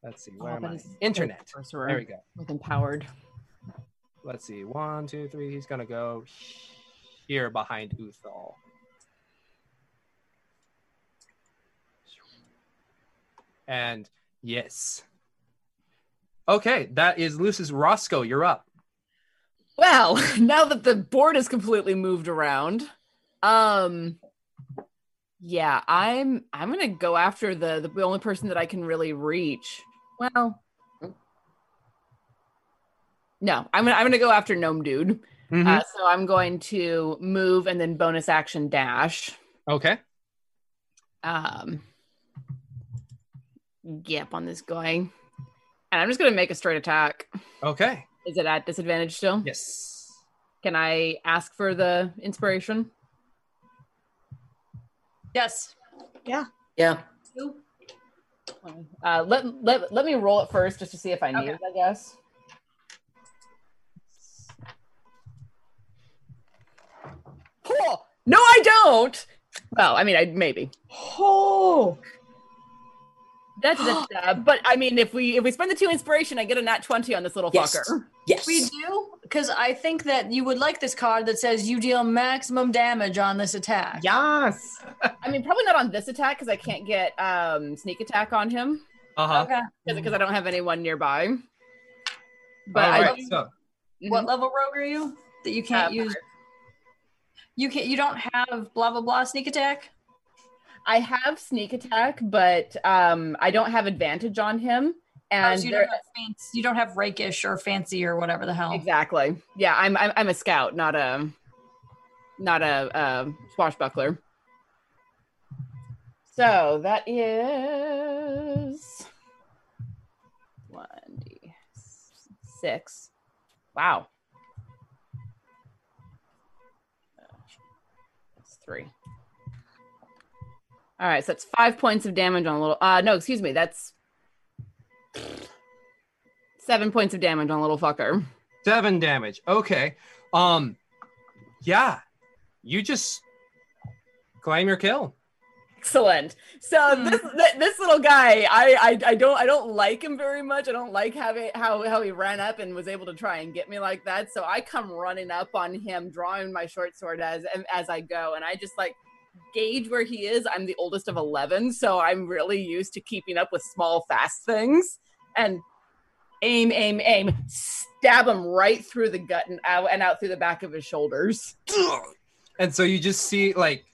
Speaker 3: Let's see, where
Speaker 8: Oh,
Speaker 3: am
Speaker 8: that
Speaker 3: I?
Speaker 8: is great
Speaker 3: Internet.
Speaker 8: sorcerer
Speaker 3: There we go.
Speaker 8: With empowered.
Speaker 3: Let's see. One, two, three. He's gonna go here behind Uthal. And yes. Okay, that is Lucis Roscoe. You're up.
Speaker 8: Well, now that the board is completely moved around, um yeah, I'm I'm going to go after the the only person that I can really reach. Well, no, I'm gonna, I'm going to go after Gnome Dude.
Speaker 3: Mm-hmm.
Speaker 8: Uh, so I'm going to move and then bonus action dash.
Speaker 3: okay.
Speaker 8: Um, yep, on this going, and I'm just going to make a straight attack.
Speaker 3: Okay.
Speaker 8: Is it at disadvantage still?
Speaker 3: Yes.
Speaker 8: Can I ask for the inspiration?
Speaker 4: Yes.
Speaker 7: Yeah.
Speaker 8: Uh, let, let let me roll it first just to see if I need
Speaker 4: Okay.
Speaker 8: it. I guess. Cool. No, I don't. Well, I mean, I maybe.
Speaker 6: Oh,
Speaker 8: That's, that's uh, but I mean, if we if we spend the two inspiration, I get a nat twenty on this little
Speaker 7: Yes.
Speaker 8: fucker.
Speaker 7: Yes.
Speaker 4: We do, because I think that you would like this card that says you deal maximum damage on this attack.
Speaker 6: yes.
Speaker 8: I mean, probably not on this attack because I can't get um, sneak attack on him
Speaker 3: Uh huh.
Speaker 4: Okay.
Speaker 8: because I don't have anyone nearby. But
Speaker 3: All
Speaker 8: I,
Speaker 3: right. So
Speaker 4: What level rogue are you? That you can't
Speaker 8: Uh,
Speaker 4: use. You can. not You don't have blah blah blah sneak attack.
Speaker 8: I have sneak attack, but um, I don't have advantage on him.
Speaker 4: Oh,
Speaker 8: And
Speaker 4: so you
Speaker 8: there-
Speaker 4: don't have fancy, you don't have rakish or fancy or whatever the hell.
Speaker 8: exactly, yeah, I'm, I'm I'm a scout, not a not a, a swashbuckler. So that is one d six. Wow, that's three. All right, so that's five points of damage on a little. Uh, no, excuse me, that's seven points of damage on a little fucker.
Speaker 3: Seven damage. Okay. Um, yeah. You just claim your kill.
Speaker 8: Excellent. So
Speaker 4: Hmm.
Speaker 8: this th- this little guy, I, I I don't I don't like him very much. I don't like having how how he ran up and was able to try and get me like that. So I come running up on him, drawing my short sword as as I go, and I just like gauge where he is, I'm the oldest of 11, so I'm really used to keeping up with small, fast things. And aim, aim, aim, stab him right through the gut and out, and out through the back of his shoulders.
Speaker 3: And so you just see like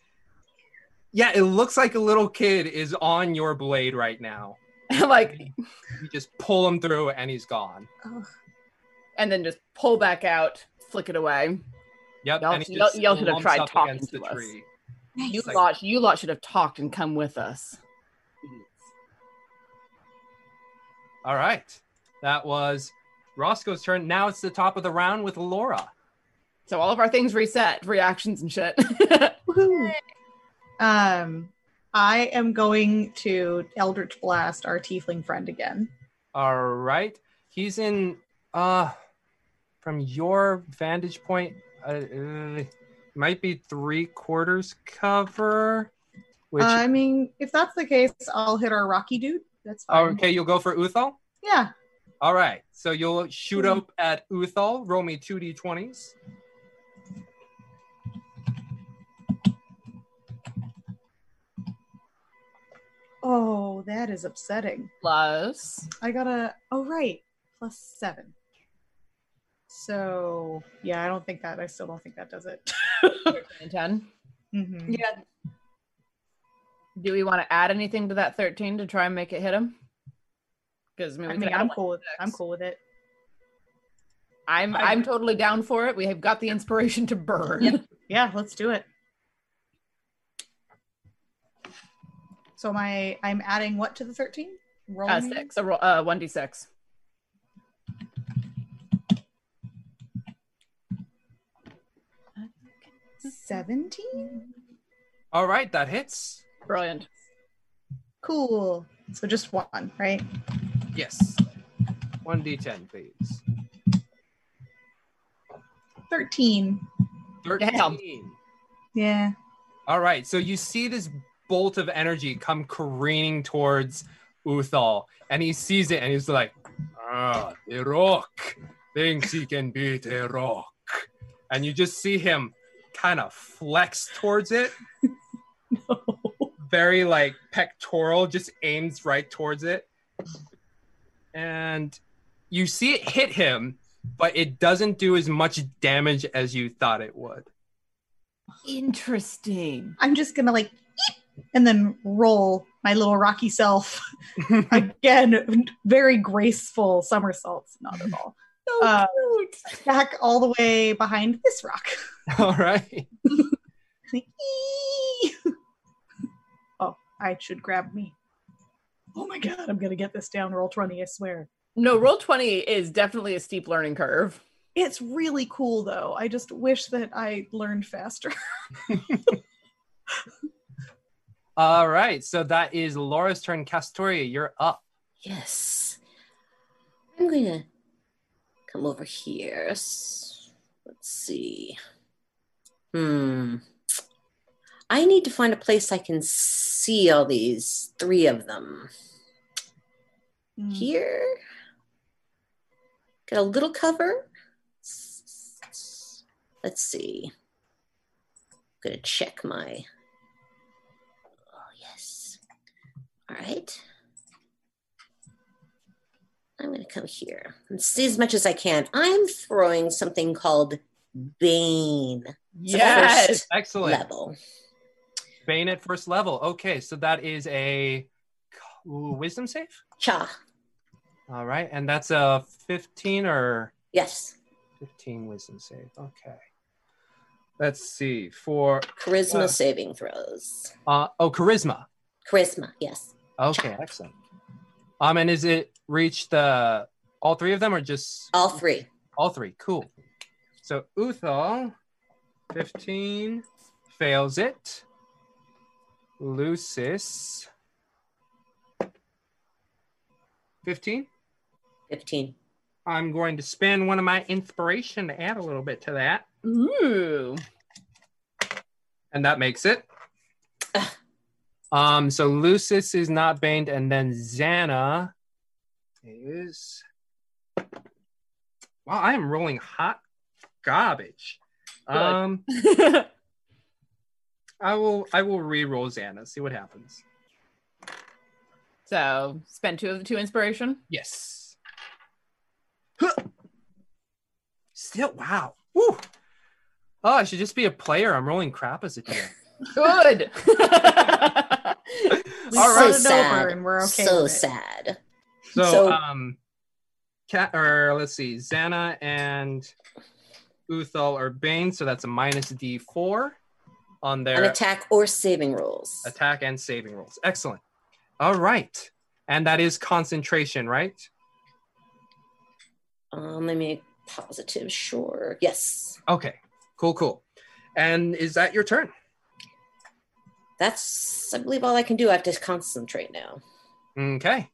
Speaker 3: yeah, it looks like a little kid is on your blade right now.
Speaker 8: like,
Speaker 3: You just pull him through and he's gone.
Speaker 8: and then just pull back out, flick it away.
Speaker 3: Yep.
Speaker 8: Y'all,
Speaker 3: and he
Speaker 8: y'all,
Speaker 3: just
Speaker 8: y'all should have
Speaker 3: lumps
Speaker 8: tried
Speaker 3: up
Speaker 8: talking
Speaker 3: against
Speaker 8: to
Speaker 3: the
Speaker 8: us.
Speaker 3: tree.
Speaker 8: You
Speaker 3: Like-
Speaker 8: lot, you lot should have talked and come with us.
Speaker 3: All right. That was Roscoe's turn. Now it's the top of the round with Laura.
Speaker 8: So all of our things reset, reactions and shit.
Speaker 6: Um, I am going to Eldritch Blast our tiefling friend again.
Speaker 3: All right. He's in uh from your vantage point uh, uh, might be 3 quarters cover which
Speaker 6: I mean, if that's the case, I'll hit our Rocky dude. That's
Speaker 8: Oh,
Speaker 6: fine.
Speaker 3: Okay, you'll go for Uthal?
Speaker 6: Yeah.
Speaker 3: All right. So you'll shoot up at Uthal, roll me 2d20s.
Speaker 6: Oh, that is upsetting.
Speaker 8: Plus,
Speaker 6: I got a. Oh, right. Plus seven. So, yeah, I don't think that. I still don't think that does it.
Speaker 8: and 10.
Speaker 6: Mhm.
Speaker 12: Yeah.
Speaker 8: Do we want to add anything to that 13 to try and make it hit him? Because I mean, we
Speaker 6: I
Speaker 8: could
Speaker 6: mean,
Speaker 8: add
Speaker 6: I'm
Speaker 8: one.
Speaker 6: cool with. I'm cool with it.
Speaker 8: I'm,
Speaker 6: I-
Speaker 8: I'm totally down for it. We have got the inspiration to burn.
Speaker 6: Yeah, let's do it. So my, I'm adding what to the thirteen? Roll
Speaker 8: Uh,
Speaker 6: me?
Speaker 8: six, a roll, uh, 1d6.
Speaker 6: Seventeen.
Speaker 3: All right, that hits.
Speaker 8: Brilliant.
Speaker 6: Cool. So just one, right?
Speaker 3: Yes. 1d10, please.
Speaker 6: Thirteen.
Speaker 3: 13.
Speaker 6: Yeah.
Speaker 3: All right. So you see this bolt of energy come careening towards Uthal, and he sees it and he's like, Ah, the rock thinks he can be the rock. And you just see him kind of flex towards it. Very like pectoral, just aims right towards it. And you see it hit him, but it doesn't do as much damage as you thought it would.
Speaker 8: Interesting.
Speaker 6: I'm just gonna like eep, and then roll my little rocky self again. Very graceful somersaults, not at all.
Speaker 8: So
Speaker 6: Uh,
Speaker 8: cute.
Speaker 6: Back all the way behind this rock.
Speaker 3: All right.
Speaker 6: oh, I should grab me. Oh my god, I'm gonna get this down. Roll 20, I swear.
Speaker 8: No, roll 20 is definitely a steep learning curve.
Speaker 6: It's really cool though. I just wish that I learned faster.
Speaker 3: All right. So that is Laura's turn. Castoria, you're up.
Speaker 5: Yes. I'm going to come over here. S- Let's see. Hmm. I need to find a place I can see all these three of them. Here. Get a little cover. Let's see. I'm going to check my. Oh, yes. All right. I'm going to come here and see as much as I can. I'm throwing something called Bane
Speaker 8: Yes.
Speaker 3: Excellent.
Speaker 5: level.
Speaker 3: Bane at first level. Okay. So that is a wisdom save.
Speaker 5: Cha.
Speaker 3: All right. And that's a 15 or
Speaker 5: Yes.
Speaker 3: 15 wisdom save. Okay. Let's see. For,
Speaker 5: Charisma
Speaker 3: Uh.
Speaker 5: saving throws.
Speaker 3: uh, oh, charisma.
Speaker 5: Charisma. Yes.
Speaker 3: Okay. Excellent. Um, and is it reach the, all three of them or just
Speaker 5: All three.
Speaker 3: All three. Cool. So Uthal, 15, fails it. Lucis, 15.
Speaker 5: 15.
Speaker 3: I'm going to spend one of my inspiration to add a little bit to that.
Speaker 8: Ooh.
Speaker 3: And that makes it. Um, so Lucis is not baned, and then Xana is. Wow, I am rolling hot garbage.
Speaker 8: Good.
Speaker 3: Um, I will. I will re-roll Xana. See what happens.
Speaker 8: So spend two of the two inspiration.
Speaker 3: Yes. Huh. Still, wow. Woo. Oh, I should just be a player. I'm rolling crap as a DM.
Speaker 8: Good.
Speaker 7: so
Speaker 6: round it over
Speaker 7: sad.
Speaker 6: and we're okay
Speaker 7: so
Speaker 6: with it.
Speaker 7: sad.
Speaker 3: So,
Speaker 7: So-
Speaker 3: um, cat or let's see, Xana and Uthal are Bane, so that's a minus D4 on their
Speaker 7: An attack or saving rolls.
Speaker 3: attack and saving rolls. Excellent. All right, and that is concentration, right?
Speaker 7: Um, let me positive. Sure. Yes.
Speaker 3: Okay, cool, cool. And is that your turn?
Speaker 7: That's, I believe, all I can do. I have to concentrate now.
Speaker 3: Okay.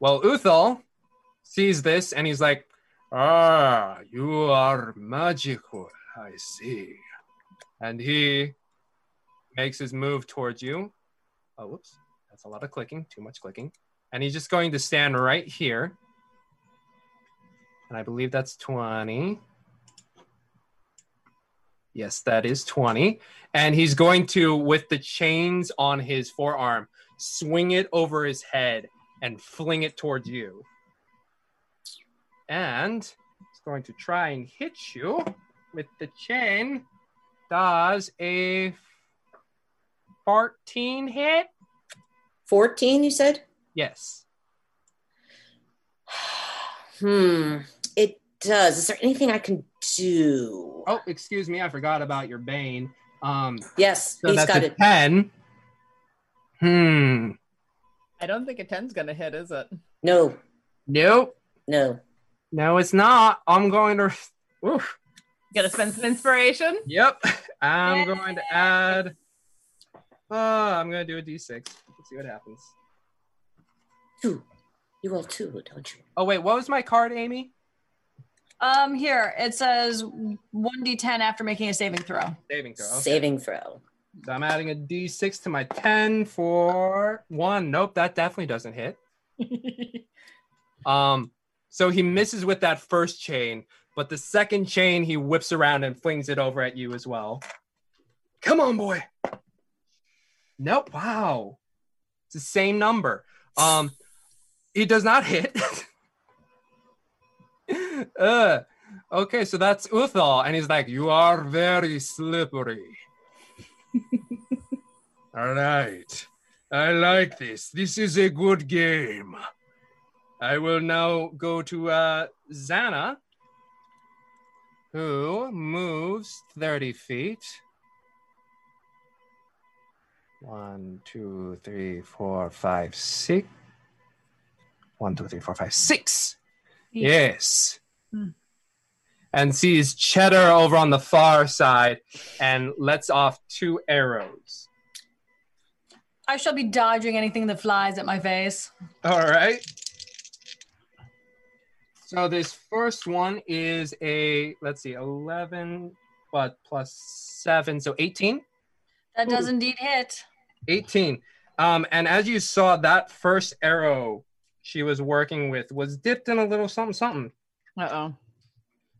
Speaker 3: Well, Uthal sees this and he's like, Ah, you are magical. I see. And he makes his move towards you. Oh, whoops. That's a lot of clicking, too much clicking. And he's just going to stand right here. And I believe that's 20. Yes, that is 20. And he's going to, with the chains on his forearm, swing it over his head and fling it towards you. And it's going to try and hit you with the chain. Does a 14 hit?
Speaker 7: 14, you said?
Speaker 3: Yes.
Speaker 7: hmm. It does. Is there anything I can do?
Speaker 3: Oh, excuse me, I forgot about your bane. Um,
Speaker 7: Yes,
Speaker 3: so
Speaker 7: he's
Speaker 3: that's
Speaker 7: got
Speaker 3: a
Speaker 7: it.
Speaker 3: 10. Hmm.
Speaker 8: I don't think a 10's gonna hit, is it?
Speaker 7: No,
Speaker 3: Nope.
Speaker 7: no.
Speaker 3: No, it's not. I'm going to. Oof.
Speaker 8: You gotta spend some inspiration.
Speaker 3: Yep. I'm going to add. Uh, I'm going to do a d6. Let's see what happens.
Speaker 7: Two. You roll two, don't you?
Speaker 3: Oh, wait. What was my card, Amy?
Speaker 4: Um, here it says 1d10 after making a saving throw.
Speaker 3: Saving throw. okay.
Speaker 7: Saving throw.
Speaker 3: So I'm adding a d6 to my 10 for one. Nope, that definitely doesn't hit. um, so he misses with that first chain, but the second chain he whips around and flings it over at you as well. Come on, boy. Nope. Wow. It's the same number. Um, he does not hit. uh, okay, so that's Uthal, and he's like, "You are very slippery." All right. I like this. This is a good game. I will now go to uh, Zana, who moves 30 feet. One, two, three, four, five, six. One, two, three, four, five, six. Yes.
Speaker 6: Hmm.
Speaker 3: And sees Cheddar over on the far side and lets off two arrows.
Speaker 4: I shall be dodging anything that flies at my face.
Speaker 3: All right. So this first one is a let's see, eleven, but plus seven, so eighteen.
Speaker 4: That does indeed hit.
Speaker 3: 18. Um, and as you saw, that first arrow she was working with was dipped in a little something something.
Speaker 8: Uh oh.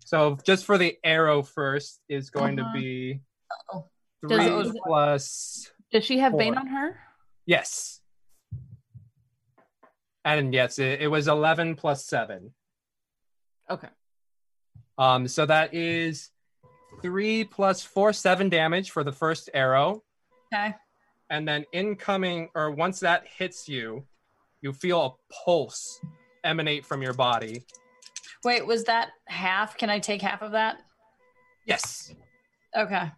Speaker 3: So just for the arrow first is going
Speaker 4: Uh-huh.
Speaker 3: to be
Speaker 4: Uh-oh. Does
Speaker 3: three
Speaker 4: it- was it-
Speaker 3: plus
Speaker 8: Does she have Bane
Speaker 3: Four.
Speaker 8: on her?
Speaker 3: yes. And yes, it, it was eleven plus seven.
Speaker 8: Okay.
Speaker 3: Um, so that is three plus four, seven damage for the first arrow.
Speaker 4: Okay.
Speaker 3: And then incoming, or once that hits you, you feel a pulse emanate from your body.
Speaker 4: Wait, was that half? Can I take half of that?
Speaker 3: Yes.
Speaker 4: Okay.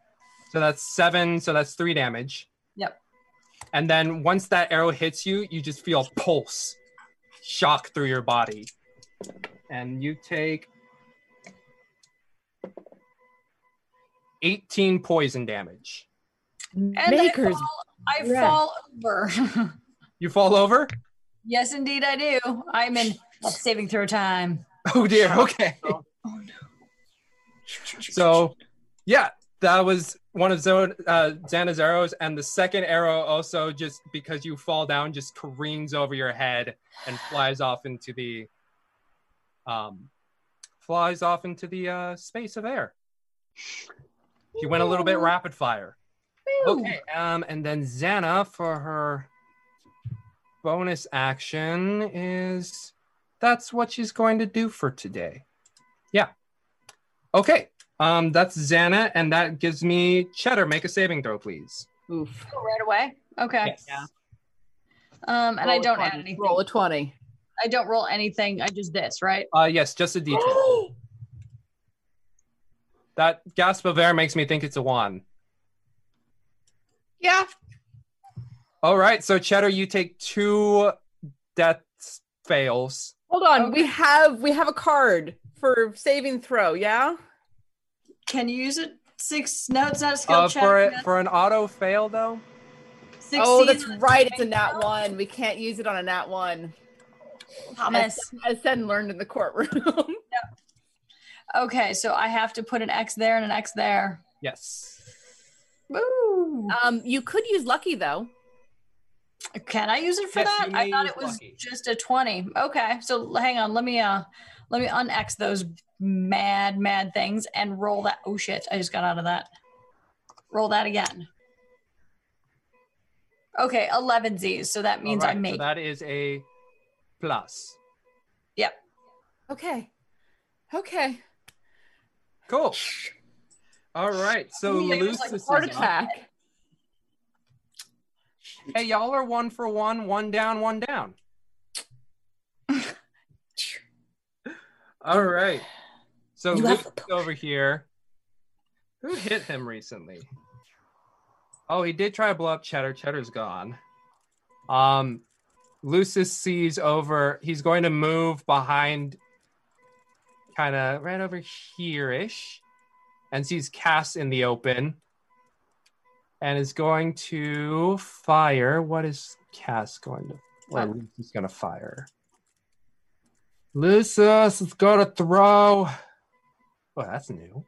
Speaker 3: So that's seven. So that's three damage.
Speaker 4: Yep.
Speaker 3: And then once that arrow hits you, you just feel a pulse shock through your body. And you take 18 poison damage.
Speaker 4: I
Speaker 5: Maker's
Speaker 4: fall- I
Speaker 5: breath.
Speaker 4: fall over.
Speaker 3: You fall over?
Speaker 4: yes, indeed, I do. I'm in saving throw time.
Speaker 3: Oh dear. Okay. Oh, So, yeah, that was one of Zon- uh, Xana's arrows, and the second arrow also just because you fall down just careens over your head and flies off into the, um, flies off into the uh, space of air. She went a little bit rapid fire. Okay, um, and then Xana for her bonus action is that's what she's going to do for today. Yeah. Okay. Um, that's Xana, and that gives me Cheddar. Make a saving throw, please.
Speaker 8: Oof.
Speaker 13: Oh, right away. Okay.
Speaker 3: Yeah.
Speaker 13: Um, and I
Speaker 8: Roll a
Speaker 13: don't
Speaker 8: 20.
Speaker 13: add anything.
Speaker 8: Roll a 20.
Speaker 13: I don't roll anything. I just this, right?
Speaker 3: Uh, yes, just a d10. that gasp of air makes me think it's a one.
Speaker 8: Yeah.
Speaker 3: All right, so Cheddar, you take two death fails.
Speaker 8: Hold on. We have we have a card for saving throw, yeah?
Speaker 4: Can you use it? Six? No, it's not a skill
Speaker 3: Uh,
Speaker 4: check.
Speaker 3: for it,
Speaker 4: that's
Speaker 3: for an auto fail though.
Speaker 4: Six
Speaker 8: oh, that's
Speaker 4: seasons.
Speaker 8: right. It's a nat one. We can't use it on a nat one.
Speaker 4: Thomas.
Speaker 8: As Sen learned in the courtroom.
Speaker 4: Okay, so I have to put an X there and an X there.
Speaker 3: Yes.
Speaker 4: Woo.
Speaker 8: um, you could use lucky though.
Speaker 4: Can I use it for
Speaker 3: Yes,
Speaker 4: that?
Speaker 3: you may
Speaker 4: I thought
Speaker 3: use
Speaker 4: it was
Speaker 3: lucky.
Speaker 4: just a twenty. Okay, so hang on. Let me uh, let me un-X those mad mad things and roll that. Oh shit! I just got out of that. Roll that again. Okay, eleven Z's. So that means
Speaker 3: All right,
Speaker 4: I
Speaker 3: so
Speaker 4: made.
Speaker 3: that is a plus.
Speaker 4: yep.
Speaker 8: Okay. Okay.
Speaker 3: Cool. All right, so
Speaker 4: Yeah, it was
Speaker 3: loose
Speaker 4: like
Speaker 3: is
Speaker 8: Heart
Speaker 3: up.
Speaker 8: attack.
Speaker 3: Hey, y'all are one for one, one down, one down. All right. So
Speaker 7: You have
Speaker 3: Luke's over here. Who hit him recently? Oh, he did try to blow up Cheddar. Cheddar's gone. Um, Lucis sees over. He's going to move behind, kind of right over here ish, and sees Cass in the open and is going to fire. What is Cass going to? Or
Speaker 8: What?
Speaker 3: Lucis is going to fire. Lucis is going to throw. Oh, that's new.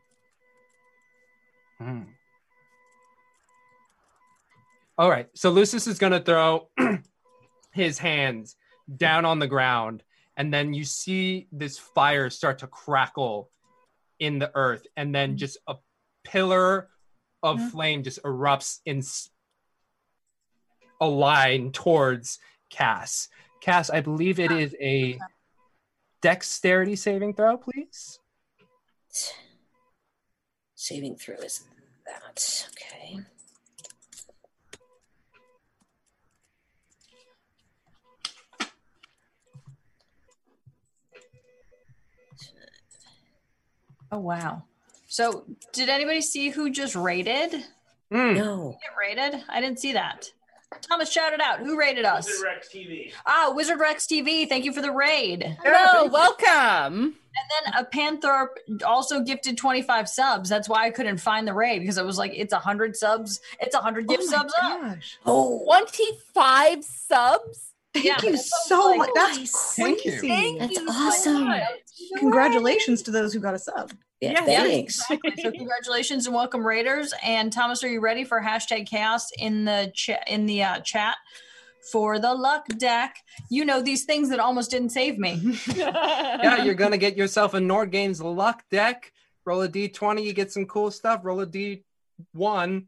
Speaker 3: Hmm. All right, so Lucis is going to throw his hands down on the ground, and then you see this fire start to crackle in the earth, and then just a pillar of flame just erupts in s- a line towards Cass. Cass, I believe it is a dexterity saving throw, please.
Speaker 7: Saving throw is that. Okay.
Speaker 4: Oh wow. So did anybody see who just raided? Get
Speaker 3: Mm.
Speaker 7: No.
Speaker 4: raided? I didn't see that. Thomas shouted out. Who raided us?
Speaker 14: Rex TV.
Speaker 4: Ah, Wizard Rex TV. Thank you for the raid. And
Speaker 8: Hello, welcome.
Speaker 4: then a Panther also gifted 25 subs. That's why I couldn't find the raid because I was like, it's 100 subs. It's 100 gift subs up.
Speaker 6: gosh.
Speaker 7: Oh,
Speaker 8: 25 subs.
Speaker 6: Thank
Speaker 4: Yeah,
Speaker 6: you
Speaker 4: that's
Speaker 6: so
Speaker 4: like-
Speaker 6: much. That's
Speaker 3: Thank you.
Speaker 6: crazy.
Speaker 8: Thank
Speaker 7: That's
Speaker 8: you so
Speaker 7: awesome.
Speaker 8: much.
Speaker 6: Congratulations to those who got a sub.
Speaker 7: yeah,
Speaker 8: Yes.
Speaker 7: thanks.
Speaker 4: Exactly. So congratulations and welcome Raiders. And Thomas, are you ready for hashtag chaos in the chat in the uh, chat for the luck deck? You know these things that almost didn't save me.
Speaker 3: Yeah, you're gonna get yourself a Nord Games luck deck. Roll a d20, you get some cool stuff. Roll a d1,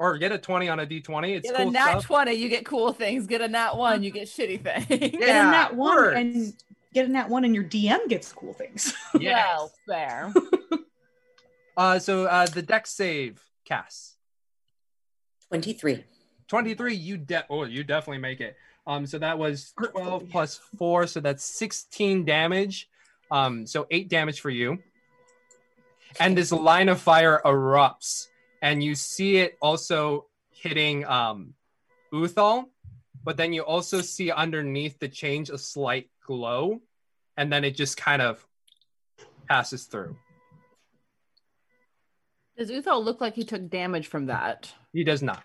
Speaker 3: or get a 20 on a d20. It's
Speaker 8: Get a
Speaker 3: cool
Speaker 8: nat
Speaker 3: stuff.
Speaker 8: 20, you get cool things. Get a nat 1, you get shitty things.
Speaker 6: Get in that
Speaker 3: it
Speaker 6: one
Speaker 3: works.
Speaker 6: and get in that one, and your DM gets cool things.
Speaker 3: Yes.
Speaker 8: Well, there.
Speaker 3: Uh, so uh, the deck save, Cass.
Speaker 7: 23.
Speaker 3: 23 you de- oh you definitely make it um so that was 12 plus 4 so that's 16 damage um so 8 damage for you and this line of fire erupts and you see it also hitting um uthal but then you also see underneath the change a slight glow and then it just kind of passes through
Speaker 8: Does Uthal look like he took damage from that?
Speaker 3: he does not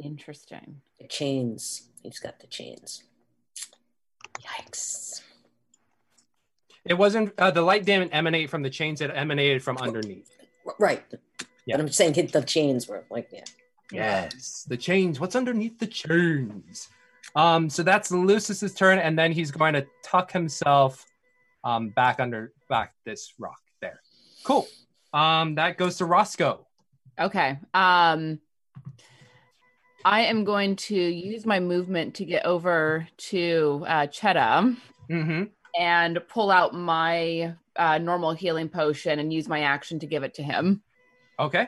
Speaker 8: Interesting.
Speaker 7: The chains. He's got the chains. Yikes.
Speaker 3: it wasn't uh, the light didn't emanate from the chains that emanated from underneath
Speaker 7: R- Right.
Speaker 3: Yeah.
Speaker 7: But I'm saying hit the chains were like, yeah.
Speaker 3: Yes, the chains. What's underneath the chains? Um, so that's Lucis's turn, and then he's going to tuck himself um, back under back this rock there. Cool. Um, that goes to Roscoe.
Speaker 8: Okay. Um I am going to use my movement to get over to uh, Chetta
Speaker 3: Mm-hmm.
Speaker 8: and pull out my uh, normal healing potion and use my action to give it to him.
Speaker 3: Okay.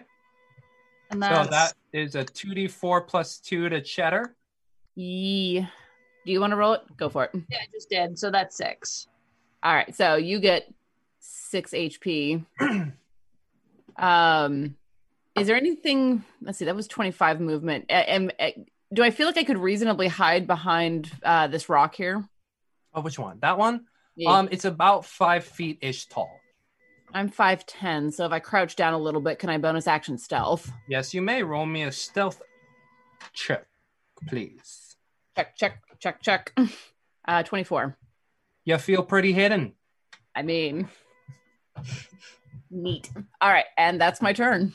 Speaker 4: And
Speaker 3: So
Speaker 4: that's
Speaker 3: that is a 2d4 plus 2 to cheddar.
Speaker 8: Yee. Do you want to roll it? Go for it.
Speaker 4: yeah, I just did. So that's six.
Speaker 8: All right, so you get six HP. um, is there anything? Let's see, that was twenty-five movement. A- Am, a- do I feel like I could reasonably hide behind uh, this rock here?
Speaker 3: Oh, which one? That one?
Speaker 8: Yeah.
Speaker 3: Um, It's about five feet ish tall.
Speaker 8: I'm five ten, so if I crouch down a little bit, can I bonus action stealth?
Speaker 3: Yes, you may roll me a stealth check, please.
Speaker 8: Check, check, check, check. Uh, twenty-four.
Speaker 3: You feel pretty hidden.
Speaker 8: I mean, neat. All right, and that's my turn.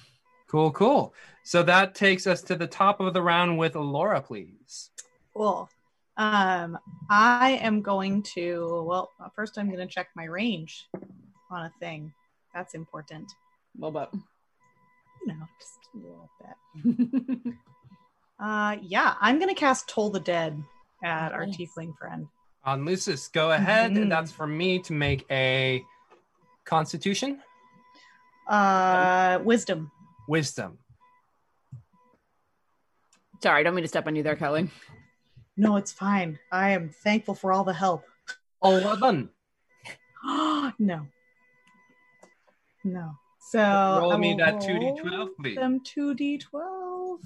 Speaker 3: Cool, cool. So that takes us to the top of the round with Laura, please.
Speaker 6: Cool. Um, I am going to, well, uh, first I'm going to check my range on a thing. That's important.
Speaker 8: Well, but
Speaker 6: You know, just a little bit. uh, yeah, I'm going to cast Toll the Dead at our tiefling friend.
Speaker 3: On Uh, Lucis, go ahead.
Speaker 6: Mhm.
Speaker 3: And that's for me to make a constitution,
Speaker 6: Uh, wisdom.
Speaker 3: wisdom.
Speaker 8: sorry, I don't mean to step on you there, Kelly.
Speaker 6: No, it's fine. I am thankful for all the help.
Speaker 3: Oh, 11.
Speaker 6: no. No. So
Speaker 3: roll
Speaker 6: I
Speaker 3: me
Speaker 6: will
Speaker 3: that
Speaker 6: roll
Speaker 3: 2d12, please.
Speaker 6: Them 2d12.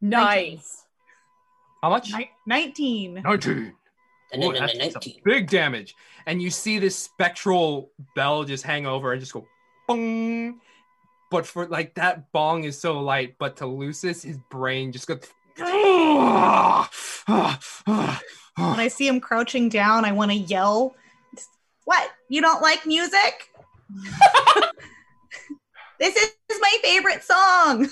Speaker 8: Nice.
Speaker 3: How much?
Speaker 6: Ni- 19.
Speaker 3: 19. Boy, that's some big damage. And you see this spectral bell just hang over and just go bong. But for like that bong is so light, but to Lucis, his brain just goes.
Speaker 6: When I see him crouching down, I want to yell, What? You don't like music? this is my favorite song.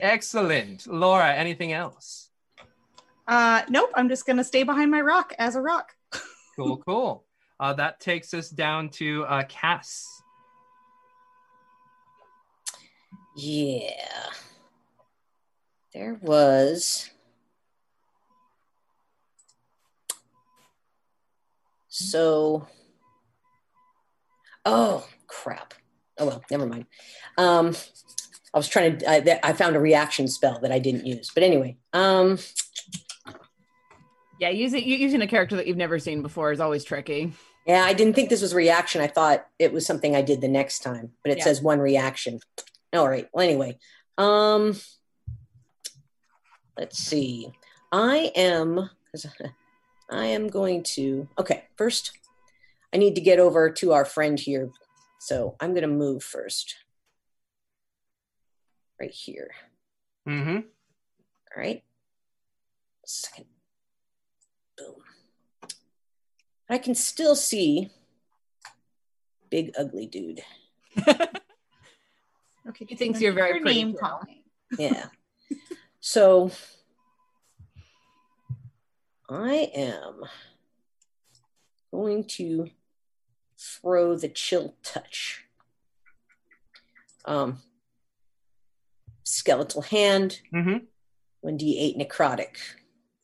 Speaker 3: Excellent. Laura, anything else?
Speaker 6: Uh, nope, I'm just going to stay behind my rock as a rock.
Speaker 3: Cool, cool. Uh, that takes us down to uh, Cass.
Speaker 7: Yeah. There was. So. Oh, crap. Oh, well, never mind. Um, I was trying to, I, that- I found a reaction spell that I didn't use. But anyway, um,
Speaker 8: Yeah, using u- using a character that you've never seen before is always tricky.
Speaker 7: yeah, I didn't think this was a reaction. I thought it was something I did the next time, but it
Speaker 8: Yeah.
Speaker 7: says one reaction. All right. Well, anyway, um, let's see. I am, 'cause I am going to, okay, first I need to get over to our friend here. So I'm going to move first. Right here.
Speaker 3: Mm-hmm.
Speaker 7: All right. Second. Boom. I can still see big ugly dude.
Speaker 6: Okay,
Speaker 8: He thinks you're very
Speaker 6: your
Speaker 8: pretty.
Speaker 6: name
Speaker 8: girl.
Speaker 6: calling.
Speaker 7: Yeah. so I am going to throw the chill touch. Um, skeletal hand,
Speaker 3: Mm-hmm.
Speaker 7: 1d8 necrotic.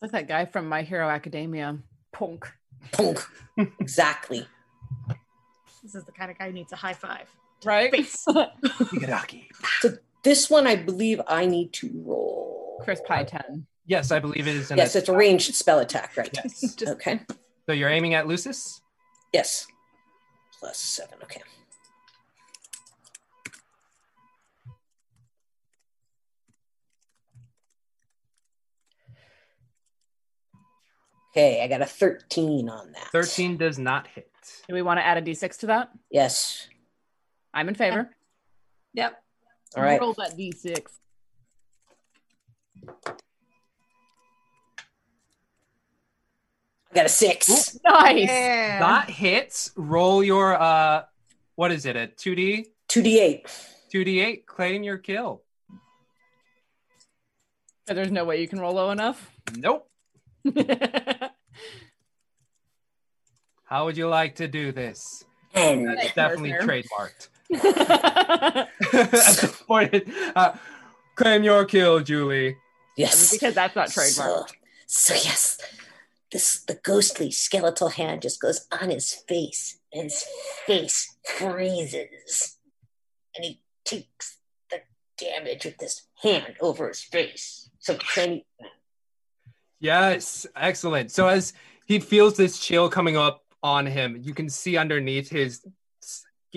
Speaker 8: Like that guy from My Hero Academia. Punk.
Speaker 7: Punk. exactly.
Speaker 6: This is the kind of guy who needs a high five.
Speaker 8: Right?
Speaker 6: Face.
Speaker 7: This one, I believe I need to roll.
Speaker 8: Chris Pie 10.
Speaker 3: Yes, I believe it is. An
Speaker 7: Yes, it's a ranged spell attack, right?
Speaker 3: yes.
Speaker 8: Just
Speaker 7: Okay.
Speaker 3: So you're aiming at Lucis?
Speaker 7: Yes. Plus seven. Okay. Okay, I got a 13 on that.
Speaker 3: 13 does not hit.
Speaker 8: do we want to add a d6 to that?
Speaker 7: Yes.
Speaker 8: I'm in favor.
Speaker 4: Yep.
Speaker 7: All right.
Speaker 8: Roll that d6.
Speaker 7: I got a six.
Speaker 8: Nice.
Speaker 6: Yeah.
Speaker 3: That hits. Roll your uh what is it? A 2D
Speaker 7: 2d8.
Speaker 3: 2D8 claim your kill.
Speaker 8: So there's no way you can roll low enough.
Speaker 3: Nope.
Speaker 8: I
Speaker 3: How would you like to do this?
Speaker 7: And
Speaker 3: That's definitely trademarked. At this point, uh, claim your kill, Julie.
Speaker 7: Yes.
Speaker 8: Because that's not
Speaker 7: So,
Speaker 8: trademarked.
Speaker 7: so yes, this the ghostly skeletal hand just goes on his face, and his face freezes, and he takes the damage with this hand over his face. So Crane,
Speaker 8: Ah,
Speaker 3: Yes, excellent. So as he feels this chill coming up on him, you can see underneath his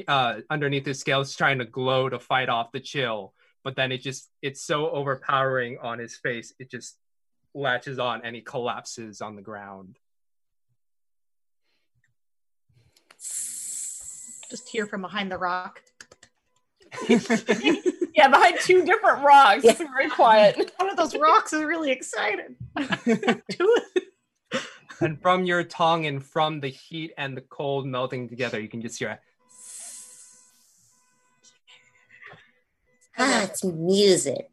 Speaker 3: uh, underneath his scales trying to glow to fight off the chill, but then it just it's so overpowering on his face, it just latches on and he collapses on the ground.
Speaker 11: Just hear from behind the rock.
Speaker 8: yeah, behind two different rocks.
Speaker 7: Yeah.
Speaker 8: Very quiet.
Speaker 11: One of those rocks is really excited.
Speaker 3: and from your tongue and from the heat and the cold melting together, you can just hear a
Speaker 7: ah, it's music.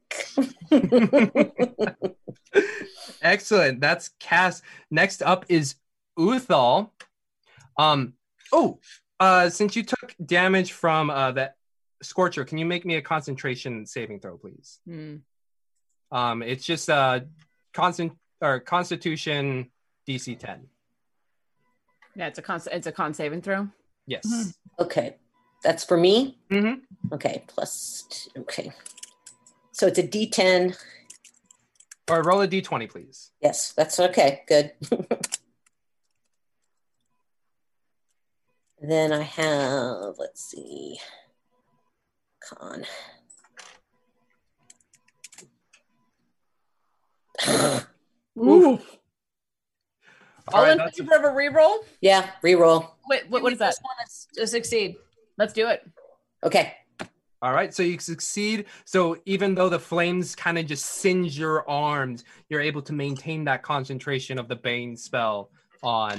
Speaker 3: Excellent. That's Cass. Next up is Uthal. Um. Oh, uh, since you took damage from uh, that Scorcher, can you make me a concentration saving throw, please?
Speaker 8: Hmm.
Speaker 3: Um, it's just uh, constant or Constitution DC 10.
Speaker 8: Yeah, it's a con. It's a con saving throw.
Speaker 3: Yes.
Speaker 7: Okay, that's for me.
Speaker 3: Mhm.
Speaker 7: Okay, plus t- okay. So it's a D10.
Speaker 3: Or roll a D20, please.
Speaker 7: Yes, that's okay. Good. then I have, let's see, con.
Speaker 8: All
Speaker 3: right,
Speaker 8: in
Speaker 3: that's a-
Speaker 8: favor of a reroll?
Speaker 7: yeah, reroll.
Speaker 8: Wait, what, what is that?
Speaker 15: To succeed.
Speaker 8: Let's do it.
Speaker 7: Okay.
Speaker 3: All right, so you succeed. So even though the flames kind of just singe your arms, you're able to maintain that concentration of the Bane spell on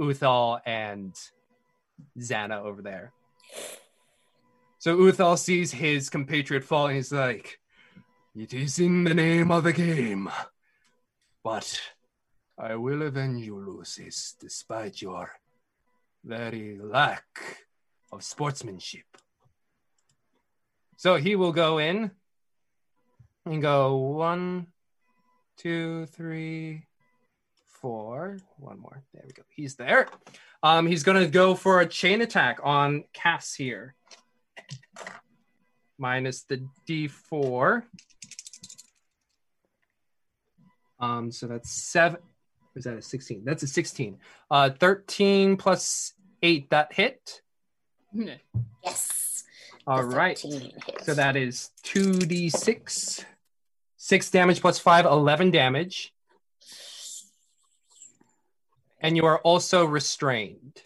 Speaker 3: Uthal and Xana over there. So Uthal sees his compatriot fall and he's like, It is in the name of the game. But I will avenge you, Lucis, despite your very lack of sportsmanship. So he will go in and go one, two, three, four. One more. There we go. He's there. Um, he's gonna go for a chain attack on Cass here. Minus the D4. Um, so that's seven. Is that a 16? That's a 16. Uh, 13 plus eight. That hit.
Speaker 7: Yes.
Speaker 3: All
Speaker 7: The
Speaker 3: right.
Speaker 7: 13 hits.
Speaker 3: So that is 2d6. 6 damage plus 5, 11 damage. And you are also restrained.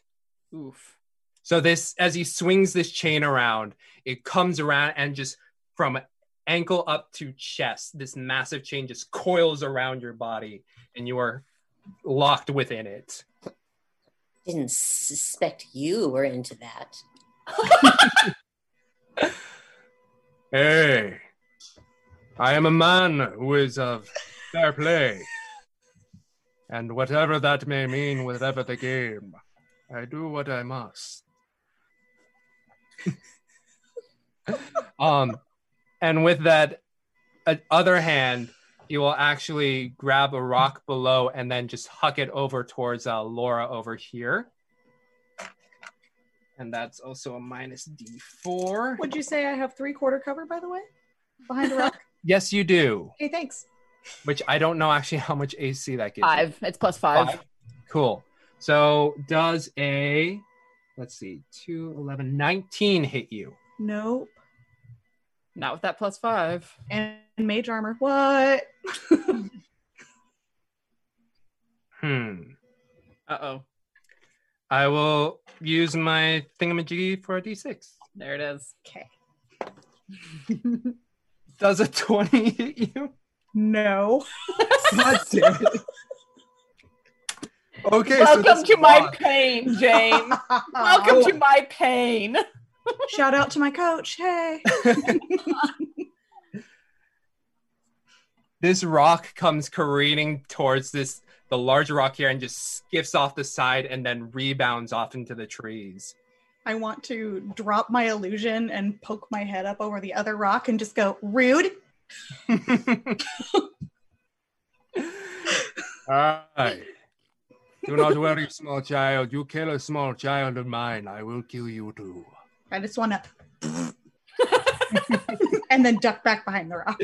Speaker 8: Oof.
Speaker 3: So this, as he swings this chain around, it comes around and just from ankle up to chest, this massive chain just coils around your body and you are locked within it.
Speaker 7: Didn't suspect you were into that.
Speaker 3: Hey, I am a man who is of fair play. And whatever that may mean, whatever the game, I do what I must. um, and with that uh, other hand, he will actually grab a rock below and then just huck it over towards uh, Laura over here. And that's also a minus d4.
Speaker 11: Would you say I have three quarter cover, by the way? Behind the rock?
Speaker 3: Yes, you do.
Speaker 11: hey, thanks.
Speaker 3: Which I don't know actually how much AC that gives. you.
Speaker 8: Five. It's plus five.
Speaker 3: Five. Cool. So does a let's see, 2, 11, 19 hit you.
Speaker 11: Nope.
Speaker 8: Not with that plus five.
Speaker 11: And mage armor. What?
Speaker 3: Hmm.
Speaker 8: Uh oh.
Speaker 3: I will use my thingamajiggy for a d6.
Speaker 8: There it is.
Speaker 11: Okay.
Speaker 3: Does a 20 hit you?
Speaker 11: No.
Speaker 3: God damn it. Okay. so
Speaker 8: Welcome
Speaker 3: this
Speaker 8: to my
Speaker 3: rock-
Speaker 8: pain, Jane. Welcome to my pain.
Speaker 11: Shout out to my coach. Hey.
Speaker 3: this rock comes careening towards this the large rock here and just skiffs off the side and then rebounds off into the trees
Speaker 6: I want to drop my illusion and poke my head up over the other rock and just go, rude.
Speaker 3: Aye. Do not worry, small child. You kill a small child of mine, I will kill you too.
Speaker 6: I just want to. and then duck back behind the rock.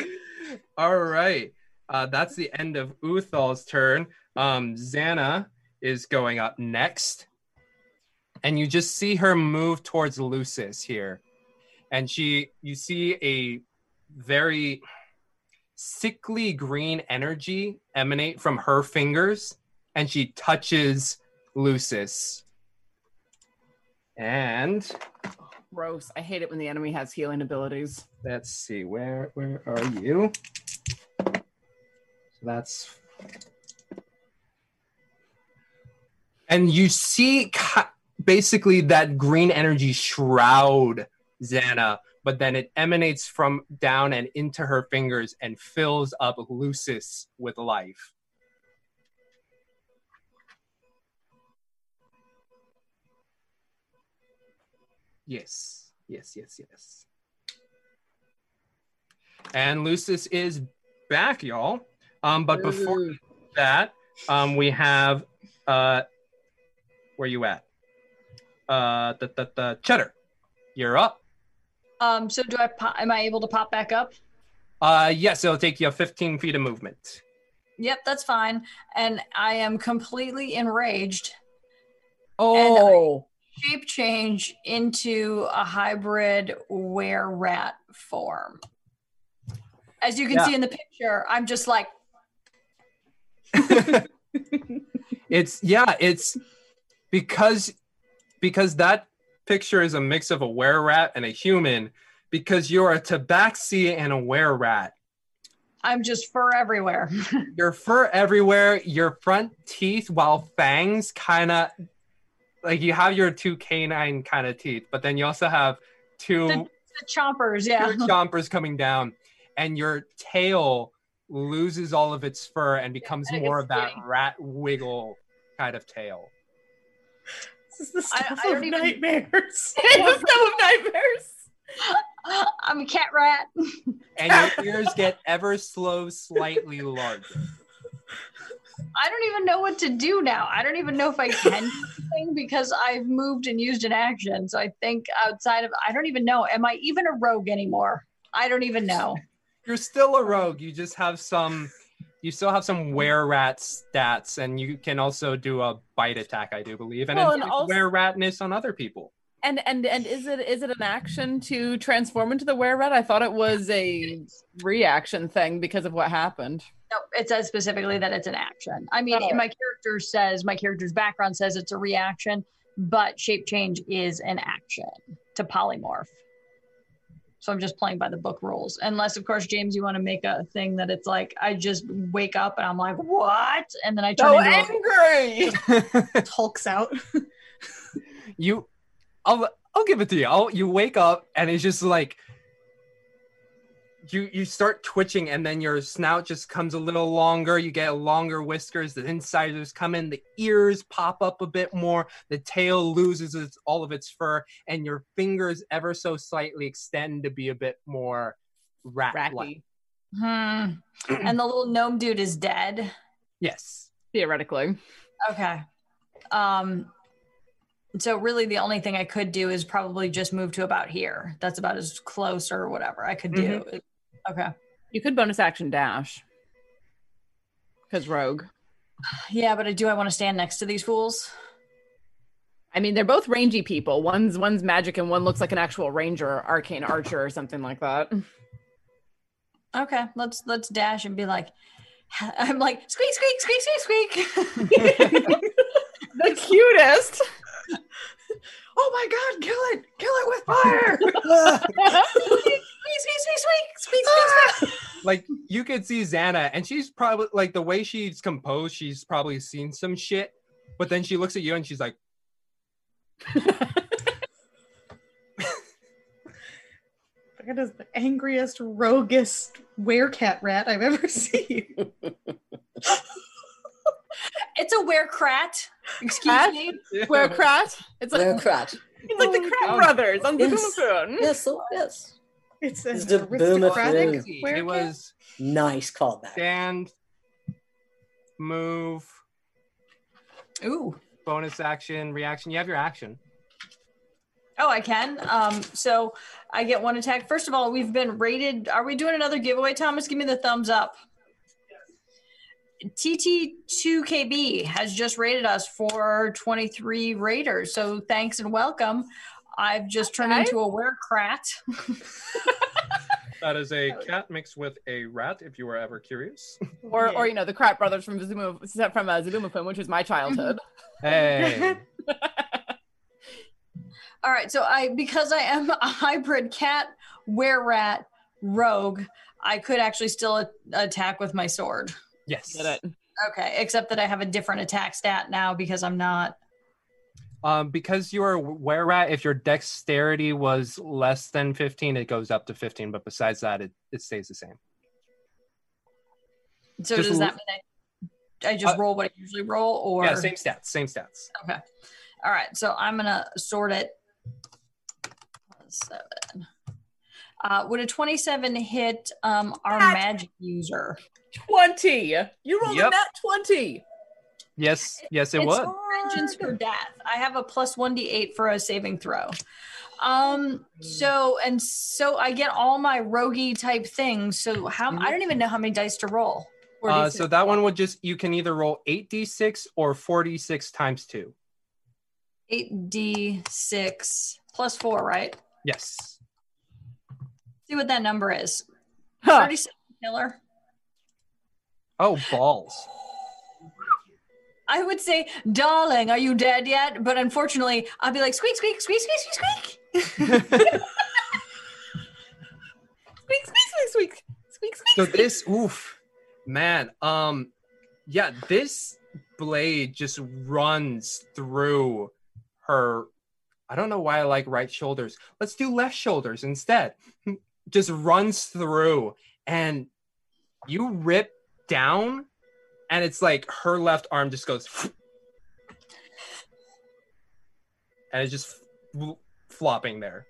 Speaker 3: All right. Uh, that's the end of Uthal's turn. Um, Xana is going up next. And you just see her move towards Lucis here. And she, you see a very sickly green energy emanate from her fingers. And she touches Lucis. And
Speaker 8: Gross. I hate it when the enemy has healing abilities.
Speaker 3: let's see, where where are you? So that's and you see ki- basically that green energy shroud Xana, but then it emanates from down and into her fingers and fills up Lucis with life. Yes, yes, yes, yes. And Lucis is back, y'all. Um, but before that, um, we have uh, where you at? Uh, the, the, the cheddar, you're up.
Speaker 4: Um, so do I? Po- am I able to pop back up?
Speaker 3: Uh, yes, it'll take you 15 feet of movement.
Speaker 4: Yep, that's fine. And I am completely enraged.
Speaker 8: Oh,
Speaker 4: Shape change into a hybrid were rat form. As you can
Speaker 3: Yeah.
Speaker 4: see in the picture, I'm just like,
Speaker 3: It's yeah, it's because because that picture is a mix of a were rat and a human. Because you're a tabaxi and a were rat.
Speaker 4: I'm just fur everywhere.
Speaker 3: your fur everywhere, your front teeth, while fangs kind of like you have your two canine kind of teeth, but then you also have two,
Speaker 4: the chompers, yeah.
Speaker 3: two chompers coming down, and your tail loses all of its fur and becomes
Speaker 4: and it
Speaker 3: more
Speaker 4: gets
Speaker 3: of that
Speaker 4: skinny.
Speaker 3: rat wiggle kind of tail.
Speaker 6: This is the
Speaker 4: I-
Speaker 6: stuff
Speaker 4: I
Speaker 6: of
Speaker 4: don't even-
Speaker 6: nightmares.
Speaker 8: it's a of nightmares.
Speaker 4: I'm a cat rat.
Speaker 3: And your ears get ever slow, slightly larger.
Speaker 4: I don't even know what to do now. I don't even know if I can do anything because I've moved and used an action. So I think outside of, I don't even know. Am I even a rogue anymore? I don't even know.
Speaker 3: You're still a rogue. You just have some. You still have some wear rat stats, and you can also do a bite attack, I do believe, and
Speaker 8: Well, and
Speaker 3: inflict
Speaker 8: also-
Speaker 3: wear ratness on other people.
Speaker 8: And and and is it is it an action to transform into the were rat? I thought it was a reaction thing because of what happened.
Speaker 4: No, it says specifically that it's an action. I mean,
Speaker 8: Oh.
Speaker 4: my character says, my character's background says it's a reaction, but shape change is an action to polymorph. So I'm just playing by the book rules. Unless, of course, James, you want to make a thing that it's like, I just wake up and I'm like, what? And then I turn
Speaker 8: So
Speaker 4: into a-
Speaker 8: angry.
Speaker 6: It hulks out.
Speaker 3: You, I'll, I'll give it to you. I'll, you wake up, and it's just like you, you start twitching, and then your snout just comes a little longer. You get longer whiskers. The insiders come in. The ears pop up a bit more. The tail loses its, all of its fur, and your fingers ever so slightly extend to be a bit more rat-like.
Speaker 8: Ratty.
Speaker 4: Hmm. and the little gnome dude is dead.
Speaker 3: Yes.
Speaker 8: Theoretically.
Speaker 4: Okay. Um. So really, the only thing I could do is probably just move to about here. That's about as close or whatever I could do. Okay.
Speaker 8: Mm-hmm. You could bonus action dash. Because rogue.
Speaker 4: Yeah, but I do. I want to stand next to these fools.
Speaker 8: I mean, they're both rangy people. One's one's magic, and one looks like an actual ranger, arcane archer, or something like that.
Speaker 4: Okay. Let's let's dash and be like. I'm like squeak squeak squeak squeak squeak.
Speaker 8: The cutest.
Speaker 6: Oh my god, kill it! Kill it with fire!
Speaker 4: Squeak squeak squeak squeak squeak squeak. squeak.
Speaker 3: like you could see Xana, and she's probably like the way she's composed, she's probably seen some shit. But then she looks at you and she's like,
Speaker 6: that is the angriest, roguest werecat rat I've ever seen.
Speaker 4: It's a werecrat. Excuse
Speaker 8: Cat?
Speaker 4: me.
Speaker 8: Where Ah. crat? It's like
Speaker 7: We're a crotch.
Speaker 8: It's
Speaker 4: Oh
Speaker 8: like the Crab Brothers on the
Speaker 7: Yes.
Speaker 8: Boom Boom.
Speaker 7: Yes, oh, yes.
Speaker 6: It's
Speaker 7: It's the
Speaker 6: an
Speaker 7: boom of
Speaker 6: aristocratic
Speaker 7: food.
Speaker 3: It
Speaker 6: wear cap.
Speaker 3: was
Speaker 7: Nice callback.
Speaker 3: stand, move,
Speaker 4: Ooh.
Speaker 3: bonus action, reaction. You have your action.
Speaker 4: Oh, I can. Um, so I get one attack. First of all, we've been rated. Are we doing another giveaway, Thomas? Give me the thumbs up. TT2KB has just rated us for 23 raiders. So thanks and welcome. I've just turned
Speaker 8: Okay.
Speaker 4: into a werecrat.
Speaker 3: That is a cat mixed with a rat, if you were ever curious.
Speaker 8: Or, or you know, the Crap Brothers from Zaboom, from uh, Zaboomafilm, which was my childhood.
Speaker 3: Hey.
Speaker 4: All right, so I because I am a hybrid cat, were rat, rogue, I could actually still a- attack with my sword.
Speaker 3: yes.
Speaker 8: Did it.
Speaker 4: Okay, except that I have a different attack stat now because I'm not.
Speaker 3: Um, because you are where rat, if your dexterity was less than 15, it goes up to 15. But besides that, it, it stays the same.
Speaker 4: So
Speaker 3: Just
Speaker 4: does
Speaker 3: l-
Speaker 4: that mean I, I just
Speaker 3: Uh,
Speaker 4: roll what I usually roll, or
Speaker 3: Yeah, same stats, same stats.
Speaker 4: Okay. All right. So I'm gonna sort it. Seven. Uh, would a 27 hit um, our
Speaker 8: That-
Speaker 4: magic user?
Speaker 8: 20. You rolled
Speaker 3: Yep.
Speaker 8: a nat 20.
Speaker 3: Yes, yes, it
Speaker 4: it's
Speaker 3: would.
Speaker 4: Vengeance for death. I have a plus one d eight for a saving throw. Um. So and so, I get all my roguey type things. So how I don't even know how many dice to roll. Or
Speaker 3: Uh,
Speaker 4: d6.
Speaker 3: so that one would just, you can either roll 8d6 or 4d6 times 2.
Speaker 4: eight d six plus four, right?
Speaker 3: Yes.
Speaker 4: See what that number is.
Speaker 8: Huh.
Speaker 4: Thirty six killer.
Speaker 3: Oh, balls.
Speaker 4: I would say, darling, are you dead yet? But unfortunately, I'll be like, squeak, squeak, squeak, squeak, squeak, squeak.
Speaker 8: Squeak, squeak, squeak, squeak. Squeak, squeak.
Speaker 3: so this oof man um yeah this blade just runs through her i don't know why i like right shoulders let's do left shoulders instead just runs through and you rip down and it's like her left arm just goes and it's just f- flopping there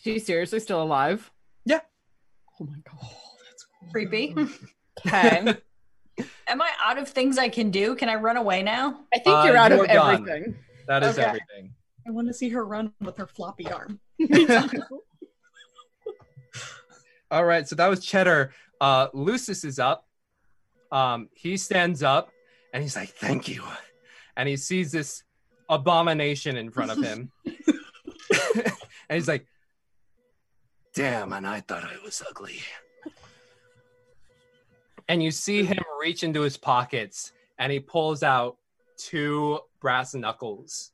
Speaker 8: She's seriously still alive?
Speaker 3: Yeah.
Speaker 8: Oh my god.
Speaker 4: Creepy.
Speaker 8: Okay.
Speaker 4: Am I out of things I can do? Can I run away now?
Speaker 8: I think
Speaker 3: Uh,
Speaker 8: you're out
Speaker 3: you
Speaker 8: of
Speaker 3: are done.
Speaker 8: everything.
Speaker 3: that is
Speaker 8: Okay.
Speaker 3: everything
Speaker 6: I want to see her run with her floppy arm.
Speaker 3: All right, so that was Cheddar. Uh, Lucis is up. Um, he stands up and he's like, "Thank you," and he sees this abomination in front of him, and he's like, "Damn!" And I thought I was ugly. And you see him reach into his pockets, and he pulls out two brass knuckles.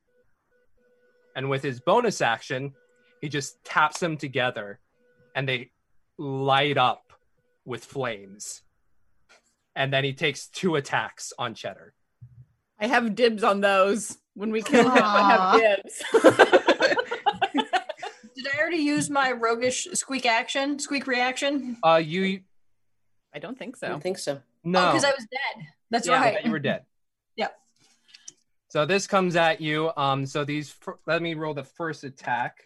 Speaker 3: And with his bonus action, he just taps them together, and they light up with flames. And then he takes two attacks on Cheddar.
Speaker 8: I have dibs on those. When we kill him,
Speaker 16: Aw.
Speaker 8: I have dibs.
Speaker 4: Did I already use my roguish squeak action, squeak reaction?
Speaker 3: Uh, you
Speaker 8: I don't think so.
Speaker 7: I don't think so.
Speaker 3: no,
Speaker 4: because Oh, I was dead. That's
Speaker 8: Yeah.
Speaker 4: right.
Speaker 3: you were dead.
Speaker 4: Yep.
Speaker 3: So this comes at you. Um, so these. fir- let me roll the first attack.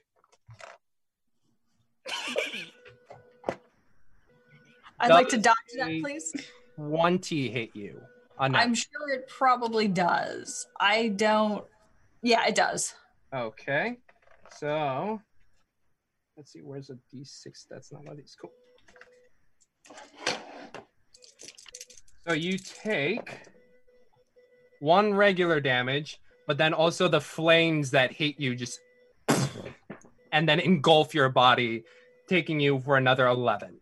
Speaker 4: I'd
Speaker 3: That
Speaker 4: like to
Speaker 3: was
Speaker 4: dodge that,
Speaker 3: a-
Speaker 4: please.
Speaker 3: Twenty hit you. A nat-
Speaker 4: I'm sure it probably does. I don't. Yeah, it does.
Speaker 3: Okay. So let's see, where's a D6? That's not one of these. Cool. So you take one regular damage, but then also the flames that hit you just and then engulf your body, taking you for another 11.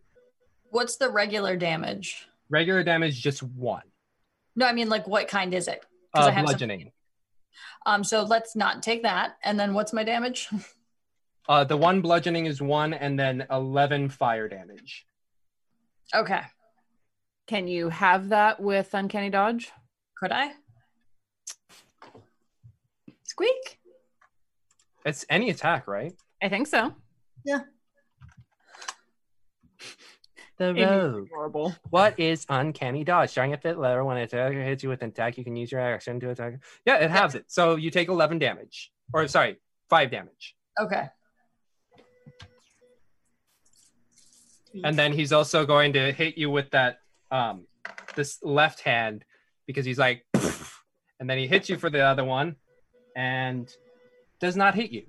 Speaker 4: What's the regular damage?
Speaker 3: Regular damage, just one.
Speaker 4: No, I mean, like, what kind is it? 'Cause I
Speaker 3: Uh,
Speaker 4: have some-
Speaker 3: bludgeoning.
Speaker 4: Um, so let's not take that. And then what's my damage?
Speaker 3: Uh, the one bludgeoning is one, and then 11 fire damage.
Speaker 4: okay.
Speaker 17: Can you have that with Uncanny Dodge?
Speaker 4: Could I? Squeak.
Speaker 3: It's any attack, right?
Speaker 17: I think so.
Speaker 3: The
Speaker 6: It is
Speaker 3: rogue.
Speaker 6: adorable.
Speaker 3: What is uncanny dodge? Starting at fifth letter, when it hits you with an attack, you can use your action to attack. Yeah, it has it. So you take 11 damage. Or, sorry, 5 damage.
Speaker 15: Okay.
Speaker 3: And then he's also going to hit you with that, um, this left hand, because he's like, "Pff," and then he hits you for the other one and does not hit you.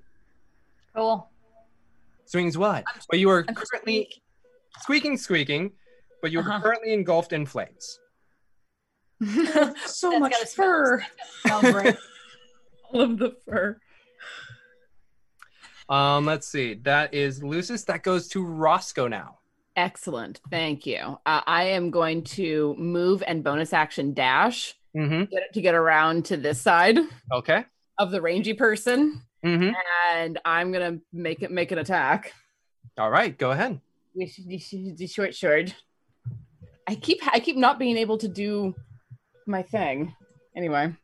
Speaker 15: Cool.
Speaker 3: Swings what? But you are currently squeaking, squeaking, but you're
Speaker 15: Uh-huh.
Speaker 3: currently engulfed in flames.
Speaker 6: so much fur.
Speaker 8: All of the fur.
Speaker 3: Um, let's see. That is Lucis. That goes to Roscoe now.
Speaker 8: Excellent. Thank you. Uh, I am going to move and bonus action dash
Speaker 3: Mm-hmm.
Speaker 8: get- to get around to this side
Speaker 3: Okay.
Speaker 8: of the rangy person,
Speaker 3: Mm-hmm.
Speaker 8: and I'm gonna make it make an attack.
Speaker 3: All right. Go ahead.
Speaker 8: with the sh- the short sword. I keep I keep not being able to do my thing. Anyway,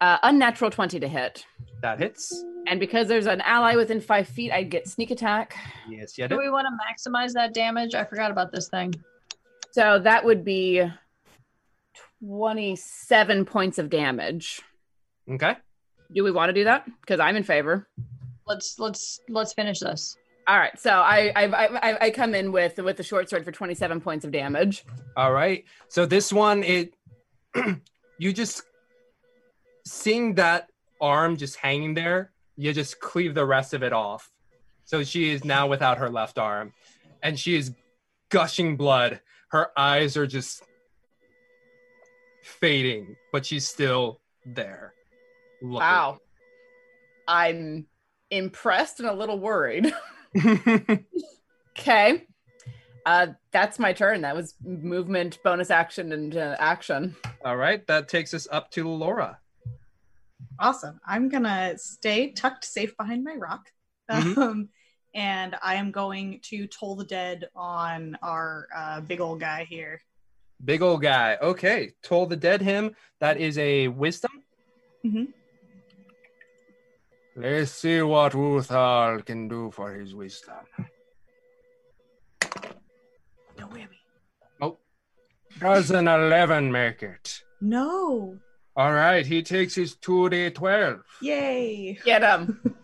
Speaker 8: uh, unnatural twenty to hit,
Speaker 3: That hits.
Speaker 8: and because there's an ally within five feet, I get sneak attack.
Speaker 3: Yes, you
Speaker 15: Do
Speaker 3: did.
Speaker 15: we want to maximize that damage? I forgot about this thing.
Speaker 8: So that would be twenty-seven points of damage.
Speaker 3: Okay.
Speaker 8: Do we want to do that? Because I'm in favor.
Speaker 15: Let's let's let's finish this.
Speaker 8: All right, so I I, I I come in with with the short sword for twenty-seven points of damage.
Speaker 3: All right. So this one, it you just seeing that arm just hanging there, you just cleave the rest of it off. So she is now without her left arm, and she is gushing blood. Her eyes are just fading, but she's still there. looking.
Speaker 8: Wow, I'm impressed and a little worried. Okay. Uh, that's my turn. That was movement, bonus action, and uh, action.
Speaker 3: All right. That takes us up to Laura.
Speaker 6: Awesome. I'm gonna stay tucked safe behind my rock,
Speaker 3: Mhm.
Speaker 6: um, and I am going to toll the dead on our uh, big old guy here.
Speaker 3: Big old guy. Okay. Toll the dead him. That is a wisdom.
Speaker 6: Mhm.
Speaker 3: Let's see what Uthal can do for his wisdom.
Speaker 6: No whammy.
Speaker 3: Does an 11 make it?
Speaker 6: No.
Speaker 3: All right. He takes his 2d12.
Speaker 6: Yay.
Speaker 8: Get him.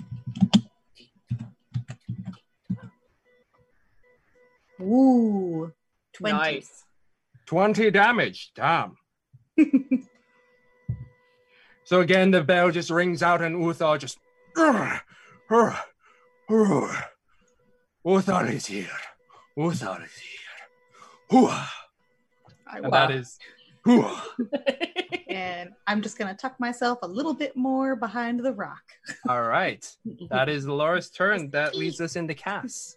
Speaker 6: Ooh. 20.
Speaker 8: nice.
Speaker 3: 20 damage. Damn. so again, the bell just rings out, and Uthal just. "Ugh, ugh, ugh." Uthal is here. Uthal is here. Hooah.
Speaker 6: I
Speaker 3: And
Speaker 6: will.
Speaker 3: that is. Hooah.
Speaker 6: And I'm just gonna tuck myself a little bit more behind the rock.
Speaker 3: All right. That is Laura's turn. That leads us into Cass.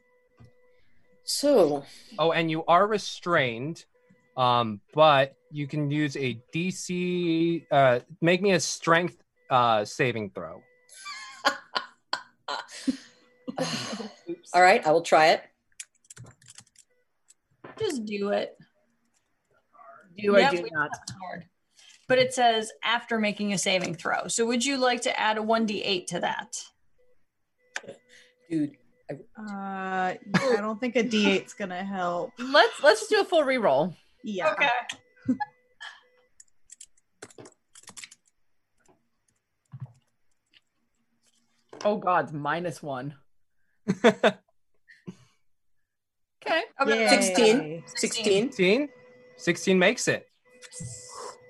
Speaker 7: So,
Speaker 3: Oh, and you are restrained, um, but you can use a DC. Uh, make me a strength uh, saving throw.
Speaker 7: all right, I will try it.
Speaker 15: Just do it.
Speaker 8: Do or
Speaker 15: Yep,
Speaker 8: do
Speaker 15: we-
Speaker 8: not.
Speaker 15: Hard. But it says after making a saving throw. So would you like to add a 1d8 to that?
Speaker 7: Dude,
Speaker 6: Uh, I don't think a D8's gonna help.
Speaker 8: Let's let's just do a full reroll.
Speaker 6: Yeah.
Speaker 8: Oh God, minus one. Okay.
Speaker 4: Oh,
Speaker 15: Okay.
Speaker 7: 16.
Speaker 15: 16.
Speaker 7: 16.
Speaker 3: 16? 16 makes it.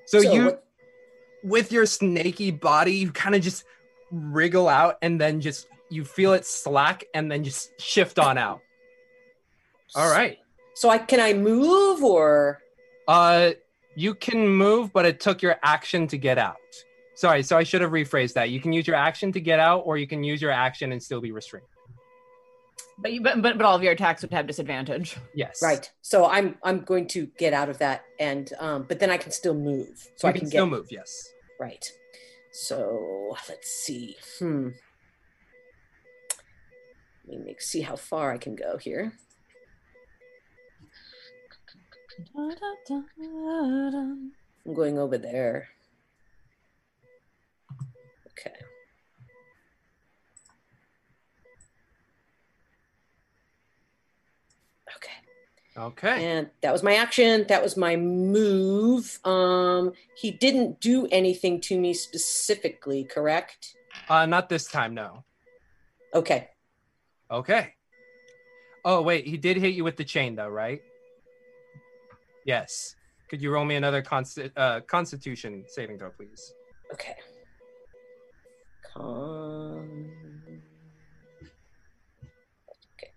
Speaker 3: So, you,
Speaker 7: what-
Speaker 3: with your snaky body, you kind of just wriggle out and then just you feel it slack and then just shift on out. All right.
Speaker 7: So I can I move or
Speaker 3: Uh, you can move, but it took your action to get out. Sorry, so I should have rephrased that. You can use your action to get out, or you can use your action and still be restrained.
Speaker 8: But you but but, but all of your attacks would have disadvantage.
Speaker 3: Yes.
Speaker 7: right? So I'm I'm going to get out of that, and um, but then I can still move. So
Speaker 3: So
Speaker 7: I
Speaker 3: you
Speaker 7: can,
Speaker 3: can still
Speaker 7: get
Speaker 3: move. Yes.
Speaker 7: right. So let's see. Hmm. Let me make, see how far I can go here. I'm going over there. Okay.
Speaker 3: Okay.
Speaker 7: And that was my action. That was my move. Um, he didn't do anything to me specifically, correct?
Speaker 3: Uh, not this time, no.
Speaker 7: Okay.
Speaker 3: Okay. Oh wait, he did hit you with the chain though, right? Yes. Could you roll me another consti- uh, Constitution saving throw, please?
Speaker 7: Okay. Con. Okay.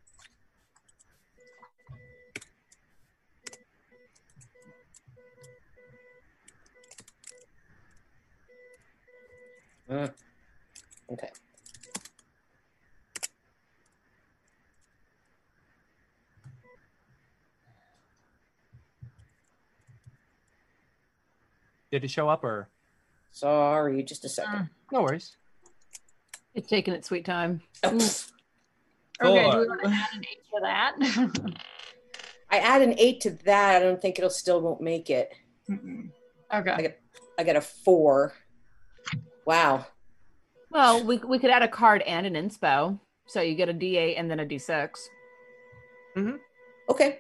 Speaker 7: Mm. Okay.
Speaker 3: Did it show up or?
Speaker 7: Sorry, just a second.
Speaker 3: No worries.
Speaker 8: It's taking its sweet time.
Speaker 4: Okay, do
Speaker 3: Four.
Speaker 4: we want to add an eight to that?
Speaker 7: I add an eight to that. I don't think it'll still won't make it.
Speaker 4: okay.
Speaker 7: I got a four. Wow.
Speaker 8: Well, we, we could add a card and an inspo. So you get a D8 and then a D6. Mm-hmm.
Speaker 7: Okay.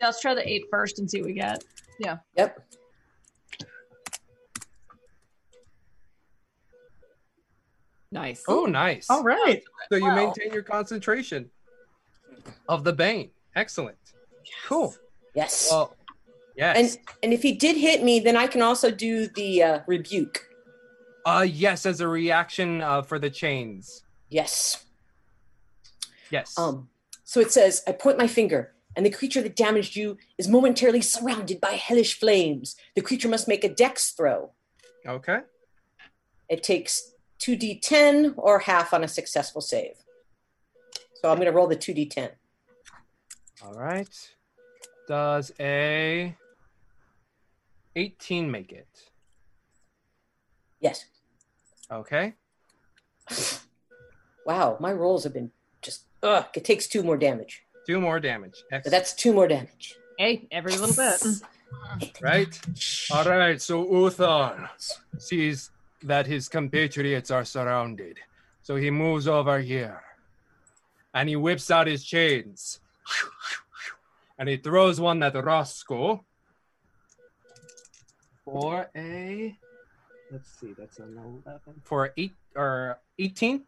Speaker 4: Let's try the eight first and see what we get.
Speaker 7: Yep.
Speaker 8: Nice.
Speaker 3: Oh, nice.
Speaker 6: All right.
Speaker 3: So you
Speaker 4: Wow.
Speaker 3: maintain your concentration of the bane. Excellent. Cool.
Speaker 7: Yes.
Speaker 3: Well, yes.
Speaker 7: and and if he did hit me, then I can also do the uh, rebuke.
Speaker 3: uh, yes, as a reaction uh, for the chains.
Speaker 7: Yes.
Speaker 3: Yes.
Speaker 7: Um. So it says, I point my finger, and the creature that damaged you is momentarily surrounded by hellish flames. The creature must make a dex throw.
Speaker 3: okay.
Speaker 7: It takes 2d10 or half on a successful save. So I'm going to roll the 2d10.
Speaker 3: All right. Does a 18 make it?
Speaker 7: Yes.
Speaker 3: Okay.
Speaker 7: Wow, my rolls have been just, ugh, it takes two more damage.
Speaker 3: Do more damage. Excellent.
Speaker 7: But that's two more damage.
Speaker 8: Hey, every little bit.
Speaker 3: right? All right, so Uthon sees that his compatriots are surrounded. So he moves over here and he whips out his chains and he throws one at Roscoe for a, let's see, that's an 11, for eight or 18.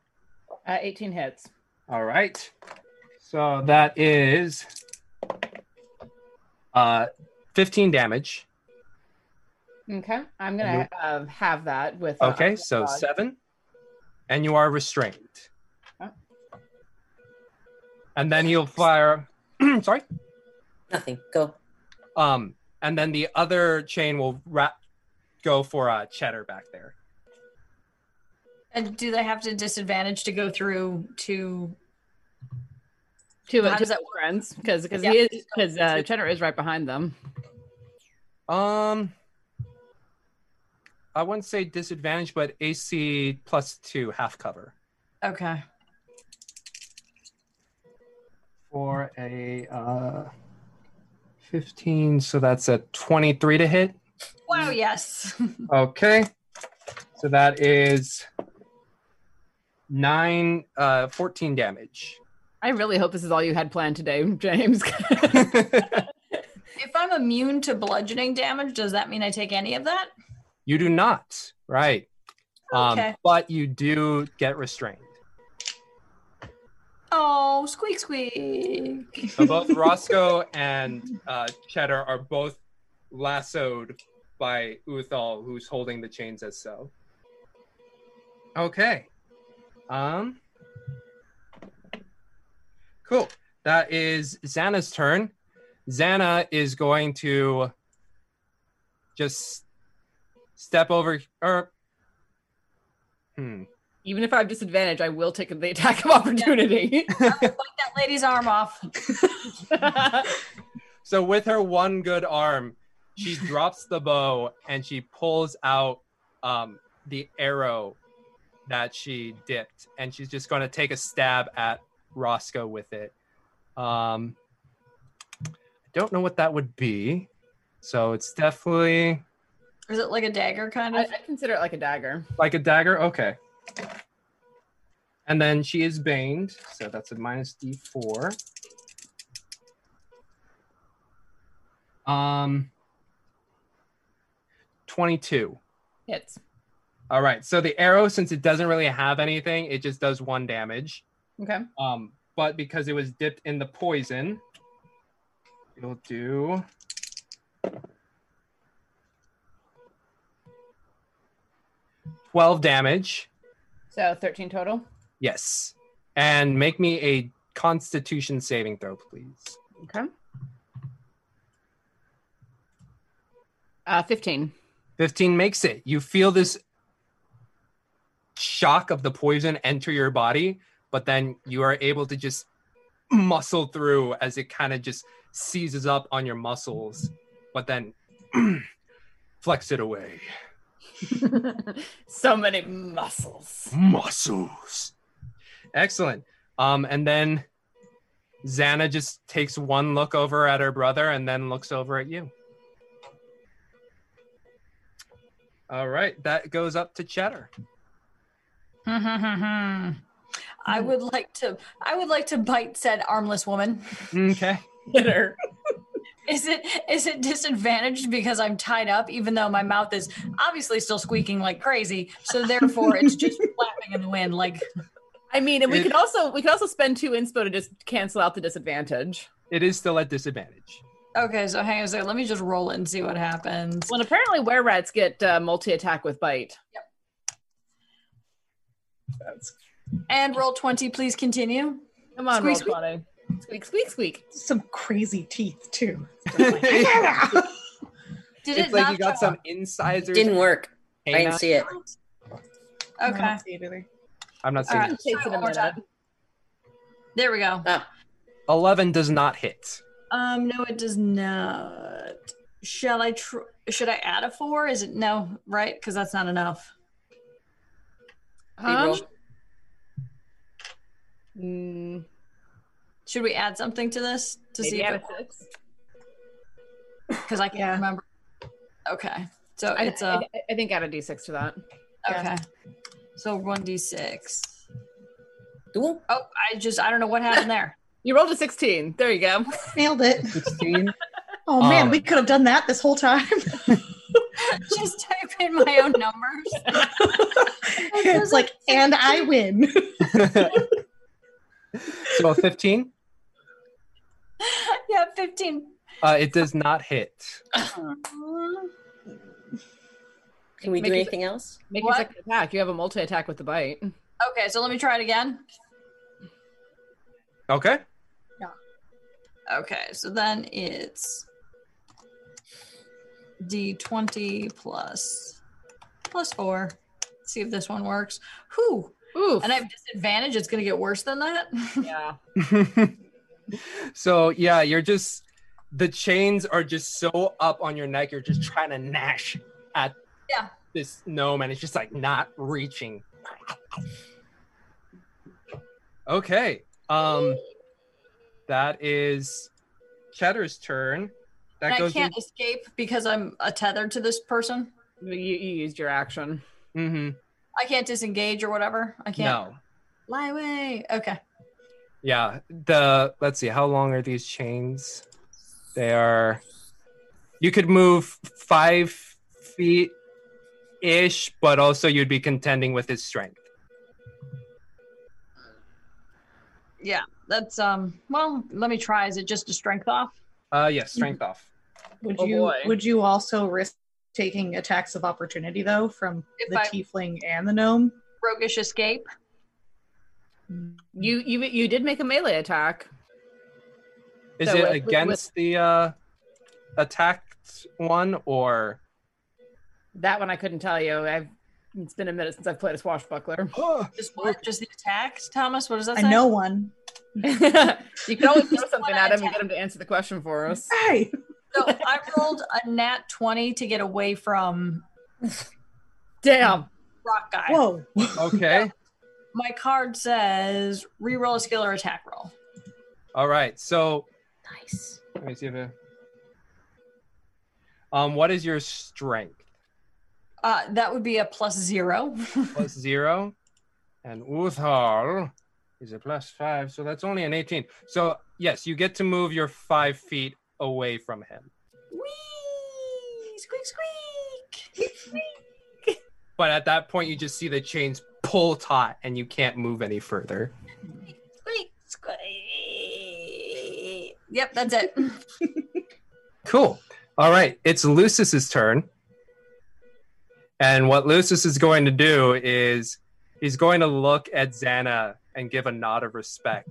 Speaker 8: Uh, 18 hits.
Speaker 3: All right. So that is uh 15 damage.
Speaker 8: Okay. I'm going to uh, have that with. uh,
Speaker 3: Okay, so
Speaker 8: Underdog.
Speaker 3: seven, and you are restrained.
Speaker 8: Huh?
Speaker 3: And then he'll fire. sorry.
Speaker 7: Nothing. Go.
Speaker 3: Um, and then the other chain will wrap, go for uh, Cheddar back there.
Speaker 4: And do they have to disadvantage to go through to?
Speaker 8: Two,
Speaker 4: How
Speaker 8: two
Speaker 4: does that
Speaker 8: friends because because
Speaker 4: Yeah.
Speaker 8: he is because uh, Cheddar is right behind them.
Speaker 3: Um, I wouldn't say disadvantage, but AC plus two, half cover
Speaker 4: Okay.
Speaker 3: for a uh, fifteen. So that's a twenty-three to hit.
Speaker 4: Wow. Yes.
Speaker 3: Okay. So that is nine, uh, 14 damage.
Speaker 8: I really hope this is all you had planned today, James.
Speaker 4: if I'm immune to bludgeoning damage, does that mean I take any of that?
Speaker 3: you do not, right? Um,
Speaker 4: Okay.
Speaker 3: but you do get restrained.
Speaker 4: Oh, squeak, squeak.
Speaker 3: So both Roscoe and uh, Cheddar are both lassoed by Uthal, who's holding the chains as so. Okay. Um. Cool. That is Xana's turn. Xana is going to just step over. Or hmm.
Speaker 8: Even if I have disadvantage, I will take the attack of opportunity.
Speaker 4: Bite that lady's arm off.
Speaker 3: So with her one good arm, she drops the bow and she pulls out um, the arrow that she dipped, and she's just going to take a stab at Roscoe with it. Um, I don't know what that would be, so it's definitely
Speaker 4: Is it like a dagger kind
Speaker 8: I,
Speaker 4: of?
Speaker 8: I consider it like a dagger.
Speaker 3: like a dagger. Okay. And then she is baned, so that's a minus d4. Um, 22.
Speaker 8: Hits.
Speaker 3: All right. So the arrow, since it doesn't really have anything, it just does one damage.
Speaker 8: Okay.
Speaker 3: Um, but because it was dipped in the poison, it'll do. Twelve damage.
Speaker 8: So 13 total.
Speaker 3: Yes. And make me a Constitution saving throw, please.
Speaker 8: Okay. Uh, 15.
Speaker 3: 15 makes it. You feel this shock of the poison enter your body, but then you are able to just muscle through as it kind of just seizes up on your muscles, but then flex it away.
Speaker 8: so many muscles.
Speaker 3: Muscles. Excellent. Um, and then Xana just takes one look over at her brother and then looks over at you. All right, that goes up to Cheddar.
Speaker 4: I would like to. I would like to bite said armless woman.
Speaker 3: Okay.
Speaker 8: Bitter.
Speaker 4: Is it is it disadvantaged because I'm tied up, even though my mouth is obviously still squeaking like crazy? So therefore, it's just flapping in the wind. Like
Speaker 8: I mean, and we
Speaker 3: It-
Speaker 8: could also we could also spend two inspo to just cancel out the disadvantage.
Speaker 3: It is still at disadvantage.
Speaker 4: okay, so hang on a second. Let me just roll it and see what happens.
Speaker 8: Well, and apparently, were rats get uh, multi attack with bite.
Speaker 4: And roll twenty, please continue.
Speaker 8: Come on,
Speaker 4: Squeak,
Speaker 8: roll twenty. Squeak, squeak, squeak.
Speaker 6: Some crazy teeth too.
Speaker 4: Did
Speaker 3: it's
Speaker 4: it
Speaker 3: like
Speaker 4: not
Speaker 3: you got
Speaker 4: show
Speaker 3: some incisors.
Speaker 1: Didn't work. I
Speaker 3: hanging
Speaker 1: didn't
Speaker 3: out.
Speaker 1: see it.
Speaker 4: up?
Speaker 6: I
Speaker 4: Okay,
Speaker 6: don't see it either.
Speaker 3: I'm not
Speaker 4: All
Speaker 1: Ah.
Speaker 3: seeing
Speaker 4: right.
Speaker 3: it.
Speaker 8: Takes it a
Speaker 4: One more
Speaker 8: minute.
Speaker 4: time. there we go.
Speaker 3: Oh. 11 does not hit.
Speaker 4: Um, no, it does not. Shall I? Tr- should I add a four? Is it no? Right? Because that's not enough.
Speaker 8: Um,
Speaker 1: Reroll.
Speaker 8: mm,
Speaker 4: Um, Should we add something to this to
Speaker 8: maybe
Speaker 4: see if
Speaker 8: add
Speaker 4: it?
Speaker 8: a six.
Speaker 4: Because I can't
Speaker 6: Yeah.
Speaker 4: remember. Okay, so
Speaker 8: I,
Speaker 4: it's uh, a.
Speaker 8: I, I think add a d6 to that.
Speaker 4: Okay. So 1d6.
Speaker 1: Ooh,
Speaker 4: Oh, I just, I don't know what happened there.
Speaker 8: You rolled a 16. There you go.
Speaker 6: Nailed it.
Speaker 3: 16.
Speaker 6: Oh man,
Speaker 3: Um,
Speaker 6: we could have done that this whole time.
Speaker 4: just type in my own numbers.
Speaker 6: it's like, and I win.
Speaker 3: so a 15.
Speaker 4: yeah, 15.
Speaker 3: Uh, it does not hit.
Speaker 8: Uh-huh.
Speaker 1: can we
Speaker 8: Make
Speaker 1: do
Speaker 8: it-
Speaker 1: anything else?
Speaker 8: Make
Speaker 4: What?
Speaker 8: your second attack. You have a multi attack with the bite.
Speaker 4: Okay, so let me try it again.
Speaker 3: Okay.
Speaker 4: Okay, so then it's d20 plus plus 4. see if this one works. Whew.
Speaker 8: Ooh.
Speaker 4: And I have disadvantage. It's going to get worse than that.
Speaker 8: yeah.
Speaker 3: so yeah, you're just the chains are just so up on your neck. You're just trying to gnash at
Speaker 4: Yeah.
Speaker 3: this gnome, and it's just like not reaching. Okay. Um, that is Cheddar's turn. That
Speaker 4: and I
Speaker 3: goes.
Speaker 4: can't escape because I'm uh, tethered to this person.
Speaker 8: You, you used your action.
Speaker 3: hmm
Speaker 4: I can't disengage or whatever. I can't.
Speaker 3: No.
Speaker 4: Lie away. Okay.
Speaker 3: Yeah. The let's see, how long are these chains? They are you could move five feet ish, but also you'd be contending with his strength.
Speaker 4: Yeah. That's um well, let me try. Is it just a strength off?
Speaker 3: Uh yes, strength off.
Speaker 6: Would
Speaker 8: Oh,
Speaker 6: you
Speaker 8: boy.
Speaker 6: would you also risk taking attacks of opportunity though from
Speaker 4: If
Speaker 6: the
Speaker 4: I-
Speaker 6: tiefling and the gnome?
Speaker 4: Roguish escape.
Speaker 8: You you you did make a melee attack.
Speaker 3: Is
Speaker 8: So
Speaker 3: it
Speaker 8: with- with-
Speaker 3: against the uh attacked one or
Speaker 8: That one I couldn't tell you. I've it's been a minute since I've played a swashbuckler.
Speaker 4: Just what? Just the attacks, Thomas? What does that
Speaker 6: I
Speaker 4: say?
Speaker 6: know one.
Speaker 8: you can always throw
Speaker 4: Just one
Speaker 8: something at him and
Speaker 4: attack.
Speaker 8: get him to answer the question for us.
Speaker 6: Hey.
Speaker 4: So I rolled a nat twenty to get away from
Speaker 8: Damn.
Speaker 4: rock guy.
Speaker 6: Whoa.
Speaker 3: okay.
Speaker 4: My card says reroll a skill or attack roll.
Speaker 3: All right. So
Speaker 1: Nice.
Speaker 3: let me see if I... um what is your strength?
Speaker 4: Uh, that would be a plus zero.
Speaker 3: plus zero, and Uthal is a plus five, so that's only an 18. So, yes, you get to move your five feet away from him.
Speaker 4: Whee! Squeak, squeak!
Speaker 3: But at that point, you just see the chains pull taut and you can't move any further.
Speaker 4: Squeak, squeak! Yep, that's it.
Speaker 3: Cool. All right, it's Lucis's turn. And what Lucis is going to do is he's going to look at Xana and give a nod of respect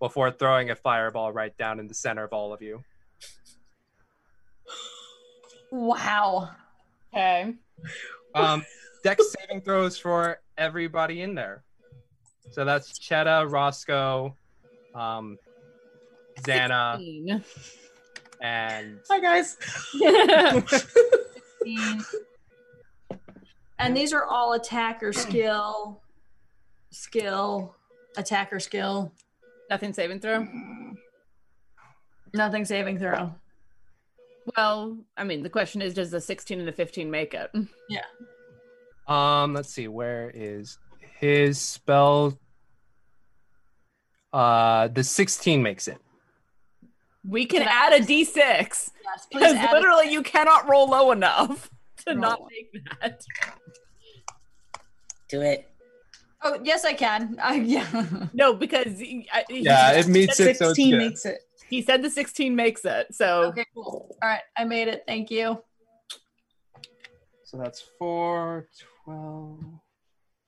Speaker 3: before throwing a fireball right down in the center of all of you.
Speaker 4: Wow.
Speaker 8: Okay.
Speaker 3: Um, deck saving throws for everybody in there. So that's Chetta, Roscoe, um, Xana,
Speaker 8: Sixteen.
Speaker 3: and
Speaker 6: Hi guys.
Speaker 4: And these are all attacker skill, skill, attacker skill,
Speaker 8: Nothing saving throw.
Speaker 4: nothing saving throw.
Speaker 8: Well, I mean, the question is, does the 16 and the 15 make it?
Speaker 3: Um, let's see, where is his spell? Uh, the 16 makes it.
Speaker 8: We can add a d6.
Speaker 4: Yes, please
Speaker 8: Because
Speaker 4: add
Speaker 8: literally, you cannot roll low enough to
Speaker 4: Roll
Speaker 8: not
Speaker 4: low.
Speaker 8: make that.
Speaker 5: Do it.
Speaker 4: Oh, yes, I can. I, yeah.
Speaker 8: No, because he, I- he-
Speaker 3: Yeah, it meets it. So it's
Speaker 6: 16
Speaker 3: good.
Speaker 6: makes it.
Speaker 8: he said the 16 makes it. So
Speaker 4: Okay, cool. All right, I made it. Thank you.
Speaker 3: So that's 4, 12.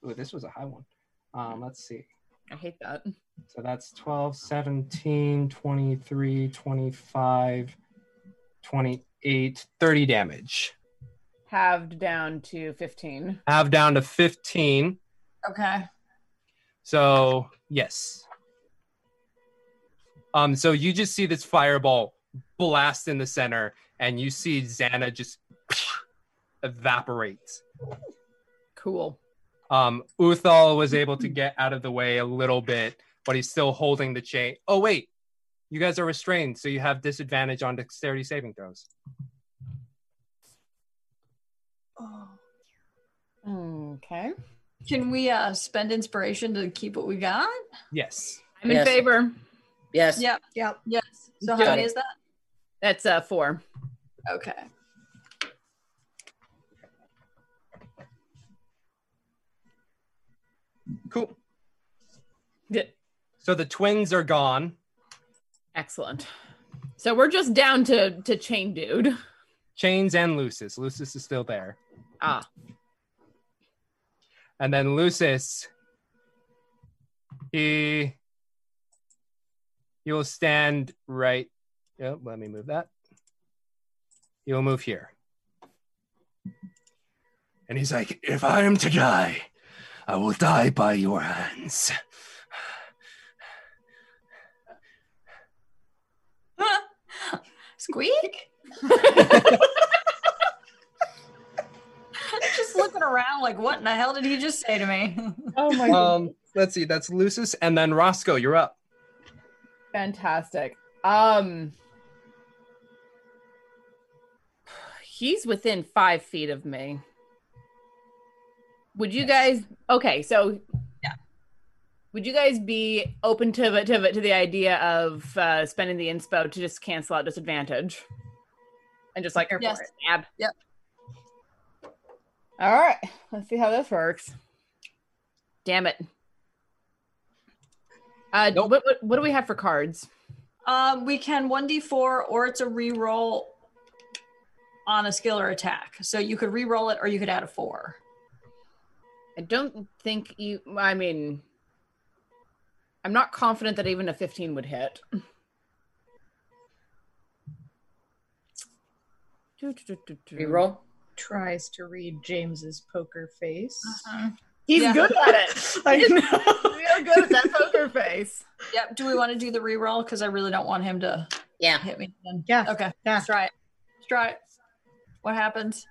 Speaker 3: Ooh, this was a high one. Um, let's see.
Speaker 8: I hate that.
Speaker 3: So that's 12, 17, 23, 25, 28, 30 damage.
Speaker 8: Halved down to 15.
Speaker 3: Have down to 15.
Speaker 4: Okay.
Speaker 3: So yes. Um. So you just see this fireball blast in the center, and you see Xana just evaporate.
Speaker 8: Cool.
Speaker 3: Um. Uthal was able to get out of the way a little bit, but he's still holding the chain. Oh wait, you guys are restrained, so you have disadvantage on dexterity saving throws.
Speaker 8: Okay.
Speaker 4: Can we uh spend inspiration to keep what we got?
Speaker 3: Yes.
Speaker 8: I'm in
Speaker 5: Yes.
Speaker 8: favor.
Speaker 5: Yes.
Speaker 4: Yep.
Speaker 6: Yep.
Speaker 4: Yes. So how
Speaker 5: Got
Speaker 4: many
Speaker 5: it.
Speaker 4: is that?
Speaker 8: That's uh, four.
Speaker 4: Okay.
Speaker 3: Cool.
Speaker 8: Yeah.
Speaker 3: So the twins are gone.
Speaker 8: Excellent. So we're just down to, to chain dude.
Speaker 3: Chains and Lucis. Lucis is still there.
Speaker 8: Ah,
Speaker 3: And then Lucis, he he will stand right. Yep, let me move that. He will move here. And he's like, if I am to die, I will die by your hands.
Speaker 4: Squeak. just looking around like what in the hell did he just say to me?
Speaker 6: Oh my
Speaker 3: Um, let's see, that's Lucis, and then Roscoe, you're up.
Speaker 8: fantastic. Um, he's within five feet of me. Would you guys? Okay, so
Speaker 4: Yeah.
Speaker 8: Would you guys be open to to, to the idea of uh, spending the inspo to just cancel out disadvantage, and just like
Speaker 4: Yes.
Speaker 8: Ab.
Speaker 4: Yep.
Speaker 8: All right. Let's see how this works. Damn it. Uh,
Speaker 3: Nope.
Speaker 8: what, what, what do we have for cards?
Speaker 4: um, we can 1d4 or it's a reroll on a skill or attack. So you could reroll it or you could add a 4.
Speaker 8: I don't think you. I mean, I'm not confident that even a 15 would hit.
Speaker 5: Reroll.
Speaker 6: Tries to read James's poker face.
Speaker 8: Uh-huh. He's
Speaker 4: Yeah.
Speaker 8: good at it.
Speaker 6: I know.
Speaker 8: Real good at that poker face.
Speaker 4: Yep. Do we want to do the reroll? Because I really don't want him to
Speaker 5: Yeah.
Speaker 4: hit me. Again.
Speaker 6: Yeah.
Speaker 4: Okay.
Speaker 6: Yeah.
Speaker 4: Let's try it. Let's try it. What happens?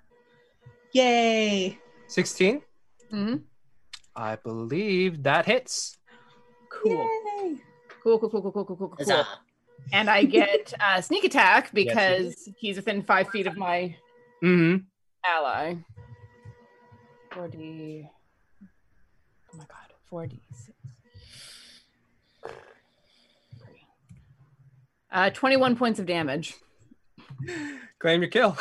Speaker 6: Yay.
Speaker 3: 16.
Speaker 8: hmm
Speaker 3: I believe that hits.
Speaker 8: Cool.
Speaker 6: Yay.
Speaker 8: cool. Cool. Cool. Cool. Cool. Cool. Cool. Cool.
Speaker 5: Huzzah.
Speaker 8: and I get uh, sneak attack
Speaker 3: Yes, you do.
Speaker 8: because he's within five feet of my
Speaker 3: Mm-hmm.
Speaker 8: ally. 4D. Oh my god, 4D6. Uh, 21 points of damage.
Speaker 3: Claim your kill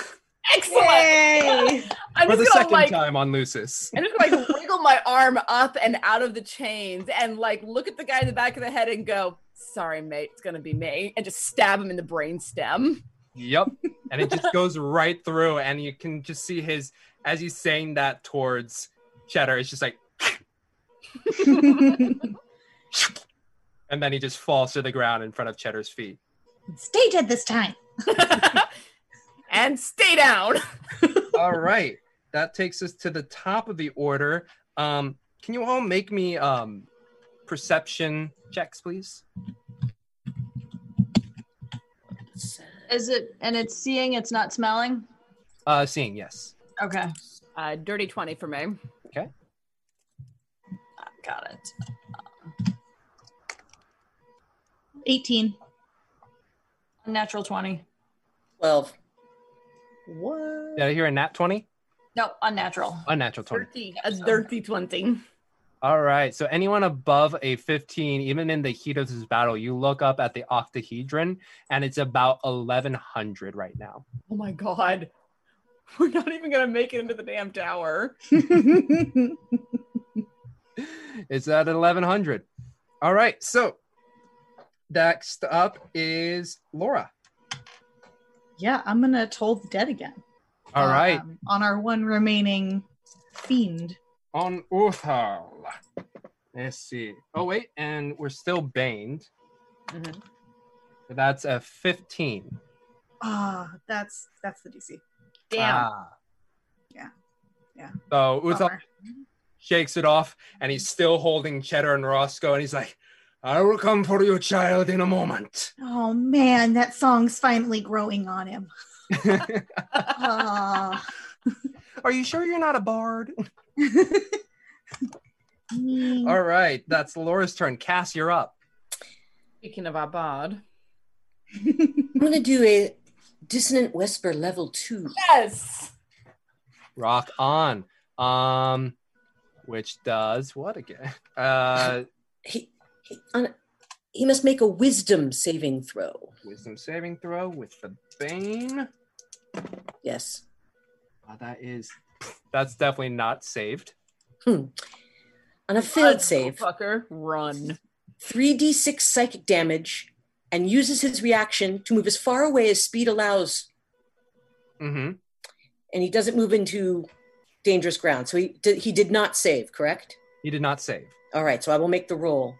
Speaker 8: Excellent. I'm
Speaker 3: for the
Speaker 8: just gonna
Speaker 3: second
Speaker 8: like
Speaker 3: time on Lucis.
Speaker 8: I'm just gonna like wiggle my arm up and out of the chains and like look at the guy in the back of the head and go, sorry, mate, it's gonna be me, and just stab him in the brain stem.
Speaker 3: Yep. And it just goes right through, and you can just see his as he's saying that towards Cheddar. It's just like, and then he just falls to the ground in front of Cheddar's feet.
Speaker 11: Stay dead this time.
Speaker 8: And stay down.
Speaker 3: All right, that takes us to the top of the order. Um, can you all make me um, perception checks, please?
Speaker 4: Is it? And it's seeing. It's not smelling.
Speaker 3: Uh, seeing, yes.
Speaker 4: Okay.
Speaker 8: Uh, dirty 20 for me.
Speaker 3: Okay.
Speaker 4: Got it.
Speaker 11: 18.
Speaker 4: Natural twenty.
Speaker 7: 12.
Speaker 3: Did I hear a nat twenty?
Speaker 4: No, unnatural.
Speaker 3: Unnatural twenty.
Speaker 8: Dirty. A dirty 20.
Speaker 3: All right. So anyone above a 15, even in the heat of this battle, you look up at the octahedron and it's about 1100 right now.
Speaker 8: Oh my god. We're not even gonna make it into the damn tower.
Speaker 3: It's at 1100. All right. So next up is Laura.
Speaker 6: Yeah, I'm gonna toll the dead again.
Speaker 3: All right.
Speaker 6: Um, on our one remaining fiend.
Speaker 3: On Uthal. Let's see. Oh, wait. And we're still baned. So that's a 15.
Speaker 6: Ah, that's that's the DC.
Speaker 4: Damn.
Speaker 3: Ah.
Speaker 6: Yeah. Yeah.
Speaker 3: So Uthal
Speaker 6: Bummer.
Speaker 3: shakes it off and he's still holding Cheddar and Roscoe and he's like, I will come for you, child, in a moment.
Speaker 6: Oh man, that song's finally growing on him. Ah,
Speaker 3: Are you sure you're not a bard?
Speaker 6: mm.
Speaker 3: All right, that's Laura's turn. Cass, you're up.
Speaker 8: Speaking of our bard.
Speaker 7: I'm going to do a dissonant whisper level two.
Speaker 8: Yes.
Speaker 3: Rock on. Um, which does what again? Uh,
Speaker 7: He, he, on, he must make a wisdom saving throw.
Speaker 3: wisdom saving throw with the bane.
Speaker 7: Yes.
Speaker 3: Ah, that is, that's definitely not saved.
Speaker 7: Hmm. On a
Speaker 8: Run,
Speaker 7: failed save,
Speaker 8: Fucker. Run.
Speaker 7: 3d6 psychic damage and uses his reaction to move as far away as speed allows,
Speaker 3: Mm-hmm.
Speaker 7: and he doesn't move into dangerous ground. So he did, he did not save, correct?
Speaker 3: He did not save.
Speaker 7: All right, so I will make the roll.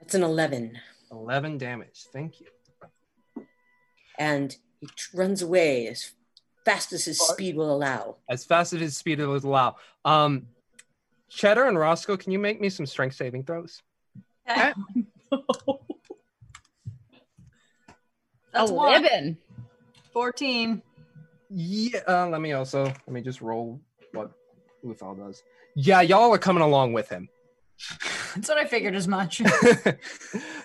Speaker 7: That's an 11.
Speaker 3: Eleven damage. Thank you.
Speaker 7: And he tr- runs away as fast as his speed will allow.
Speaker 3: As fast as his speed will allow. Um, Cheddar and Roscoe, can you make me some strength saving throws?
Speaker 4: That's one.
Speaker 8: Eleven.
Speaker 4: Fourteen.
Speaker 3: Yeah, uh, let me also let me just roll what Uthal does. Yeah, y'all are coming along with him.
Speaker 4: That's what I figured as much.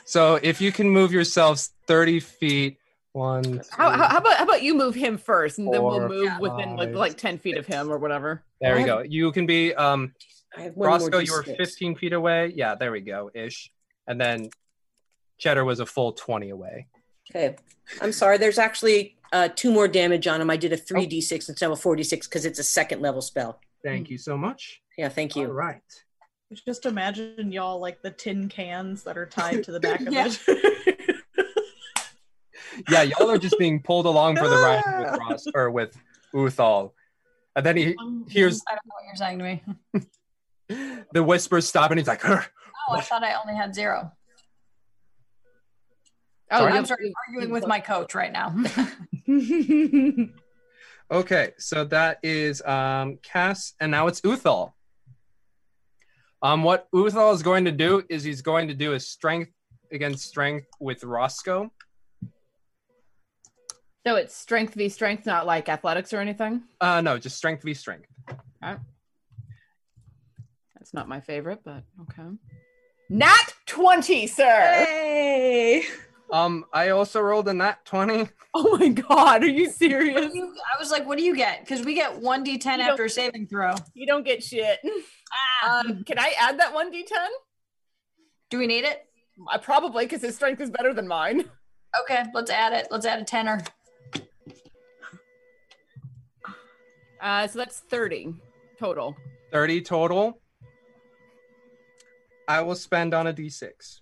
Speaker 3: so if you can move yourselves 30 feet, one, two,
Speaker 8: How, how, how about how about you move him first, and then
Speaker 3: Four,
Speaker 8: we'll move within
Speaker 3: five,
Speaker 8: like like ten feet of him or whatever.
Speaker 3: there we go. You can be um
Speaker 7: I have one
Speaker 3: Roscoe,
Speaker 7: more
Speaker 3: you were
Speaker 7: D6.
Speaker 3: 15 feet away. Yeah, there we go, ish. And then Cheddar was a full 20 away.
Speaker 7: Okay. I'm sorry. There's actually uh, two more damage on him. I did a
Speaker 3: Oh.
Speaker 7: 3d6 instead of a 46 because it's a second level spell.
Speaker 3: Thank you so much.
Speaker 7: Yeah, thank
Speaker 3: All
Speaker 7: you.
Speaker 3: right.
Speaker 6: Just imagine y'all like the tin cans that are tied to the back of it.
Speaker 3: Yeah, y'all are just being pulled along for the ride with Ros or with Uthal. And then he
Speaker 8: Um,
Speaker 3: hears
Speaker 4: Um, I don't know what you're saying to me.
Speaker 3: the whispers stop and he's like, "Huh."
Speaker 4: Oh, I thought I only had zero.
Speaker 8: Oh,
Speaker 3: Sorry?
Speaker 8: you-
Speaker 4: I'm sorry, arguing with my coach right now.
Speaker 3: Okay, so that is um, Cass, and now it's Uthal. Um, what Uthal is going to do is he's going to do a strength against strength with Roscoe.
Speaker 8: So it's strength v strength, not like athletics or anything.
Speaker 3: Uh, no, just strength v strength.
Speaker 8: That's not my favorite, but okay. Nat twenty, sir.
Speaker 6: Hey!
Speaker 3: Um, I also rolled a nat twenty.
Speaker 8: Oh my god, are you
Speaker 4: What
Speaker 8: serious?
Speaker 4: do you- I was like, what do you get? Because we get 1d10
Speaker 8: You
Speaker 4: after a saving throw. Ah.
Speaker 8: You don't get shit. Um, can I add that one d10?
Speaker 4: Do we need it?
Speaker 8: Uh, probably because his strength is better than mine.
Speaker 4: Okay, let's add it. Let's add a tenner.
Speaker 8: Uh, so that's 30 total.
Speaker 3: 30 total. I will spend on a d6.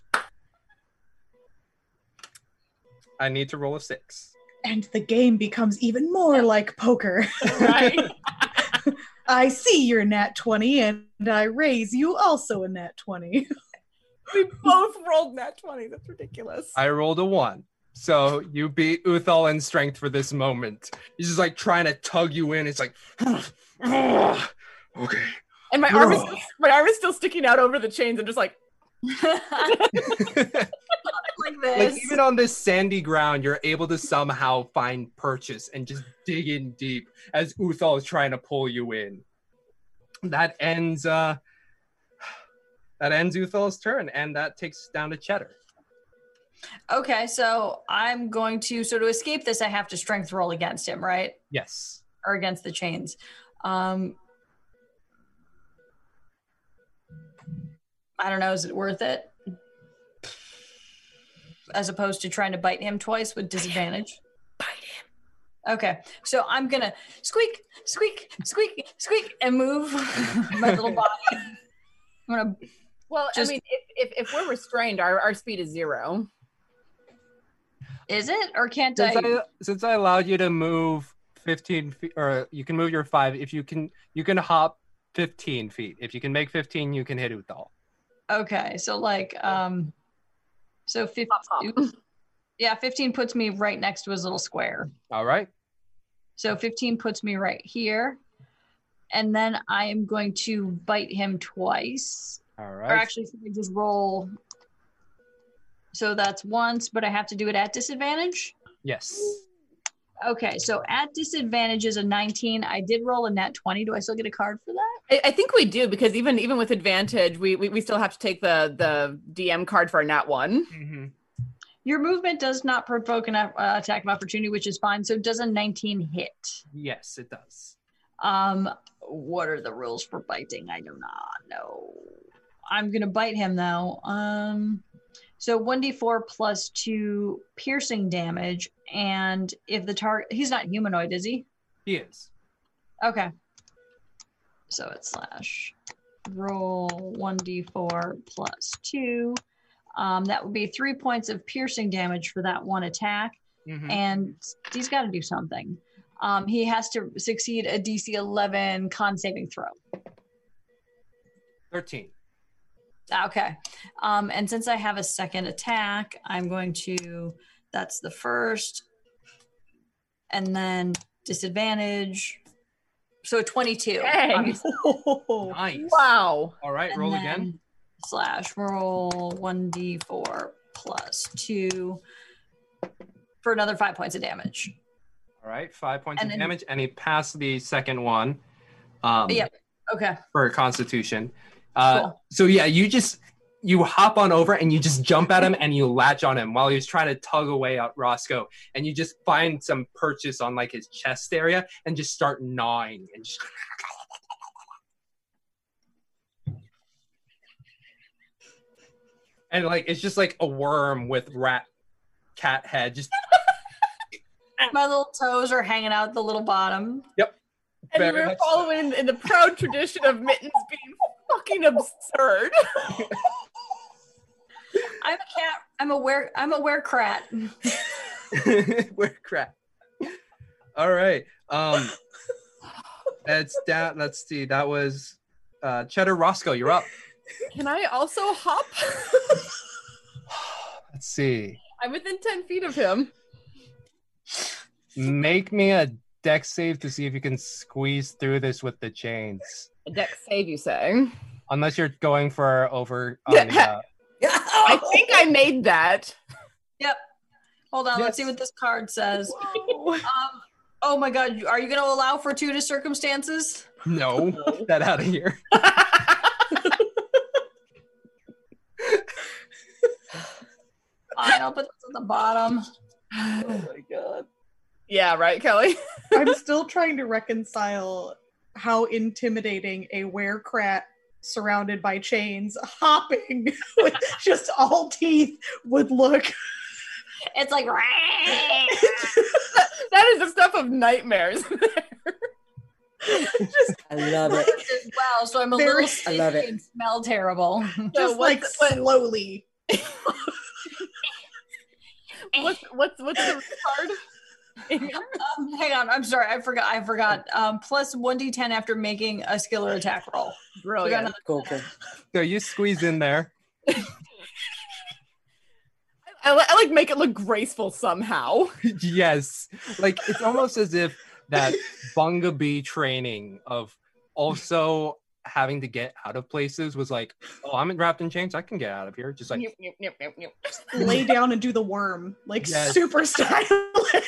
Speaker 3: I need to roll a six.
Speaker 6: and the game becomes even more like poker.
Speaker 8: Right?
Speaker 6: I see your nat 20 and I raise you also a nat 20.
Speaker 8: we both rolled that 20. That's ridiculous.
Speaker 3: I rolled a one. So you beat Uthal in strength for this moment. He's just like trying to tug you in. It's like, okay.
Speaker 8: And my arm is still, my arm is still sticking out over the chains. I'm just like,
Speaker 4: like
Speaker 3: Like
Speaker 4: this.
Speaker 3: even on this sandy ground, you're able to somehow find purchase and just dig in deep as Uthal is trying to pull you in. That ends. uh That ends Uthal's turn, and that takes us down to Cheddar.
Speaker 4: okay, so I'm going to so to escape this, I have to strength roll against him, right?
Speaker 3: Yes.
Speaker 4: Or against the chains. Um I don't know, is it worth it? As opposed to trying to bite him twice with disadvantage. Bite him. Okay. So I'm gonna squeak, squeak, squeak, squeak, and move my little body. I'm gonna
Speaker 8: well,
Speaker 4: Just-
Speaker 8: I mean, if, if, if we're restrained, our, our speed is zero.
Speaker 4: Is it or can't
Speaker 3: Since
Speaker 4: I?
Speaker 3: I, since I allowed you to move 15 feet, or you can move your five, if you can, you can hop 15 feet. If you can make 15, you can hit Uthal.
Speaker 4: Okay, so like, um, so fifteen. Yeah, fifteen puts me right next to his little square.
Speaker 3: All right.
Speaker 4: So fifteen puts me right here, and then I am going to bite him twice.
Speaker 3: All
Speaker 4: Or
Speaker 3: right.
Speaker 4: actually, should I just roll? So that's once, but I have to do it at disadvantage.
Speaker 3: yes.
Speaker 4: Okay, so at disadvantage is a nineteen. I did roll a net twenty. Do I still get a card for that?
Speaker 8: I, I think we do because even even with advantage, we, we we still have to take the the DM card for our nat one.
Speaker 4: Your movement does not provoke an uh, attack of opportunity, which is fine. So does a nineteen hit?
Speaker 3: Yes, it does.
Speaker 4: Um, what are the rules for biting? I do not know. I'm gonna bite him though. Um, so one d4 plus two piercing damage, and if the target he's not humanoid, is he?
Speaker 3: He is.
Speaker 4: Okay. So it's slash roll one d4 plus two. Um, that would be three points of piercing damage for that one attack
Speaker 3: Mhm.
Speaker 4: and he's got to do something. Um, he has to succeed a DC 11 con saving throw.
Speaker 3: 13.
Speaker 4: Okay. Um, and since I have a second attack, I'm going to, that's the first, and then disadvantage. So 22.
Speaker 8: Dang.
Speaker 4: obviously.
Speaker 3: Nice.
Speaker 8: Wow.
Speaker 3: All right,
Speaker 4: And
Speaker 3: roll
Speaker 4: then
Speaker 3: again.
Speaker 4: Slash roll 1d4 plus 2 for another five points of damage.
Speaker 3: All right, five points
Speaker 4: and
Speaker 3: of
Speaker 4: then-
Speaker 3: damage, and he passed the second one um,
Speaker 4: Yep. Okay.
Speaker 3: for Constitution. Uh,
Speaker 4: Cool.
Speaker 3: So yeah, you just you hop on over and you just jump at him and you latch on him while he's trying to tug away at Roscoe, and you just find some purchase on like his chest area and just start gnawing and just and like it's just like a worm with rat cat head just
Speaker 4: My little toes are hanging out the little bottom.
Speaker 8: And
Speaker 3: Very
Speaker 8: we're
Speaker 3: much so.
Speaker 8: following in the proud tradition of mittens being fucking absurd.
Speaker 4: I'm a cat. I'm a were. I'm a were crat.
Speaker 3: We're crap. All right. Um that's that let's see. That was uh Cheddar Roscoe, you're up.
Speaker 8: Can I also hop?
Speaker 3: Let's see.
Speaker 8: I'm within ten feet of him.
Speaker 3: Make me a deck save to see if you can squeeze through this with the chains.
Speaker 8: Deck save, you say?
Speaker 3: Unless you're going for over on the, uh,
Speaker 8: I think I made that.
Speaker 4: Hold on. Let's see
Speaker 3: Yes.
Speaker 4: what this card says. Um, oh my God. Are you going to allow fortuitous circumstances?
Speaker 3: no, get that out of here.
Speaker 4: Fine. I'll put this at the bottom.
Speaker 8: Yeah, right, Kelly.
Speaker 6: I'm still trying to reconcile how intimidating a werecrat surrounded by chains, hopping with just all teeth would look.
Speaker 15: It's like
Speaker 8: that is the stuff of nightmares.
Speaker 7: I love it.
Speaker 15: as well. So I'm a
Speaker 6: Very-
Speaker 15: little
Speaker 7: I love
Speaker 15: sneaky
Speaker 7: it.
Speaker 15: and smell terrible.
Speaker 6: just like slowly.
Speaker 8: what's what's what's the card?
Speaker 15: Um, hang on, I'm sorry, I forgot. I forgot. Um, plus one d10 after making a skill or attack roll. We got
Speaker 8: Brilliant.
Speaker 15: another-
Speaker 7: Cool, cool.
Speaker 3: So you squeeze in there.
Speaker 8: I, li- I like make it look graceful somehow.
Speaker 3: yes. Like it's almost as if that bunga bee training of also having to get out of places was like, oh, I'm wrapped in chains. I can get out of here. Just like,
Speaker 8: Nyep, nyep, nyep, nyep, nyep.
Speaker 6: Lay down and do the worm, like
Speaker 3: Yes.
Speaker 6: super stylish.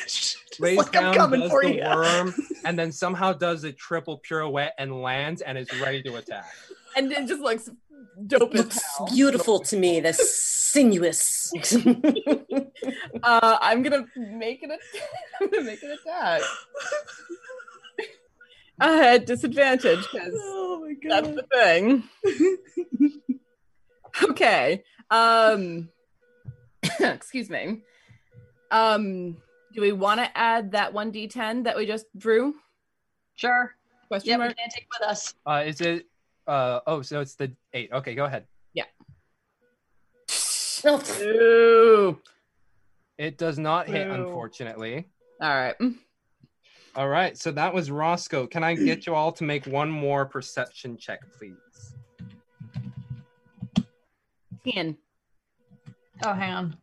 Speaker 6: Just
Speaker 3: lays
Speaker 6: like
Speaker 3: down,
Speaker 6: I'm coming
Speaker 3: does
Speaker 6: for
Speaker 3: the
Speaker 6: you.
Speaker 3: worm, and then somehow does a triple pirouette and lands and is ready to attack.
Speaker 8: And it just looks dope as
Speaker 7: Looks
Speaker 8: hell.
Speaker 7: beautiful to me. The sinuous.
Speaker 8: Uh, I'm gonna make it. A- I'm gonna make it attack. I had disadvantage because
Speaker 6: Oh my
Speaker 8: that's the thing. Okay. Um. excuse me. Um. Do we want to add that one d10 that we just drew?
Speaker 15: Sure.
Speaker 8: Question
Speaker 15: Yeah, we
Speaker 8: mark.
Speaker 15: can't take with us.
Speaker 3: Uh, is it? Uh, oh, so it's the eight. Okay, go ahead.
Speaker 7: No,
Speaker 8: Ooh.
Speaker 3: It does not hit,
Speaker 6: Boo.
Speaker 3: unfortunately.
Speaker 8: All right.
Speaker 3: All right, so that was Roscoe. Can I get you all to make one more perception check, please?
Speaker 8: Ten.
Speaker 15: Oh, hang on.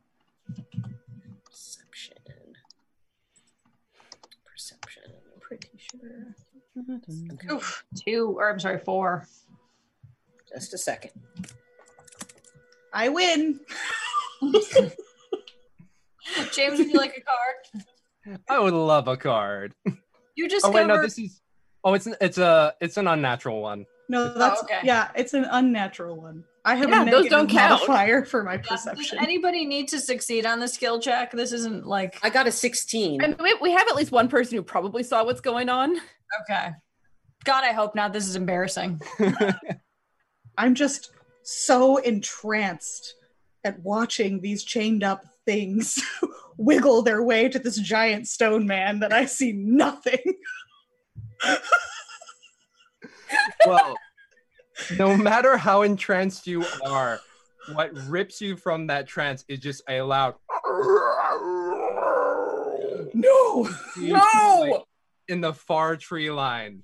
Speaker 7: Perception. Perception.
Speaker 6: Pretty sure.
Speaker 7: Okay,
Speaker 15: Oof, two, or I'm sorry, four.
Speaker 7: just a second.
Speaker 6: I win.
Speaker 15: James, would you like a card?
Speaker 3: I would love a card.
Speaker 15: You just
Speaker 3: Oh wait,
Speaker 15: discovered.
Speaker 3: no, this is. Oh, it's it's a it's an unnatural one.
Speaker 6: No, that's
Speaker 15: Oh, okay.
Speaker 6: yeah. It's an unnatural one. I have
Speaker 8: Yeah,
Speaker 6: a
Speaker 8: those
Speaker 6: negative
Speaker 8: don't count.
Speaker 6: modifier for my
Speaker 15: Yeah, does
Speaker 6: perception.
Speaker 15: anybody need to succeed on the skill check? This isn't like
Speaker 7: I got a 16.
Speaker 8: And we, we have at least one person who probably saw what's going on.
Speaker 15: okay. God, I hope not. This is embarrassing.
Speaker 6: I'm just so entranced at watching these chained up things wiggle their way to this giant stone man that I see nothing.
Speaker 3: well, no matter how entranced you are, what rips you from that trance is just a loud
Speaker 6: No. Oh,
Speaker 3: no in the far tree line.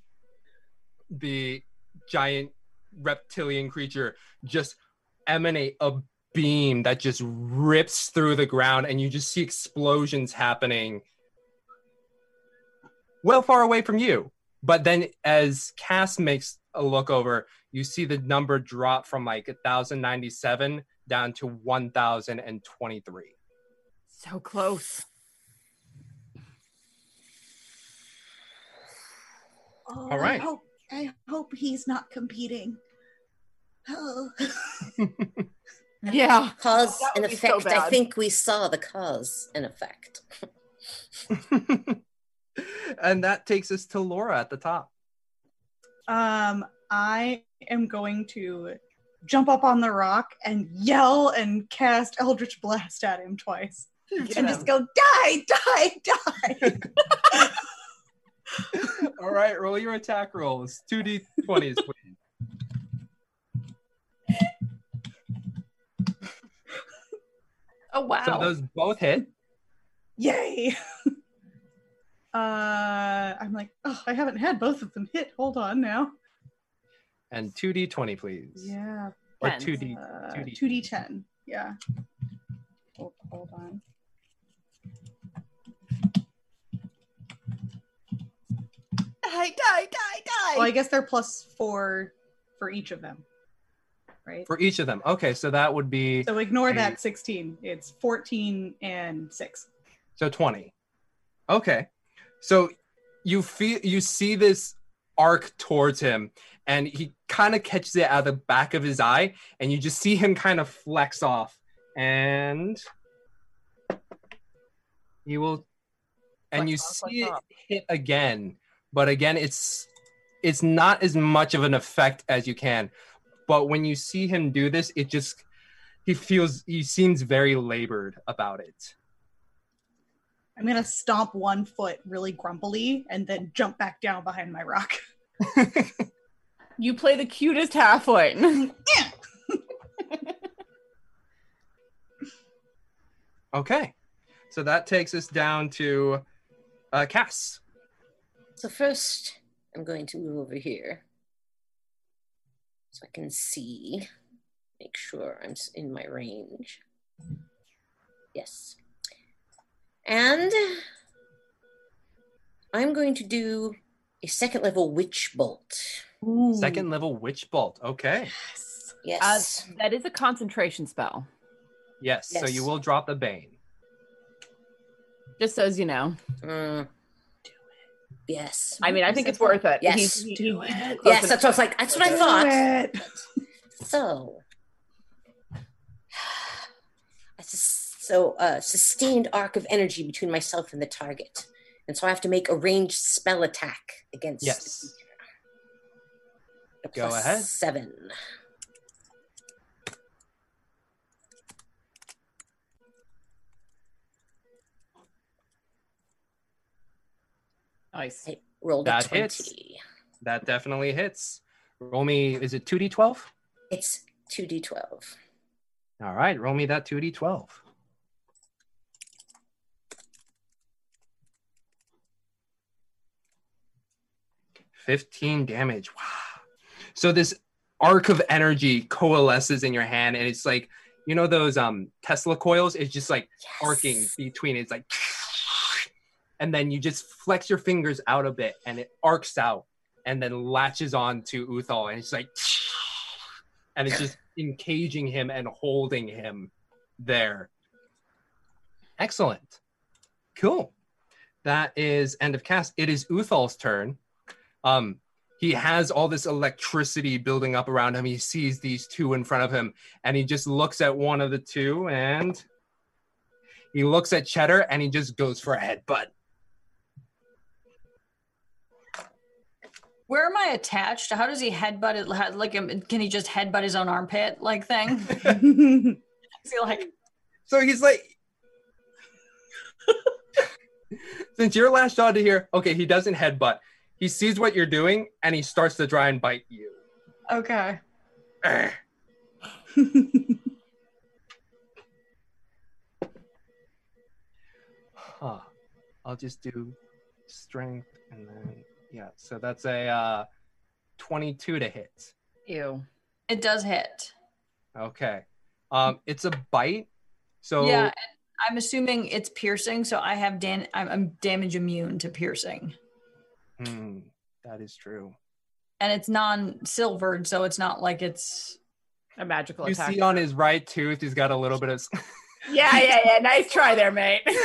Speaker 3: The giant reptilian creature just emanate a beam that just rips through the ground, and you just see explosions happening well far away from you. But then, as Cass makes a look over, you see the number drop from like 1,097 down to 1,023.
Speaker 8: So close.
Speaker 6: Oh,
Speaker 3: All right.
Speaker 6: I hope, I hope he's not competing. Oh.
Speaker 8: Yeah.
Speaker 7: Cause
Speaker 8: That would
Speaker 7: and
Speaker 8: be so
Speaker 7: effect. I
Speaker 8: bad.
Speaker 7: think we saw the cause and effect.
Speaker 3: and that takes us to Laura at the top.
Speaker 6: Um, I am going to jump up on the rock and yell and cast Eldritch Blast at him twice. and just go, die, die, die.
Speaker 3: All right, roll your attack rolls. Two d20s, please.
Speaker 15: Oh wow.
Speaker 3: So those both hit.
Speaker 6: Yay. uh, I'm like, oh, I haven't had both of them hit. Hold on now.
Speaker 3: And two d20, please.
Speaker 6: Yeah.
Speaker 3: Or
Speaker 8: Ten.
Speaker 3: two d.
Speaker 6: uh,
Speaker 3: 2D.
Speaker 6: 2d10. Yeah. Hold, hold on.
Speaker 8: Die, die, die, die.
Speaker 6: Well, I guess they're plus four for each of them, right?
Speaker 3: For each of them. Okay, so that would be
Speaker 6: So ignore
Speaker 3: Eight.
Speaker 6: that 16. It's 14 and 6.
Speaker 3: so 20. Okay. So you feel you see this arc towards him and he kind of catches it out of the back of his eye and you just see him kind of flex off and he will and
Speaker 8: Flex
Speaker 3: you
Speaker 8: off, flex
Speaker 3: see it
Speaker 8: off.
Speaker 3: hit again but again it's it's not as much of an effect as you can But when you see him do this, it just he feels he seems very labored about it.
Speaker 6: I'm gonna stomp one foot really grumpily and then jump back down behind my rock.
Speaker 8: You play the cutest halfling.
Speaker 3: Okay. So that takes us down to uh, Cass.
Speaker 5: So first, I'm going to move over here so I can see, make sure I'm s- in my range. Yes. And I'm going to do a second level witch bolt.
Speaker 3: Second level witch bolt. Okay.
Speaker 5: Yes.
Speaker 8: Uh, that is a concentration spell,
Speaker 3: Yes. So
Speaker 5: Yes.
Speaker 3: you will drop the bane.
Speaker 8: just so as you know.
Speaker 5: Mm. Yes.
Speaker 8: I mean, I think it's worth it.
Speaker 5: Yes,
Speaker 8: do it.
Speaker 5: Yes, that's what I was like. That's what I thought.
Speaker 6: it.
Speaker 5: So, I sus- so uh, sustained arc of energy between myself and the target, and so I have to make a ranged spell attack against. the
Speaker 3: Yes.
Speaker 5: creature. A
Speaker 3: Go
Speaker 5: plus
Speaker 3: ahead.
Speaker 5: Seven.
Speaker 8: Nice.
Speaker 5: I rolled
Speaker 3: That
Speaker 5: a twenty.
Speaker 3: hits. That definitely hits. Roll me, is it 2d12?
Speaker 5: It's two d twelve.
Speaker 3: All right, roll me that 2d12. Fifteen damage. Wow. So this arc of energy coalesces in your hand, and it's like you know those um Tesla coils. It's just like arcing between. It's like, and then you just flex your fingers out a bit, and it arcs out, and then latches on to Uthal, and it's like, and it's just encaging him and holding him there. Excellent. Cool. That is end of cast. It is Uthal's turn. Um, he has all this electricity building up around him. He sees these two in front of him, and he just looks at one of the two, and he looks at Cheddar, and he just goes for a headbutt.
Speaker 4: Where am I attached? How does he headbutt it? how- Like, um, can he just headbutt his own armpit, like thing? Is he like,
Speaker 3: So he's like, since you're lashed onto here, okay, he doesn't headbutt. He sees what you're doing, and he starts to try and bite you.
Speaker 4: okay,
Speaker 3: Arr. huh. I'll just do strength and then yeah. So that's a uh, 22 to hit.
Speaker 8: Ew.
Speaker 4: it does hit.
Speaker 3: Okay. Um, it's a bite. So
Speaker 4: Yeah, and I'm assuming it's piercing, so I have dan. I'm, I'm damage immune to piercing,
Speaker 3: Hmm, that is true.
Speaker 4: and it's non-silvered, so it's not like it's.
Speaker 8: A magical
Speaker 3: You
Speaker 8: attack.
Speaker 3: see on his right tooth, he's got a little bit of.
Speaker 8: yeah, yeah, yeah. Nice try there, mate.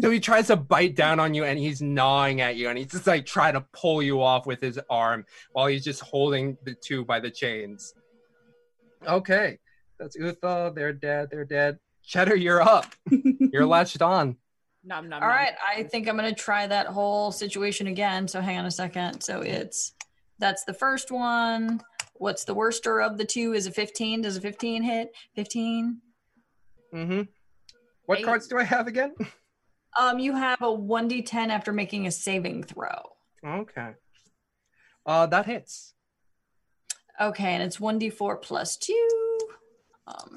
Speaker 3: So he tries to bite down on you and he's gnawing at you and he's just like trying to pull you off with his arm while he's just holding the two by the chains. Okay. That's Utha. They're dead. They're dead. Cheddar, you're up. You're latched on.
Speaker 8: nom, nom,
Speaker 4: All right, I think I'm gonna try that whole situation again. So hang on a second. So it's that's the first one. What's the worster of the two? Is a 15? Does a 15 hit? 15.
Speaker 3: Mm-hmm. What
Speaker 8: Eight.
Speaker 3: cards do I have again?
Speaker 4: Um, you have a 1d10 after making a saving throw.
Speaker 3: Okay. Uh, that hits.
Speaker 4: Okay, and it's 1d4 plus 2. Um,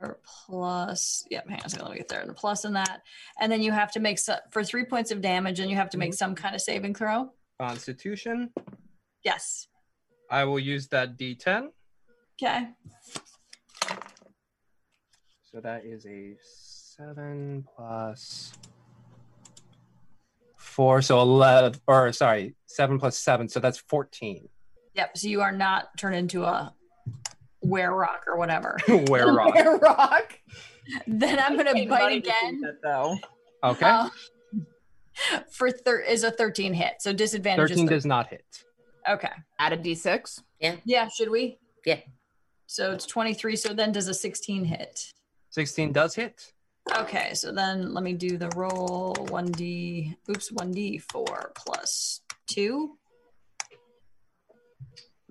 Speaker 4: or plus, yep, hang on a second, let me get there. And a plus in that. And then you have to make, so, for three points of damage, and you have to
Speaker 3: Mm-hmm.
Speaker 4: make some kind of saving throw.
Speaker 3: Constitution.
Speaker 4: Yes.
Speaker 3: I will use that D10.
Speaker 4: Okay.
Speaker 3: So that is a seven plus four, so eleven, or sorry, seven plus seven, so that's fourteen.
Speaker 4: Yep, so you are not turned into a were rock or whatever.
Speaker 3: Where rock?
Speaker 8: Bear rock.
Speaker 4: then I'm going to
Speaker 8: Ain't
Speaker 4: bite
Speaker 8: nobody gonna
Speaker 4: again.
Speaker 8: do that, though.
Speaker 3: Okay,
Speaker 4: Uh, for thir- is a 13 hit. So disadvantage
Speaker 3: thirteen
Speaker 4: is thir-
Speaker 3: does not hit.
Speaker 4: Okay.
Speaker 8: Add a d6.
Speaker 4: Yeah, should we?
Speaker 5: Yeah.
Speaker 4: So it's 23. So then does a 16 hit?
Speaker 3: Sixteen does hit.
Speaker 4: Okay. So then let me do the roll 1d, oops, 1d4 plus 2.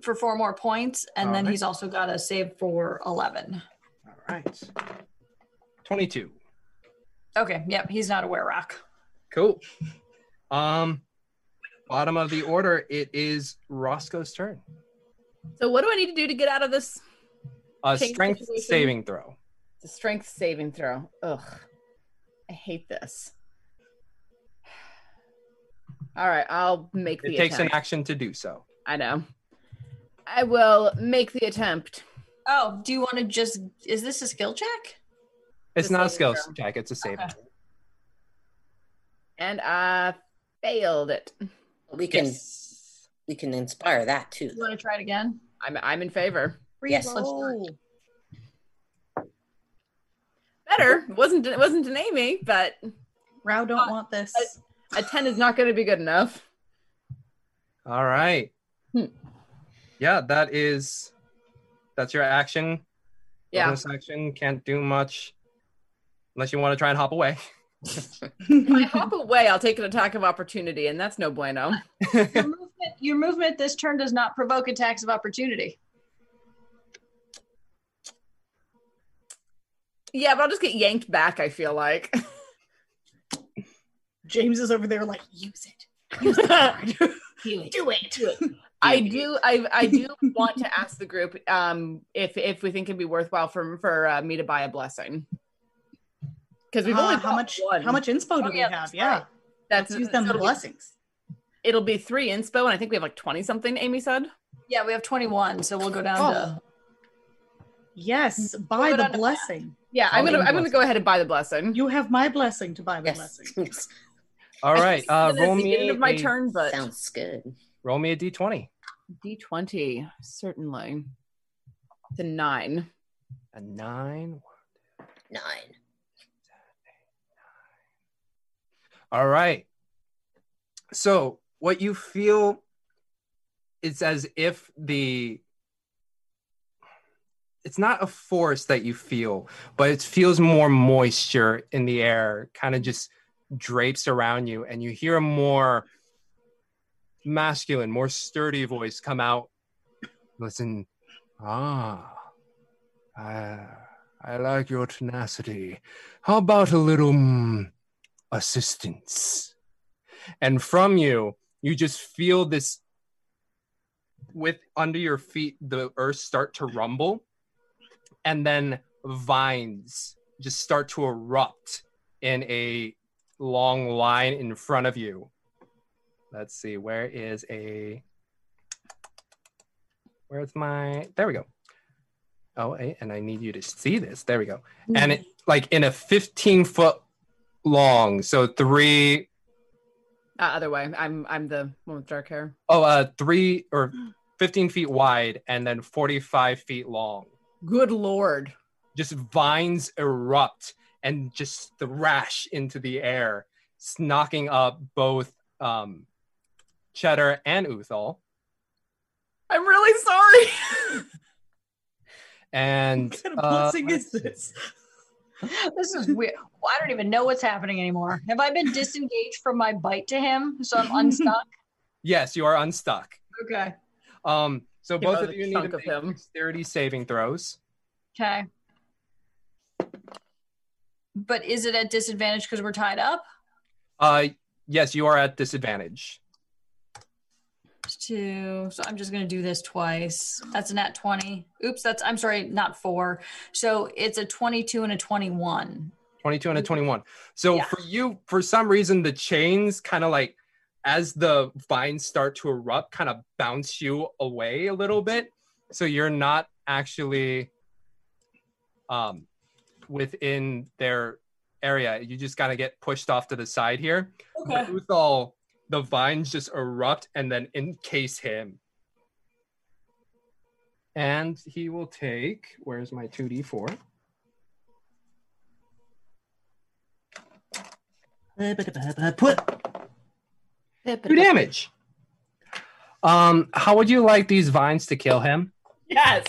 Speaker 15: for four more points, and
Speaker 3: All
Speaker 15: then
Speaker 3: right.
Speaker 15: he's also got a save for eleven.
Speaker 3: All right. 22.
Speaker 15: Okay, yep, he's not aware rock.
Speaker 3: Cool. Um, bottom of the order, it is Roscoe's turn.
Speaker 8: So what do I need to do to get out of this?
Speaker 3: A
Speaker 8: Change
Speaker 3: strength
Speaker 8: situation.
Speaker 3: saving throw.
Speaker 8: The strength saving throw. Ugh. I hate this. All right, I'll make the
Speaker 3: It takes an
Speaker 8: attempt.
Speaker 3: action to do so.
Speaker 8: I know. I will make the attempt.
Speaker 15: Oh, do you want to just? Is this a skill check?
Speaker 3: It's
Speaker 8: The
Speaker 3: not a skill
Speaker 8: saving
Speaker 3: check, it's a saving.
Speaker 15: Okay.
Speaker 3: throw.
Speaker 8: And I failed it.
Speaker 7: We can we can inspire that too.
Speaker 15: You want to try it again?
Speaker 8: I'm I'm in favor.
Speaker 7: Yes.
Speaker 15: Reroll.
Speaker 8: Better. wasn't It wasn't an Amy, but Uh,
Speaker 11: Rao don't want this.
Speaker 8: a 10 is not going to be good enough.
Speaker 3: All right.
Speaker 8: Hmm.
Speaker 3: Yeah, that is that's your action.
Speaker 8: Yeah.
Speaker 3: Bonus action can't do much unless you want to try and hop away.
Speaker 8: If I hop away, I'll take an attack of opportunity, and that's no bueno.
Speaker 15: your, movement, your movement this turn does not provoke attacks of opportunity.
Speaker 8: Yeah, but I'll just get yanked back, I feel like.
Speaker 11: James is over there like, use it.
Speaker 8: do it. Do it. I do. I, I do want to ask the group um, if if we think it'd be worthwhile for for uh, me to buy a blessing because we've
Speaker 11: Ah,
Speaker 8: only
Speaker 11: how
Speaker 8: got
Speaker 11: much
Speaker 8: one.
Speaker 11: how much inspo do
Speaker 15: Oh,
Speaker 11: we
Speaker 15: yeah,
Speaker 11: have?
Speaker 15: that's
Speaker 11: Yeah.
Speaker 15: right.
Speaker 8: That's
Speaker 11: Let's use them
Speaker 8: it'll,
Speaker 11: blessings.
Speaker 8: Be, it'll be three inspo, and I think we have like twenty something. Amy said.
Speaker 15: Yeah, we have 21, so we'll go down
Speaker 11: Oh.
Speaker 15: to. Mm.
Speaker 11: Yes,
Speaker 15: Put
Speaker 11: buy
Speaker 15: it
Speaker 11: the
Speaker 15: on a
Speaker 11: blessing.
Speaker 8: Yeah, I'm gonna
Speaker 3: Twenty
Speaker 8: I'm gonna
Speaker 3: blessings.
Speaker 8: go ahead and buy the blessing.
Speaker 11: You have my blessing to buy the
Speaker 7: Yes.
Speaker 11: blessing.
Speaker 3: All
Speaker 8: I
Speaker 3: right.
Speaker 8: think
Speaker 3: Uh
Speaker 8: it's
Speaker 3: roll
Speaker 8: the
Speaker 3: me
Speaker 8: end of my
Speaker 3: a-
Speaker 8: turn, but
Speaker 7: Sounds good.
Speaker 3: roll me a D twenty.
Speaker 8: D twenty certainly. It's a nine.
Speaker 3: A nine.
Speaker 7: Nine.
Speaker 3: All right. So what you feel it's as if the it's not a force that you feel, but it feels more moisture in the air, kind of just drapes around you, and you hear a more masculine, more sturdy voice come out. Listen, ah, I, I like your tenacity. How about a little mm, assistance? And from you, you just feel this with under your feet, the earth start to rumble, and then vines just start to erupt in a long line in front of you. Let's see, where is a. Where's my. There we go. Oh, a- and I need you to see this. There we go and it like in a 15 foot long so three
Speaker 8: Uh, other way, I'm I'm the one with dark hair.
Speaker 3: oh uh three or 15 feet wide and then 45 feet long
Speaker 8: Good lord.
Speaker 3: just vines erupt and just thrash into the air s- knocking up both um cheddar and uthal
Speaker 8: I'm really sorry.
Speaker 3: and
Speaker 11: What kind of
Speaker 3: uh,
Speaker 11: blessing is this?
Speaker 15: This is weird. Well, I don't even know what's happening anymore. Have I been disengaged from my bite to him? So I'm unstuck?
Speaker 3: yes you are unstuck
Speaker 15: okay.
Speaker 3: um so
Speaker 8: Give
Speaker 3: both
Speaker 8: us
Speaker 3: of
Speaker 8: a
Speaker 3: you need
Speaker 8: chunk
Speaker 3: to
Speaker 8: of
Speaker 3: make
Speaker 8: him.
Speaker 3: dexterity saving throws
Speaker 15: Okay. But is it at disadvantage because we're tied up?
Speaker 3: uh yes you are at disadvantage
Speaker 15: Two. So I'm just going to do this twice. That's a nat 20. Oops, that's, I'm sorry, not four. So it's a 22 and a 21.
Speaker 3: 22 and a 21. So
Speaker 15: Yeah.
Speaker 3: for you, for some reason, the chains kind of like as the vines start to erupt, kind of bounce you away a little bit. So you're not actually um, within their area. You just kind of get pushed off to the side here. But Uthal, the vines just erupt and then encase him. And he will take, where's my 2d4?
Speaker 7: Put
Speaker 3: Two damage. Um, how would you like these vines to kill him?
Speaker 8: yes.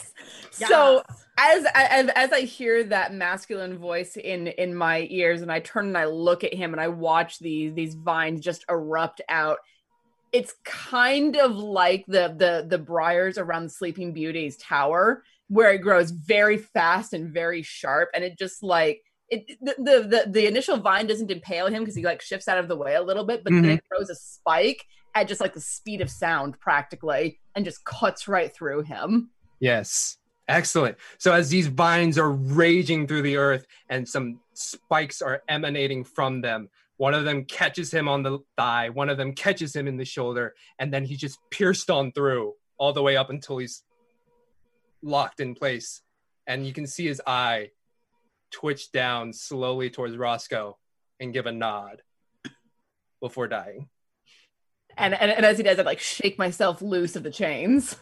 Speaker 8: So as I- as as I hear that masculine voice in in my ears, and I turn and I look at him, and I watch these these vines just erupt out, it's kind of like the the the briars around the Sleeping Beauty's tower, where it grows very fast and very sharp, and it just like it the the the, the initial vine doesn't impale him because he like shifts out of the way a little bit, but then
Speaker 18: Mhm.
Speaker 8: it grows a spike at just like the speed of sound practically, and just cuts right through him.
Speaker 3: Yes. Excellent. So as these vines are raging through the earth and some spikes are emanating from them, one of them catches him on the thigh, one of them catches him in the shoulder, and then he's just pierced on through all the way up until he's locked in place. And you can see his eye twitch down slowly towards Roscoe and give a nod before dying.
Speaker 8: And, and and as he does, I like shake myself loose of the chains.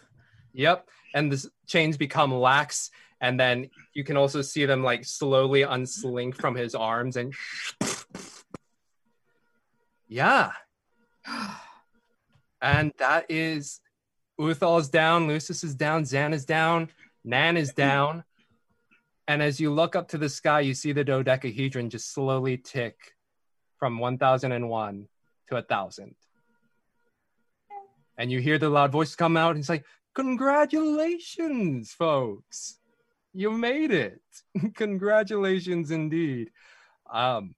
Speaker 3: Yep. And the s- chains become lax. And then you can also see them like slowly unslink from his arms and. Yeah. And that is Uthal's down, Lucis is down, Zan is down, Nan is down. And as you look up to the sky, you see the dodecahedron just slowly tick from 1001 to 1000. And you hear the loud voice come out and it's like, Congratulations, folks. You made it. Congratulations indeed. Um,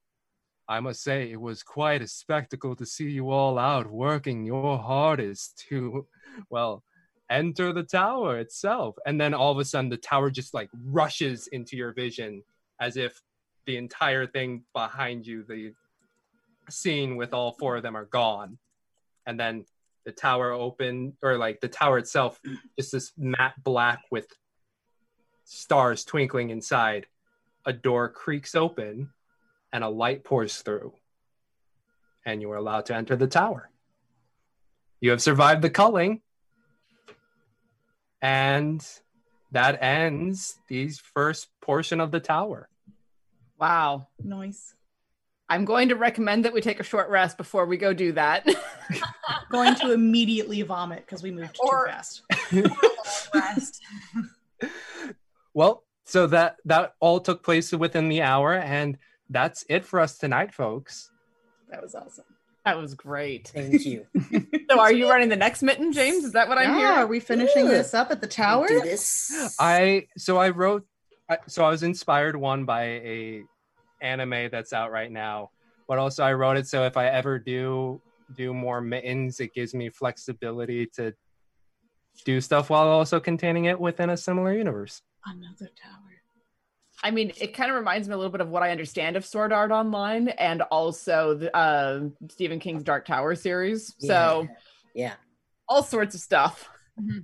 Speaker 3: I must say, it was quite a spectacle to see you all out working your hardest to, well, enter the tower itself. And then all of a sudden, the tower just like rushes into your vision as if the entire thing behind you, the scene with all four of them, are gone. And then the tower open, or like the tower itself, just this matte black with stars twinkling inside. A door creaks open and a light pours through, and you are allowed to enter the tower. You have survived the culling, and that ends the first portion of the tower.
Speaker 8: Wow.
Speaker 6: Nice.
Speaker 8: I'm going to recommend that we take a short rest before we go do that.
Speaker 6: going to immediately vomit because we moved
Speaker 15: Or-
Speaker 6: too fast.
Speaker 15: Rest.
Speaker 3: Well, so that that all took place within the hour, and that's it for us tonight, folks.
Speaker 6: That was awesome.
Speaker 8: That was great.
Speaker 7: Thank you.
Speaker 8: so, are you running the next mitten, James? Is that what I'm
Speaker 6: yeah,
Speaker 8: hearing?
Speaker 6: are we finishing
Speaker 7: Good.
Speaker 6: this up at the tower?
Speaker 7: Do this.
Speaker 3: I so I wrote I- so I was inspired one by a anime that's out right now, but also I wrote it so if I ever do do more mittens, it gives me flexibility to do stuff while also containing it within a similar universe.
Speaker 6: Another tower.
Speaker 8: I mean, it kind of reminds me a little bit of what I understand of Sword Art Online and also the, uh, Stephen King's Dark Tower series. So,
Speaker 7: Yeah.
Speaker 8: all sorts of stuff.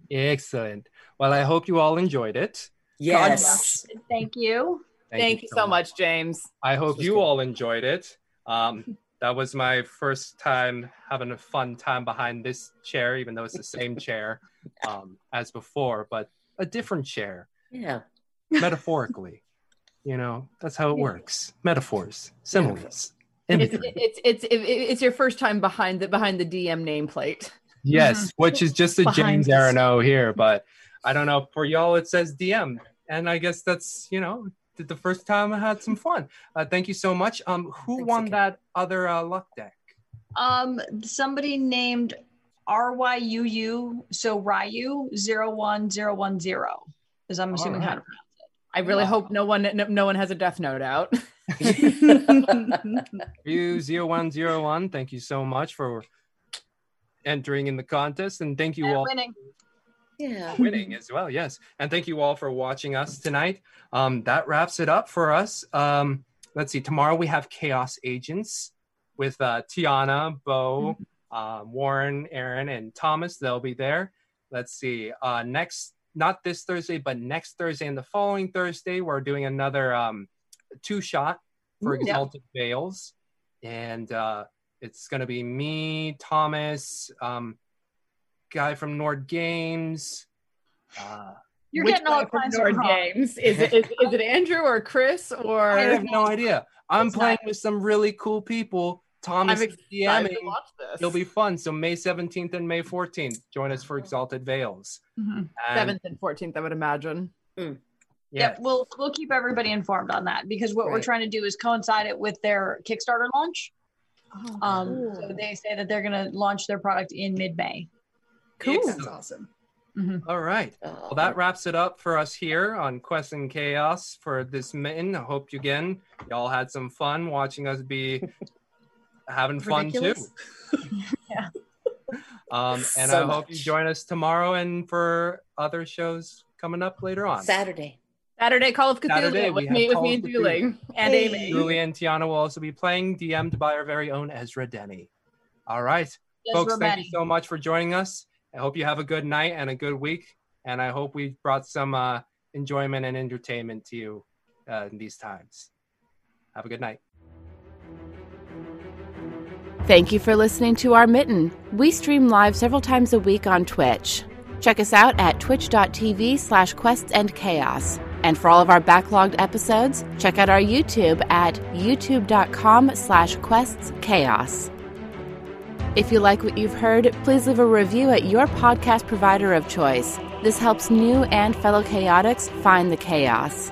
Speaker 3: Excellent. Well, I hope you all enjoyed it.
Speaker 7: Yes.
Speaker 15: Thank you.
Speaker 8: Thank, you so much, James.
Speaker 3: I hope
Speaker 7: was
Speaker 3: you
Speaker 7: good.
Speaker 3: all enjoyed it. Um, that was my first time having a fun time behind this chair, even though it's the same chair um, as before, but a different chair.
Speaker 7: Yeah.
Speaker 3: metaphorically. you know, that's how it works. Metaphors, similes,
Speaker 8: It's,
Speaker 7: Mm-hmm.
Speaker 3: imagery.
Speaker 8: it's, it's, it- it's your first time behind the behind the DM nameplate.
Speaker 3: Yes, which is just a
Speaker 6: Behind
Speaker 3: James
Speaker 6: this.
Speaker 3: Arano here, but I don't know. For y'all, it says DM, and I guess that's you know th- the first time I had some fun. Uh, thank you so much. Um, who
Speaker 7: Thanks
Speaker 3: won
Speaker 7: again.
Speaker 3: that other uh, luck deck?
Speaker 15: Um, somebody named RYUU, so Ryu 01010, is I'm assuming how to
Speaker 8: I really hope no one no, no one has a death note out.
Speaker 3: You zero one zero one. Thank you so much for entering in the contest, and thank you
Speaker 15: And
Speaker 3: all.
Speaker 15: winning.
Speaker 7: yeah.
Speaker 3: winning as well. Yes, and thank you all for watching us tonight. Um, that wraps it up for us. Um, let's see. Tomorrow we have Chaos Agents with uh, Tiana, Bo, um, Warren, Aaron, and Thomas. They'll be there. Let's see. Uh, next, not this Thursday, but next Thursday and the following Thursday, we're doing another um, two shot for
Speaker 15: Ooh.
Speaker 3: Exalted Veils, and uh, it's gonna be me, Thomas. Um, Guy from Nord Games, uh,
Speaker 15: You're
Speaker 8: Which
Speaker 15: getting all
Speaker 8: guy from
Speaker 15: kinds
Speaker 8: Nord
Speaker 15: of games.
Speaker 8: games. Is it, is, is it Andrew or Chris or
Speaker 3: I have no idea. I'm
Speaker 15: It's not-
Speaker 3: playing with some really cool people. Thomas
Speaker 8: I'm
Speaker 3: is
Speaker 8: excited
Speaker 3: DMing.
Speaker 8: to watch this.
Speaker 3: It'll be fun. So May 17th and May 14th, join us
Speaker 15: Oh.
Speaker 3: for Exalted Veils.
Speaker 15: Mhm.
Speaker 3: And-
Speaker 8: seventh and fourteenth, I would imagine.
Speaker 3: Yeah.
Speaker 15: Yep, we'll we'll keep everybody informed on that because what we're
Speaker 7: Right.
Speaker 15: trying to do is coincide it with their Kickstarter launch.
Speaker 6: Oh,
Speaker 4: Um,
Speaker 6: cool.
Speaker 4: so they say that they're going to launch their product in mid-May.
Speaker 6: Cool.
Speaker 3: Excellent.
Speaker 6: That's awesome.
Speaker 3: All right. Well,
Speaker 7: Uh-huh.
Speaker 3: that wraps it up for us here on Quest and Chaos for this mitten. I hope you again, y'all had some fun watching us be having fun too.
Speaker 7: Ridiculous.
Speaker 3: Um, and
Speaker 7: So
Speaker 3: I hope you
Speaker 7: much.
Speaker 3: join us tomorrow and for other shows coming up later on.
Speaker 7: Saturday.
Speaker 8: Saturday Call of Cthulhu
Speaker 3: Saturday, we
Speaker 8: with
Speaker 3: have
Speaker 8: me, with
Speaker 3: Call
Speaker 8: me and
Speaker 3: of Cthulhu.
Speaker 8: Julie and
Speaker 7: Hey.
Speaker 8: Amy.
Speaker 3: Julie and Tiana will also be playing, DM'd by our very own Ezra Denny. All right,
Speaker 4: Yes,
Speaker 3: folks,
Speaker 4: we're
Speaker 3: thank
Speaker 4: ready.
Speaker 3: you so much for joining us. I hope you have a good night and a good week, and I hope we brought some uh, enjoyment and entertainment to you uh, in these times. Have a good night.
Speaker 2: Thank you for listening to Our Mitten. We stream live several times a week on Twitch. Check us out at twitch.tv slash quests and chaos. And for all of our backlogged episodes, check out our YouTube at youtube.com slash quests chaos. If you like what you've heard, please leave a review at your podcast provider of choice. This helps new and fellow chaotics find the chaos.